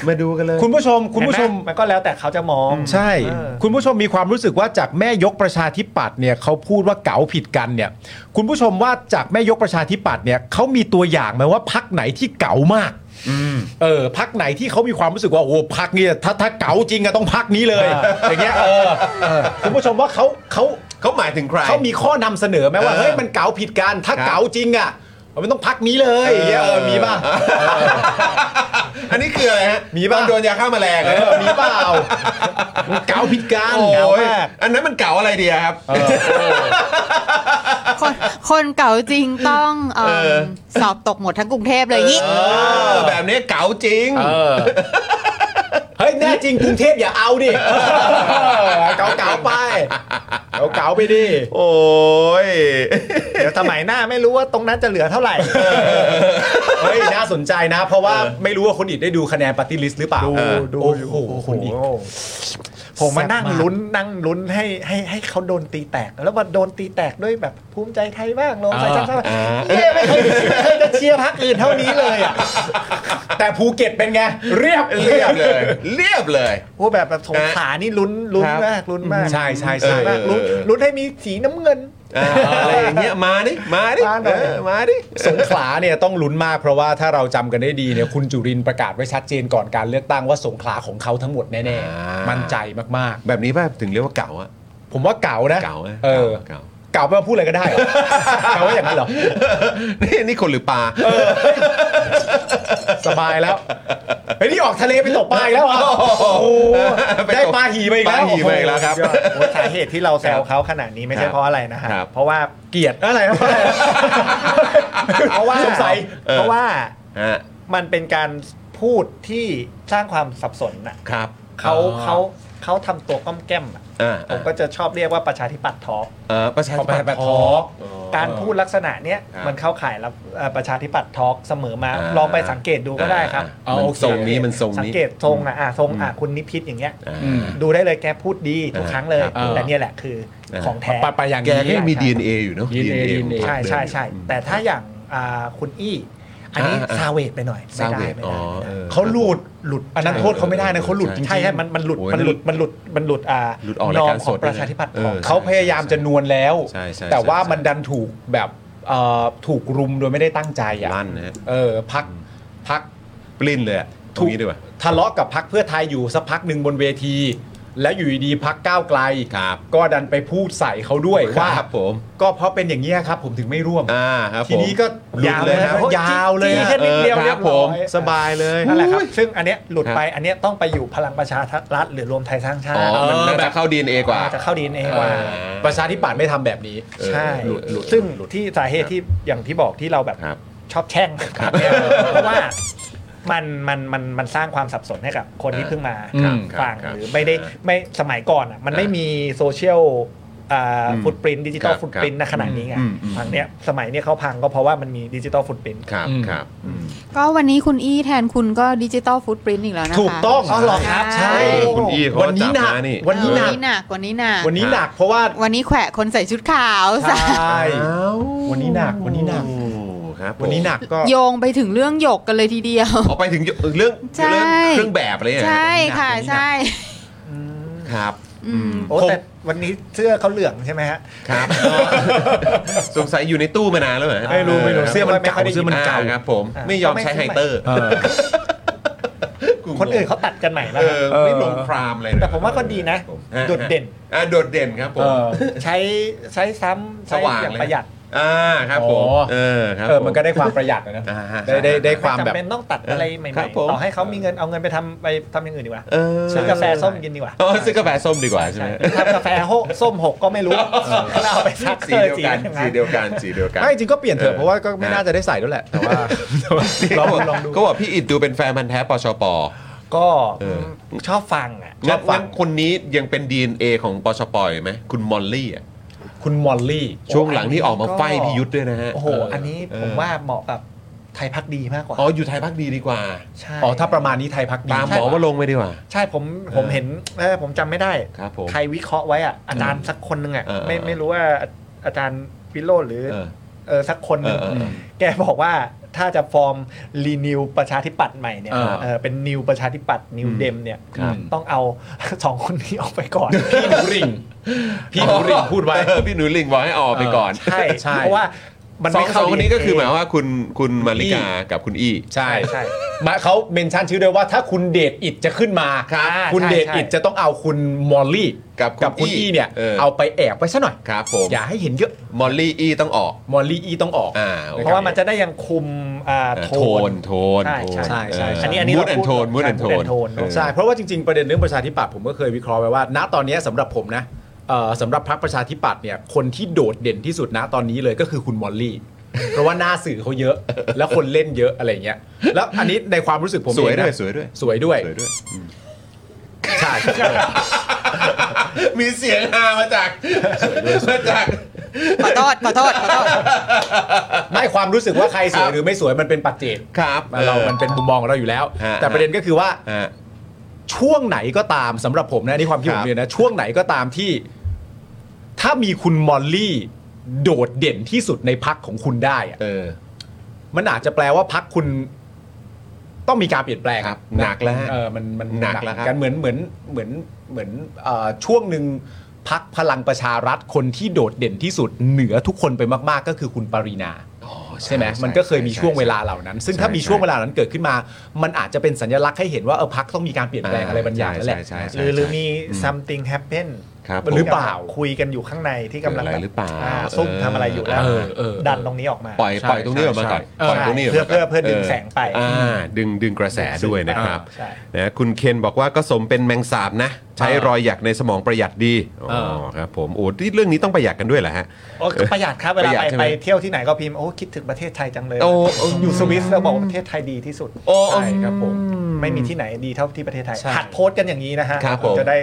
A: มาดูกันเลย
B: คุณผู้ชมคุณผู้ชม
D: เห็นไหมันก็แล้วแต่เขาจะมอง
B: ใช่
D: เออ
B: คุณผู้ชมมีความรู้สึกว่าจากแม่ยกประชาธิปัตย์เนี่ยเขาพูดว่าเก๋าผิดกันเนี่ย คุณผู้ชมว่าจากแม่ยกประชาธิปัตย์เนี่ยเขามีตัวอย่างไหมว่าพักไหนที่เก๋ามากเออพักไหนที่เขามีความรู้สึกว่าโอ้พักเนี่ยถ้าถ้าเก๋าจริงอะต้องพักนี้เลยอย่างเงี้ยเออคุณผู้ชมว่าเขาเขา
A: เขาหมายถึงใคร
B: เขามีข้อนำเสนอไหมว่า
A: เออ
B: เฮ้ยมันเก๋าผิดกันถ้า
A: ครับ
B: เก๋าจริงอะมันต้องพักนี้เลยอย่างเงี้ยเออมีป่ะ
A: อันนี้คืออะไรฮะ
B: มีป่ะ
A: ตอนโดนยาฆ่าแมลง
B: เอ
A: อะ
B: อมีเปล่ามันเก๋าผิดกัน
A: โอ้ยอันนั้นมันเก่าอะไรดีอะครับ
C: คนคนเก่าจริงต้องเอิ่ม
A: เออ
C: สอบตกหมดทั้งกรุงเทพเลยงี้
A: เออแบบนี้เก๋าจริง
B: เออ เฮ้ย แน่จริงกรุงเทพอย่าเอาดิ เออเก่าๆไป เก่าๆไปดิ
A: โอ้ย
D: เดี๋ยวสมัยหน้าไม่รู้ว่าตรงนั้นจะเหลือเท่าไหร่
B: เฮ้ย น่าสนใจนะ เพราะว่าไม่รู้ว่าคนอิดได้ดูคะแนนปฏิลิสหรือเปล่า
D: ดู
B: เออ
D: ดู
B: โอ้
D: อยู่
B: โหคนอิด
D: โอ้โหผมมานั่ง
B: แซ่บมาก
D: ลุ้นนั่งลุ้นให้ให้ให้เขาโดนตีแตก แล้วมาโดนตีแตกด้วยแบบภูมิใจไทยบ้างลงใส่ชาติชาติ
A: อ่า
D: เย้ไม่เคยไม่เคยจะเชียร์พรรคอื่นเท่านี้เลยอ่ะ
B: แต่ภูเก็ตเป็นไง เรียบ
A: เรียบเลย เรียบเลย
D: โอ้แบบแบบสงขลานี่ลุ้นลุ้นมากลุ้นมาก
B: ใช่ใช่ใช่
A: เออ
D: ลุ้นลุ้นให้มีสีน้ำเงิน
A: เอออะไรอย่างเงี้ยมาดิมาดิ
D: มาหน่
A: เอ
D: อย
A: อมาดิ
B: สงขลาเนี่ยต้องลุ้นมากเพราะว่าถ้าเราจำกันได้ดีเนี่ยคุณจุรินทร์ประกาศไว้ชัดเจนก่อนการเลือกตั้งว่าสงขลาของเขาทั้งหมดแน่ๆ มั่นใจมาก
A: แบบนี้ป่ะถึงเรียกว่าเก่าอะ
B: ๆ ผมว่าเก่านะ
A: เก่าอะ
B: เออ
A: เก่า
B: เก่าไปมาพูดอะไรก็ได้เหรอเก่าว่าอย่างนั้นเหรอ
A: นี่นี่คนหรือปลา
B: สบายแล้วเฮ้ยนี่ออกทะเลไปตกปลาอีกแล้วเหรอ่ะโอ้โห
A: ไปตก
B: ได้ปลาหีไปอีกแล้ว
A: ปลาหี่ไปอีกแล้ว ครับ
D: โอ้โหโอ้โหสาเหตุที่เราแซวเขาขนาดนี้ไม่ใช่เพราะอะไรนะฮะ
A: ครับ
D: เพราะว่า
B: เกลียดอะไรนะ
D: เพราะว่า
B: สงสัย
D: เพราะว่า
A: ฮะ
D: มันเป็นการพูดที่สร้างความสับสนน่ะ
A: ครับ
D: เขาเขา เขาทำตัวก้อมแก้มอะ
A: อ่า
D: ผมก็จะชอบเรียกว่าประชาธิปัตย์ทอล์ก
A: เออประชาธิปัตย์ทอล์ก
D: การพูดลักษณะเนี้ย
A: ครับ
D: มันเข้าข่ายรับเอ่อประชาธิปัตย์ทอล์กเสมอมา ลองไปสังเกตดูก็ได้ครับ
A: อ่ามันทรงนี้มันทรง
D: สัง
A: นี้
D: เกตทรงนะอ่ะทรงอ่ะคุณนิพิษอย่างเงี้ย
A: อ่า
D: ดูได้เลยแกพูดดีทุกครั้งเลย
A: เออ
D: แต่เนี่ยแหละคือ
A: เออ
D: ของแท้
B: ไปไปอย่าง
A: แก
B: นี้
A: ก็ยังมี DNA อยู่เนาะ
B: DNA
D: ใช่ใช่ใช่
A: อืม
D: แต่ถ้าอย่างอ่าคุณอี้อันนี้
A: อ่าอ่า
D: ซาเวทไปหน่อยไม่
A: ซา
D: ได้
A: เวต
D: ไม่
A: อ๋อ
D: ไ
A: อ
D: ด้
A: อ
B: เขาหลุดหลุดอันนั้นโทษเขาไม่ได้นะเขาหลุดจริงๆ
D: ใช่ใช่มันมันหลุด
A: โอ้ย
D: มันหลุดมันหลุดมันหลุดอ่า
A: หลุดออกราย
D: นอม
A: การ
D: ข
A: ส
D: อง
A: ด
D: ประชาธิปัตย์
A: เออ
D: ของ
B: เขาพยายามจะนวลแล้ว
A: ใช่ใช่
B: แต่ว่า
A: ใช่
B: มันดันถูกแบบเอ่อถูกรุมโดยไม่ได้ตั้งใจอ่ะ
A: ลั่นนะฮะ
B: เออพักพัก
A: ปลิ้นเลยอะตร
B: ถู
A: ง
B: ก
A: นี้ดีกว่า
B: ทะเลาะกับพักเพื่อไทยอยู่สักพักหนึ่งบนเวที แล้วอยู่ดีๆพักก้าวไกล
A: ครับ
B: ก็ดันไปพูดใส่เขาด้วยว่า
A: ครับผม
B: ก็เพราะเป็นอย่างนี้ยครับ ผมถึงไม่ร่วม
A: อ่าครับ
B: ทีนี้ก็
A: ผมหลุด
B: ยาว
A: เลย
B: เลย
A: ค
B: ครั
A: รับบ
B: ยาวเลย
D: จี้
B: อะ
D: แค่นิดเดียว
A: ออค
D: เรี
A: รั
D: ย
A: บบ ผ
D: ร้อ
A: ม
D: ย
A: สบายเลย
D: นั่นแหละครับซึ่งอันเนี้ยหลุด
A: ครับ
D: ไปอันเนี้ยต้องไปอยู่พลังประชารัฐหรือรวมไทยสร้างชา
A: อ๋อ
D: ติ
A: มันมันจะเข้า DNA กว่า
D: จะเข้าดีเอกว่า
B: ประชาธิปัตย์ไม่ทำแบบนี้
D: ใช่
A: หลุดหลุด
D: ซึ่ง
A: หลุด
D: ที่สาเหตุที่อย่างที่บอกที่เราแบบ
A: ครับ
D: ชอบแช่งเนี่ยเพราะว่ามันมันมันมันสร้างความสับสนให้กับคนที่เพิ่งมา
B: ครับ
D: ฟัง
A: ครับ
D: หรือไม่ได้ไม่สมัยก่อนอ่ะมันไม่มีโซเชียล
A: อืม
D: ฟุตปรินดิจิตอล
A: ครับ
D: ฟุตปรินนะขนาดนี้ไง
A: อืมอืม
D: ฝั่งเนี้ยสมัยเนี้ยเขาพังก็เพราะว่ามันมีดิจิตอลฟุตปริน
A: ครับ
B: อืม
A: ครับอืม
C: ก็วันนี้คุณอี้แทนคุณก็ดิจิตอลฟุตปรินต์อีกแล้วนะคะ
B: ถูกต้อง
D: อ๋อเหรอครับ
C: ใช่
A: คุณอี้เขา
B: วันนี้หนั
A: จั
B: ก
A: บมานี่
B: วันนี้หนัก
C: วันนี้หนัก
B: วันนี้หนักเพราะว่า
C: วันนี้แขวะคนใส่ชุดขาว
B: ใช่
A: อ้าว
B: วันนี้หนักวันนี้หนัก
A: โอ้ครับผม
B: วันนี้หนักก็
C: โยงไปถึงเรื่องหยกกันเลยทีเดียว
A: ออกไปถึงเรื่อง
C: ใช่
A: เรื่องเครื่องแบบอะไรเนี่ย
C: ใช่ค่ะ
B: วันนี้หนัก
C: ใช่
A: ครับ
C: อืม
D: โอ้แต่วันนี้เสื้อเขาเหลืองใช่ไหมฮะ
A: ครับ สงสัยอยู่ในตู้มานานแล้วเหรอ
D: ไม่รู้ไม่รู้
A: เสื้อมันเก่า
D: ไม่ค่อยได้
A: เสื้อมันเก่า
D: อ่า
A: ครับ ผม
D: อ่า
A: ไม่ยอมใช้ไฮเตอร์
D: คนอื่นเขาตัดกันใหม่แล้ว
A: เอ
D: ครับ
A: อไม่ลงพรามเลยนะ
D: แต่ผมว่าก็ดีนะ
A: ฮ
D: โดดเด่น
A: อ่าโดดเด่นครับผ
B: เอ
A: ม
B: อ
D: ใช้ใช้
A: ส
D: ซ้ำใช้
A: ว่าง
D: อย่าง
A: เลย
D: ประหยัด
A: อ่าครับผม
B: อ๋อ
A: เออครับ
B: เออ
A: ผ
B: มันก็ได้ความประหยัดนะ
A: อ่าฮะ
B: ได้ได้ได้ความแบบ
D: ไจำเป็นต้องตัดอะไรใหม่
A: ครับผม
D: ๆต่อให้เขามีเงินเอาเงินไปทำไปทำอย่างอื่นดีกว่า
A: เออ
D: ซื้อกาแฟส้มกินดีกว่า
A: เออซื้อกาแฟส้มดีกว่าใช่
D: ใช่
A: ไหม
D: ทำกาแฟโฮส้มหกก็ไม่รู้เราเอาไปซัก
A: สีเดียวกันสี
D: เดี
A: เดี
D: ยว
A: ยวกันสีเดียวกัน
B: ไม่จริงก็เปลี่ยนเถอะ
A: เออ
B: เพราะว่าก็ไม่น่าจะได้ใส่ด้วยแหละ แต่ว่าแต่ว่าลองดูลองดู
A: ก็บอกพี่อิดดูเป็นแฟนพันธ์แท้ปชป
D: ก็
A: เออ
D: ชอบฟังอ่ะช
A: งั้
D: อน บฟั
A: งั้
D: ง
A: นคนนี้ยังเป็น DNA ของปชปอยู่ไหมคุณมอลลี่อ่ะ
B: คุณมอลลี่
A: ช่วงหลังนี่ออกมาไฟพิยุทธ์ด้วยนะฮะ
D: โอ้โหอันนี้
A: เออ
D: ผมว่าเหมาะกับไทยพักดีมากกว่า
A: อ๋ออยู่ไทยพักดีดีกว่า
D: ใช่
B: อ๋อถ้าประมาณนี้ไทยพักดี
A: ตามหมอว่าลงค์ไปดีกว่า
D: ใช่ผมผมเห็นเอ้ยผมจำไม่ได้
A: ครับผม
D: ใครวิเคราะห์ไว้อ่ะอาจารย์สักคนหนึ่งอ่ะ
A: เออเออ
D: ไม่ไม่รู้ว่าอาจารย์วิโรจน์หรือ
A: เออ
D: เออสักคนหนึ่ง
A: เออเออเออ
D: แกบอกว่าถ้าจะฟอร์มรีนิวประชาธิปัตย์ใหม่เนี่ย
A: เออ
D: เออเป็นนิวประชาธิปัตย์นิว
A: อืม
D: เดมเนี่ย
A: ครับ
D: ต้องเอา สองคนนี้ออกไปก่อน
B: พี่หนูริ่งพี่หนูริ่งพูดไว้
A: เออพี่หนูลิงบอกให้ออกไปก่อน
D: ใช่
B: ใช่
D: เพราะว่ามัน
A: สอง
D: ไม่
A: ส
D: เข้า
A: องคนนี้ก็คือหมายว่าคุณคุณมาริกากับคุณอี้
B: ใช่
D: ใช่ใช่
B: มาเขาเมนชั่นชื่อด้วยว่าถ้าคุณเดทอิดจะขึ้นมา
D: ครับ
B: คุณเดทอิดจะต้องเอาคุณมอลลี่
A: กับคุณ
B: กับคุณ
A: อี้
B: อี้เนี่ย
A: เออ
B: เอาไปแอบไว้ซะหน่อย
A: ครับผม
B: อย่าให้เห็นเยอะ
A: มอลลี่อี้ต้องออก
B: มอลลี่อี้ต้องออก
A: อ่าโอค
D: เพราะว่ามันจะได้ยังคุมอ่า
A: เออ
D: โท
A: โท
D: น
A: นโทน
D: ใช่
A: โทน
D: ใช่
B: ใช่ใช่
D: อันนี้อันนี้
A: มูด
D: เรา
A: แอน
D: พู
A: โท
D: ด
A: นมูดแอนโท
D: มู
A: น
D: ดแอนโทนเนอะ
B: ใช่เพราะว่าจริงๆประเด็นเรื่องประชาธิปัตย์ผมก็เคยวิเคราะห์ไว้ว่า ณตอนนี้สำหรับผมนะเอ่อสำหรับพรรคประชาธิปัตย์เนี่ยคนที่โดดเด่นที่สุดณตอนนี้เลยก็คือคุณมอลลี่ เพราะว่าหน้าสื่อเขาเยอะ แล้วคนเล่นเยอะอะไรเงี้ย แล้วอันนี้ในความรู้สึกผม
A: สวยด้วย
B: เองนะ
A: สวยด้วย
B: สวยด้วย
A: สวยด้วย
B: ใช่
A: มีเสียงฮามาจากมาจาก
C: ขอโทษขอโทษขอโทษ
B: ไม่ความรู้สึกว่าใครสวยหรือไม่สวยมันเป็นปัจเจก
A: ครับ
B: เรา มันเป็นมุมมองของเราอยู่แล้ว
A: ฮะ
B: แต่ประเด็นก็คือว่า
A: เออ
B: ช่วงไหนก็ตามสำหรับผมนะนี่ความคิด
A: ค
B: ผ
A: รับ
B: มเลยนะ ช่วงไหนก็ตามที่ ถ้ามีคุณมอลลี่ โดดเด่นที่สุดในพักของคุณได้อะ
A: เออ
B: มันอาจจะแปลว่าพักคุณ ต้องมีการเปลี่ยนแปลง
A: ครับหนักแล้วฮะ
B: เออมันมัน
A: หนักแล้วครับ
B: กันเหมือนเหมือนเหมือนเหมือนเอ่อช่วงหนึ่งพักพลังประชารัฐคนที่โดดเด่นที่สุด เหนือทุกคนไปมาก ๆ ก็คือคุณปรินา
A: อ๋อ
B: ใช่ไหมมันก็เคยมีช่วงเวลาเหล่านั้น ซึ่งถ้ามีช่วงเวลาเหล่านั้นเกิดขึ้นมา มันอาจจะเป็นสัญลักษณ์ให้เห็นว่าเออพักต้องมีการเปลี่ยนแปลงอะไรบางอย่างนั่นแหละ
A: ใช่ใช่ใช่
D: หรือหรือมี something happen
A: ครับ
B: หรือเปล่า
D: คุยกันอยู่ข้างในที่กำลัง
A: อะไร
D: แบบ
A: หรือเปล่า
D: อ่ซุ่มทำอะไรอยู่แล้ว
A: เออเออ
D: ดันตรงนี้ออกมา
A: ปล่อย
B: ใช่
A: ปล่อยตรงนี้ออกมาก่อน
B: ใช่
A: ปล่อยตรงนี้กมาก่น
D: เพื่อเพื่อดึงแสงไป
A: อ่าดึงดึงกระแสด้วยนะครับ
D: ใช่
A: นะคุณเคนบอกว่าก็สมเป็นแมงสาบนะ ใช้รอยหยักในสมองประหยัดดีอ๋อครับผมโอ้ที่เรื่องนี้ต้องประหยัดกันด้วยเหรอฮะ
D: โอ้ประหยัดครับเว
A: ประ
D: ลา
A: หยัด
D: ไป
A: ใช่ไหม
D: ไปเที่ยวที่ไหนก็พิมพ์โอ้คิดถึงประเทศไทยจังเลย
A: โอ้
D: อยู่สวิสแล้วบอกว่าประเทศไทยดีที่สุด
A: โอ้
B: ใช่ครับผม
D: ไม่มีที่ไหนดีเท่าที่ประเทศไทย
B: ใช่
D: หัดโพสต์กันอย่างนี้นะฮะ
A: ครับผม
D: จะได้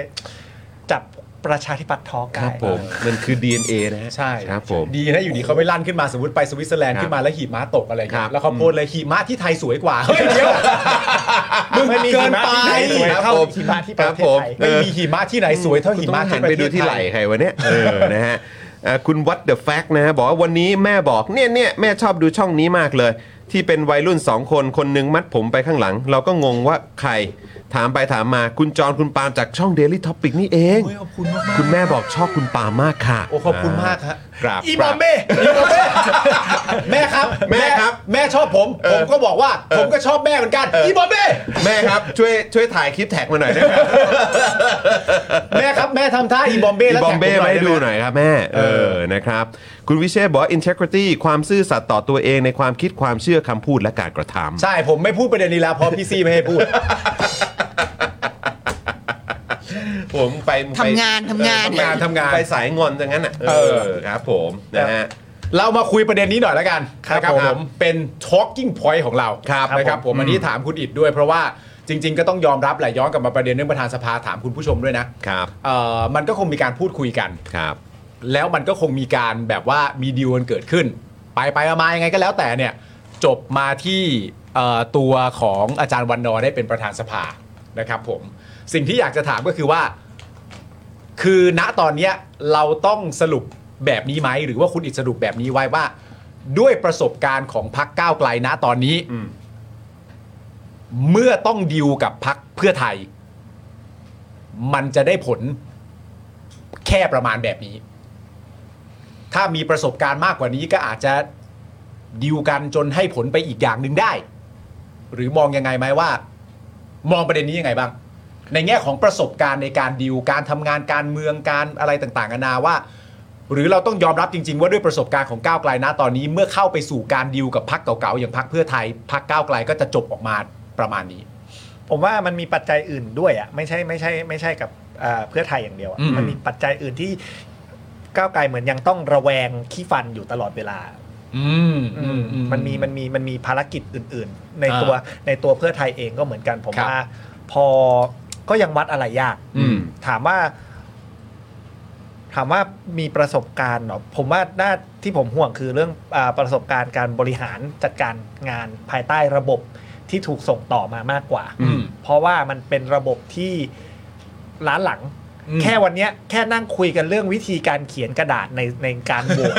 D: จับประชาธิปัตย์ทอล์ก
A: ค
D: ได้
A: รับผมมันคือ DNA นะฮะ
B: ใช่
A: ครับผม
B: ดีนะอยู่ดีเขาไม่ลั่นขึ้นมาสมมติไปสวิตเซอร์แลน
A: ค
B: ด์
A: รับ
B: ขึ้นมาแล้วหิมะตกอะไร
A: ค
B: เงี้
A: รั
B: ย
A: บ
B: แล้วเขาโพสต์เลยหิมะที่ไทยสวยกว่าเฮ้ยเดี๋ยวมึง
D: ไม่มี
B: เกิ
D: หิ
B: น
D: มะ
B: ไป
D: ที่ไหนสวยเท่าหิมะที่ประเทศไทย
A: เอ
B: ไม่
A: อ
B: มีหิมะที่ไหนสวยเท่าหิ
A: คุณต้
B: มะ
A: องหั
B: ที่
A: น
B: ประ
A: ไป
B: เท
A: ดู
B: ศ
A: ที่
B: ไท
A: ไหล่
B: ย
A: ใครวะเนี่ยเออนะฮะเอ่อคุณวัดเดอะแฟกนะฮะบอกว่าวันนี้แม่บอกเนี่ยเนี่ยแม่ชอบดูช่องนี้มากเลย ที่เป็นวัยรุ่น 2 คนคนหนึงมัดผมไปข้างหลัง เราก็งงว่าใครถามไปถามมาคุณจรคุณปาล์มจากช่อง Daily Topic นี่เอง
B: โอ้ยขอบคุณมากๆ
A: คุณแม่บอกชอบคุณปาล์มมากค่ะ
B: โอ้ขอบคุณมากฮะ
A: กราบ
B: อี
A: ก
B: บ
A: รา
B: อมเบ้อีบอมเบ้แม่ครับ
A: แม่ครับ
B: แม่ชอบผม
A: เออ
B: ผมก็บอกว่า
A: เออ
B: ผมก็ชอบแม่เหมือนกันอีบอมเบ้
A: แม่ครับช่วยช่วยถ่ายคลิปแท็กมาหน่อยได้ไหม
B: แม่ครับแม่ทำท่าอีบอมเบ้
A: อี
B: แล้ว
A: บอมเบ้
B: แท็กผ
A: มาให้
B: ห
A: ดู
B: น่อย
A: หน่อยครับแม่ เออนะครับคุณวิเชษฐ์บอกว่า integrity ความซื่อสัตย์ต่อตัวเองในความคิดความเชื่อคำพูดและการกระทำ
B: ใช่ผมไม่พูดประเด็นนี้แล้วเพราะพี่ซีไม่ให้พูด
A: ผมไป
C: ทำงานทำงาน
A: เออทำงาน ไปสายงอนจังงั้นอ่ะ เออ
B: เออ
A: ครับผมนะฮะ
B: เรามาคุยประเด็นนี้หน่อยแล้วกัน
A: ครับ
B: นะ
A: ผม
B: เป็น talking point ของเรา
A: ครับ
B: นะครับ
A: ผม
B: ผมอันนี้ถามคุณอิดด้วย เพราะว่าจริง ๆ ก็ต้องยอมรับแหละย้อนกลับมาประเด็นเรื่องประธานสภาถามคุณผู้ชมด้วยนะครับ เอ่อมันก็คงมีการพูดคุยกัน
A: ครับ
B: แล้วมันก็คงมีการแบบว่ามีดีลกันเกิดขึ้น ไปไปมามายังไงก็แล้วแต่เนี่ยจบมาที่เอ่อตัวของอาจารย์วันนอร์ได้เป็นประธานสภานะครับผมสิ่งที่อยากจะถามก็คือว่า คือณตอนเนี้ยเราต้องสรุปแบบนี้ไหม หรือว่าคุณอิดสรุปแบบนี้ไว้ว่า ด้วยประสบการณ์ของพักก้าวไกลณตอนนี้
A: อืม
B: เมื่อต้องดีลกับพักเพื่อไทย มันจะได้ผลแค่ประมาณแบบนี้ ถ้ามีประสบการณ์มากกว่านี้ก็อาจจะดีลกันจนให้ผลไปอีกอย่างหนึ่งได้ หรือมองยังไงไหมว่า มองประเด็นนี้ยังไงบ้าง ในแง่ของประสบการณ์ในการดีลการทำงานการเมืองการอะไรต่างๆนานาว่า หรือเราต้องยอมรับจริง ๆ ว่าด้วยประสบการณ์ของก้าวไกลนะตอนนี้ เมื่อเข้าไปสู่การดีลกับพักเก่าๆอย่างพักเพื่อไทยพักก้าวไกลก็จะจบออกมาประมาณนี้
D: ผมว่ามันมีปัจจัยอื่นด้วยอ่ะไม่ใช่ไม่ใช่ไม่ใช่กับอ่าเพื่อไทยอย่างเดียวอะ
B: อืม
D: มันมีปัจจัยอื่นที่ก้าวไกลเหมือนยังต้องระแวงขี้ฟันอยู่ตลอดเวลา
B: อืมอืมอื
D: มันมีมันมีมันมีภารกิจอื่น ๆ ใน
B: อ่า
D: ตัวในตัวเพื่อไทยเองก็เหมือนกันผม
B: ครับ
D: ว่า พอก็ยังวัดอะไรยาก
B: อืม
D: ถามว่า ถามว่ามีประสบการณ์เหรอผมว่าหน้าที่ผมห่วงคือเรื่องอาประสบการณ์การบริหารจัดการงานภายใต้ระบบที่ถูกส่งต่อมามากกว่า
B: อืม
D: เพราะว่ามันเป็นระบบที่ล้าหลัง
B: อืม
D: แค่วันเนี้ยแค่นั่งคุยกันเรื่องวิธีการเขียนกระดาษในในการโหวต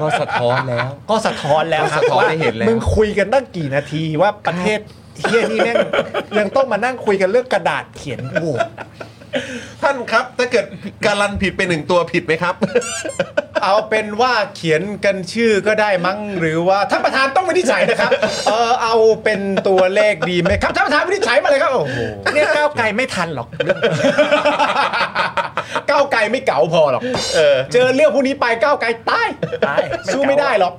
A: ก็สะท้อนแล้ว
D: ก็สะท้อนแล้วครับ
A: ก็สะท้อน
D: ว่า
A: ให้เห็นแล้ว
D: มึงคุยกันตั้งกี่นาทีว่าประเทศเฮียนี่แม่ง ยังต้องมานั่งคุยกันเรื่องกระดาษเขียนโหวต
A: ท่านครับ ถ้าเกิดการันผิดไปหนึ่งตัวผิดไหมครับ
B: เอาเป็นว่าเขียนกันชื่อก็ได้มั้งหรือว่าท่านประธานต้องวินิจฉัย นะครับเออเอาเป็นตัวเลขดีไหมครับท่านประธานวินิจฉัยมาเลยครับโอ้โห
D: เนี่ยก้าวไกลไม่ทันหรอกเรื่อง
B: ก้าวไกลไม่เก๋าพอหรอกเออเจอเรื่องพวกนี้ไปก้าวไกลตาย
D: ตาย
B: สู้ไม่ได้หรอก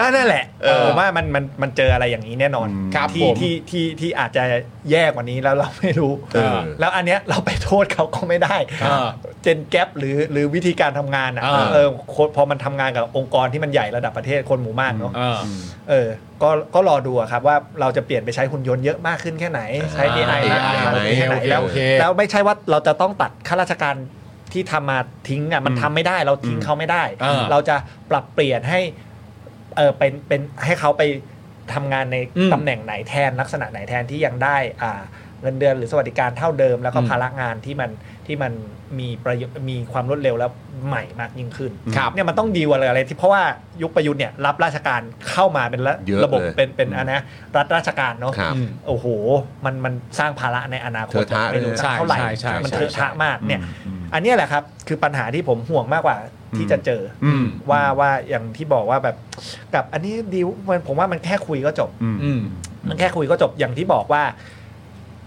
D: อ่ะนั่นแหละ
B: เออ
D: ผมว่ามันมันมันเจออะไรอย่างนี้แน่นอน
B: ครับ
D: ที่
B: ผม
D: ที่ที่ที่อาจจะแย่กว่านี้แล้วเราไม่รู้
B: เออ
D: แล้วอันเนี้ยเราไปโทษเขาก็ไม่ได้
B: เออ
D: เจนแกปหรือหรือวิธีการทำงานอ่ะ
B: เออ
D: เออคนพอมันทำงานกับองค์กรที่มันใหญ่ระดับประเทศคนหมู่มากเนาะ
B: เออ
D: เออ ก็ ก็รอดูอะครับว่าเราจะเปลี่ยนไปใช้หุ่นยนต์เยอะมากขึ้นแค่ไหน ใช้ AI มากขึ้น
A: ไหม
D: แค่ไหน
B: โอเค
D: แล้ว
B: โอเค
D: แล้วไม่ใช่ว่าเราจะต้องตัดข้าราชการที่ทำมาทิ้งอะมันทำไม่ได้ เราทิ้งเขาไม่ได้ เราจะปรับเปลี่ยนให้ เออเป็น เป็น ให้เขาไปทำงานในตำแหน่งไหนแทน ลักษณะไหนแทนที่ยังได้ อ่า เงินเดือนหรือสวัสดิการเท่าเดิม แล้วก็ภาระงานที่มัน ที่มันมีประโยชน์มีความรวดเร็วแล้วใหม่มากยิ่งขึ้น
B: ครับ
D: เนี่ยมันต้องดีลอะไรอะไรที่เพราะว่ายุคประยุทธ์เนี่ยรับราชการเข้ามาเป็นระ
A: เยอะเลย
D: ระบบเป็นเป็นอันนะรัฐราชการเนาะ
A: ครับ
B: อืม
D: โอ้โห มันมันสร้างภาระในอนาคต
A: เทอะทะ
D: ไม่รู้
A: เลย
D: สักเท่าไหร่
B: ใช่ใช่ใช่
D: มัน
B: ใช่
D: เทอะทะมากเนี่ย อันเนี้ยแหละครับ คือปัญหาที่ผมห่วงมากกว่าที่จะเจออ
B: อืม
D: ว่าว่าอย่างที่บอกว่าแบบกับอันนี้ดีลมันผมว่ามันแค่คุยก็จบ
B: อืม
D: มันแค่คุยก็จบอย่างที่บอกว่า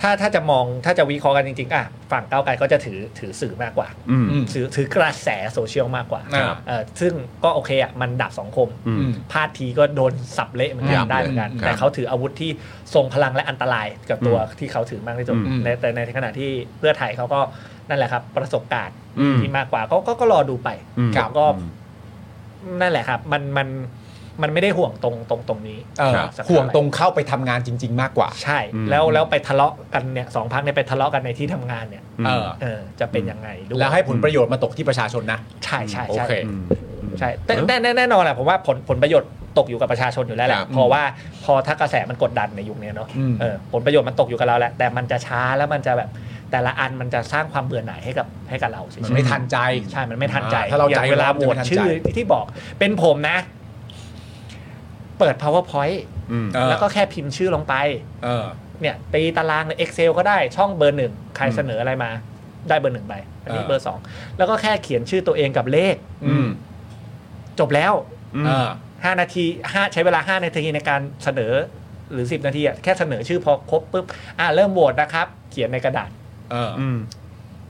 D: ถ้าถ้าจะมองถ้าจะวิเคราะห์กันจริงๆอ่ะฝั่งก้าวไกลก็จะถือถือสื่อมากกว่า
A: อืม
E: อืม
D: ถือถือกระแสโซเชียลมากกว่า
E: ครับ
D: เอ่อซึ่งก็โอเคอ่ะมันดับสังคม
A: อืม
D: พลาดทีก็โดนสับเละเหมือนกั
A: ยั
D: น
A: บ
D: ได้เหมือนกัน
A: เลยครับ
D: แต่เขาถืออาวุธที่ทรงพลังและอันตรายกับตัวที่เขาถือมากที่สุด
A: อืม
D: และแต่ในขณะที่เพื่อไทยเขาก็นั่นแหละครับ ประสบการณ์
A: อืม
D: ที่มากกว่าก็ก็ก็รอดูไป
A: อืม
D: ผมก็นั่นแหละครับ มันมันมันไม่ได้ห่วงตรงตรงตรงนี้
E: เออ
A: ครับ
D: สักเท่า
E: ห่
D: ไ
E: วงตรงเข้าไปทำงานจริง ๆ มากกว่า
D: ใช่
A: อืม
D: แล้วแล้วไปทะเลาะกันเนี่ยสองพักเนี่ยไปทะเลาะกันในที่ทำงานเนี่ย
A: อืม
E: เออ
D: เออจะเป็นยังไงด้วย
E: แล้วให้ผลประโยชน์มาตกที่ประชาชนนะ
D: ใช่ใช่
E: โอ
D: ใช่
E: เค
A: อืม
D: ใช่แต่แต่แน่แน่นอนแหละผมว่าผลผลประโยชน์ตกอยู่กับประชาชนอยู่แล้วแห
A: ครั
D: ละ
A: บ
D: เพราะว่าพอถ้ากระแสมันกดดันในยุคนี้เนาะ
E: อืม
D: เออผลประโยชน์มันตกอยู่กับเราแหละแต่มันจะช้าแล้วมันจะแบบแต่ละอันมันจะสร้างความเบื่อหน่ายให้กับให้กับเราเฉย
E: มัน
D: ๆ
E: ไม่ทันใจ
D: ใช่มันไม่ทันใจ
E: อ่าถ้าเราใจ
D: อย่งเวลา
E: ร้อน
D: โหวต
E: มันจะไม่ทันใจ
D: ชื่อที่ที่บอกเป็นผมนะ เปิด powerpoint
A: อืม
E: เออ
D: แล้วก็แค่พิมพ์ชื่อลงไป
E: เออ
D: เนี่ยตีตารางใน Excel ก็ได้ช่องเบอร์หนึ่งใคร
E: อืม
D: เสนออะไรมาได้เบอร์หนึ่งไปอันนี้
E: อ่า
D: เบอร์สองแล้วก็แค่เขียนชื่อตัวเองกับเลข
E: อืม
D: จบแล้ว
E: เออ
D: ห้านาทีห้าใช้เวลาห้านาทีในการเสนอหรือ 10 นาทีอะแค่เสนอชื่อพอครบปุ๊บอ่ะเริ่มโหวตนะครับ เขียนในกระดาษ
E: เออ
A: อืม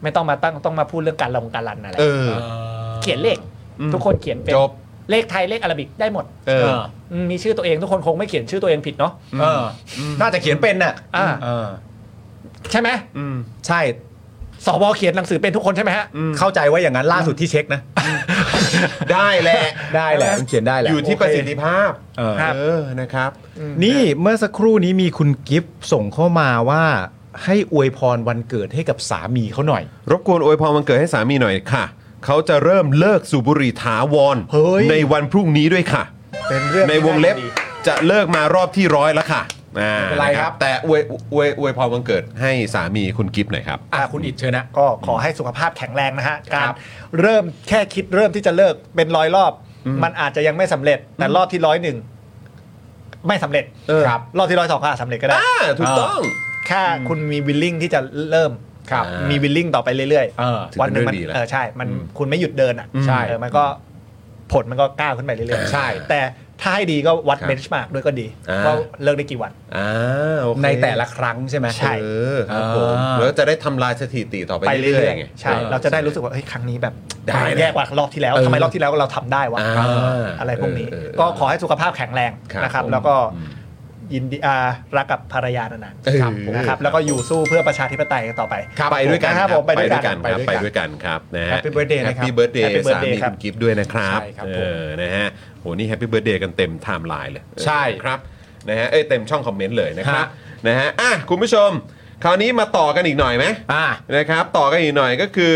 D: ไม่ต้องมาตั้งต้องมาพูดเรื่องการลงการลันอะไร
A: เออ
E: เออ
D: เขียนเลข
A: อืม
D: ทุกคนเขียนเป็น
A: จบ
D: เลขไทยเลขอาราบิกได้หมด
A: เอ
E: เอ
A: อ
E: อ
D: อืมมีชื่อตัวเองทุกคนคงไม่เขียนชื่อตัวเองผิดเนาะ
E: เอออน่าจะเขียนเป็นน่ะ
D: อ่า
E: เออ
D: ใช่ไหม
A: อืม
E: ใช่
D: สวเขียนหนังสือเป็นทุกคนใช่ไหมฮะ
E: เข้าใจว่าอย่างนั้นล่าสุดที่เช็คนะ
A: ได้แหละ
E: ได้แหละมันเขียนได้แหละ
A: อยู่ที่
D: โอเค
A: ประสิทธิภาพ
E: เออ
D: ครับ
A: เออ นะครับ
E: นี่เมื่อสักครู่นี้มีคุณกิฟต์ส่งเข้ามาว่าให้อวยพรวันเกิดให้กับสามีเขาหน่อย
A: รบกวนอวยพรวันเกิดให้สามีหน่อยค่ะ เขาจะเริ่มเลิกสูบบุหรี่ถาวร
E: เฮ้ย
A: ในวันพรุ่งนี้ด้วยค่ะ
E: เป็นเรื่อง
A: ในวงเล็บจะเลิกมารอบที่ร้อยแล้วค่ะอ่า
E: ไม่เป็นไรครับ
A: แต่อวยอวยอวยพรวันเกิดให้สามีคุณกิฟต์หน่อยครับ
E: อ่ะคุณอิดเชิญนะ
D: ก็ขอให้สุขภาพแข็งแรงนะฮะ การ
E: ครับ
D: เริ่มแค่คิดเริ่มที่จะเลิกเป็นร้อยรอบ มันอาจจะยังไม่สำเร็จ แต่รอบที่ร้อยหนึ่งไม่สำเร็จ
E: เออครับ
D: รอบที่ร้อยสองก็อาจสำเร็จก็ได้
A: อ่า ถูกต้อง
D: แค่คุณมีวิลลิ่งที่จะเริ่ม
E: ครับ
D: มีวิลลิ่งต่อไปเรื่อย
E: เออ
D: วันหนึ่งมัน
A: ถือเป็นเรื่องดีแล้ว
D: เออใช่ มันคุณไม่หยุดเดินอ่ะ
E: ใช่
D: เออมันก็ผลมันก็ก้าวขึ้นไปเรื่อยๆ
E: ใช่
D: แต่ถ้าให้ดีก็วัด
A: ครับ
D: เบนช์มาร์กด้วยก็ดี
A: อ่า
D: ว่าเลิกได้กี่วัน
A: อ่าโอเค
E: ในแต่ละครั้งใช่ไหม
D: ใช่
A: เออครับผม
E: อ่า
A: แล้วจะได้ทำลายสถิติต่อไป
D: ไป
A: เรื่
D: เรื่
A: อ
D: อย
A: ๆ
D: ย
A: ไง
D: ๆใช่เราจะได้รู้สึกว่าเฮ้ยครั้งนี้แบบ
A: ได้นะ
D: แย่กว่ารอบที่แล้ว
E: เออ
D: ทำไมรอบที่แล้วเราทำได้วะ
A: อ่า
D: เอออะไรพวกนี้
A: เออเออ
D: ก็ขอให้สุขภาพแข็งแรง
A: ครับ
D: นะครับ
A: ผม
D: แล้วก็ยินดีอ่ารักกับภรรยานาน
A: เออ
D: ๆครับผมนะครับ แล้วก็อยู่สู้เพื่อประชาธิปไตยกันต่อไป
A: ไปด้วยกัน
D: ครับผมไปด้วยกัน
A: ไปด้วยกันครับไปด้วยกันครับนะฮะ
E: Happy birthday นะครับ
A: Happy birthday
D: Happy
A: สา
D: birthday
A: มี
D: ครั
A: คุ
D: บ
A: ณกิฟต์ด้วยนะครับ
E: ใช่ครับ
A: เอ
E: ผม
A: อนะฮะโหนี่แฮปปี้เบิร์ดเดย์กันเต็มไทม์ไลน์เลย
E: ใช่
A: ครับนะฮะเอ้ยเต็มช่องคอมเมนต์เลยนะครับ
E: ฮะ
A: นะฮะอ่ะคุณผู้ชม คราวนี้มาต่อกันอีกหน่อยไหม
E: อ่า
A: นะครับต่อกันอีกหน่อยก็คือ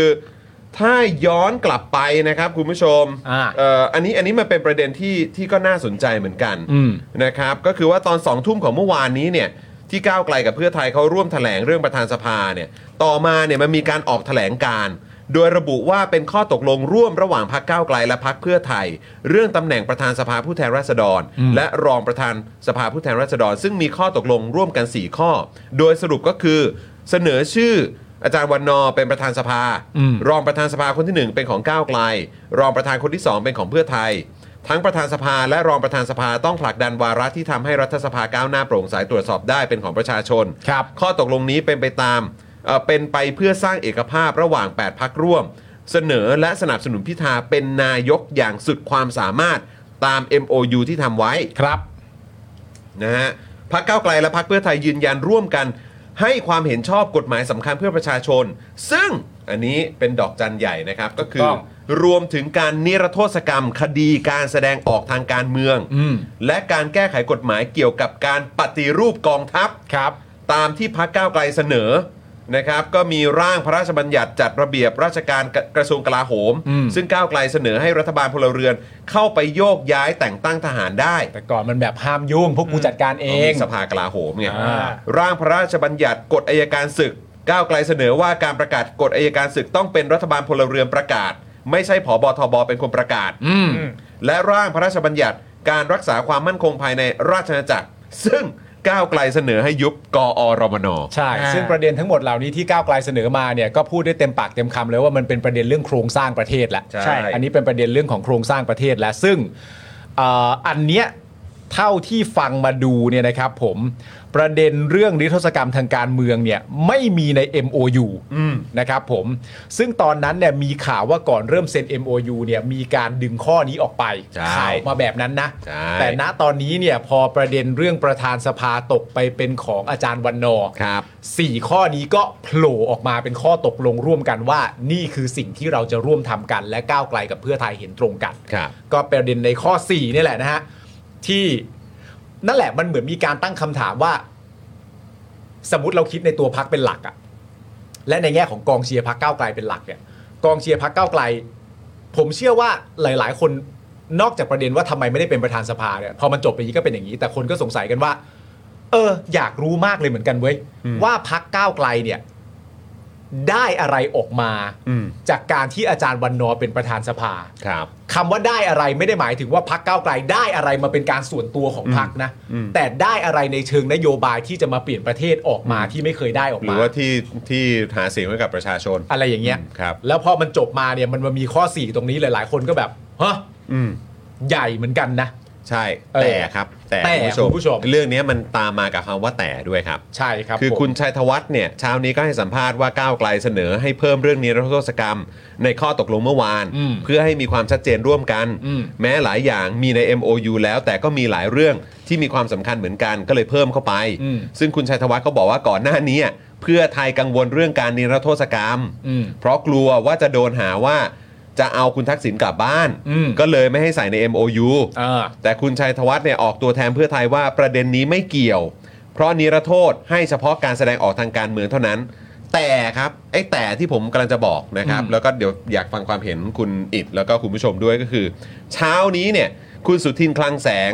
A: ถ้าย้อนกลับไปนะครับคุณผู้ชม
E: อ่า
A: เอ่ออันนี้อันนี้มันเป็นประเด็นที่ที่ก็น่าสนใจเหมือนกัน
E: อืม
A: นะครับก็คือว่าตอน2องทุ่มของเมื่อวานนี้เนี่ยที่ก้าวไกลกับเพื่อไทยเขาร่วมแถลงเรื่องประธานสภาเนี่ยต่อมาเนี่ยมันมีการออกแถลงการณ์โดยระบุว่าเป็นข้อตกลงร่วมระหว่างพรรคก้าวไกลและพรรคเพื่อไทย เรื่องตำแหน่งประธานสภาผู้แทนราษฎร
E: อืม
A: และรองประธานสภาผู้แทนราษฎร ซึ่งมีข้อตกลงร่วมกัน 4 ข้อ โดยสรุปก็คือ เสนอชื่ออาจารย์วันนอร์เป็นประธานสภา
E: อืม
A: รองประธานสภาคนที่หนึ่งเป็นของก้าวไกล รองประธานคนที่สองเป็นของเพื่อไทย ทั้งประธานสภาและรองประธานสภาต้องผลักดันวาระที่ทำให้รัฐสภาก้าวหน้าโปร่งใสตรวจสอบได้เป็นของประชาชน
E: ครับ
A: ข้อตกลงนี้เป็นไปตามเอ่อเป็นไปเพื่อสร้างเอกภาพระหว่าง 8 พักร่วม เสนอและสนับสนุนพิธาเป็นนายกอย่างสุดความสามารถตาม MOU ที่ทำไว้
E: ครับ
A: นะฮะพักเก้าวไกลและพักเพื่อไทยยืนยันร่วมกัน ให้ความเห็นชอบกฎหมายสำคัญเพื่อประชาชน ซึ่งอันนี้เป็นดอกจันใหญ่นะครับ ก็คือ
E: ต้อง
A: รวมถึงการนิรโทษกรรม คดีการแสดงออกทางการเมือง
E: อืม
A: และการแก้ไขกฎหมายเกี่ยวกับการปฏิรูปกองทัพ
E: ครับ
A: ตามที่พักก้าวไกลเสนอนะครับก็มีร่างพระราชบัญญัติจัดระเบียบราชการกระกระทรวงกลาโหม
E: อืม
A: ซึ่งก้าวไกลเสนอให้รัฐบาลพลเรือน เข้าไปโยกย้ายแต่งตั้งทหารได้
E: แต่ก่อนมันแบบห้ามยุ่งพวกกูจัดการเอ
A: ต้อง
E: ง
A: มีสภากลาโหมไง
E: อ่า
A: ร่างพระราชบัญญัติกฎอายการศึก ก้าวไกลเสนอว่าการประกาศกฎอายการศึกต้องเป็นรัฐบาลพลเรือนประกาศ ไม่ใช่ผบทบเป็นคนประกาศ
E: อืม
A: และร่างพระราชบัญญัติการรักษาความมั่นคงภายในราชอาณาจักร ซึ่งก้าวไกลเสนอให้ยุบกอรมน
E: ใช่ ซึ่งประเด็นทั้งหมดเหล่านี้ที่ก้าวไกลเสนอมาเนี่ยก็พูดได้เต็มปากเต็มคำเลยว่ามันเป็นประเด็นเรื่องโครงสร้างประเทศแหละ
A: ใช่
E: อันนี้เป็นประเด็นเรื่องของโครงสร้างประเทศและซึ่งเอ่ออันเนี้ย
B: เท่าที่ฟังมาดูเนี่ยนะครับผมประเด็นเรื่องนิรโทษกรรมทางการเมืองเนี่ยไม่มีใน MOU นะครับผมซึ่งตอนนั้นเนี่ยมีข่าวว่าก่อนเริ่มเซ็น MOU เนี่ยมีการดึงข้อนี้ออกไป
A: ใช่
B: ข่าวมาแบบนั้นนะ
A: ใช่
B: แต่ณตอนนี้เนี่ยพอประเด็นเรื่องประธานสภาตกไปเป็นของอาจารย์วันนอร์
A: ครับ
B: สี่ข้อนี้ก็โผล่ออกมาเป็นข้อตกลงร่วมกันว่า นี่คือสิ่งที่เราจะร่วมทำกัน และก้าวไกลกับเพื่อไทยเห็นตรงกัน
A: ครับ
B: ก็ประเด็นในข้อ 4 นี่แหละนะฮะ ที่นั่นแหละมันเหมือนมีการตั้งคำถามว่า สมมติเราคิดในตัวพักเป็นหลักอะและในแง่ของกองเชียร์พักก้าวไกลเป็นหลักเนี่ย กองเชียร์พักก้าวไกล ผมเชื่อว่าหลาย ๆ คนนอกจากประเด็นว่าทำไมไม่ได้เป็นประธานสภาเนี่ยพอมันจบไปอย่างนี้ก็เป็นอย่างนี้ แต่คนก็สงสัยกันว่า เออ อยากรู้มากเลยเหมือนกันเว้ยว่าพักก้าวไกลเนี่ย ได้อะไรออกมา
A: อืม
B: จากการที่อาจารย์วันนอร์เป็นประธานสภา
A: ครับ
B: คำว่าได้อะไรไม่ได้หมายถึงว่าพักก้าวไกลได้อะไรมาเป็นการส่วนตัวของพักนะ
A: อืม
B: แต่ได้อะไรในเชิงนโยบายที่จะมาเปลี่ยนประเทศออกมาที่ไม่เคยได้ออก
A: หรื
B: มา
A: อว่าที่ที่หาเสียงให้กับประชาชน
B: อะไรอย่างเงี้ย
A: ครับ
B: แล้วพอมันจบมาเนี่ยมันมามีข้อ 4 ตรงนี้หลายๆ คนก็แบบฮะ
A: อืม
B: ใหญ่เหมือนกันนะ
A: ใช่
B: เออ
A: แต่ครับ แต่
B: แต่
A: คุณ
B: คุณผู้
A: ผู้ช
B: ช
A: ม
B: ม
A: เรื่องนี้มันตามมากับคำว่าแต่ด้วยครับ
B: ใช่ครับ
A: คือ
B: ผม
A: คุณชัยธวัฒน์เนี่ยเช้านี้ก็ให้สัมภาษณ์ว่าก้าวไกลเสนอให้เพิ่มเรื่องนิรโทษกรรม ในข้อตกลงเมื่อวาน
B: อืม
A: เพื่อให้มีความชัดเจนร่วมกัน
B: อืม
A: แม้หลายอย่างมีใน MOU แล้วแต่ก็มีหลายเรื่องที่มีความสำคัญเหมือนกันก็เลยเพิ่มเข้าไป
B: อืม
A: ซึ่งคุณชัยธวัฒน์ก็บอกว่าก่อนหน้านี้เพื่อไทยกังวลเรื่องการนิรโทษกรรม
B: อืม
A: เพราะกลัวว่าจะโดนหาว่าจะเอาคุณทักษิณกลับบ้าน
B: อืม
A: ก็เลยไม่ให้ใส่ใน MOU
B: อ่า
A: แต่คุณชัยธวัฒน์เนี่ยออกตัวแทนเพื่อไทยว่าประเด็นนี้ไม่เกี่ยว เพราะนิรโทษให้เฉพาะการแสดงออกทางการเมืองเท่านั้น แต่ครับไอ้แต่ที่ผมกำลังจะบอกนะครับ แล้วก็เดี๋ยวอยากฟังความเห็นคุณอิดแล้วก็คุณผู้ชมด้วยก็คือ เช้านี้เนี่ยคุณสุทินคลังแสง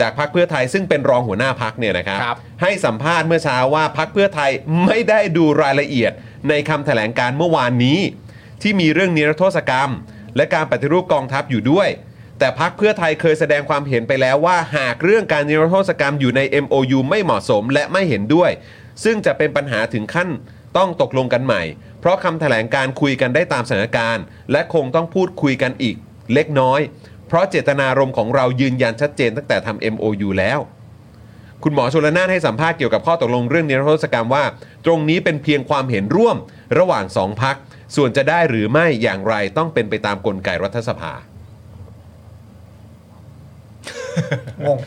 A: จากพรรคเพื่อไทยซึ่งเป็นรองหัวหน้าพักเนี่ยนะครับ ให้สัมภาษณ์เมื่อเช้าว่าพักเพื่อไทยไม่ได้ดูรายละเอียดในคำแถลงการเมื่อวานนี้ ที่มีเรื่องนิรโทษกรรม และการปฏิรูปกองทัพอยู่ด้วย แต่พักเพื่อไทยเคยแสดงความเห็นไปแล้วว่า หากเรื่องการนิรโทษกรรมอยู่ใน MOU ไม่เหมาะสมและไม่เห็นด้วย ซึ่งจะเป็นปัญหาถึงขั้นต้องตกลงกันใหม่ เพราะคำแถลงการคุยกันได้ตามสถานการณ์ และคงต้องพูดคุยกันอีก เล็กน้อย เพราะเจตนารมณ์ของเรายืนยันชัดเจนตั้งแต่ทำ MOU แล้ว คุณหมอชลนานให้สัมภาษณ์เกี่ยวกับข้อตกลงเรื่องนิรโทษกรรมว่า ตรงนี้เป็นเพียงความเห็นร่วมระหว่างสองพัก ส่วนจะได้หรือไม่อย่างไรต้องเป็นไปตามกลไกรัฐสภา
D: งง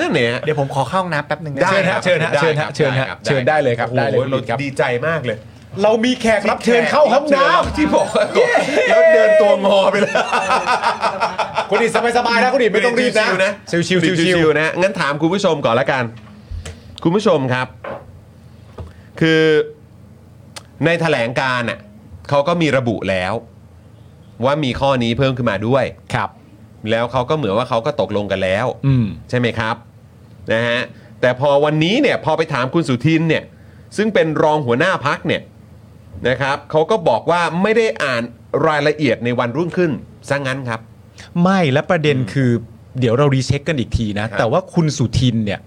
A: นั่นเนี่ย
D: เดี๋ยวผมขอเข้าห้องน้ำแป๊บหนึ่งนะ
A: ได้ครับ
B: เชิญฮะเชิญ
A: ได้ครั
B: ฮะ
A: บ
B: เชิญฮะ
A: ครับ
B: เชิญได้เลยครับ
A: โอ้โห
B: ได้เลยคุณอิทธิ์ครับ
A: ดีใจมากเลย
B: เรามีแขกรับเชิญเข้าห้องน้ำ
A: ที่บอกว่าก่อนแล้วเดินตัวงอไปเลย
B: คุณดิสบายสบายๆนะคุณดิไม่ต้องรีบ
A: ชิวๆนะ
B: นะชิวๆชิว
A: ๆนะงั้นถามคุณผู้ชมก่อนละกัน คุณผู้ชมครับ คือในแถลงการน่ะเขาก็มีระบุแล้ว ว่ามีข้อนี้เพิ่มขึ้นมาด้วย
B: ๆครับ
A: แล้วเขาก็เหมือนว่าเขาก็ตกลงกันแล้ว
B: อืม
A: ใช่ไหมครับนะฮะแต่พอวันนี้เนี่ยพอไปถามคุณสุทินเนี่ยซึ่งเป็นรองหัวหน้าพักเนี่ยนะครับเขาก็บอกว่าไม่ได้อ่านรายละเอียดในวันรุ่งขึ้นซะงั้นครับ
B: ไม่และประเด็นคือ เดี๋ยวเรารีเช็คกันอีกทีนะ
A: ครับ
B: แต่ว่าคุณสุทินเนี่ย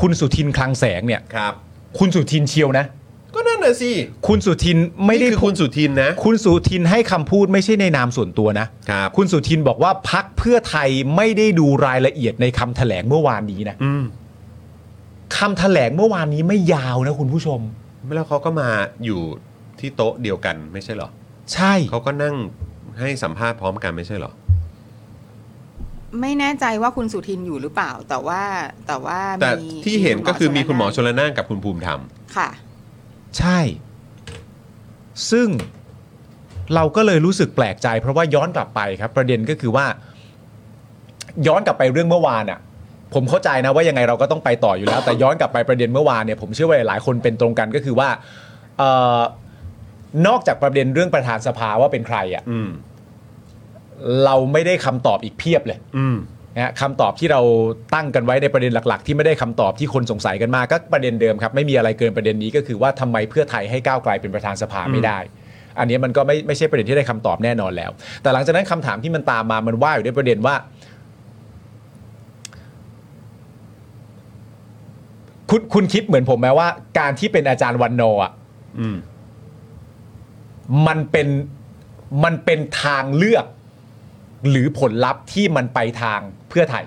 B: คุณสุทินคลังแสงเนี่ย
A: ครับ
B: คุณสุทินเชียวนะ
A: ก็นั่นน่ะสิ
B: คุณสุทินไม่ได้
A: นี่คือคุณสุทินนะ
B: คุณสุทินให้คำพูดไม่ใช่ในนามส่วนตัวนะครับ ณสุทินบอกว่าพักเพื่อไทยไม่ได้ดูรายละเอียดในคำแถลงเมื่อวานนี้นะ
A: อืม
B: คำแถลงเมื่อวานนี้ไม่ยาวนะคุณผู้ชม
A: แล้วเขาก็มาอยู่ที่โต๊ะเดียวกันไม่ใช่เหรอ
B: ใช่
A: เขาก็นั่งให้สัมภาษณ์พร้อมกันไม่ใช่เหรอ
C: ไม่แน่ใจว่าคุณสุทินอยู่หรือเปล่า แต่ว่าแต่ว่า
A: แต่
C: มี
A: ที่เห็นก็คือมีคุณหมอช
C: น
A: ลนานกับคุณภูมิธรรม
C: ค่ะ
B: ใช่ ซึ่งเราก็เลยรู้สึกแปลกใจ เพราะว่าย้อนกลับไปครับ ประเด็นก็คือว่า ย้อนกลับไปเรื่องเมื่อวานอะ่ะ ผมเข้าใจนะว่ายังไงเราก็ต้องไปต่ออยู่แล้ว แต่ย้อนกลับไปประเด็นเมื่อวานเนี่ยผมเชื่อว่าหลายคนเป็นตรงกันก็คือว่าเออนอกจากประเด็นเรื่องประธานสภาว่าเป็นใครอะ่ะ
A: อืม
B: เราไม่ได้คำตอบอีกเพียบเลย
A: อืม
B: นะฮะคำตอบที่เราตั้งกันไว้ในประเด็นหลัก ๆ ที่ไม่ได้คำตอบที่คนสงสัยกันมากก็ประเด็นเดิมครับไม่มีอะไรเกินประเด็นนี้ก็คือว่าทำไมเพื่อไทยให้ก้าวไกลเป็นประธานสภาไม่ได้ อันนี้มันก็ไม่ไม่ใช่ประเด็นที่ได้คำตอบแน่นอนแล้ว แต่หลังจากนั้นคำถามที่มันตามมามันว่าอยู่ด้วยประเด็นว่า คุณคุณคิดเหมือนผมไหมว่า การที่เป็นอาจารย์วันโนอ่ะ
A: อืม
B: มันเป็นมันเป็นทางเลือก หรือผลลัพธ์ที่มันไปทางเพื่อไทย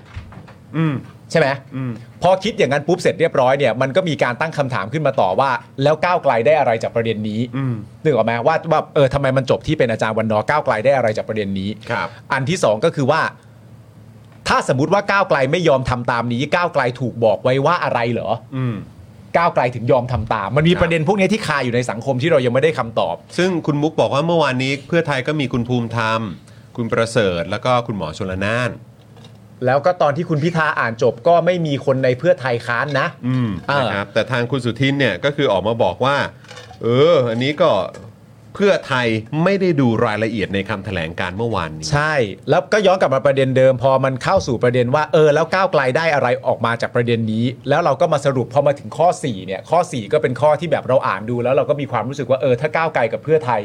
A: อืม
B: ใช่ไหม
A: อืม
B: พอคิดอย่างนั้นปุ๊บเสร็จเรียบร้อยเนี่ยมันก็มีการตั้งคำถามขึ้นมาต่อว่า แล้วก้าวไกลได้อะไรจากประเด็นนี้
A: อืม
B: นึกออกไหมว่าว่าเออทำไมมันจบที่เป็นอาจารย์วันนอร์ก้าวไกลได้อะไรจากประเด็นนี้
A: ครับ
B: อันที่สองก็คือว่า ถ้าสมมติว่าก้าวไกลไม่ยอมทำตามนี้ก้าวไกลถูกบอกไว้ว่าอะไรเหรอ
A: อืม
B: ก้าวไกลถึงยอมทำตาม มันมี
A: ครับ
B: ประเด็นพวกนี้ที่คาอยู่ในสังคมที่เรายังไม่ได้คำตอบ
A: ซึ่งคุณมุกบอกว่าเมื่อวานนี้เพื่อไทยก็มีคุณภูมิธรรม คุณประเสริฐแล้วก็คุณหมอชลนาน
B: แล้วก็ตอนที่คุณพิธาอ่านจบก็ไม่มีคนในเพื่อไทยค้านนะ
A: อืม
B: เออ
A: นะครับแต่ทางคุณสุทินเนี่ยก็คือออกมาบอกว่า เออ อันนี้ก็เพื่อไทยไม่ได้ดูรายละเอียดในคำแถลงการเมื่อวานนี้
B: ใช่ แล้วก็ย้อนกลับมาประเด็นเดิม พอมันเข้าสู่ประเด็นว่าเออแล้วก้าวไกลได้อะไรออกมาจากประเด็นนี้ แล้วเราก็มาสรุปพอมาถึงข้อ4เนี่ยข้อ 4 ก็เป็นข้อที่แบบเราอ่านดู แล้วเราก็มีความรู้สึกว่าเออถ้าก้าวไกลกับเพื่อไทย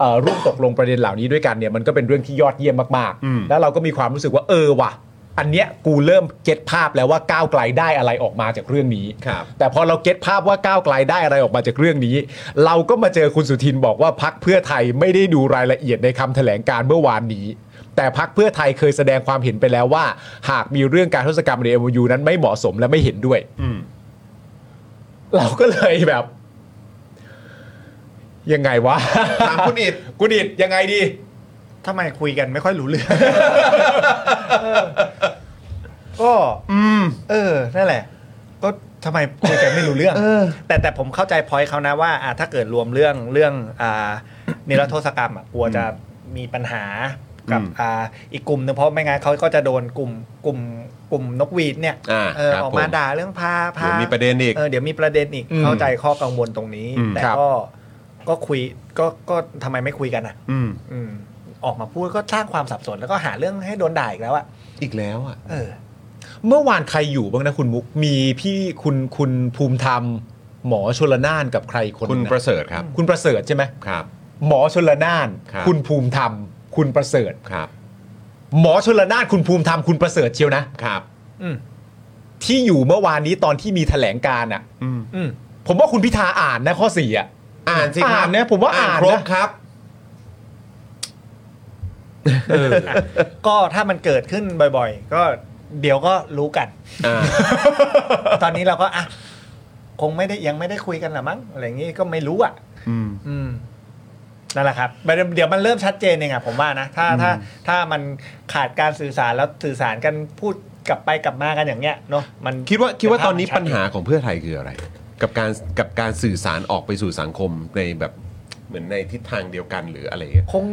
B: เอ่อร่วมตกลงประเด็นเหล่านี้ด้วยกันเนี่ยมันก็เป็นเรื่องที่ยอดเยี่ยมมาก
A: อืม
B: ๆ แล้วเราก็มีความรู้สึกว่าเออว่ะ อันเนี้ยกูเริ่มเก็ตภาพแล้วว่าก้าวไกลได้อะไรออกมาจากเรื่องนี้
A: ครับ
B: แต่พอเราเก็ตภาพว่าก้าวไกลได้อะไรออกมาจากเรื่องนี้ เราก็มาเจอคุณสุทินบอกว่าพักเพื่อไทยไม่ได้ดูรายละเอียดในคำแถลงการเมื่อวานนี้ แต่พักเพื่อไทยเคยแสดงความเห็นไปแล้วว่า หากมีเรื่องการทศกรรมในเอ็มยูนั้นไม่เหมาะสมและไม่เห็นด้วย
A: อืม
B: เราก็เลยแบบ ยังไงวะ
A: ถามคุณอิฐ
B: คุณอิดยังไงดี
D: ทำไมคุยกันไม่ค่อยรู้เรื่อง เออก็
A: อืม
D: เออนั่นแหละ ก็ทำไมคุยกันไม่รู้เรื่องแต่แต่ผมเข้าใจพอยเขานะว่าอ่ะถ้าเกิดรวมเรื่องเรื่องอ่านิรโทษกรรมอ่ะกลัวจะมีปัญหากับ
A: อืม
D: อ่าอีกกลุ่มหนึงเพราะไม่งั้นเขาก็จะโดนกลุ่มกลุ่มกลุ่มนกหวีดเนี่ย
A: อ่า
D: เออ
A: ครับ
D: ออกมา
A: ผม
D: ด่าเรื่องพาพา
A: เดี๋ยวมีประเด็นอีก
D: เออเดี๋ยวมีประเด็นอีก
B: อืม
D: เข้าใจข้อกังวลตรงนี้
A: อืม
D: แต่
B: ครับ
D: ก็ก็คุยก็ก็ทำไมไม่คุยกันอ่ะ
A: อืม
D: อืม ออกมาพูดก็สร้างความสับสนแล้วก็หาเรื่องให้โดนด่าอีกแล้วอะ
A: อีกแล้วอ่ะ
D: เออ
B: เมื่อวานใครอยู่บ้างนะคุณมุกมีพี่คุณคุณภูมิธรรม หมอชลนานกับใครคนห
A: คุ
B: นึ่
A: ณ
B: งน
A: ประเสริฐครับ
B: คุณประเสริฐใช่ไหม
A: ครับ
B: หมอชนละนาน
A: ครับ
B: ณภูมิธรรม คุณประเสริฐ
A: ครับ
B: หมอชนละนานคุณภูมิธรรม คุณประเสริฐเชียวนะ
A: ครับ
D: อืม
B: ที่อยู่เมื่อวานนี้ตอนที่มีแถลงการณ์อ่ะ
A: อืม
D: อืม
B: ผมว่าคุณพิธาอ่านนะข้อสี่อ่ะ
A: อ่านสิครับ
B: อ่านนะผมว่าอ่านนะ
A: ครบครับ
D: ะก็ถ้ามันเกิดขึ้นบ่อยๆ ก็เดี๋ยวก็รู้กัน
A: อ่า
D: ตอนนี้เราก็อ่ะคงไม่ได้ยังไม่ได้คุยกันหรอมั้งอะไรอย่างงี้ก็ไม่รู้อ่ะ
A: อืม
D: อืมนั่นแหละครับเดี๋ยวเดี๋ยวมันเริ่มชัดเจนเองอะผมว่านะถ้าถ้าถ้ามันขาดการสื่อสารแล้วสื่อสารกันพูดกลับไปกลับมากันอย่างเงี้ยเนาะมัน
A: คิดว่าคิดว่าตอนนี้
D: ภพมั
A: ปัญ
D: ชัดเจ
A: หาของเพื่อไทยคืออะไร กับการกับการสื่อสารออกไปสู่สังคมในแบบเหมือนในทิศทางเดียวกันหรืออะไรอย่างเงี้ย
D: คง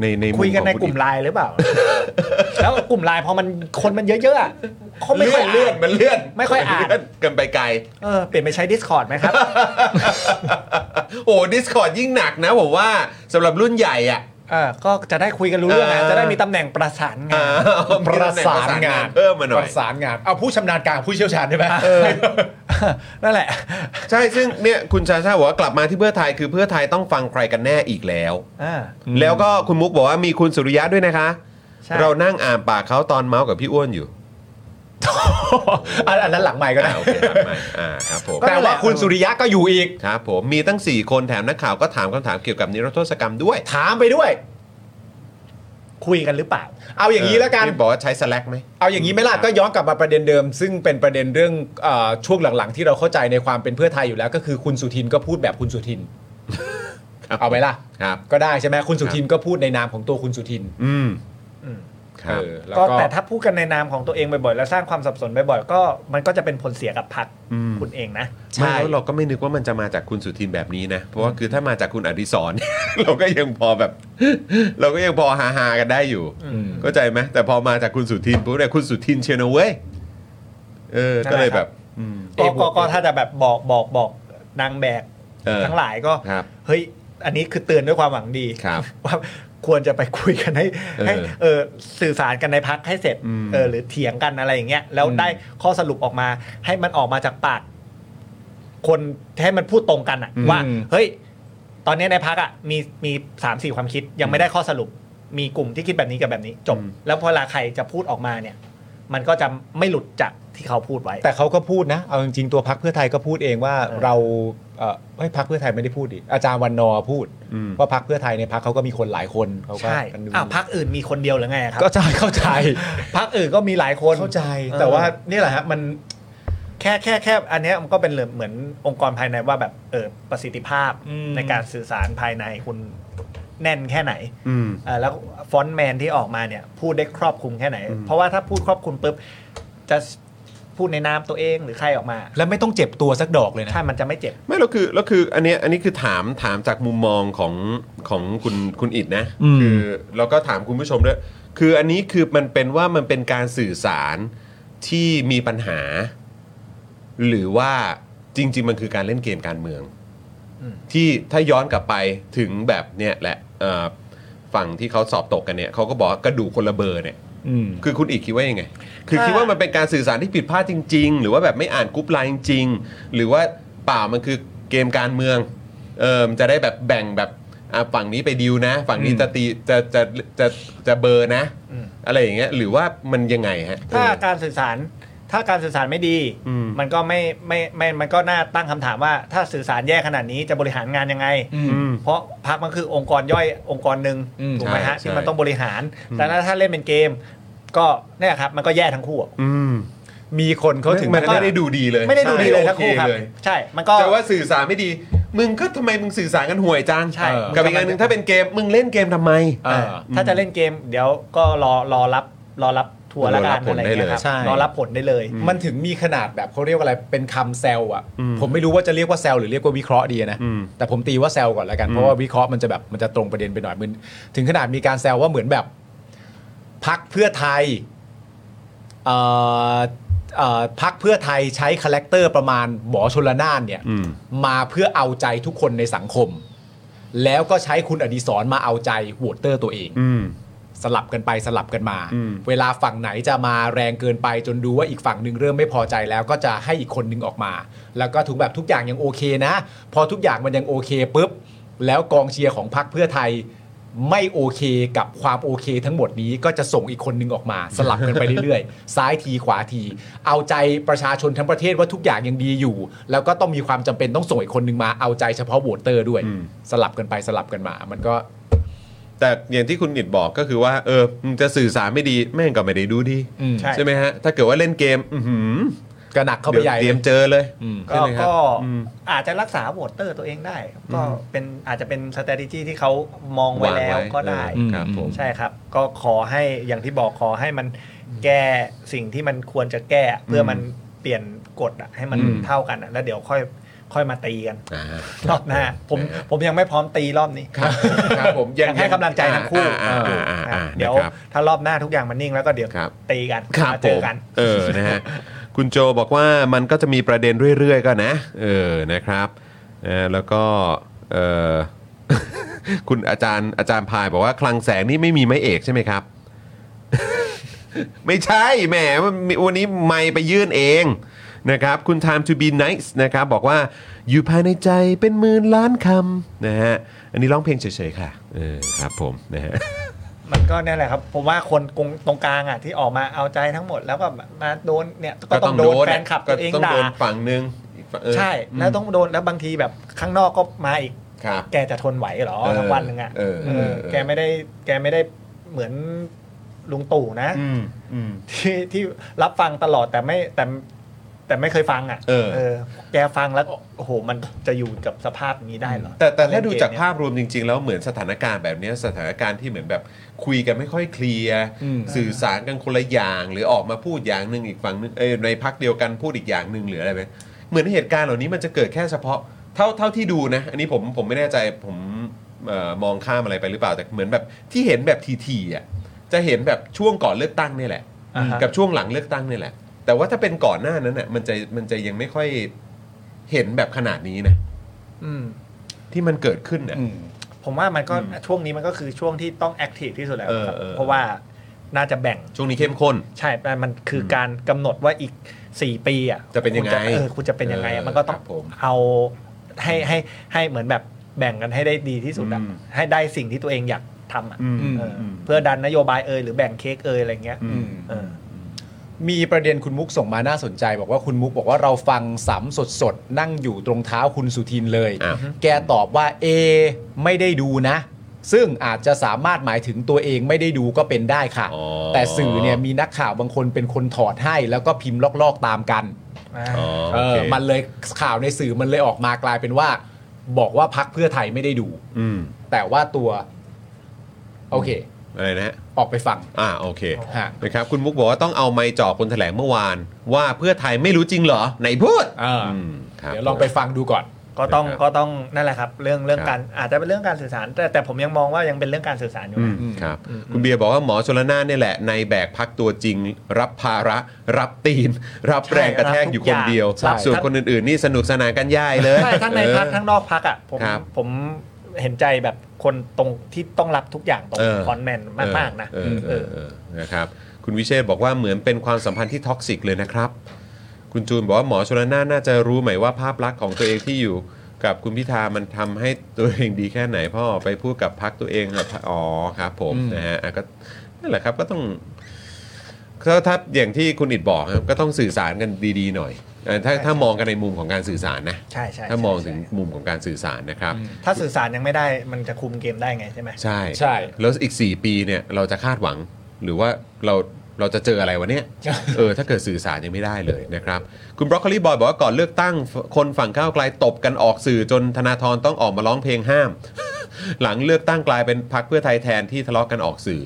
A: ในในมุม
D: คุยกั
A: ข
D: น
A: อง
D: ใน
A: คุณ
D: กลุ่
A: อิ
D: ม
A: ท
D: ไลน์หรือเปล่า แล้วกลุ่มไลน์พอมันคนมันเยอะๆอะเขาไม่ค่อย
A: เลื่อน
D: าน
A: มันเลื่อน
D: ไม่ค่อยอ่าน
A: เลื่กันไปไกล
D: เออเปลี่ยนไปใช้ Discord ไหมครับ
A: โอ้ดิสคอ r d ยิ่งหนักนะผมว่าสำหรับรุ่นใหญ่อ่ะ
D: เออก็จะได้คุยกันรู้เรื่องนะ
A: เออ
D: จะได้มีตำแหน่งประสานงาน
B: ประสานงาน
A: เพิ่มมาหน่อ
B: ป
A: ย
B: ระสานงานเอาผู้ชำนาญการผู้เชี่ยวชาญได้ไหม
D: นั่นแหละ
A: ใช่ ซึ่งเนี่ยคุณชาชาบอกว่ากลับมาที่เพื่อไทยคือเพื่อไทยต้องฟังใครกันแน่อีกแล้ว
D: อ่า
A: แล้วก็คุณมุกบอกว่ามีคุณสุริยะด้วยนะคะ
D: ใช่
A: เรานั่งอ่านปากเขาตอนเมาส์กับพี่อ้วนอยู่
B: อันอันนั้นหลังใหม่ก็ได้
A: อ่าโอเคครับไม่อ่าครับผม
B: แต่ว่าคุณสุริยะก็อยู่อีก
A: ครับผมมีตั้ง 4 คนแถมนักข่าวก็ถามคำถามเกี่ยวกับนิรโทษกรรมด้วย
B: ถามไปด้วย
D: คุยกันหรือเปล่า
B: เอาอย่างนี้แล้วกัน
A: พี่บอกว่าใช้ slack ไหม
B: เอาอย่างนี้ไหมล่ะก็ย้อนกลับมาประเด็นเดิม ซึ่งเป็นประเด็นเรื่องเออช่วงหลังๆ ที่เราเข้าใจในความเป็นเพื่อไทยอยู่แล้ว ก็คือคุณสุทินก็พูดแบบคุณสุทิน
A: ครับ
B: เอาไหมล่ะ
A: ครับ
B: ก็ได้ใช่ไหมคุณสุทินก็พูดในนามของตัวคุณสุทิน
A: อืม
D: อืม
A: ครับ
B: เออแล้ว
D: ก็
B: ก็
D: แต่ถ้าพูดกันในนามของตัวเองบ่อยๆ แล้วสร้างความสับสนบ่อยๆก็มันก็จะเป็นผลเสียกับพรรค
A: อืม
D: คุณเองนะ
A: ไม่แล้วเราก็ไม่นึกว่ามันจะมาจากคุณสุทินแบบนี้นะ เพราะว่าคือถ้ามาจากคุณอดิศร เราก็ยังพอแบบ เราก็ยังพอฮาฮาๆกันได้อยู่
B: อืม
A: เข้าใจไหมแต่พอมาจากคุณสุทินปุ๊บเนี่ยคุณสุทินเชียวนะเว้ยเออ
D: นั่น
A: ก็
D: แหละ
A: เลยแบบอืม
D: ก็ก็ก็ถ้าจะแบบบอกบอกบอกนางแบก
A: เออ
D: ทั้งหลายก็
A: ครับ
D: เฮ้ยอันนี้คือเตือนด้วยความหวังดี
A: ครับ
D: ว่าควรจะไปคุยกันให้
A: เออ
D: ให้เออสื่อสารกันในพักให้เสร็จ
A: อืม
D: เออหรือเถียงกันอะไรอย่างเงี้ยแล้วได้ข้อสรุปออกมา ให้มันออกมาจากปากคนให้มันพูดตรงกันอะว่า เฮ้ย ตอนเนี้ยในพักอะมีมีสามสี่ความคิดยังไม่ได้ข้อสรุป มีกลุ่มที่คิดแบบนี้กับแบบนี้จบแล้วพอเวลาใครจะพูดออกมาเนี่ย มันก็จะไม่หลุดจากที่เขาพูดไว้
B: แต่เขาก็พูดนะ เอาจริงๆตัวพักเพื่อไทยก็พูดเองว่า
D: เออ
B: เราเ เออเฮ้ยพักเพื่อไทยไม่ได้พูดดิอาจารย์วันนอร์พูด
A: อืม
B: ว่าพักเพื่อไทยในพักเขาก็มีคนหลายคนเขาก็
D: ใช่
B: กันอยู่
D: อ้าวพักอื่นมีคนเดียวหรือไงครับ
B: ก็ใช่เข้า ใจ
D: พักอื่นก็มีหลายคน
B: เข้าใจ แต่ว่านี่แหละฮะมัน
D: แค่แค่แค่อันเนี้ยมันก็เป็นเหมือนองค์กรภายในว่าแบบเออประสิทธิภาพ
B: อืม
D: ในการสื่อสารภายในคุณแน่นแค่ไหน
A: อืม
D: เออแล้วฟอนต์แมนที่ออกมาเนี่ยพูดได้ครอบคลุมแค่ไหน
A: อืม
D: เพราะว่าถ้าพูดครอบคลุมปุ๊บจะพูดในนามตัวเองหรือใครออกมา
B: และไม่ต้องเจ็บตัวสักดอกเลยนะ
D: ถ้ามันจะไม่เจ็บ
A: ไม่แล้วคือแล้วคืออันเนี้ยอันนี้คือถามถามจากมุมมองของของคุณคุณอิดนะ คือแล้วก็ถามคุณผู้ชมด้วยคืออันนี้คือมันเป็นว่ามันเป็นการสื่อสารที่มีปัญหา หรือว่าจริง ๆ มันคือการเล่นเกมการเมือง
D: อืม
A: ที่ถ้าย้อนกลับไปถึงแบบเนี่ยแหละเอ่อฝั่งที่เขาสอบตกกันเนี่ยเขาก็บอกว่ากระดูกคนละเบอร์เนี่ย
B: อืม
A: คือคุณอีกคิดว่ายังไง คือคิดว่ามันเป็นการสื่อสารที่ผิดพลาดจริง ๆ หรือว่าแบบไม่อ่านกรุ๊ปไลน์จริง ๆ หรือว่าเปล่ามันคือเกมการเมือง เออมนจะได้แบบแบ่งแบบอ่ะฝั่งนี้ไปดิวนะ ฝั่งนี้
B: อืม
A: จะตีจะจะจะจะเบอร์นะ
D: อืม
A: อะไรอย่างเงี้ย หรือว่ามันยังไงฮะ
D: ถ้า
A: เออ
D: การสื่อสารถ้าการสื่อสารไม่ดี
A: อืม
D: มันก็ไม่ไม่ไม่มันก็น่าตั้งคำถามว่าถ้าสื่อสารแย่ขนาดนี้จะบริหารงานยังไง
B: อืม
A: อืม
D: เพราะพักมันคือองค์กรย่อยองค์กรหนึ่ง
B: อืม
D: ถูกไหมฮะ
A: ใช่
D: ที่
A: ใช่
D: มันต้องบริหาร แต่ถ้าเล่นเป็นเกม ก็เนี่ยครับ มันก็แย่ทั้งคู่อะ
A: อืม
B: มีคนเขาถึง
A: มันไม่ได้ดูดีเลย
D: ไม่ได้ดูดีเลย
A: ใช่
D: ทั้งคู่ครับ
A: โอเเลย
D: ใช่ มันก็
A: แต่ว่าสื่อสารไม่ดี มึงก็ทำไมมึงสื่อสารกันห่วยจัง
D: ใช่
B: เออ
A: กับอีกงานหนึ่งถ้าเป็นเกมมึงเล่นเกมทำไม
B: เออ
D: ถ้าจะเล่นเกม เดี๋ยวก็รอรอรับรอรับทัวร์
A: ร
D: ละ
A: อรั
D: กับ น
A: ผล
D: อะไรอย่าง
A: ได้เล
D: เงี้
A: ย ย
D: ครับ
B: ใช่
D: รอรับผลได้เลย
B: มันถึงมีขนาดแบบเขาเรียกว่าอะไรเป็นคำแซลอะ
A: อืม
B: ผมไม่รู้ว่าจะเรียกว่าแซลหรือเรียกว่าวิเคราะห์ดีนะ
A: อืม
B: แต่ผมตีว่าแซลก่อนแล้วกัน
A: อืม
B: เพราะว่าวิเคราะห์มันจะแบบมันจะตรงประเด็นไปหน่อยมันถึงขนาดมีการแซลว่าเหมือนแบบพักเพื่อไทยเอ่อเอ่อพักเพื่อไทยใช้คาแรคเตอร์ประมาณหมอชลนานเนี่ย
A: อืม
B: มาเพื่อเอาใจทุกคนในสังคม แล้วก็ใช้คุณอดีศรมาเอาใจโหวตเตอร์ตัวเอง
A: อืม
B: สลับกันไปสลับกันมา
A: อืม
B: เวลาฝั่งไหนจะมาแรงเกินไปจนดูว่าอีกฝั่งหนึ่งเริ่มไม่พอใจแล้วก็จะให้อีกคนหนึ่งออกมา แล้วก็ถูกแบบทุกอย่างยังโอเคนะ พอทุกอย่างมันยังโอเคปุ๊บ แล้วกองเชียร์ของพรรคเพื่อไทยไม่โอเคกับความโอเคทั้งหมดนี้ก็จะส่งอีกคนหนึงออกมา สลับกันไปเรื่อยๆ ซ้ายทีขวาที เอาใจประชาชนทั้งประเทศว่าทุกอย่างยังดีอยู่ แล้วก็ต้องมีความจำเป็นต้องส่งอีกคนหนึงมาเอาใจเฉพาะโหวตเตอร์ด้วย
A: อืม
B: สลับกันไปสลับกันมา มันก็
A: แต่อย่างที่คุณหนิดบอกก็คือว่าเออมึงจะสื่อสารไม่ดีแม่งก็ไม่ได้ดูดี
B: อืม
D: ใช่
A: ไหมฮะ ถ้าเกิดว่าเล่นเกม อื้อหือก
B: ระหนักเข้าไปใหญ่
A: เดี๋ยวเตรียม
B: เลย
A: เจอเลย
B: อืม
A: ใช่ไหมครับ
D: ก็
A: อืม
D: อาจจะรักษาโหวตเตอร์ตัวเองได้ ก็
A: อืม
D: เป็นอาจจะเป็น s t r a t e g y ที่เขามองไว้แล้วก็ได้
A: เออครับผม
D: ใช่ครับ ก็ขอให้อย่างที่บอกขอให้มันแก้สิ่งที่มันควรจะแก้เพื่อมันเปลี่ยนกฎอะให้มัน
A: อืม
D: เท่ากันอะแล้วเดี๋ยวค่อยค่อยมาตีกัน
A: อ่า
D: รอบหน้าผม
A: ครับ
D: ผมยังไม่พร้อมตีรอบนี้
A: ครับครับ ผม
D: ยังให้กำลังใจทั้งคู่
A: อ่าอ่าอ่าอ่า
D: เดี๋ยว
A: นะครับ
D: ถ้ารอบหน้าทุกอย่างมันนิ่งแล้วก็เดี๋ยว
A: ครับ
D: ตีกัน
A: ครับผ
D: มาเจอ
A: ม
D: กัน
A: เออนะฮะ คุณโจบอกว่ามันก็จะมีประเด็นเรื่อยๆก็นะเออนะครับเออแล้วก็เออ คุณอาจารย์อาจารย์พายบอกว่าคลังแสงนี่ไม่มีไม้เอกใช่ไหมครับ ไม่ใช่แหมวันวันนี้ไม่ไปยื่นเองนะครับ คุณ time to be nice นะครับ บอกว่าอยู่ภายในใจเป็นหมื่นล้านคำนะฮะ อันนี้ร้องเพลงเฉยๆค่ะเออครับผมนะฮะ
D: มันก็เนี่ยแหละครับ ผมว่าคนกงตรงกลางอ่ะที่ออกมาเอาใจทั้งหมดแล้วก็มาโดนเนี่ยก็ต้องโดนแฟนคลับตัวเอง
A: ก็ต้อง
D: ด่า
A: โดนฝั่งหนึ่งอีกฝั่งเออ
D: ใช่แล้วต้องโดนแล้วบางทีแบบข้างนอกก็มาอีก
A: ครับ
D: แกจะทนไหวเหรอ
A: เออ
D: ทั้งวันหนึงอ่ะ
A: เออ
D: เออ
A: เออ
D: แกไม่ได้แกไม่ได้เหมือนลุงตู่นะ
A: อืมอืม
D: ที่ที่รับฟังตลอดแต่ไม่แต่แต่ไม่เคยฟังอ่ะ
A: เออ
D: แกฟังแล้วโอ้โหมันจะอยู่กับสภาพนี้ได้เหรอ
A: แต่แต่ถ้าดูจาก
D: เล่นเมเนี่ย
A: ภาพรวมจริง ๆ แล้วเหมือนสถานการณ์แบบเนี้ยสถานการณ์ที่เหมือนแบบคุยกันไม่ค่อยเคลียร์
B: อืม
A: สื่อสารกันคนละอย่าง หรือออกมาพูดอย่างหนึ่งอีกฝั่งหนึงเอยในพักเดียวกันพูดอีกอย่างหนึ่งหรืออะไรแบบเหมือนเหตุการณ์เหล่านี้มันจะเกิดแค่เฉพาะเท่าเท่าที่ดูนะ อันนี้ผมผมไม่แน่ใจผมเอ่อมองข้ามอะไรไปหรือเปล่าแต่เหมือนแบบที่เห็นแบบทีๆอ่ะจะเห็นแบบช่วงก่อนเลือกตั้งเนี่ยแหละ
D: อ่าฮะ
A: กับช่วงหลังเลือกตั้งเนี่ยแหละ แต่ว่าถ้าเป็นก่อนหน้านั้นน่ะมันจะมันจะยังไม่ค่อยเห็นแบบขนาดนี้นะ
D: อืม
A: ที่มันเกิดขึ้นเนี่ย
B: อืม
D: ผมว่ามันก็ช่วงนี้มันก็คือช่วงที่ต้องแอคทีฟที่สุดแล้ว
A: เออ
D: ครับ
A: เออ
D: เพราะว่าน่าจะแบ่ง
A: ช่วงนี้เข้มข้น
D: ใช่แต่มันคืออ
A: ม
D: การกำหนดว่าอีก 4 ปีอ่ะ
A: จะเป็นยังไง
D: คุณเออคุณจะเป็นยังไง
A: เอ
D: อะ
A: อ
D: มันก็ต้อ
A: ค
D: ง
A: รับผม
D: เอาให้ให้ให้เหมือนแบบแบ่งกันให้ได้ดีที่สุดอ่ะ
A: อืม
D: ให้ได้สิ่งที่ตัวเองอยากทำอ่ะ
A: อืม
D: เอออ
A: ม
D: เพื่อดันนโยบายเอยหรือแบ่งเค้กเอยอะไรเงี้ย
A: อืม
D: เออ
B: มีประเด็นคุณมุกส่งมาน่าสนใจ บอกว่าคุณมุกบอกว่าเราฟังสำสดสดๆนั่งอยู่ตรงเท้าคุณสุทินเลย
A: อ่า
B: แกตอบว่าเอไม่ได้ดูนะ ซึ่งอาจจะสามารถหมายถึงตัวเองไม่ได้ดูก็เป็นได้ค่ะ
A: อ๋อ
B: แต่สื่อเนี่ยมีนักข่าวบางคนเป็นคนถอดให้แล้วก็พิมพ์ลอกๆตามกัน
D: อ่า
A: อ๋อ
B: เอ
A: โอเค
B: อมันเลยข่าวในสื่อมันเลยออกมากลายเป็นว่า บอกว่าพักเพื่อไทยไม่ได้ดู
A: อืม
B: แต่ว่าตัว โอเค
A: อะไรนะฮะ
B: ออกไปฟัง
A: อ่าโอเค
B: ฮะ
A: นะครับคุณมุกบอกว่าต้องเอาไมค์จ่อคนแถลงเมื่อวาน ว่าเพื่อไทยไม่รู้จริงเหรอไหนพูด
B: เอออ
A: มครับ
B: เดี๋ยวลองไปฟังดูก่อน
D: ก็ต้อง
A: นะครับ
D: ก็ต้องนั่นแหละครับ เรื่องเรื่อง
A: ครับ
D: การอาจจะเป็นเรื่องการสื่อสาร แต่แต่ผมยังมองว่ายังเป็นเรื่องการสื่อสารอยู่
A: อืม
D: นะ
A: ครับคุณเบียร์บอกว่าหมอชลนานเนี่ยแหละในแบกพักตัวจริง รับภาระ รับตีน รับแรงกระแทกอยู่คนเดียว
D: ใช่
A: ส่วน
D: ครับ
A: คนอื่นๆ นี่สนุกสนานกันย่ายเลย
D: ใช่ทั้งในพักทั้งนอกพักอ่ะผม
A: ครับ
D: ผมเห็นใจแบบคนตรงที่ต้องรับทุกอย่างตรง
A: เออ
D: คอนแมน
A: เออ
D: มากๆนะ
A: เออเอ
D: เอ
A: อ
D: อ
A: เออนะครับคุณวิเชษฐ์บอกว่าเหมือนเป็นความสัมพันธ์ที่ท็อกซิกเลยนะครับ คุณจูนบอกว่าหมอชลนานน่าจะรู้ไหมว่าภาพลักษณ์ของตัวเองที่อยู่กับคุณพิธามันทำให้ตัวเองดีแค่ไหนพ่อไปพูดกับพักตัวเองแบบอ๋อครับผมนะฮะอ่ะก็นั่นแหละครับก็ต้อง ก็ถ้าอย่างที่คุณอิดบอกครับก็ต้องสื่อสารกันดีๆหน่อยเอ่อถ้าถ้ามองกันในมุมของการสื่อสารนะ
D: ใช่ใช่
A: ถ้ามอง
D: ใช่
A: ถึง
D: ใช่
A: มุมของการสื่อสารนะครับ
D: ถ้าสื่อสารยังไม่ได้มันจะคุมเกมได้ไงใช่ไหม
A: ใช่
B: ใช่
A: แล้วอีก 4 ปีเนี่ยเราจะคาดหวังหรือว่าเราเราจะเจออะไรวะเนี่ย เออถ้าเกิดสื่อสารยังไม่ได้เลยนะครับ คุณบรอกโคลีบอยบอกว่าก่อนเลือกตั้งคนฝั่งก้าวไกลตบกันออกสื่อจนธนาธรต้องออกมาร้องเพลงห้าม หลังเลือกตั้งกลายเป็นพักเพื่อไทยแทนที่ทะเลาะกันออกสื่อ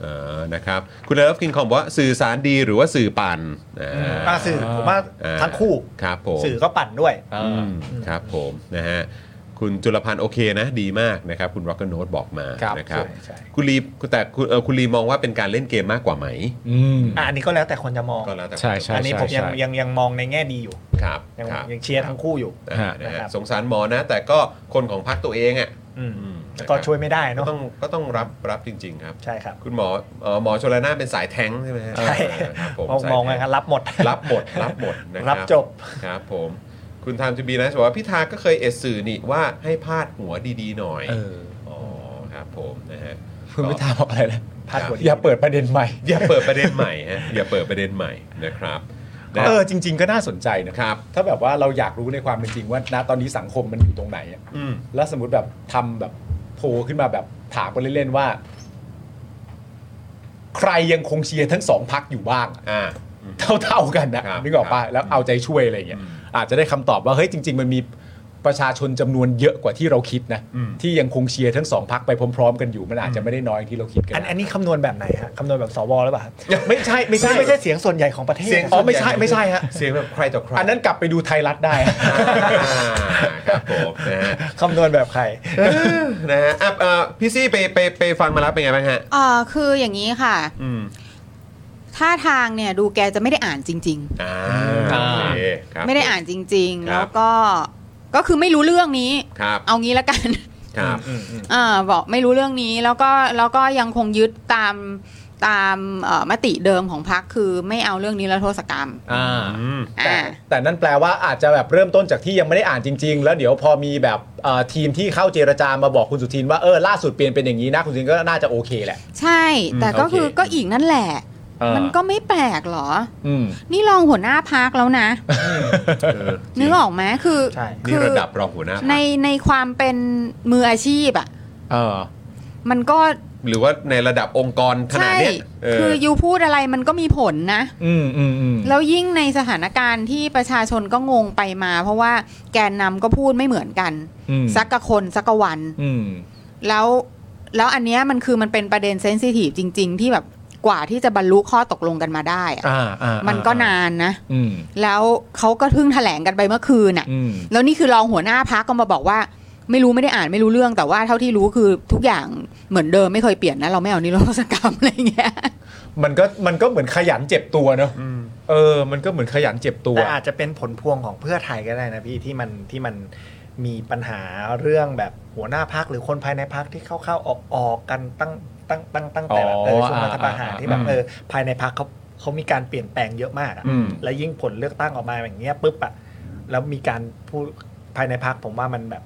A: เออนะครับคุณเลิฟกินคอมบอกว่าสื่อสารดีหรือว่าสื่อปั่นอ่า
D: อ่าสื่อผมว่า
A: อ่า
D: ทั้งคู่
A: ครับผม
D: สื่อก็ปั่นด้วย
A: อืมครับผมนะฮะคุณจุลพันธ์โอเคนะ ดีมากนะครับ คุณ Rock ก n น o t บอกมา
B: ครับ
A: นะครับ
D: ใช่ใช่
A: คุณลีแต่คุณเอ่อคุณลีมองว่าเป็นการเล่นเกมมากกว่าไหม
B: อืม
D: อ่าอันนี้ก็แล้วแต่คนจะมอง
A: ก็แล้วแต่
B: ใช่ใช่
D: อันนี้ผมยังยังยังมองในแง่ดีอยู่
A: ครับ
D: ยัง
A: ครับ
D: ยังเชียร์ทั้งคู่อยู่
A: อ่านะ
D: ค
A: ฮะ
D: รับ
A: สงสารหมอนะ แต่ก็คนของพรรคตัวเองอ่ะ
D: อืม
A: อืม
D: แต่ก็ช่วยไม่ได้
A: ก็
D: เนาะ
A: ต้องก็ต้องรับรับจริง ๆ ครับ
D: ใช่ครับ
A: คุณหมอเอ่อหมอชลนานเป็นสายแท้งใช่ไหมฮะ
D: ใช่
A: เออครับผม
D: มอง
A: สาย
D: มอง
A: แท้
D: ไงครับรับหมด
A: รับหมด รับหมดนะครั
D: รับจบ
A: ครับผม คุณทามจูบีนะบอกว่าพิธาก็เคยเอดสื่อนี่ว่าให้พาดหัวดีๆหน่อย
B: เออ
A: อ๋อครับผมนะฮะ
B: คุณพิธาบอกอะไรนะ
D: พาดหัวดี
B: อย่าเปิดประเด็นใหม่
A: อย่าเปิดประเด็นใหม่ฮะอย่าเปิดประเด็นใหม่นะครับนะ
B: เออจริง ๆ ก็น่าสนใจนะครับ ถ้าแบบว่าเราอยากรู้ในความเป็นจริงว่าณตอนนี้สังคมมันอยู่ตรงไหนอะ
A: อืม
B: แล้วสมมติแบบทำแบบโพลขึ้นมาแบบถามกันเล่นๆว่า ใครยังคงเชียร์ทั้งสองพักอยู่บ้างอะ
A: อ่า
B: เท่าๆกันนะครับ นึกออกปะแล้วเอาใจช่วยอะไรอย่างเงี้ยอาจจะได้คำตอบว่าเฮ้ยจริง ๆ มันมีประชาชนจำนวนเยอะกว่าที่เราคิดนะ
A: อืม
B: ที่ยังคงเชียร์ทั้งสองพักไปพร้อม ๆ กันอยู่มันอาจจะไม่ได้น้อยอย่างที่เราคิดกั
D: อันอันนี้คำนวณแบบไหนฮะคำนวณแบบสวหรือเปล่า
B: ไม่ใช่ไม่ใช่
D: นี่ไม่ใช่เสียงส่วนใหญ่ของประเทศ
A: เสียง
B: อ๋อไม่ใช่ไม่ใช่ฮะ
A: เสียงแบบใครต่อใคร
B: อันนั้นกลับไปดูไทยรัฐได้
A: อ่าครับผมนะฮะ
D: คำนวณแบบใคร
A: นะฮะอ่ะเอ่อพี่ซี่ไปไปไปฟังมาแล้วเป็นไงบ้างฮะ
C: เอ่อคืออย่างนี้ค่ะ
A: อืม
C: ท่าทางเนี่ยดูแกจะไม่ได้อ่านจริง
A: อ่า
B: อ่า
A: โอเคครับ
C: ๆ ไม่ได้อ่านจริง
A: ค
C: ๆ
A: รับ
C: แล้วก็ก็คือไม่รู้เรื่องนี้
A: ครับ
C: เอางี้ละกัน
A: ครับ
C: อ่าบอกไม่รู้เรื่องนี้แล้วก็แล้วก็ยังคงยึดตามตามเอ่อมติเดิมของพักคือไม่เอาเรื่องนี้แล้วโทษกรรม
B: อ่า
A: อืม
B: แต่
C: อ่า
B: แต่นั่นแปลว่าอาจจะแบบเริ่มต้นจากที่ยังไม่ได้อ่านจริง ๆ แล้วเดี๋ยวพอมีแบบเอ่อทีมที่เข้าเจรจามาบอกคุณสุทินว่าเออล่าสุดเปลี่ยนเป็นอย่างนี้นะคุณสุทินก็น่าจะโอเคแหละ
C: ใช่แต่ก็คือ
B: โอเค
C: ก็อีกนั่นแหละ
B: เออ
C: มันก็ไม่แปลกหรอ
B: อืม
C: นี่รองหัวหน้าพักแล้วนะ
A: เออ
C: นึกออกไหมคือ
D: ใช่
A: นี่
C: คื
A: ระดับรองหัวหน้าพรรค
C: ในในความเป็นมืออาชีพอ่ะ
B: เออ
C: มันก็
A: หรือว่าในระดับองค์กรขนาด
C: ใช่
A: เนี้ยเออ
C: คือยูพูดอะไรมันก็มีผลนะ
B: อืมอืมอืม
C: แล้วยิ่งในสถานการณ์ที่ประชาชนก็งงไปมา เพราะว่าแกนนำก็พูดไม่เหมือนกัน
B: อืม
C: สักกะคนสักกะวัน
B: อืม
C: แล้วแล้วอันเนี้ยมันคือมันเป็นประเด็นเซนซิทีฟจริง ๆ ที่แบบกว่าที่จะบรรลุข้อตกลงกันมาได้อะ
B: อ่าอ่า
C: มัน
B: อ่
C: ก็นานนะ
B: อืม
C: แล้วเขาก็เพิ่งแถลงกันไปเมื่อคืนอ่ะ
B: อืม
C: แล้วนี่คือรองหัวหน้าพักก็มาบอกว่า ไม่รู้ไม่ได้อ่านไม่รู้เรื่องแต่ว่าเท่าที่รู้คือทุกอย่างเหมือนเดิมไม่เคยเปลี่ยนนะเราไม่เอานิรโทษกรรมอะไรเงี้ย
B: มันก็มันก็เหมือนขยันเจ็บตัวเนอะเออ มันก็เหมือนขยันเจ็บตัว
D: แต่อาจจะเป็นผลพวงของเพื่อไทยก็ได้นะพี่ที่มันที่มันมีปัญหาเรื่องแบบหัวหน้าพักหรือคนภายในพักที่เข้าๆออกออกๆกันตั้งตั้งตั้งตั้งแต่แบบเออช่วงรัฐประหาร
B: อ๋ออ่า
D: ที่แบบ
B: อ่า
D: เออภายในพักเขาเขามีการเปลี่ยนแปลงเยอะมากอะ
B: อืม
D: และยิ่งผลเลือกตั้งออกมาอย่างเงี้ยปุ๊บอะแล้วมีการพูดภายในพักผมว่ามันแบบ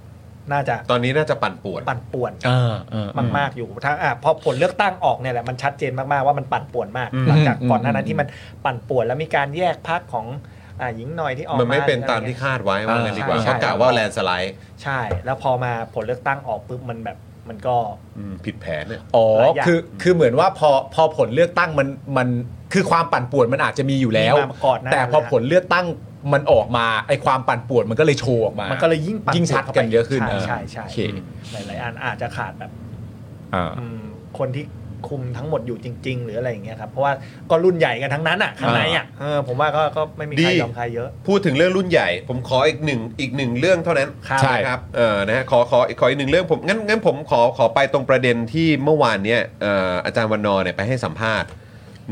D: น่าจะ
A: ตอนนี้น่าจะปั่นป่วน
D: ปั่นป่วน
E: เออเออเออ
D: มาก ๆ อยู่ทั้งอ่ะพอผลเลือกตั้งออกเนี่ยแหละมันชัดเจนมาก ๆ ว่ามันปั่นป่วนมาก
E: อืม
D: หลังจากก่อนหน้านั้
E: อื
D: น
E: ม
D: ที่มันปั่นป่วนแล้วมีการแยกพักของอ่ะหญิงหน่อยที่ออกมา
A: มันไม่เป็นตามที่คาดไว้ว่างั้นดีกว่า
D: ใช่
A: เขากล่าวว่าแลนด์สไลด์
D: ใช่ แล้วพอมาผลเลือกตั้งออกปุ๊บมันแบบมันก็
A: อืมผิดแผนเนี่ย
E: อ๋อ
D: หลายอย่าง
E: คือคือเหมือนว่าพอพอผลเลือกตั้งมันมันคือความปั่นป่วนมันอาจจะมีอยู่แล้ว
D: มีมาก่อนหน้า
E: แต่พอ
D: แล้ว
E: ผลเลือกตั้งมันออกมาไอความปั่นป่วนมันก็เลยโชว์ออกมาม
D: มันก็เลยยิ่งปั่น
E: ยิ่งชัด
D: ข้าไป
E: กันเยอะขึ้น
D: ใช่ใช่ใช่
E: เออโอเค
D: หลายๆอันอาจจะขาดแบบ
E: อ่า
D: อืมคนที่คุมทั้งหมดอยู่จริง ๆ หรืออะไรอย่างเงี้ยครับ เพราะว่าก็รุ่นใหญ่กันทั้งนั้นอ่ะข้างในอ่ะเออผมว่าก็ก็ไม่มีใคร
A: ดี
D: ยอมใครเยอะ
A: พูดถึงเรื่องรุ่นใหญ่ ผมขออีกหนึ่งอีกหนึ่งเรื่องเท่านั้น
D: ครับ
E: ใช่
A: นะครับเออนะฮะขอขอขออีกหนึ่งเรื่องผมงั้นงั้นผมขอขอไปตรงประเด็นที่เมื่อวานเนี้ยเอ่ออาจารย์วันนอร์เนี่ยไปให้สัมภาษณ์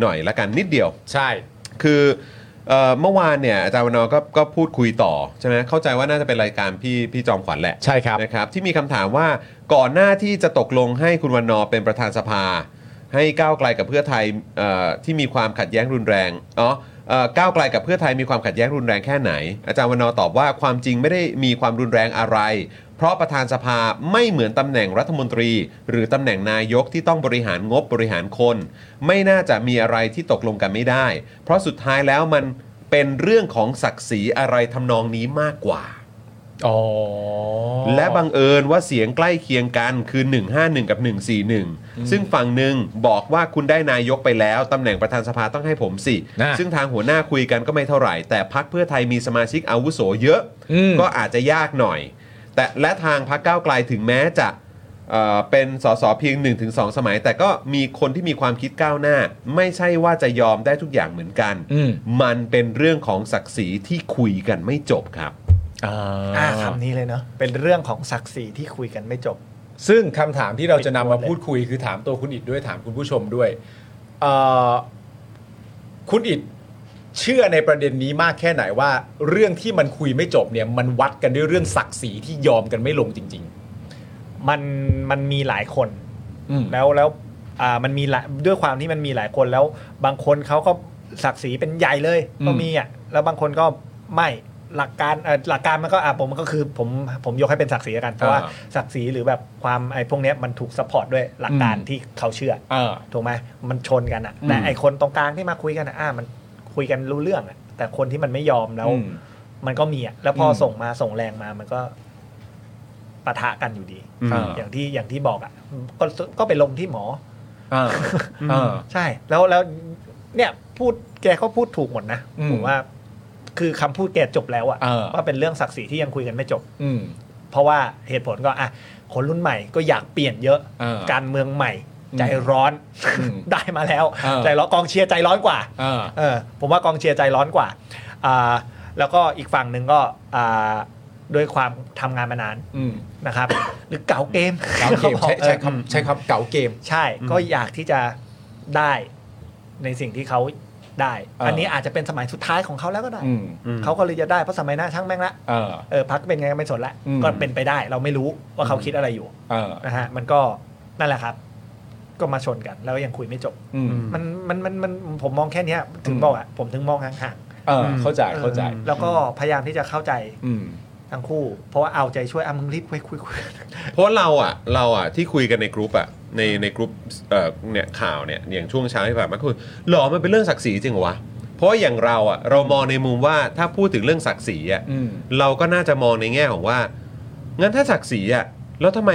A: หน่อยละกันนิดเดียว
E: ใช่
A: คือเอ่อเมื่อวานเนี่ยอาจารย์วันนอร์ก็ก็พูดคุยต่อใช่ไหมเข้าใจว่าน่าจะเป็นรายการพี่พี่จอมขวัญแหละ
E: ใช่ครับ
A: นะครับที่มีคำถามว่าก่อนหน้าที่จะตกลงให้คุณวันนอร์เป็นประธานสภา ให้ก้าวไกลกับเพื่อไทยเอ่อที่มีความขัดแย้งรุนแรงอ๋อเอ่อก้าวไกลกับเพื่อไทยมีความขัดแย้งรุนแรงแค่ไหน อาจารย์วันนอร์ตอบว่าความจริงไม่ได้มีความรุนแรงอะไร เพราะประธานสภาไม่เหมือนตำแหน่งรัฐมนตรี หรือตำแหน่งนายกที่ต้องบริหารงบบริหารคน ไม่น่าจะมีอะไรที่ตกลงกันไม่ได้ เพราะสุดท้ายแล้วมันเป็นเรื่องของศักดิ์ศรีอะไรทำนองนี้มากกว่า
E: อ๋อ
A: และบังเอิญว่าเสียงใกล้เคียงกันคือ 151 กับ 141 ซึ่งฝั่งหนึ่งบอกว่าคุณได้นายกไปแล้วตำแหน่งประธานสภาต้องให้ผมสิ
E: นะ
A: ซึ่งทางหัวหน้าคุยกันก็ไม่เท่าไหร่ แต่พักเพื่อไทยมีสมาชิกอาวุโสเยอะ
E: อืม
A: ก็อาจจะยากหน่อย แต่และทางพักก้าวไกลถึงแม้จะเอ่อเป็นสสเพียง 1-2 สมัย แต่ก็มีคนที่มีความคิดก้าวหน้า ไม่ใช่ว่าจะยอมได้ทุกอย่างเหมือนกัน
E: อืม
A: นเป็นเรื่องของศักดิ์ศรีที่คุยกันไม่จบครับ
E: อ่า
D: ่าคำนี้เลยเนาะเป็นเรื่องของศักดิ์ศรีที่คุยกันไม่จบ
E: ซึ่งคำถามที่เราจะนำมาพูดคุยคือถามตัวคุณอิดด้วยถามคุณผู้ชมด้วยเอ่อคุณอิดเชื่อในประเด็นนี้มากแค่ไหนว่า เรื่องที่มันคุยไม่จบเนี่ย มันวัดกันด้วยเรื่องศักดิ์ศรีที่ยอมกันไม่ลงจริง
D: มันมันมีหลายคน
E: ๆ อืม
D: แล้วแล้วอ่ามันมีหลายด้วยความที่มันมีหลายคนแล้วบางคนเขาก็ศักดิ์ศรีเป็นใหญ่เลยก็
E: อืม
D: มีอ่ะแล้วบางคนก็ไม่หลักการเอ่อหลักการมันก็อ่ะผมก็คือผมผมยกให้เป็นศักดิ์ศรีแล้วกันเพราะว่าศักดิ์ศรีหรือแบบความไอ้พวกเนี้ยมันถูกสปอร์ตด้วยหลักการที่เขาเชื่อ
E: เออ
D: ถูกไหมมันชนกันอะ
E: อืม
D: แต่ไอคนตรงกลางที่มาคุยกันอะอ่ะมันคุยกันรู้เรื่องอะแต่คนที่มันไม่ยอมแล้ว
E: อืม
D: มันก็มีอะแล้วพออ
E: ม
D: ส่งมาส่งแรงมามันก็ปะทะกันอยู่ดี
E: อืม
D: อย่างที่อย่างที่บอกอะก็ก็ไปลงที่หมอ
E: เออเออ
D: ใช่ แล้วแล้วเนี่ยพูดแกก็พูดถูกหมดนะ
E: อืม
D: ผมว่า คือคำพูดแกจบแล้วอะ
E: เออ
D: ว่าเป็นเรื่องศักดิ์ศรีที่ยังคุยกันไม่จบ
E: อืม
D: เพราะว่าเหตุผลก็อ่ะคนรุ่นใหม่ก็อยากเปลี่ยนเยอะ
E: เออ
D: การเมืองใหม่
E: อืม
D: ใจร้อน
E: อืม
D: ได้มาแล้ว
E: เออ
D: ใจร้อนกองเชียร์ใจร้อนกว่า
E: เออ
D: เออผมว่ากองเชียร์ใจร้อนกว่าอ่า แล้วก็อีกฝั่งหนึ่งก็อ่าด้วยความทำงานมานาน
E: อืม
D: นะครับ หรือเก่าเกม
E: เก่าเกม
D: ขบอ
E: ใช้ใช้
D: เออ
E: คำใช้คำเก่าเกม
D: ใช่ ก็อยากที่จะได้ในสิ่งที่เขาได้
E: เอออั
D: อันนี้อาจจะเป็นสมัยสุดท้ายของเขาแล้วก็ได้
E: อืม
D: เขาก็เลยจะได้เพราะสมัยหน้าช่างแม่งละ
E: เออ
D: เออพักเป็นไงก็ไม่สนละ
E: อืม
D: ก็เป็นไปได้เราไม่รู้ว่าเขาคิดอะไรอยู่
E: เออ
D: นะฮะ มันก็นั่นแหละครับ ก็มาชนกันแล้วยังคุยไม่จบ
E: อืม
D: มันมันมันมันผมมองแค่เนี้ยถึงบอกอ่ะผมถึงมองห่าง
E: เออ เข้าใจ
D: ๆ
E: เข้าใจ
D: ออแล้วก็พยายามที่จะเข้าใจ
E: อืม
D: ทั้งคู่ เพราะว่าเอาใจช่วยอ่ะมึงรีบคุยคุยคุย
A: เพราะเราอ่ะเราอ่ะที่คุยกันในกรุ๊ปอ่ะในในกรุ๊ปเอ่อเนี่ยข่าวเนี่ยอย่างช่วงเช้าที่ผ่านมาก็คือหรอมันเป็นเรื่องศักดิ์ศรีจริงเหรอวะเพราะอย่างเราอ่ะเรามองในมุมว่าถ้าพูดถึงเรื่องศักดิ์ศรีอ่ะ
E: อืม
A: เราก็น่าจะมองในแง่ของว่างั้นถ้าศักดิ์ศรีอ่ะแล้วทำไม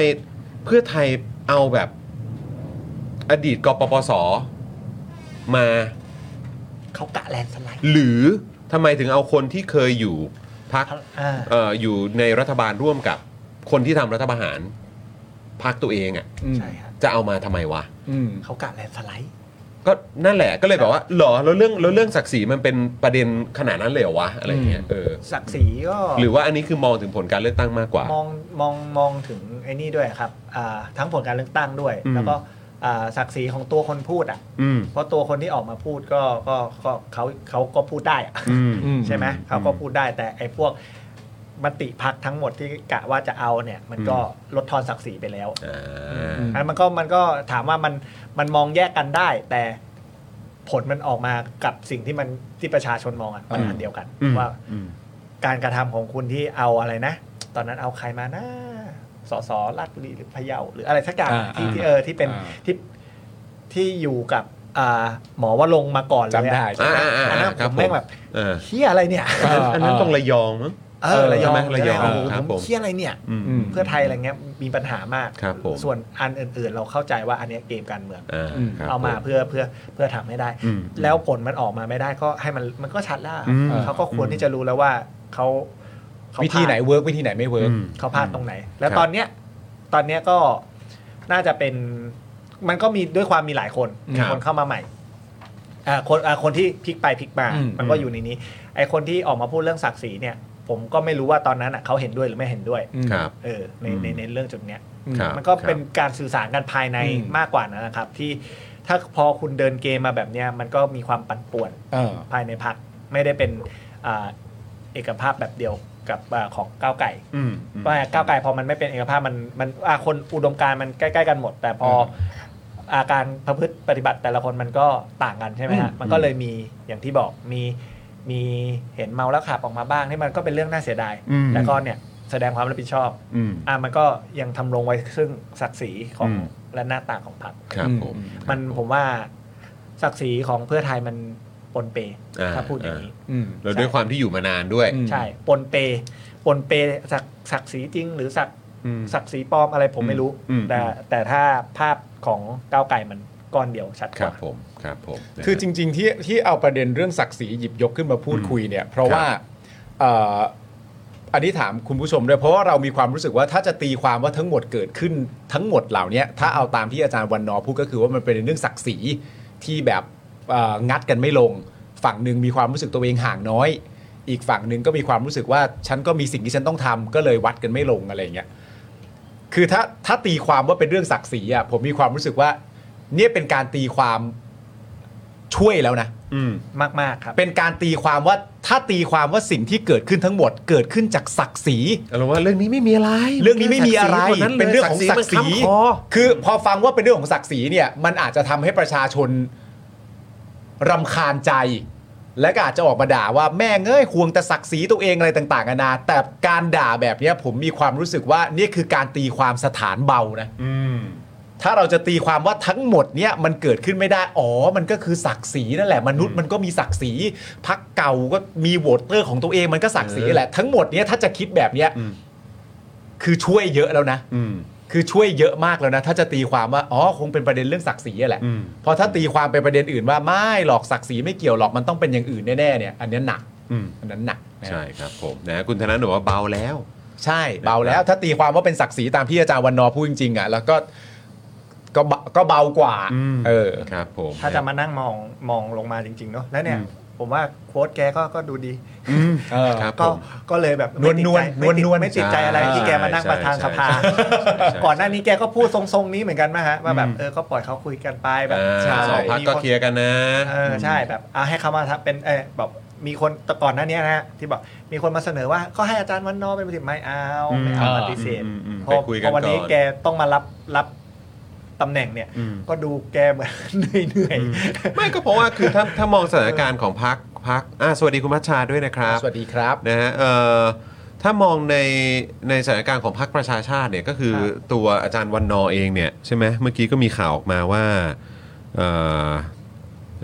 A: เพื่อไทยเอาแบบอดีตกปปสมา
D: เขากะแลนด์สไลด์
A: หรือทำไมถึงเอาคนที่เคยอยู่พัก
D: อ่า
A: เอออยู่ในรัฐบาลร่วมกับคนที่ทำรัฐประหารพักตัวเองอะ่ะ
E: อืม
D: ใช่ครับ
A: จะเอามาทำไมวะ
E: อืม
D: เขากะแลนด์สไลด์
A: ก็นั่นแหละก็เลยแบบว่าหรอแล้วเรื่องแล้วเรื่องศักดิ์ศรีมันเป็นประเด็นขนาดนั้นเลยเหรอวะอะไรเงี้ยเออ
D: ศักดิ์ศรีก็
A: หรือว่าอันนี้คือมองถึงผลการเลือกตั้งมากกว่า
D: มองมองมองถึงไอ้นี่ด้วยครับอ่าทั้งผลการเลือกตั้งด้วย
A: อืม
D: แล้วก็อ่าศักดิ์ศรีของตัวคนพูดอ่ะ
A: อืม
D: เพราะตัวคนที่ออกมาพูดก็ก็ก็เขาเขาก็พูดได้อะ
A: อืม
E: อืม
D: ใช่ไหมเขาก็พูดได้แต่ไอ้พวกมติพักทั้งหมดที่กะว่าจะเอาเนี่ยมันก็ลดทอนศักดิ์ศรีไปแล้ว
A: อ่า
E: อืม
D: อันมันก็มันก็ถามว่ามันมันมองแยกกันได้ แต่ผลมันออกมากับสิ่งที่มันที่ประชาชนมองอ่ะมันอันเดียวกัน
A: อืม
D: ว่า การกระทำของคุณที่เอาอะไรนะ ตอนนั้นเอาใครมานะ สสลาดบุรีหรือพะเยาหรืออะไรสักอย่าง
B: อ่า
D: ที่
B: อ่า
D: ที่เออที่เป็น
B: อ่า
D: ที่ที่อยู่กับอ่าหมอวลงค์มาก่อนเลยอะ
B: จำได้
D: อันนั้น
A: อ่าอ่า
D: อันนั้น
A: อ่าครับ
D: ผมแม่ง
A: ผม
D: แบบ
A: เออ
D: เฮียอะไรเนี่ย
B: เออ
A: อันนั้นต้องระยองมั้ง
D: เออระยอง
A: ใช่ไหมระยอง
D: ใช่ไหมโโห
A: ครับผม
D: เฮียอะไรเนี่ย
A: อืม
B: อืม
D: เพื่อไทยอะไรเงี้ยมีปัญหามาก
A: ครับผม
D: ส่วนอันอื่นๆ เราเข้าใจว่าอันเนี้ยเกมการเมือง
A: อ่า
B: อืม
A: ครับ
D: เอามา
A: ผ
D: เพื่อเพื่อเพื่อทำให้ได้
A: อืม
D: แล้วผลมันออกมาไม่ได้ก็ให้มันมันก็ชัดแล้ว
A: อืม
D: เขาก็ควรที่จะรู้แล้วว่าเขาเขา
B: วิธีไหน
D: พลาด
B: เวิร์กวิธีไหนไม่เวิร์ก
A: อืม
D: เขาพลาดตรงไหน แล้
A: คว รับ
D: ตอนเนี้ยตอนเนี้ยก็น่าจะเป็นมันก็มีด้วยความมีหลายคน
B: ครับ
D: คนเข้ามาใหม่อ่าคนอ่าคนที่พลิกไปพลิกมา
B: อืม
D: มันก็อยู่ในนี้ ไอคนที่ออกมาพูดเรื่องศักดิ์ศรีเนี่ย ผมก็ไม่รู้ว่าตอนนั้นอ่ะเขาเห็นด้วยหรือไม่เห็นด้วย
A: ครับ
D: เออในในในเรื่องจุดเนี้ย
A: ครับ
D: มันก็
A: ครับ
D: เป็นการสื่อสารกันภายใน
B: อืม
D: มากกว่านั้นนะครับ ที่ถ้าพอคุณเดินเกมมาแบบเนี้ยมันก็มีความปั่นป่วน
B: เออ
D: ภายในพักไม่ได้เป็นอ่าเอกภาพแบบเดียวกับอ่าของก้าวไก่
A: อืม
D: เพราะว่าก้าวไก่พอมันไม่เป็นเอกภาพมันมันอ่าคนอุดมการณ์มันใกล้ ๆ กันหมด แต่พออาการประพฤติปฏิบัติแต่ละคนมันก็ต่างกันใช่ไหมฮะมันก็เลยมีอย่างที่บอกมีมีเห็นเมาแล้วขับออกมาบ้างที่มันก็เป็นเรื่องน่าเสียดาย
A: อืม
D: แล้วก็เนี่ยแสดงความรับผิดชอบ
A: อืม
D: อ่ะมันก็ยังทำลงไว้ซึ่งศักดิ์ศรีของ
A: อืม
D: และหน้าตาของพรรค
A: ครับผม
D: มันผมว่าศักดิ์ศรีของเพื่อไทยมันปนเป
A: อ่
D: ถ้าพูดอย่างนี้
B: อืม
A: แล้วด้วยความที่อยู่มานานด้วย
B: อืม
D: ใช่ปนเปปนเปศักดิ์ศักดิ์ศรีจริง หรือศักดิ์ศักดิ์ศรีปลอมอะไรผมไม่รู้
A: อืม
D: แต่แต่ถ้าภาพของก้าวไก่มันก้อนเดียวชัด
A: ค
D: ก
A: รับ
D: ว่า
A: ผมครับผมนะฮะ
B: คือจริง ๆ ที่ที่เอาประเด็นเรื่องศักดิ์ศรีหยิบยกขึ้นมาพูด
A: อืม
B: คุยเนี่ย เพราะว่าเอ่ออันนี้ถามคุณผู้ชมด้วยเพราะว่าเรามีความรู้สึกว่าถ้าจะตีความว่าทั้งหมดเกิดขึ้นทั้งหมดเหล่าเนี้ยถ้าเอาตามที่อาจารย์วันนอร์พูดก็คือว่ามันเป็นเรื่องศักดิ์ศรีที่แบบเอ่องัดกันไม่ลง ฝั่งหนึ่งมีความรู้สึกตัวเองห่างน้อย อีกฝั่งหนึ่งก็มีความรู้สึกว่าฉันก็มีสิ่งที่ฉันต้องทำก็เลยวัดกันไม่ลงอะไรอย่างเงี้ย คือถ้าถ้าตีความว่าเป็นเรื่องศักดิ์ศรีอ่ะผมมีความรู้สึกว่า เนี่ยเป็นการตีความช่วยแล้วนะ
D: มากๆครับ
B: เป็นการตีความว่าถ้าตีความว่าสิ่งที่เกิดขึ้นทั้งหมด เกิดขึ้นจากศักดิ์ศรี
A: อารมณ์ว่าเรื่องนี้ไม่มีอะไร
B: เรื่องนี้ไม่มีอะไร
A: ศักดิ์ศกว่าลย
B: เป็นเรื่องของศักดิ์ศรี
A: มันค้ำคอ
B: คือพอฟังว่าเป็นเรื่องของศักดิ์ศรีเนี่ย มันอาจจะทำให้ประชาชนรำคาญใจ และก็อาจจะออกมาด่าว่าแม่งเอ้ยควงแต่ศักดิ์ศรีตัวเองอะไรต่างๆนานาแต่การด่าแบบเนี้ยผมมีความรู้สึกว่านี่คือการตีความสถานเบานะ
A: อืม
B: ถ้าเราจะตีความว่าทั้งหมดเนี่ยมันเกิดขึ้นไม่ได้ อ๋อ มันก็คือศักดิ์ศรีนั่นแหละ มนุษย์มันก็มีศักดิ์ศรีพักเก่าก็มีโหวตเตอร์ของตัวเองมันก็ศักดิ์ศรี
A: เออ
B: แหละ ทั้งหมดเนี่ยถ้าจะคิดแบบเนี้ย
A: อืม
B: คือช่วยเยอะแล้วนะ
A: อืม
B: คือช่วยเยอะมากแล้วนะ ถ้าจะตีความว่า อ๋อ คงเป็นประเด็นเรื่องศักดิ์ศรีอะแหละ
A: อืม
B: เพราะถ้าตีความเป็นประเด็นอื่นว่าไม่หรอกศักดิ์ศรีไม่เกี่ยวหรอก มันต้องเป็นอย่างอื่นแน่ๆเนี่ย อันเนี้ยหนัก
A: อืม
B: อันนั้นหนักนะ
A: ใช่ครับผมนะคุณธนาหนูบอกว่าเบาแล้ว
B: ใช่ เบาแล้ว ถ้าตีความว่าเป็นศักดิ์ศรีตามที่อาจารย์วันนอร์พูดจริงๆอ่ะ แล้วก็ ก็เบาก็เบากว่า
A: อืม
B: เออ
A: ครับผม
D: ถ้าจะมานั่งมองมองลงมาจริง ๆ เนาะแล้วเนี่ย ผมว่าโค้ดแกก็ก็ดูดี
A: อืม
B: เออ
A: ครับ
D: ก็
A: ผม
D: ก็เลยแบบ
B: นวลนวล
D: ไม่ติดใจ
B: นวลนวล
D: ไม่ติดใจอะไร
A: ใช่
D: ที่แกมานั่ง
A: ใช่
D: ประธานสภา
A: ใช่ใช่ใช่ใช่
D: ก่อนหน้านี้แกก็พูดทรงๆนี้เหมือนกันไหมฮะว่าแบ
A: อื
D: บ
A: ม
D: เออก็ปล่อยเขาคุยกันไปแบบ
A: อ่า
B: ใช่
A: สองพักก็เคลียร์กันนะ
D: เออใช่แบบเอาให้เขามาทำเป็นเออแบบมีคนแต่ก่อนหน้านี้นะฮะที่บอกมีคนมาเสนอว่าก็ให้อาจารย์วันนอร์เป็นปฏิไม่เอาไม่เอา
B: อืม
D: ปฏิเสธ
A: อืมอืม
D: พอ
A: ไปคุยกัน
D: พอวันนี้
A: ก่อน
D: แกต้องมารับรับตำแหน่งเนี่ย
A: อืม
D: ก็ดูแกเหมือน เหนื่อย
A: อื ไม่ก็เพราะว่าคือถ้าถ้ามองสถานการณ์ของพักพักอ่าสวัสดีคุณพัชชาด้วยนะครับ
B: สวัสดีครับ
A: นะฮะเอ่อถ้ามองในในสถานการณ์ของพรรคประชาชาติเนี่ยก็คือตัวอาจารย์วันนอร์เองเนี่ยใช่ไหมเมื่อกี้ก็มีข่าวออกมาว่าเอ่อ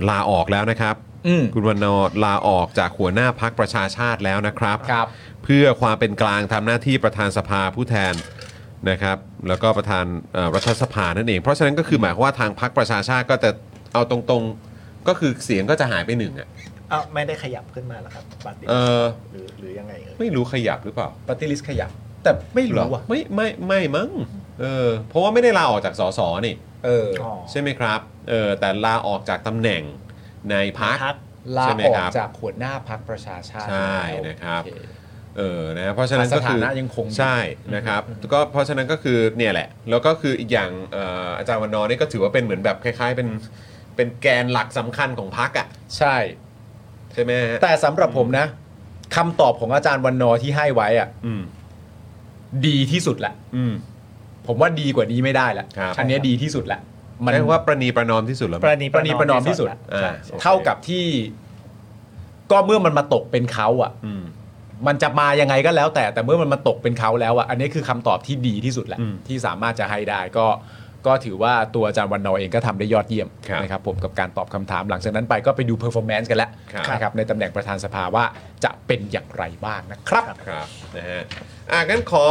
A: ลาออกแล้วนะครับ
B: อืม
A: คุณวันนอร์ลาออกจากหัวหน้าพักประชาชาติแล้วนะครับ
B: ครับ
A: เพื่อความเป็นกลางทำหน้าที่ประธานสภาผู้แทนนะครับแล้วก็ประธานเอ่อรัฐสภานั่นเอง เพราะฉะนั้นก็คือหมายความว่าทางพรรคประชาชาติก็จะเอาตรงๆก็คือเสียงก็จะหายไปหนึ่งอ่ะ
D: เอ้าไม่ได้ขยับขึ้นมาแล้วครับบัตรดิ
A: เออ
D: หรือหรือยังไงเอ่ย
A: ไม่รู้ขยับหรือเปล่า
B: ปฏิลิสขยับ แต่ไม่
A: หรอ
B: รู้อ่ะ
A: ไม่ไม่ไม่มั้งเออเพราะว่าไม่ได้ลาออกจากสสนี่
B: เออ
D: อ๋อ
A: ใช่ไหมครับเออแต่ลาออกจากตำแหน่งในพัก
D: พัก
B: ลา
A: ใช่ไหม
B: ออ
A: ครั
B: ก
A: บ
B: จากหัวหน้าพักประชาชาติ
A: ใช่
B: แล้ว
A: นะครับ
B: โอเ
A: เออนะเพราะฉะนั้นก็
B: สถา
A: คือ
B: นะยังคงอยู่
A: ใช่นะครับก็เพราะฉะนั้นก็คือเนี่ยแหละ แล้วก็คืออีกอย่างเอ่ออาจารย์วันนอร์นี่ก็ถือว่าเป็นเหมือนแบบคล้าย ๆ เป็นเป็นแกนหลักสำคัญของพักอ่ะ
B: ใช่
A: ใช่ไหมฮะ
B: แต่สำหรับผมนะคำตอบของอาจารย์วันนอร์ที่ให้ไว้อ่ะ
A: อืม
B: ดีที่สุดละ
A: อืม
B: ผมว่าดีกว่านี้ไม่ได้ละ
A: ครับ
B: อันเนี้ยดีที่สุดละ
A: มันเรียกว่าประนีประนอมที่สุดแล้วมั้ย
D: ประนี
B: ประนีประนอมที่สุด
A: อ่าโอค
B: เท่ากับที่ ก็เมื่อมันมาตกเป็นเขาอ่ะ
A: อืม
B: มันจะมายังไงก็แล้วแต่แต่เมื่อมันมาตกเป็นเขาแล้วอ่ะอันนี้คือคำตอบที่ดีที่สุดแหละ
A: อืม
B: ที่สามารถจะให้ได้ก็ก็ถือว่าตัวอาจารย์วันนอร์เองก็ทำได้ยอดเยี่ยม
A: ครับ
B: นะครับผมกับการตอบคำถามหลังจากนั้นไปก็ไปดูเพอร์ฟอร์แมนซ์กันแล้ว
A: ครับ
B: นะครับในตำแหน่งประธานสภาว่าจะเป็นอย่างไรบ้างนะครับ
A: ครับนะฮะอ่ะงั้นขอ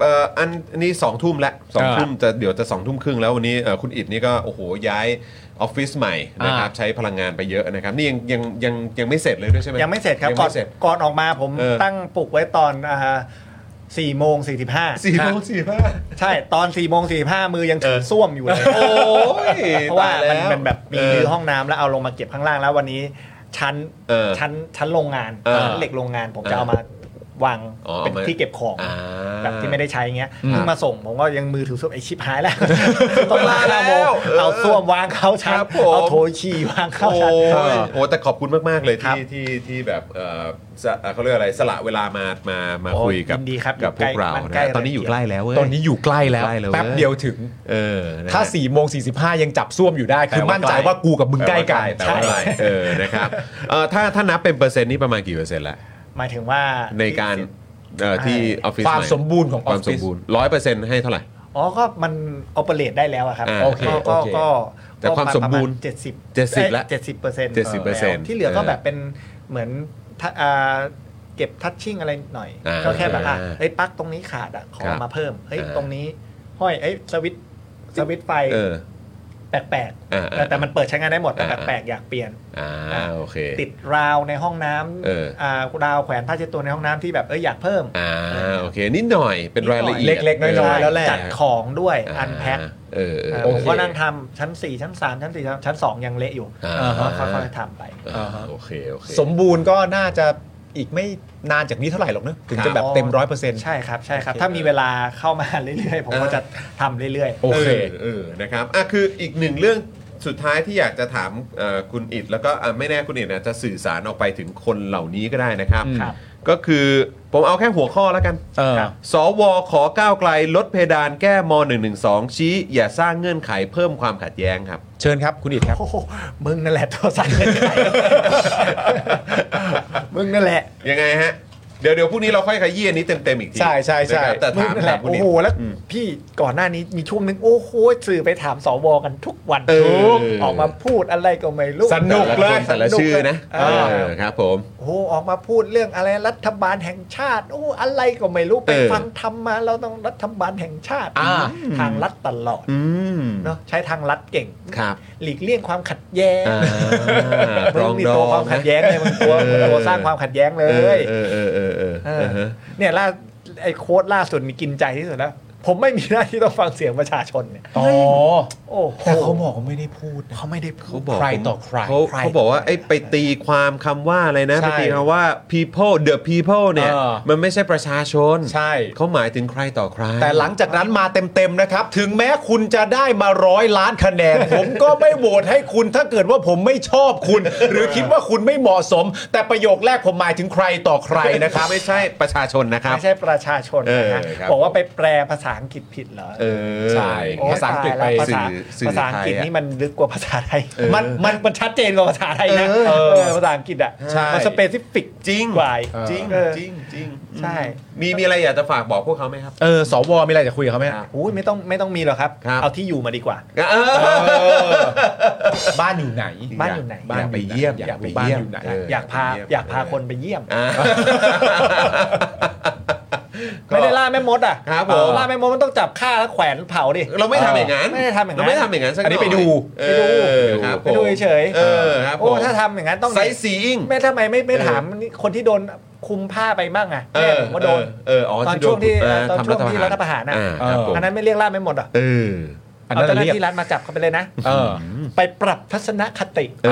A: เอ่ออันอันนี้สองทุ่มแล้วสองทุ่มจะเดี๋ยวจะสองทุ่มครึ่งแล้ววันนี้เอ่อคุณอิดนี่ก็โอ้โหย้ายออฟฟิศใหม่นะครับ
B: อ่า
A: ใช้พลังงานไปเยอะนะครับนี่ยังยังยังยังไม่เสร็จเลยด้วยใช่ไหม
D: ยังไม่เสร็จครับ
A: ยัง
D: ก่อน
A: ไม่เสร็จ
D: ก่อนออกมาผม
A: เออ
D: ตั้งปลุกไว้ตอนสี่โมงสี่สิบห้า
A: สี่โมงสี่ห้า
D: ใช่ตอนสี่โมงสี่ห้ามือยังถือ
A: เออ
D: ส้วมอยู่เลย
A: โอ้ย
D: เพราะว่า
A: ต
D: มั
A: ย
D: น
A: ล้ว
D: มันแบบมี
A: เออ
D: รื้อห้องน้ำแล้วเอาลงมาเก็บข้างล่างแล้ววันนี้ชั้น
A: เออ
D: ชั้นชั้นโรงงาน
A: เออ
D: ชั้นเหล็กโรงงานผม
A: เออ
D: จะเอามาวาง
A: อ๋อ
D: เป็น
A: เอามา
D: ที่เก็บของ
A: อ่า
D: แบบที่ไม่ได้ใช้เงี้ย
B: อืม
D: เพิ่งมาส่งผมก็ยังมือถือส้วมไอชิปหายแล้ว ตอน
A: มา
D: มา
A: แล้
D: แล้ว วโมง
A: เออ
D: เอาส้วมวางเข้าชั้น
A: ครับผม
D: เอาโถฉี่วางเข้า
A: โอ้
D: ชั้น
A: ยโอ้แต่ขอบคุณมาก ๆ เลย
D: ครับ
A: ที่ที่ที่แบบเอ่อสะเอ่อเขาเรียกอะไรสละเวลามามามา
D: โอ้
A: คุย
D: ย
A: กับ
D: ยินดีครับ
A: กับพ
D: อยู่
A: วก
D: ใกล้
A: เรา
D: มัน
A: นะ
D: ใกล้
A: ตอนนี้อยู่ใกล้แล้วเว้ย
B: ตอนนี้อยู่ใกล้แล้ว
A: ใกล้แล้ว
B: แป๊บ
A: เว้ย
B: เดียวถึง
A: เออนะฮะ
B: ถ้า4ี่โมงสียังจับซ่วมอยู่ได้ คือ
A: แต่ว่า
B: มั่น
A: ใก
B: ใจ
A: ล้
B: ว่ากูกับมึงใกล้กัน
A: แต่ว่าใกล้เออนะครับเอ่อถ้าถ้านับเป็นเปอร์เซ็นต์นี่ประมาณกี่เปอร์เซ็นต์ละ
D: หมายถึงว่า
A: ในการเอ่อที่ออฟฟิศ
B: ความ
A: ให
B: สมบูรณ์ของอ
A: ค
B: อ
A: วา
B: ฟ
A: มส
B: ฟิ
A: ม
B: ศ
A: บูรณ์ร้อยเปอร์เซ็นต์ให้เท่าไหร่
D: อ๋อ ก็มันออเปเรตได้แล้วอะครับ
A: อ่า
B: โอเคโอ
D: ก็ก็
B: เค
D: ก็
A: แต่ความสมบูรณ์
D: เจ็ดสิบ
A: 70ละ
D: เจ็ดสิบเปอร์เซ็นต์
A: 70%
D: ที่เหลือก็
A: เออ
D: แบบเป็นเหมือนทะอ่าเก็บทัชชิ่งอะไรหน่อย
A: อ่า
D: ก็แค่แบบอ่ะ
A: อ่า
D: เฮ้ยปลั๊กตรงนี้ขาดอ่ะ ขอ
A: ครับ
D: มาเพิ่ม เฮ้ย
A: อ่า
D: ตรงนี้ ห้อยเอ้ยสวิตช์สวิตช์ไฟ
A: เออ
D: แปลกๆ
A: อ่าอ่า
D: แต่แต่มันเปิดใช้งานได้หมดแต่
A: อ่า
D: แปลกๆอยากเปลี่ยน
A: อ่าโอเค
D: ติดราวในห้องน้
A: เออ
D: ำอ่าราวแขวนผ้าเช็ดตัวในห้องน้ำที่แบบเอ้ยอยากเพิ่ม
A: อ่าโอเค นิดหน่อยเป็นรายละเอียด
B: เล็กๆน้อยๆ
A: เ
B: แล้วแหละ
D: จัดของด้วย
A: า
D: อันแพ็ค
A: เออเออ
D: ผมก็นั่งทำชั้น 4 ชั้น 3 ชั้น 4 ชั้น 2 ยังเละอยู่
A: อ่า
D: ก็ค่อยๆทำไป
A: อ่าโอเคโอเค
B: สมบูรณ์ก็น่าจะอีกไม่นานจากนี้เท่าไหร่หรอกเนอะถึงจะแบบเต็มร้อยเปอร์เซ็นต์
D: ใช่ครับใช่ครับ ถ้ามีเวลาเข้ามาเรื่อยๆ ผมก็จะทำเรื่อยๆ
B: โอเค
A: เออนะครับอ่ะคืออีกหนึ่งเรื่องสุดท้ายที่อยากจะถามเอ่อคุณอิดแล้วก็อ่ะไม่แน่คุณอิดอาจจะสื่อสารออกไปถึงคนเหล่านี้ก็ได้นะครับ
D: ครับ
A: ก็คือผมเอาแค่หัวข้อแล้วกัน
B: เออ
A: สวขอก้าวไกลลดเพดานแก้ม .112 ชี้ อย่าสร้างเงื่อนไขเพิ่มความขัดแย้งครับ
B: เชิญครับคุณอิดครับ
D: โอ้โหมึงนั่นแหละตัวสั่นเลยมึงนั่นแหละ
A: ยังไงฮะ เดี๋ยวเดี๋ยวพรุ่งนี้เราค่อยขยี้อันนี้เต็มๆอีกที
B: ใช่ใช่ใช่
A: นะครับแต่
D: มึง
A: ถาม
D: นั่นแห
A: ถา
D: ละ
A: มคุณ
D: โอ้
A: อิด
D: โหแล้ว
A: อืม
D: พี่ก่อนหน้านี้มีช่วงหนึง โอ้โหสื่อไปถามสวกันทุกวัน
A: เออ
D: ออกมาพูดอะไรก็ไม่รู้
B: สนุกเลย
A: แต่ละชื่อนะ
D: เออ
A: เออครับผม
D: โอ้โหออกมาพูดเรื่องอะไรรัฐบาลแห่งชาติโอ้อะไรก็ไม่รู้ไป
A: เออ
D: ฟังทำมาเราต้องรัฐบาลแห่งชาติ
B: อ่า
D: ทางรัฐตลอด
A: อืม
D: เนาะใช้ทางรัฐเก่ง
A: ครับ
D: หลีกเลี่ยงความขัดแย้ง
A: อ่า
D: มึงมี
A: ปร
D: ตัว
A: องดอง
D: ความขัด
A: นะ
D: แย้งเลยมึงตัว
A: เออ
D: ตัวสร้างความขัดแย้งเล
A: เออย เออเออเออเออ
D: เอ
A: เอ
D: อ
A: อฮะ
D: เนี่ยล่าไอ้โค้ดล่าสุดนี่กินใจที่สุดแล้วผมไม่มีหน้าที่ต้องฟังเสียงประชาชนเนี่ย
B: อ๋อ
D: โอ้โห
B: แต่เขาบอกเขาไม่ได้พูดนะ
D: เขาไม่ได้พู
A: เขา
D: ด
A: บอก
B: ใครต่อใคร
A: เขา
D: ใคร
A: เขาบอกว่าไอ้ไปตีความคำว่าอะไรนะ
B: ใช่
A: ไปตีคำว่า people the people เนี่ย
B: เออ
A: มันไม่ใช่ประชาชน
B: ใช่
A: เขาหมายถึงใครต่อใคร
B: แต่หลังจากนั้นมาเต็มๆนะครับ ถึงแม้คุณจะได้มาร้อยล้านคะแนน ผมก็ไม่โหวตให้คุณถ้าเกิดว่าผมไม่ชอบคุณ หรือคิดว่าคุณไม่เหมาะสม แต่ประโยคแรกผมหมายถึงใครต่อใครนะครับ
A: ไม่ใช่ประชาชนนะครับ
D: ไม่ใช่ประชาชนนะฮะ
A: เออครับ
D: บอกว่าไปแปลภาษาอังกฤษผิดเหรอ
A: เออ
B: ใช่
D: โอ้ย
B: ภาษาอังกฤษไป
D: ตยแล้วภาษา
A: สื่อสื่อ
D: ภาษาอังกฤษ
A: ไทยอะ
D: นี่มันลึกกว่าภาษาไทย
B: มันมัน
D: มันชัดเจนกว่าภาษาไทยนะ
A: เออ
D: เออภาษาอังกฤษอ่ะ
B: ใช่
D: มันสเปซิฟิก
A: จริง
D: กว่าอีก
A: จริง
D: เออ
A: จริงจริง
D: ใช่
A: มีมีอะไรอยากจะฝากบอกพวกเขาไหมครับ
B: เออสวมีอะไรจะคุยกับเขาไหมฮะ
D: โอ้ยไม่ต้องไม่ต้องมีหรอกครับ
A: ครับ
D: เอาที่อยู่มาดีกว่า
A: เออ
B: บ้านอยู่ไหน
D: บ้านอยู่ไหน
A: บ้านไปเยี่ยม
B: อยาก
A: อยากไป
B: บ้าน
A: เยี่ยม
B: อยู่ไหน
A: เ
D: อยากพา
A: เม
D: อยากพา
A: เ
D: คนไปเยี่ยม
A: อ่า
D: ไม่ได้ล่าแม่มดอ่ะ
A: ครับผม
D: เออล่าแม่มดมันต้องจับฆ่าแล้วแขวนเผาดิ
A: เราไม่ทำอย่างนั้น
D: ไม่ได้ทำอย่างนั้
A: เรา
D: น
A: ไม่ทำอย่างนั้นสักห
B: อันนี้ไปดู
A: เออครับ
D: ไปดู
A: ผม
D: เฉย
A: เออครับ
D: โอ้
A: ผม
D: ถ้าทำอย่างนั้นต้อง
A: ไซส์สีอิง
D: ไม่ทำไมไม่ไม่
A: เออ
D: ถามคนที่โดนคุมผ้าไปมั่งอ่ะแม่ผมก็โดน
A: เออเอออ๋อ
D: ตอนช่วงที่
A: โดเ
D: ตอนช่วงที่รัฐประหารน่ะ
A: อ่ครับผม
D: อันนั้นไม่เรียกล่าแม่มดอ่ะ
A: เออ
B: อัน
D: เอา
B: นั้น
D: เจ้าหน้า
B: เรียก
D: ที่รัฐมาจับเขาไปเลยนะ
B: เออ
D: ไปปรับทัศนคติ
A: เอ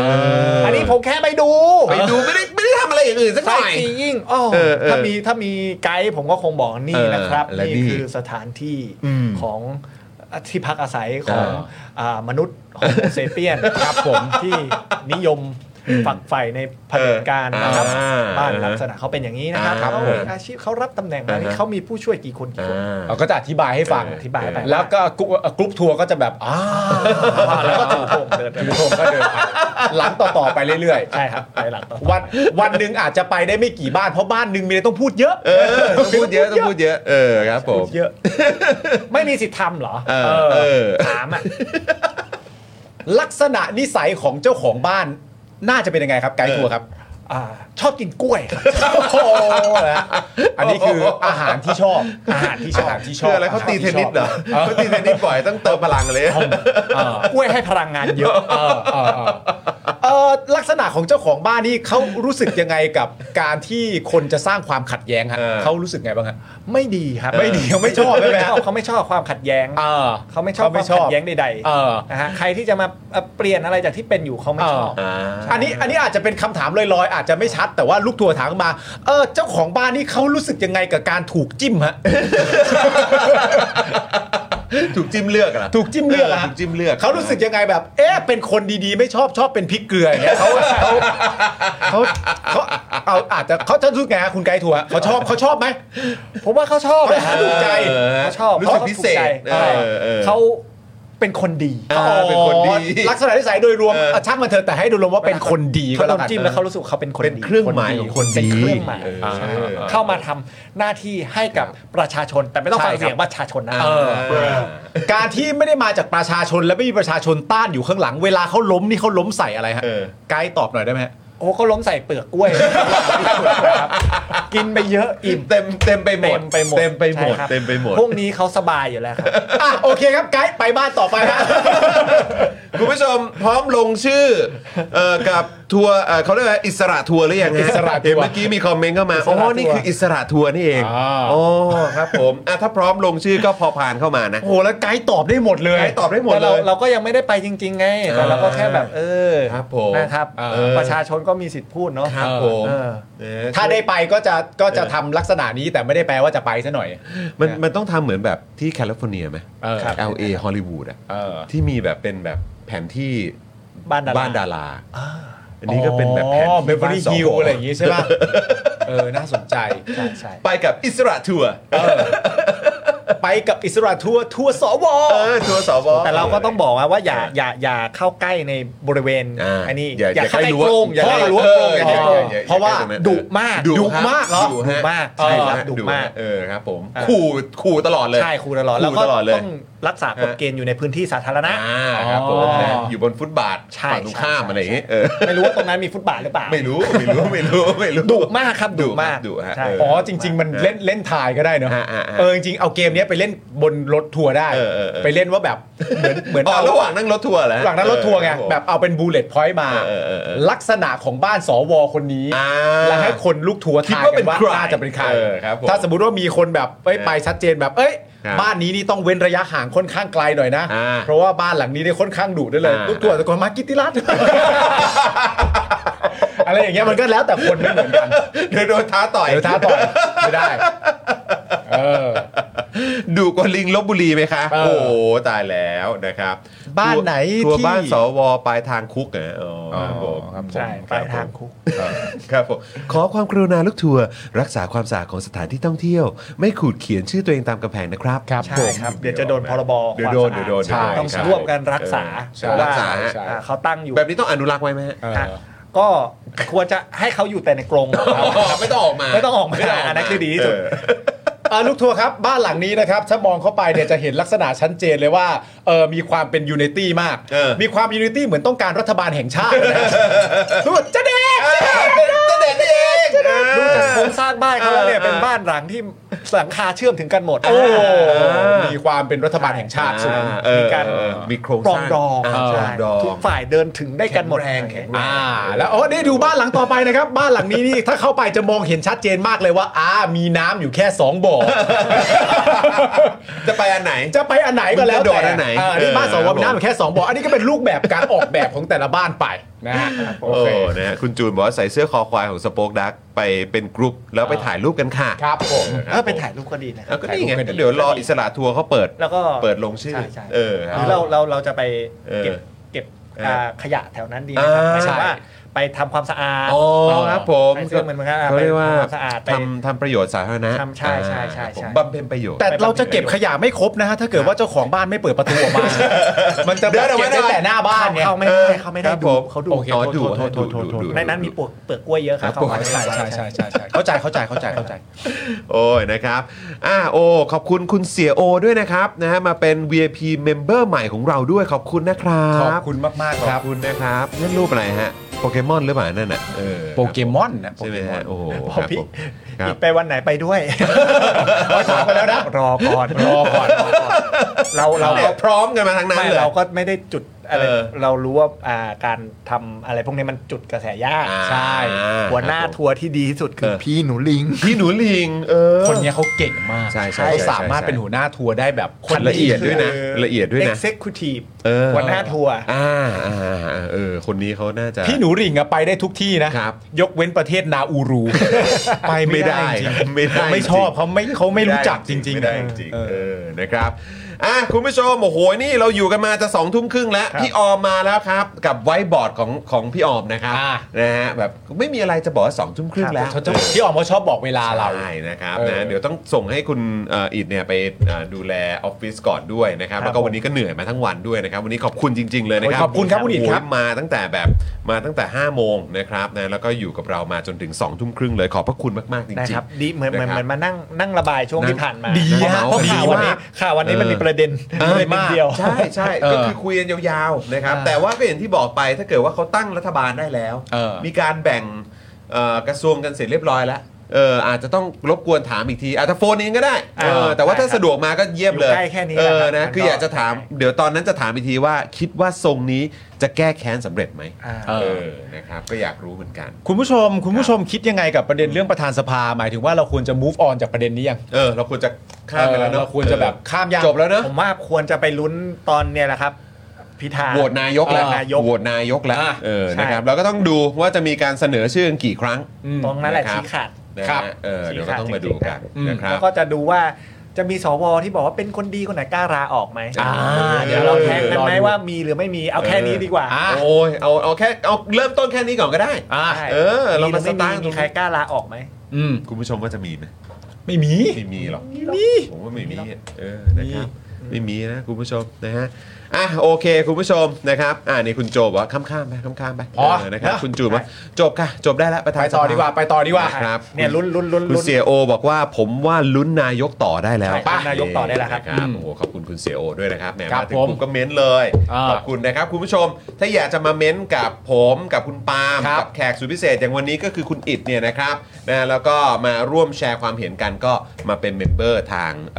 A: อ
D: อันนี้ผมแค่ไปดู
A: ไปดูไม่ได้ไม่ได้ทำอะไรอย่างอื่นสักห
D: ไซ
A: น่อย
D: ต์ซียิ่งอ้อ
A: เออเออ
D: ถ้ามีถ้ามีไกด์ผมก็คงบอก
A: เอ
D: นี่
A: อ
D: นะครับ
A: และนี่
D: นี่คือสถานที่ของที่พักอาศัยของ
A: เอออ่
D: ามนุษย์ของโฮโมเซเปียน
B: ครับผม
D: ที่นิยม ฝักใฝ่ในเผด็จการนะครับ
A: เออ
D: บ้านลักษณะเขาเป็นอย่างนี้นะครับ
A: ครับ
D: เขา
A: ผม
D: อาชีพเขารับตำแหน่งมานี่
A: อ่าฮะ
D: เขามีผู้ช่วยกี่คนกี่คน
B: เราก็จะอธิบายให้ฟัง
A: เออ
D: อธิบายไป
B: แล้วก็กรุ๊ปเอ่อกรุ๊ปทัวร์ก็จะแบบอ่า
D: แล้วก็ถูกโกงเดินไป
B: คุณผู้ชมก็เดินไปหลังต่อๆไปเรื่อยๆ
D: ใช่ครับไปหลังต่อ
B: วันวันหนึ่งอาจจะไปได้ไม่กี่บ้าน เพราะบ้านหนึ่งมีอะไรต้องพูดเยอะ
A: เออต้องพูดเยอะต้องพูดเยอะเออครับผม
D: เยอะ ไม่มีสิทธิ์ทำเหรอ
A: เออเออ
D: ถามอ่ะ
B: ลักษณะนิสัยของเจ้าของบ้าน น่าจะเป็นยังไงครับไกด์ทัวร์ครับ
D: อ่า ชอบกินกล้วยครับ
B: โอ้โหนะฮะอันนี้คืออาหารที่ชอบอาหารที่ชอบที่ชอ
A: เพื่
B: บ
A: ออะไรเขาตีเทนนิสเหรอเขาตีเทนนิสบ่อยต้องเติมพลังเลย
D: กล้วยให้พลังงานเยอะ
B: เออเออเออเออลักษณะของเจ้าของบ้านนี่เขารู้สึกยังไงกับการที่คนจะสร้างความขัดแย้งฮะ
A: เออ
B: เขารู้สึกไงบ้างฮะ
D: ไม่ดีครับ
B: ไม่ดีเขาไม่ชอบใช่ไหมฮะ
D: เขาเขาไม่ชอบความขัดแย้ง
B: เออ
D: เขาไม่ชอบความขัดแย้งใด
B: เออ
D: ๆนะฮะใครที่จะมาเอ่อเปลี่ยนอะไรจากที่เป็นอยู่เขาไม่ชอบ
A: อ่า
B: อันนี้อันนี้อาจจะเป็นคำถามลอยๆ อาจจะไม่ชัดแต่ว่าลูกทัวร์ถามมา เออเจ้าของบ้านนี่เขารู้สึกยังไงกับการถูกจิ้มฮะ
A: ถูกจิ้มเลือกเหรอ
B: ถูกจิ้มเลือกอะ
A: ถูกจิ้มเลือก
B: เขารู้สึกยังไงแบบ เอ๊ะเป็นคนดีๆ ไม่ชอบชอบเป็นพริกเกลืออย่างเงี้ยเขาเขาเขาเขาเอาอาจจะเขาจะรู้สึกไงฮะคุณไกด์ทัวร์เขาชอบเขาชอบไหม
D: ผมว่าเขาชอบนะฮะ
B: ถูกใจ
D: เขาชอบ
A: รู้สึกพิเศษ
D: เขาถูกใจใช่
A: เออเออ
D: เขาเป็นคนดี
A: อ่าเป็นคนดี
B: อ๋อลักษณะนิสัยโดยรวม
A: เออ
B: เอาช่างมันเถอะแต่ให้ดูรวมว่าเป็นคนดีก็
D: เขาโด
B: แล้ว
D: น
B: กัน
D: จิ้มแล้วเขารู้สึกเขาเป็นคน
A: เป็น
D: ดี
A: เครื่องหมายของคน
D: เป็น
A: ดี
D: เครื่องหมาย
A: เออ
D: ใช่เข้ามาทำหน้าที่ให้กับประชาชน แต่ไม่ต้องฟังเสียงประชาชนนะ
B: เออการที่ไม่ได้มาจากประชาชนและไม่มีประชาชนต้านอยู่ข้างหลัง เวลาเขาล้มนี่เขาล้มใส่อะไรฮะ
A: เออ
B: ไกด์ตอบหน่อยได้ไหมฮะ
D: โอ้ก็ล้มใส่เปลือกกล้วย กินไปเยอะอิ่ม
A: เต็มเต็มไปหมด
D: เต็มไปหมด
A: เต็มไปหมด
D: ใช่ครับ
A: เต็มไปหมด
D: พวกนี้เขาสบายอยู่แล้วครับ
B: อ่ะโอเคครับไกด์ไปบ้านต่อไปฮะ
A: คุณผู้ชมพร้อมลงชื่อเอ่อกับทัวร์เอ่อเขาเรียกว่าอิสระทัวร์หรือยังฮะ
B: อิสระทัวร์
A: เห็นเมื่อกี้มีคอมเมนต์เข้ามา
D: อิส
A: อ๋
D: ระทัว
A: อ
D: ร์
A: นี่คืออิสระทัวร์นี่เอง
B: อ่า
A: อ๋อครับผมอ่ะถ้าพร้อมลงชื่อก็พอผ่านเข้ามานะ
B: โอ้โหแล้วไกด์ตอบได้หมดเลย
A: ไกด์ตอบได้หมด
D: แต่เราเราก็ยังไม่ได้ไปจริง ๆ ไง แต่เราก็แค่แบบ เออ
A: ครับผม
D: นะครับ
A: เออ
D: เออประชาชนก็มีสิทธิ์พูดเนาะ
A: ครับผม
D: เออ
A: เออ
B: ถ้าได้ไปก็จะก็จะทำลักษณะนี้แต่ไม่ได้แปลว่าจะไปซะหน่อย
A: มันมันต้องทำเหมือนแบบที่แคลิฟอร์เนียไหม
B: เออ
A: LA ฮอลลีวูดอะ
B: เออ
A: ที่มีแบบเป็นแบบแผนที่
D: บ้านดารา
A: บ้านดาราอันนี้ก็เป็นแบบแผน
B: อ๋อ
A: ที่
B: เบเวอร์ลี่
A: บ้านส
B: ฮิล
A: ว
B: อะไรอย่างงี้ใช่ป่ะ เออ น่าสนใจ
D: ใช่ใช่
A: ไปกับอิสระทัวร์
B: ไปกับอิสระทัวร์ทัวร์สว
A: เออทัวร์สว
D: แต่เราก็ต้องบอกว่าว่าอย่าอย่าอย่าเข้าใกล้ในบริเวณ
A: อ่า
D: อันนี้
A: อย่า
D: อย่าเข้าใก
A: อ
D: ล้
A: ย่า
D: โครงอย่า
A: ใกล้รั้
D: เข้า
A: ว
D: รั้วโคร
A: เออ
D: งอย่าเข้า
A: อย่าอย่าอย่า
D: โครงเพราะว่า
A: อย่าอย่า
D: ดุมาก
A: ดุฮะ
D: มากเหรอ
A: ดุ
D: ดุ
A: ฮะ
D: มากใช่ครับ
A: ฮะ
D: ดุมาก
A: เออครับผม
D: อ่า
A: ขู่ขู่ตลอดเลย
D: ใช่ครูตลอดแล้ว
A: ครู
D: ก็
A: ตลอดเลย
D: ต้องรักษากฎเกณฑ์อยู่ในพื้นที่สาธารณะ
A: อ่าครับผม
B: อ๋อ
A: อยู่บนฟุตบาท
D: ใช่
A: ฝั่งตรงข้าม
D: ใช่
A: อะไรอย่างงี้เออ
D: ไม่รู้ว่าตรงนั้นมีฟุตบาทหรือเปล่า
A: ไม่รู้ไม่รู้ไม่รู้ไม่รู้
D: ดุมากครับดุมาก
A: ดุฮะ
D: ใช่
A: เอ
B: อ๋อ จริง ๆ มันเล่นเล่นทายก็ได้เนอะ
A: ฮะฮะฮะ
B: เออ จริง ๆ เอาเกมเนี้ยไปเล่นบนรถทัวร์ได้
A: เออเออเออ
B: ไปเล่นว่าแบบ เหมือนเหมือน
A: อ๋อ
B: เอา
A: ระหว่างนั่งรถทัวร์เหรอฮะ
B: หลังนั้นรถทัวร์ไง
A: เออคผม
B: แบบเอาเป็นบูเลตพอยต์มา
A: เออเออเออ
B: ลักษณะของบ้านสวคนนี้
A: อ่า
B: และให้คนลูกทัวร์ทาย
A: คิดว่าเป็
B: กัน นว่า
A: ใคร
B: น่าจะเป็นใคร
A: เออครับผม
B: ถ้าสมมติว่ามีคนแบบเอ้ยไปชัดเจนแบบ เอ้ย
A: ครับ
B: บ้านนี้นี่ต้องเว้นระยะห่างค่อนข้างไกลหน่อยนะ
A: อ่า
B: เพราะว่าบ้านหลังนี้ได้ค่อนข้างดุด้วยเลย
A: อ่า
B: ลูกทัวร์ตะโกนมากิตติรัตน์ อะไรอย่างเงี้ยมันก็แล้วแต่คนไม่เหมือนกัน
A: เดี๋ยวโดนท้าต่อย
B: เดี๋ยวท้าต่อยไม่ได้ เออ
A: ดุกว่าลิงลบบุรีไหมคะ
B: เออ
A: โอ้โหตายแล้วนะครับ
B: บ้านไหน
A: ทัวร์
B: ที่
A: บ้านสวปลายทางคุกเหรออ๋ออครับผม
B: ครับผม
D: ใช่ไปทางคุก
A: ครับผมขอความกรุณาลูกทัวร์รักษาความสะอาดของสถานที่ท่องเที่ยว ไม่ขูดเขียนชื่อตัวเองตามกำแพงนะครับ
B: ครับ
D: ใช่
B: ผม
D: ครับ เดี๋ยวจะโดนพรบ
A: เดี๋ยวโดน
D: คาม
A: เดี๋ยวโดน
D: สะอา
A: เดี๋ยวโดน
D: ต้อง
A: ใช่
D: ร่วมกันรักษา
A: ใช่
D: เพราะว่า
A: รักษาฮะ
D: อ่าเขาตั้งอยู่
A: แบบนี้ต้องอนุรักษ์ไว้ไหมฮะ
B: เออ
D: อ่ะก็ควรจะให้เขาอยู่แต่ในกรงของเขาครับ
A: ไม่ต้องออกมา
D: ไม่ต้องออกมาอันนั้นคือดีที่สุด
B: อ่ะลูกทัวร์ครับ บ้านหลังนี้นะครับถ้ามองเข้าไปเนี่ยจะเห็นลักษณะชัดเจนเลยว่าเออมีความเป็นยู i นตี้มาก
A: เออ
B: มีความยู i นตี้เหมือนต้องการรัฐบาลแห่งชาติ เลยนะทุกคนจะเด็ก
A: จะเด็ดนี่เอง
D: ดูจากโครงสร้างบ้านเขาแล้วเนี่ยเป็นบ้านหลังที่หลังคาเชื่อมถึงกันหมด
B: โอ้ มีความเป็นรัฐบาลแห่งชาติสูง
D: มีการ
A: มีโครง
D: ปร
A: ส
D: อ
A: ร้าง ง
D: ดอง
A: าปร
D: ใช่
A: องดอง
D: ทุกฝ่ายเดินถึงได้กันหมด
A: แข็งแรงแข็งแรง
B: อ่า แล้วโอ้นี่ดูบ้านหลังต่อไปนะครับ บ้านหลังนี้นี่ถ้าเข้าไปจะมองเห็นชัดเจนมากเลยว่าอ่ามีน้ำอยู่แค่สองบ่อ
A: จะไปอันไหน
B: จะไปอันไหนก็แล้ว
A: มึงจะโดด
B: แต่
A: อันไหน
B: เอนี่บ้านสอง
A: เออ
B: วั
A: ครับผม
B: นน้ำอยู่แค่สองบ่ออันนี้ก็เป็นรูปแบบการออกแบบของแต่ละบ้านไปนะฮะโอ
A: โอ้
B: เค
A: นะฮะคุณจูนบอกว่าใส่เสื้อคอควายของสป o อ e ดักไปเป็นกรุ๊ปแล้วไปถ่ายรูปกันค่ะ
B: ครับผม
D: เออไปถ่ายรูปก็ดีนะค
A: แล้
D: รับ
A: วก็นี่ไง
B: ถ่ายรูปกันดี
A: เดี๋ยวรออิสระทัวร์เขาเปิด
D: แล้วก็
A: เปิดลงชื่อ
D: ใช่ใช่
A: เออ
D: ห
A: ครั
D: รือบ เราเราเราจะไปเก็บ
A: เออ
D: เก็บอ่าขยะแถวนั้นดีนะครับ
A: อ่า
D: หมายถึงว่า ไปทำความสะอาด
A: อ๋อครับผม
D: ใส่เสื้อเหมือนเหมือนกันอะ
A: เขาเรียกว่า
D: ไปทำควมสะอาดไป
A: ทำทำประโยชน์สาธารณะ
D: ทำใช่ใช่ใช่
A: อ่าผม
D: ใช่
A: บำเพ็ญประโยชน์
E: แต่เราจะเก็บขยะไม่ครบนะฮะถ้าเกิดว่าเจ้าของบ้านไม่เปิดประตูออก มา มันจะแบ
A: เดี๋ยว
E: บ
A: เดี๋ยว
E: เก็บ
A: ไม่
E: ได้
A: ได้
E: แต่หน้าบ้านเนี่ย
D: เข้าไม่ได้เข้าไม่
A: ค
D: ได้
A: รับผ
D: ดู
A: ม
D: เขาดู
A: โอเค
D: โทษ
A: ดู
D: โทษโทษ
A: ดู
D: โทษ
A: ดู
D: โทษ
A: ดู
D: ในนั้นมีเปลือกเปลือกกล้วยเยอะค
A: ครั
D: รับบ เข้า
A: ผม
D: มา
E: ใช่ใช่ใช่ใช่ใช่เข้าใจเข้าใจเข้าใจเข้าใจ
A: โอ้ยนะครับอ่าโอขอบคุณคุณเสียโอด้วยนะครับนะฮะมาเป็น VIP Member ใหม่ของเราด้วยขอบคุณนะครับ
E: ขอบคุณมาก ๆ ค
A: ข
E: รั
A: อ
E: บบ
A: คุณนะครับนั่นรูปอะไรฮะโปเกมอนหรือเปล่านั่นน่ะเออ
E: โปเกมอนนะโป
A: ใช่ไห
E: เกม
A: ม
E: อ
A: ฮะ
E: น
A: โอ้โห
D: พ
A: ค
D: อ
A: รับ
D: พี่
A: ผมครับ
D: ไปวันไหนไปด้วย
E: ถามไปแล้วนะ
D: รอก่อนรอก่อนเราเรา
A: เรา
D: ก็
A: พร้อมกันมาทั้งนั้น
D: ไม่
A: เลย
D: เราก็ไม่ได้จุดอะไร
A: เออ
D: เรารู้ว่าอ่าการทำอะไรพวกนี้มันจุดกระแสยาก
A: อ่า
D: ใช่หัวหน้า
A: ครับผม
D: ทัวร์ที่ดีที่สุดคือ
A: เออ
D: พี่หนูลิง
A: พี่หนูลิงเออ
E: คนเนี้ยเขาเก่งมาก
A: ใช่ใช่
E: เขา
A: ใช่
E: สามารถ
A: ใช่
E: เป็นหัวหน้าทัวร์ได้แบบ
A: คนละเอียดด้วยนะ
D: คือ
A: ละเอียดด้วยนะ
D: Executive
A: เออ
D: หัวหน้าทัวร์
A: อ่าอ่าอ่าเออ คนนี้เขาน่าจะ
E: พี่หนูหริ่งอะไปได้ทุกที่นะ
A: ครับ
E: ยกเว้นประเทศนาอูรู ไปไม่ได้จริง
A: ไม่ได้
E: ไม่ชอบเขาไม่เขาไม่รู้จักจริงๆ
A: ไม่ได้จริงๆเออนะครับอ่ะคุณผู้ชมโอ้โหนี่เราอยู่กันมาจะสองทุ่มครึ่งแล้ว พี่ออมมาแล้วครับ กับไวท์บอร์ดของของพี่ออมนะครับ
E: อ่า
A: นะฮะแบบไม่มีอะไรจะบอกว่าสองทุ่มครึ่งแล้ว
E: เขาจะพี่ออมเขาชอบบอกเวลาเรา
A: ใช่นะครับ
E: เออ
A: นะเดี๋ยวต้องส่งให้คุณเอ่ออิดเนี่ยไปเอ่อดูแลออฟฟิศก่อนด้วยนะครับแล้วก็วันนี้ก็เหนื่อยมาทั้งวันด้วยนะครับ วันนี้ขอบคุณจริง ๆ เลยนะครับ
E: ขอบคุณครับคุณอิดครับ
A: โยมาตั้งแต่แบบมาตั้งแต่ 5 โมงนะครับนะแล้วก็อยู่กับเรามาจนถึง2องทุ่มครึ่งเลยขอบพระคุณมาก ๆ จ
D: นะ
A: ริ
D: ค
A: ง
D: รับดีเหมือนเหมือน
A: นะครับ
D: เหมือนมานั่งนั่งระบายช่วง
A: นั่ง
D: ที่ผ่านมา
E: ดีฮะ
D: เพราะข่าว
E: ดีมาก
D: วันนี้ข่าววันนี้มันมี
A: เออ
D: ประเด็น
A: ๆเออ
D: ประเด็นเดียว
A: ใช่ใช่
E: เออ
A: ก็คือคุยกันยาวๆนะครับ
E: อ่า
A: แต่ว่าก็อย่างที่บอกไปถ้าเกิดว่าเขาตั้งรัฐบาลได้แล้ว
E: เออ
A: มีการแบ่งเอ่อกระทรวงกันเสร็จเรียบร้อยแล้วเอออาจจะต้องรบกวนถามอีกทีอาจจะโฟนเองก็ได้เออแต่ว่าถ้าสะดวกมาก็เยี่ยมเลย
D: อยู่ใกล้แค่นี้
A: เอ
D: แห
A: อ
D: ละครับ
A: นะ
D: มันก็
A: คืออยากจะถามเดี๋ยวตอนนั้นจะถามอีกทีว่า คิดว่าทรงนี้จะแก้แค้นสำเร็จไหม
D: อ่า
E: เออ
A: เออนะครับก็อยากรู้เหมือนกัน
E: คุณผู้ชม คุณผู้ชมคิดยังไงกับประเด็นเรื่องประธานสภา หมายถึงว่าเราควรจะ move on จากประเด็นนี้ยัง
A: เออ เราควรจะข้ามไปแล้วเนอะ
E: เราควรจะแบบข้ามยาง
A: จบแล้วเนอะ
D: ผมว่าควรจะไปลุ้นตอนเนี่ยแหละครับ พิธา
A: โหวตนายกแล้ว
D: โหวตนายก
A: โหวตนายกแล้ว
E: อ่ะ
A: เออ
D: ใช่
A: นะครับเราก็ต้องดูว่าจะมีการเสนอชื่อกันกี่ครั้ง
E: อืม
D: ตรงนั้นแหละ
A: นะครับ
D: ชี้ขาด
A: นะ
E: ครั
A: ฮะ
E: บ
A: เออเดี๋ยวก็ต้องมาดูกัน
E: อืม
A: นะครับ
D: แล้วก็จะดูว่าจะมีสวที่บอกว่าเป็นคนดีคนไหนกล้าลาออกไหม
E: อ่า
D: เดี๋ยวเราแทงกันไหม
E: รอดู
D: ว่ามีหรือไม่มีเอาแค่นี้ดีกว่า
E: อ่ะ
A: โอ้ยเอาเอาแค่เอาเริ่มต้นแค่นี้ก่อนก็ได้
E: อ่า
D: ใช่
A: เออเรามา
D: หอไ
A: สตาร์ทตรงนี้
D: มีใครกล้าลาออกไหม
E: อืม
A: คุณผู้ชมว่าจะมีไหม
E: ไม่มี
A: ไม่มีหรอก
E: มี
A: ผมว่าไม่มีอ่ะเออนะครับไม่มีนะคุณผู้ชมนะฮะอ่ะโอเค คุณผู้ชมนะครับอ่านี่คุณโจบอกว่าข้ามๆไปข้ามๆไป
E: พอ
A: เนะครับ
E: นะ
A: คุณจูนว่าจบค่ะ จบได้แล้วประธา
E: ไป
A: น
E: ต่อ
A: สภ
E: ดีกว่าไปต่อดีกว่า
A: ครับ
D: เนี่ยลุ้นลุ้นลุ้น
A: คุณ
D: ลุ้น
A: เสียโอบอกว่าผมว่าลุ้นนายกต่อได้แล้ว
D: ใช่
A: ป่ะ
D: นายกต่อได้แล้วครับ
A: นะโอ้โหขอบคุณคุณเสียโอด้วยนะครับแหม
E: ครับ
A: มาถึง
E: ผม
A: ปุ๊บก็เม้นเลย
E: อ่า
A: ขอบคุณนะครับคุณผู้ชม ถ้าอยากจะมาเม้นกับผมกับคุณปาล์ม
E: ครับ
A: กัแขกสุดพิเศษอย่างวันนี้ก็คือคุณอิดเนี่ยนะครับนะแล้วก็มาร่วมแชร์ความเห็นกันก็มาเป็นเมมเบอร์ทางเ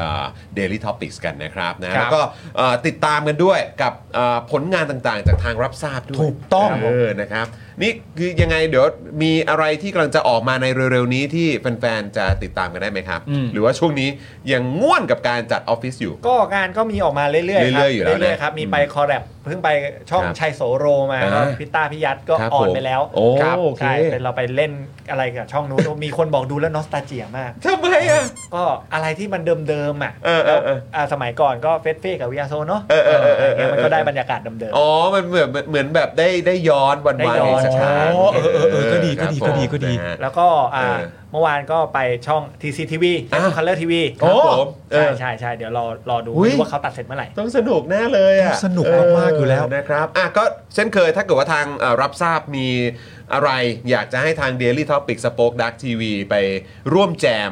A: ดลิทอพิกส์กันนะครับนะแล้วก็เอ่อติดตามกันด้วยกับเอ่อผลงานต่างๆ จากทางรับทราบด้วย
E: ถูกต้อง
A: เออ นะครับ นี่คือยังไงเดี๋ยวมีอะไรที่กำลังจะออกมาในเร็วๆนี้ที่แฟนๆ จะติดตามกันได้ไหมครับ
E: อืม
A: หรือว่าช่วงนี้ยังง่วนกับการจัดออฟฟิศอยู่
D: ก็งานก็มีออกมาเรื่อยๆครั
A: เรื่อยๆอยู่แล้วนะ
D: เรื่อยๆครับมีไปคอแรปเพิ่งไปช่อง
A: ครับ
D: ชัยโสโรมา
A: อ่า
D: แล้วพี่ต้าพี่ยัดก็
A: ครับ
D: ออน
A: ผม
D: ไปแล้ว
A: โอ้
D: ครับ
A: โอเค
D: ใช่เป็นเราไปเล่นอะไรกับช่องนู้นมีคนบอกดูแล้วนอสตาเจียมาก
A: ทำไมอ่ะ
D: ก็อะไรที่มันเดิมๆอ่ะ
A: เออเออเออ
D: อ่าสมัยก่อนก็เฟสเฟสกับวิอาโซเนาะ
A: เออเออเออเออ
D: ะไรงี้ยมันก็ได้บรรยากาศเดิม
A: อ๋อ มันเหมือนเหมือนแบบได้ได้ย้อนวัน
D: ได้
A: วาน
D: ย้อน
A: สักครั้ง
E: อ๋อเออเออเออก็ดีก็ดี
A: ครับ
E: ก็ดีก็ดี
A: ผมนะฮะ
D: ๆ แล้วก็อ่า
A: เออ
D: เมื่อวานก็ไปช่อง TCTV
A: อ่ะ
D: คัลเลอร์ทีวี
A: ครับผมเอ
D: ใช่
A: อ
D: ใช่ใช่เดี๋ยวรอรอดู
A: อุ๊ย
D: ว่าเขาตัดเสร็จเมื่อไหร่
A: ต้องสนุกแน่เลยอ่ะ
E: ต้องสนุกมากๆอยู่แล้ว
A: นะครับอ่ะก็เช่นเคยถ้าเกิดว่าทางเอ่อรับทราบมีอะไร อยากจะให้ทาง Daily Topic Spoke Dark TV ไปร่วมแจม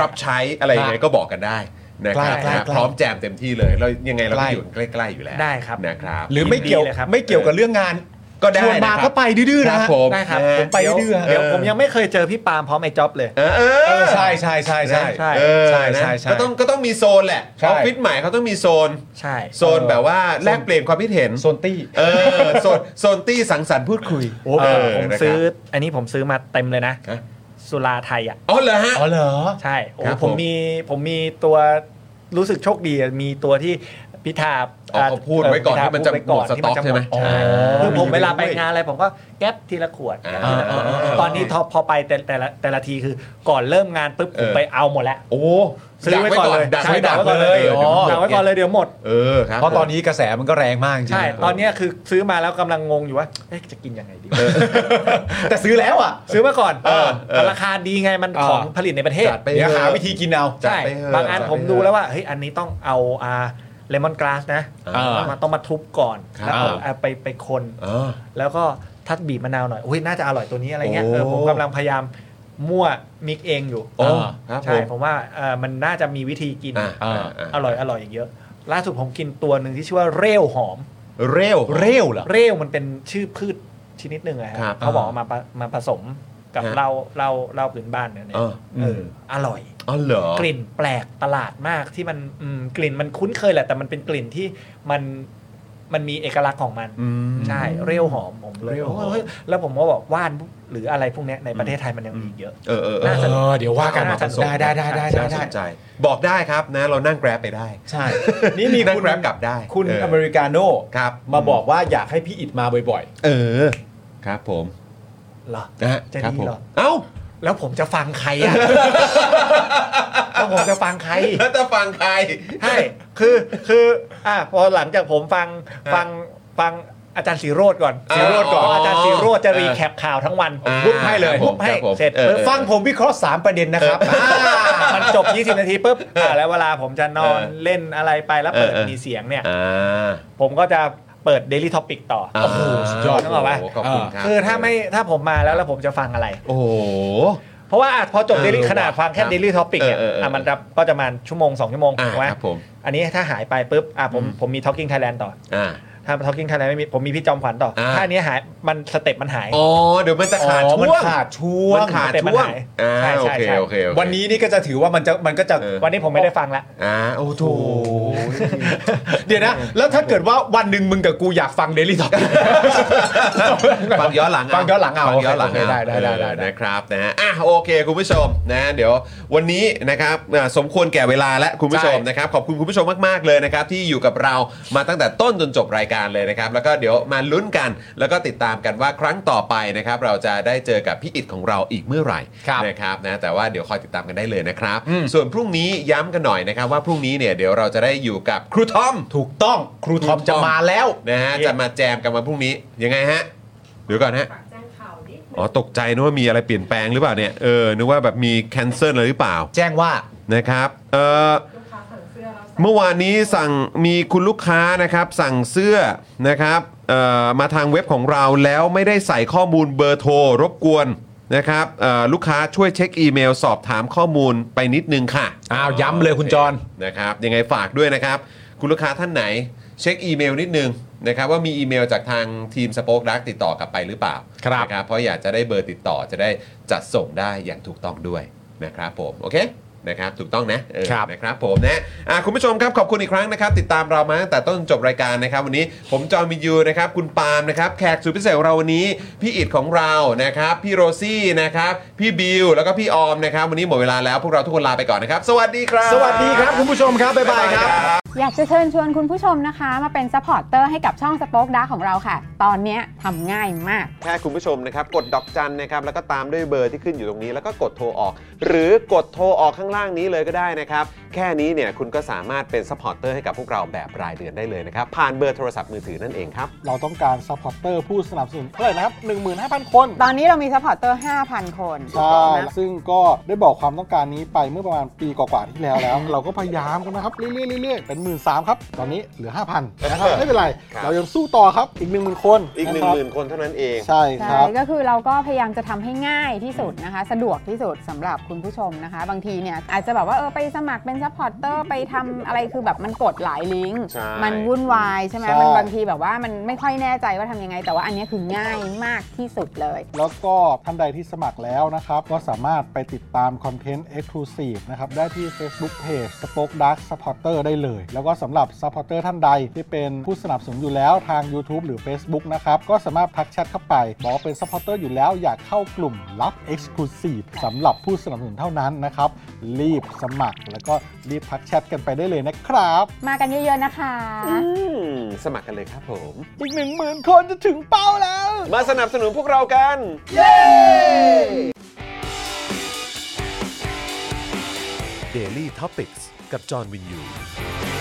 A: รับใช้อะไรยังไงก็บอกกันได้นะครับ
E: ใกล้ๆ
A: นะ
E: ใกล้ๆ
A: พร้อมแจมเต็มที่เลยเรายังไงเรา
E: ใกล้
A: ก็อยู่ใกล้ ๆ อยู่แล้ว
D: ได้ครับ
A: นะครับ
E: หรือไม่เกี่ยว
D: ดีเลยครับ
E: ไม่เกี่ยวกับเรื่องงาน
A: ก็ได้
E: ชวนมา
A: นะครับ
E: ก็ไปดื้อๆ
A: ค
E: นะ
A: รับ
E: ฮะ
A: ผม
D: ได้ครับ
A: นะฮะ
E: ผมไป
D: เดี๋ยว
E: เรื่อยๆ
D: เดี๋ยวผมยังไม่เคยเจอพี่ปาล์มพร้อมไอ้จ็อบเลย
A: เออเอ
E: เอ
A: อ
E: อใช่ใช่ใช่ใช่
D: ใช่
A: เออ
E: ใช่ใช่ใช่
A: นะก็ต้องก็ต้องมีโซนแหละ
E: ใช่
A: ออฟฟิศใหม่เขาต้องมีโซน
D: ใช่
A: โซนแบบว่าแลกเปลี่ยนความคิดเห็น
E: โซนตี้
A: เออโซนโซนตี้สังสรรค์พูดคุย
D: โอ้
A: เออ
D: ผม
A: นะครับ
D: ซื้ออันนี้ผมซื้อมาเต็มเลยนะ
A: ฮะ
D: สุราไทยอ่ะ
A: อ๋อเหรอฮะ
E: อ๋อเหรอ
D: ใช่โอ้
A: ครับ
D: ผ
A: ผม
D: มมีผมมีตัวรู้สึกโชคดีอะมีตัวที่ พิธา
A: อ๋อเขาพูดไว้ก่อน
D: เ
A: ที่มันจะห
D: พูดไว้
A: มดสต็อกใช่ไหม
D: ใช่คือผมเวลาไปงานอะไรผมก็แก๊ปทีละขวดแก๊ปทีละขวด
A: อ่า
D: ตอนนี้ทอพอไปแต่แต่ละแต่ละทีคือก่อนเริ่มงานปุ๊บผม
A: เออ
D: ไปเอาหมดแล้ว
A: โอ้
D: ซื้อไว้ก่อนเลย
A: ดักไว้
D: ใช่
A: ดักไว้ก่อนเลย
D: ดัก
A: อ๋อ
D: ไว้ก่อนเลยดักไว้ก่อนเลยเดี๋ยวหมด
A: เออครับ
E: เพราะตอนนี้กระแสมันก็แรงมากจริงๆ
D: ใช่ ตอนเนี้ยคือซื้อมาแล้วกำลังงงอยู่ว่าเอ๊ะจะกินยังไงดี
E: แต่ซื้อแล้วอ่ะ
D: ซื้อมาก่อน
E: เออ
D: แต่ราคาดีไงมัน
E: เออ
D: ของผลิตในประเทศ
A: จัดไป
E: เดี๋ยว
A: ถอะ
E: หาวิธีกินเอา
A: จัด
D: ใช่
A: ไปเถะ
D: บางอัน
A: จัดไป
D: ผม
A: เถะ
D: ดูแล้วว่าเฮ้ยอันนี้ต้องเอาอาเลมอนกราสนะ
E: เออ
D: มาต้องมาทุบก่อน
A: ครับ
D: แล้วเอาอ่าไปไปคน
A: เออ
D: แล้วก็ทัดบีบมะนาวหน่อยอุ้ยน่าจะอร่อยตัวนี้อะไรเงี้ย
A: โอ้
D: เออผมกำลังพยายามมั่วมิกเองอยู่
A: โอ้
E: เออ
A: ครับผ
D: ใช่
A: ม
D: ผมว่าเออมันน่าจะมีวิธีกิน
A: อ่าอ่าอ่า
D: อร่อยอร่อยอีกเยอะ ล่าสุดผมกินตัวหนึ่งที่ชื่อว่าเร่วหอม
A: เร็ว
E: เร็วเหรอ
D: เร่วมันเป็นชื่อพืชชนิดหนึ่งอะฮะ
A: ครับ
D: เขาบอกเอามาปะมาผสมกับ
A: ฮะ
D: เหล้าเหล้าเหล้าพื้นบ้านเนี่ย
A: เออ
D: เอออร่อย
A: อ๋อเหรอก
D: ลิ่นแปลกประหลาดมากที่มันอืมกลิ่นมันคุ้นเคยแหละ แต่มันเป็นกลิ่นที่มันมันมีเอกลักษณ์ของมัน
A: อืม
D: ใช่เรียวหอมผมเลยโอ้ยแล้วผมก็บอกว่านหรืออะไรพวกเนี้ยในประเทศไทยมันยังมีอีกเยอะ
A: เออเออเอ
D: น่า
A: อ
D: สนุก
E: เออเดี๋ยวว่ากัน
D: น่าสนุก
E: ได้ได้ได้ได้
A: น่าส
E: ได้
A: นใจ บอกได้ครับนะ เรานั่งแกร็บไปได้
E: ใช่ นี่มี
A: นั่ง
E: คุณ
A: แกร็บกลับได้
E: คุณ
A: เออ
E: อเมริกาโน่
A: ครับ
E: มาบอกว่าอยากให้พี่อิดมาบ่อย
A: เออ ครับผม
D: เหรอ
A: นะฮะ
D: จะ
A: ครับ
D: ดี
A: ผม
D: เหรอ
A: เอ้า
D: แล้วผมจะฟังใคร อ่ะ แล้วผมจะฟังใคร
A: แล้วจะฟังใคร
D: ใช่ คือ คือ อ่ะพอหลังจากผมฟัง ฟัง ฟังอาจารย์สีโรดก่อน
A: สีโรจน์ก่อน
D: อาจารย์สีโรดจะ
A: เออ
D: รีแคปข่าวทั้งวัน
A: อ่า
D: ปุ๊บให้เลย
A: ครับผม
D: ปุ๊บให้
A: คบผม
D: เสร็จ
A: ออ
D: ปุ๊บ
A: เออ
E: ๆ ฟังผมวิเคราะห์ 3 ประเด็นนะครับ
D: มันจบ 20 นาทีปุ๊บ อ่าแล้วเวลาผมจะนอน
A: เออ
D: เล่นอะไรไปแล้วเปิด
A: เออเออ
D: มีเสียงเนี่ย
A: อ่า
D: ผมก็จะเปิด Daily Topic ต่อ
A: า
E: โอ้โหสุดยอด
D: นึกออกปะ
A: โขอบคุณครับ
D: คือถ้าไม่ ถ้าผมมาแล้วแล้วผมจะฟังอะไร
A: โอ้โห
D: เพราะว่าอ่ะพอจบ
A: เออ
D: Daily
A: ว่ะ
D: ขนาดฟังแค่
A: ครับ
D: Daily Topic เนี่ย
A: เออเออเอออ่
D: อ่ะมันจะก็จะมาชั่วโมง 2 ชั่วโมง
A: อ่า
D: ถูกไหม
A: ครับผม
D: อันนี้ถ้าหายไปปุ๊บ อ่ะผม ผมมี Talking Thailand ต่อ
A: อ่า
D: ถ้า Talking Thailand ไม่มี ผมมีพี่จอมขวัญต่อ
A: อ่า
D: ถ้าอันนี้หาย มันสเต็ปมันหาย
A: อ๋อ เดี๋ยวมันจะขาด
E: อ๋อ
A: ช่วง
E: มันขาดช่ว
A: มั
E: ง
A: นขาด
D: เป็นปัญ
A: ช่วง
D: หา
A: อ่า
D: ใช่
A: โอ
D: ใช่
A: เค
D: ใช่
A: โอเคโอเค
E: วันนี้นี่ก็จะถือว่ามันจะมันก็จะ
A: เออ
D: วันนี้ผมไม่ได้ฟังละ
A: อ่าโอ้โห
E: เดี๋ยวนะ แล้วถ้าเกิดว่าวันหนึ่งมึงกับกูอยากฟังเด ลี่ท็อป
A: ฟังย้อนหลังเา
E: ฟังย้อนหลังเอา
A: ฟังย้อนหลัง
E: โอเค
A: เอา
E: ได้ได้ได้ได้
A: เออนะครับนะฮะอ่ะโอเค คุณผู้ชมนะ เดี๋ยววันนี้นะครับอ่ะสมควรแก่เวลาและคุณผู้ชม
E: ใช่
A: นะครับขอบคุณคุณผู้ชมมากๆเลยนะครับที่อยู่กับเรามาตั้งแต่ต้นจนจบรายการเลยนะครับ แล้วก็เดี๋ยวมาลุ้นกัน แล้วก็ติดตามกันว่าครั้งต่อไปนะครับ เราจะได้เจอกับพี่อิดของเราอีกเมื่อไหร่นะครับนะแต่ว่าเดี๋ยวคอยติดตามกันได้เลยนะครับ ส่วนพรุ่งนี้ย้ำกันหน่อยนะครับ ว่าพรุ่งนี้เนี่ยเดี๋ยวเราจะได้อยู่กับครูทอม
E: ถูกต้องครูทอมจะมาแล้ว
A: นะฮะ
D: เย้
A: จะมาแจมกันวันพรุ่งนี้ยังไงฮะเดี๋ยวก่อนฮะ
G: แจ้งข่าวนิดนึง
A: อ๋อตกใจนึกว่ามีอะไรเปลี่ยนแปลงหรือเปล่าเนี่ยเออนึกว่าแบบมีแคนเซิลอะไรหรือเปล่า
E: แจ้งว่า
A: นะครับเออเมื่อวานนี้สั่งมีคุณลูกค้านะครับสั่งเสื้อนะครับเอ่อมาทางเว็บของเราแล้วไม่ได้ใส่ข้อมูลเบอร์โทรรบกวนนะครับเอ่อลูกค้าช่วยเช็คอีเมลสอบถามข้อมูลไปนิดนึงค่ะ
E: อ้าวย้ำเลยคุณจร
A: นะครับยังไงฝากด้วยนะครับ คุณลูกค้าท่านไหน เช็คอีเมลนิดนึงนะครับว่ามีอีเมลจากทางทีมสป็อคดักติดต่อกลับไปหรือเปล่า
E: ครับ
A: นะครับเพราะอยากจะได้เบอร์ติดต่อจะได้จัดส่งได้อย่างถูกต้องด้วยนะครับผมโอเคนะครับถูกต้องนะเออ
E: ครับ
A: นะครับผมนะอ่ะคุณผู้ชมครับขอบคุณอีกครั้งนะครับ ติดตามเรามาตั้งแต่ต้นจบรายการนะครับ วันนี้ผมจอห์นวินยูนะครับคุณปาล์มนะครับแขกสุดพิเศษของเราวันนี้ พี่อิดของเรานะครับ พี่โรซี่นะครับ พี่บิวแล้วก็พี่ออมนะครับ วันนี้หมดเวลาแล้วพวกเราทุกคนลาไปก่อนนะครับ สวัสดีครับ
E: สวัสดีครับ คุณผู้ชมครับ บ๊ายบายครับ
F: อยากจะเชิญชวนคุณผู้ชมนะคะ มาเป็นซัพพอร์ตเตอร์ให้กับช่องสป็อคดาของเราค่ะ ตอนเนี้ยทำง่ายมาก
A: แค่คุณผู้ชมนะครับ กดดอกจันนะครับ แล้วก็ตามด้วยเบอร์ที่ขึ้นอยู่ตรงนี้ แล้วก็กดโทรออก หรือกดโทรออกข้างล่างนี้เลยก็ได้นะครับ แค่นี้เนี่ยคุณก็สามารถเป็นซัพพอร์ตเตอร์ให้กับพวกเราแบบรายเดือนได้เลยนะครับ ผ่านเบอร์โทรศัพท์มือถือนั่นเองครับ
H: เราต้องการซัพพอร์ตเตอร์ผู้สนับสนุนเท่าไหร่นะครับ 15,000 คน
F: ตอนนี้เรามีซัพพอร์ตเตอร์ 5,000 คน
H: ใช่
F: นะ
H: ซึ่งก็ได้บอกความต้องการนี้ไปเมื่อประมาณปีกว่าๆที่แล้วแล้ว เราก็พยายามกันนะครับ เรื่อยๆเรื่อยๆเป็นหมื่นสามครับ ตอนนี้เหลือ 5,000นะครับไม่เป็นไร
A: ครับ
H: เรายังสู้ต่อครับอีก 1 0,000 คน
A: อีก 1
H: ะครับ
A: 0,000 คนเท่านั้นเอง
H: ใช่ค
F: ใช่
H: รับ
F: ก็คือเราก็พยายามจะทำให้ง่ายที่สุดนะคะ สะดวกที่สุดสำหรับคุณผู้ชมนะคะ บางทีเนี่ยอาจจะแบบว่าเออไปสมัครเป็นซัพพอร์ตเตอร์ไปทำอะไรคือแบบมันกดหลายลิงก์
A: ใช่
F: มันวุ่นวายใช่ไหม
H: ใช่
F: มันบางทีแบบว่ามันไม่ค่อยแน่ใจว่าทำยังไง แต่ว่าอันเนี้ยคือง่ายมากที่สุดเลย
H: แล้วก็ท่านใดที่สมัครแล้วนะครับ ก็สามารถไปติดตามคอนเทนต์ Exclusive นะครับ ได้ที่ Facebook Page Spoke Dark Supporter ได้เลย แล้วก็สำหรับซัพพอร์เตอร์ท่านใดที่เป็นผู้สนับสนุนอยู่แล้วทาง YouTube หรือ Facebook นะครับก็สามารถทักแชทเข้าไป บอกว่าเป็นซัพพอร์เตอร์อยู่แล้วอยากเข้ากลุ่มลับ Exclusive สำหรับผู้สนับสนุนเท่านั้นนะครับรีบสมัคร แล้วก็รีบทักแชทกันไปได้เลยนะครับ
F: มากันเยอะๆนะคะ
A: สมัครกันเลยครับผม
H: อีก 1 0,000 คนจะถึงเป้าแล้ว
A: มาสนับสนุนพวกเรากัน
G: Daily t o p i c กกับจอห์นวินยู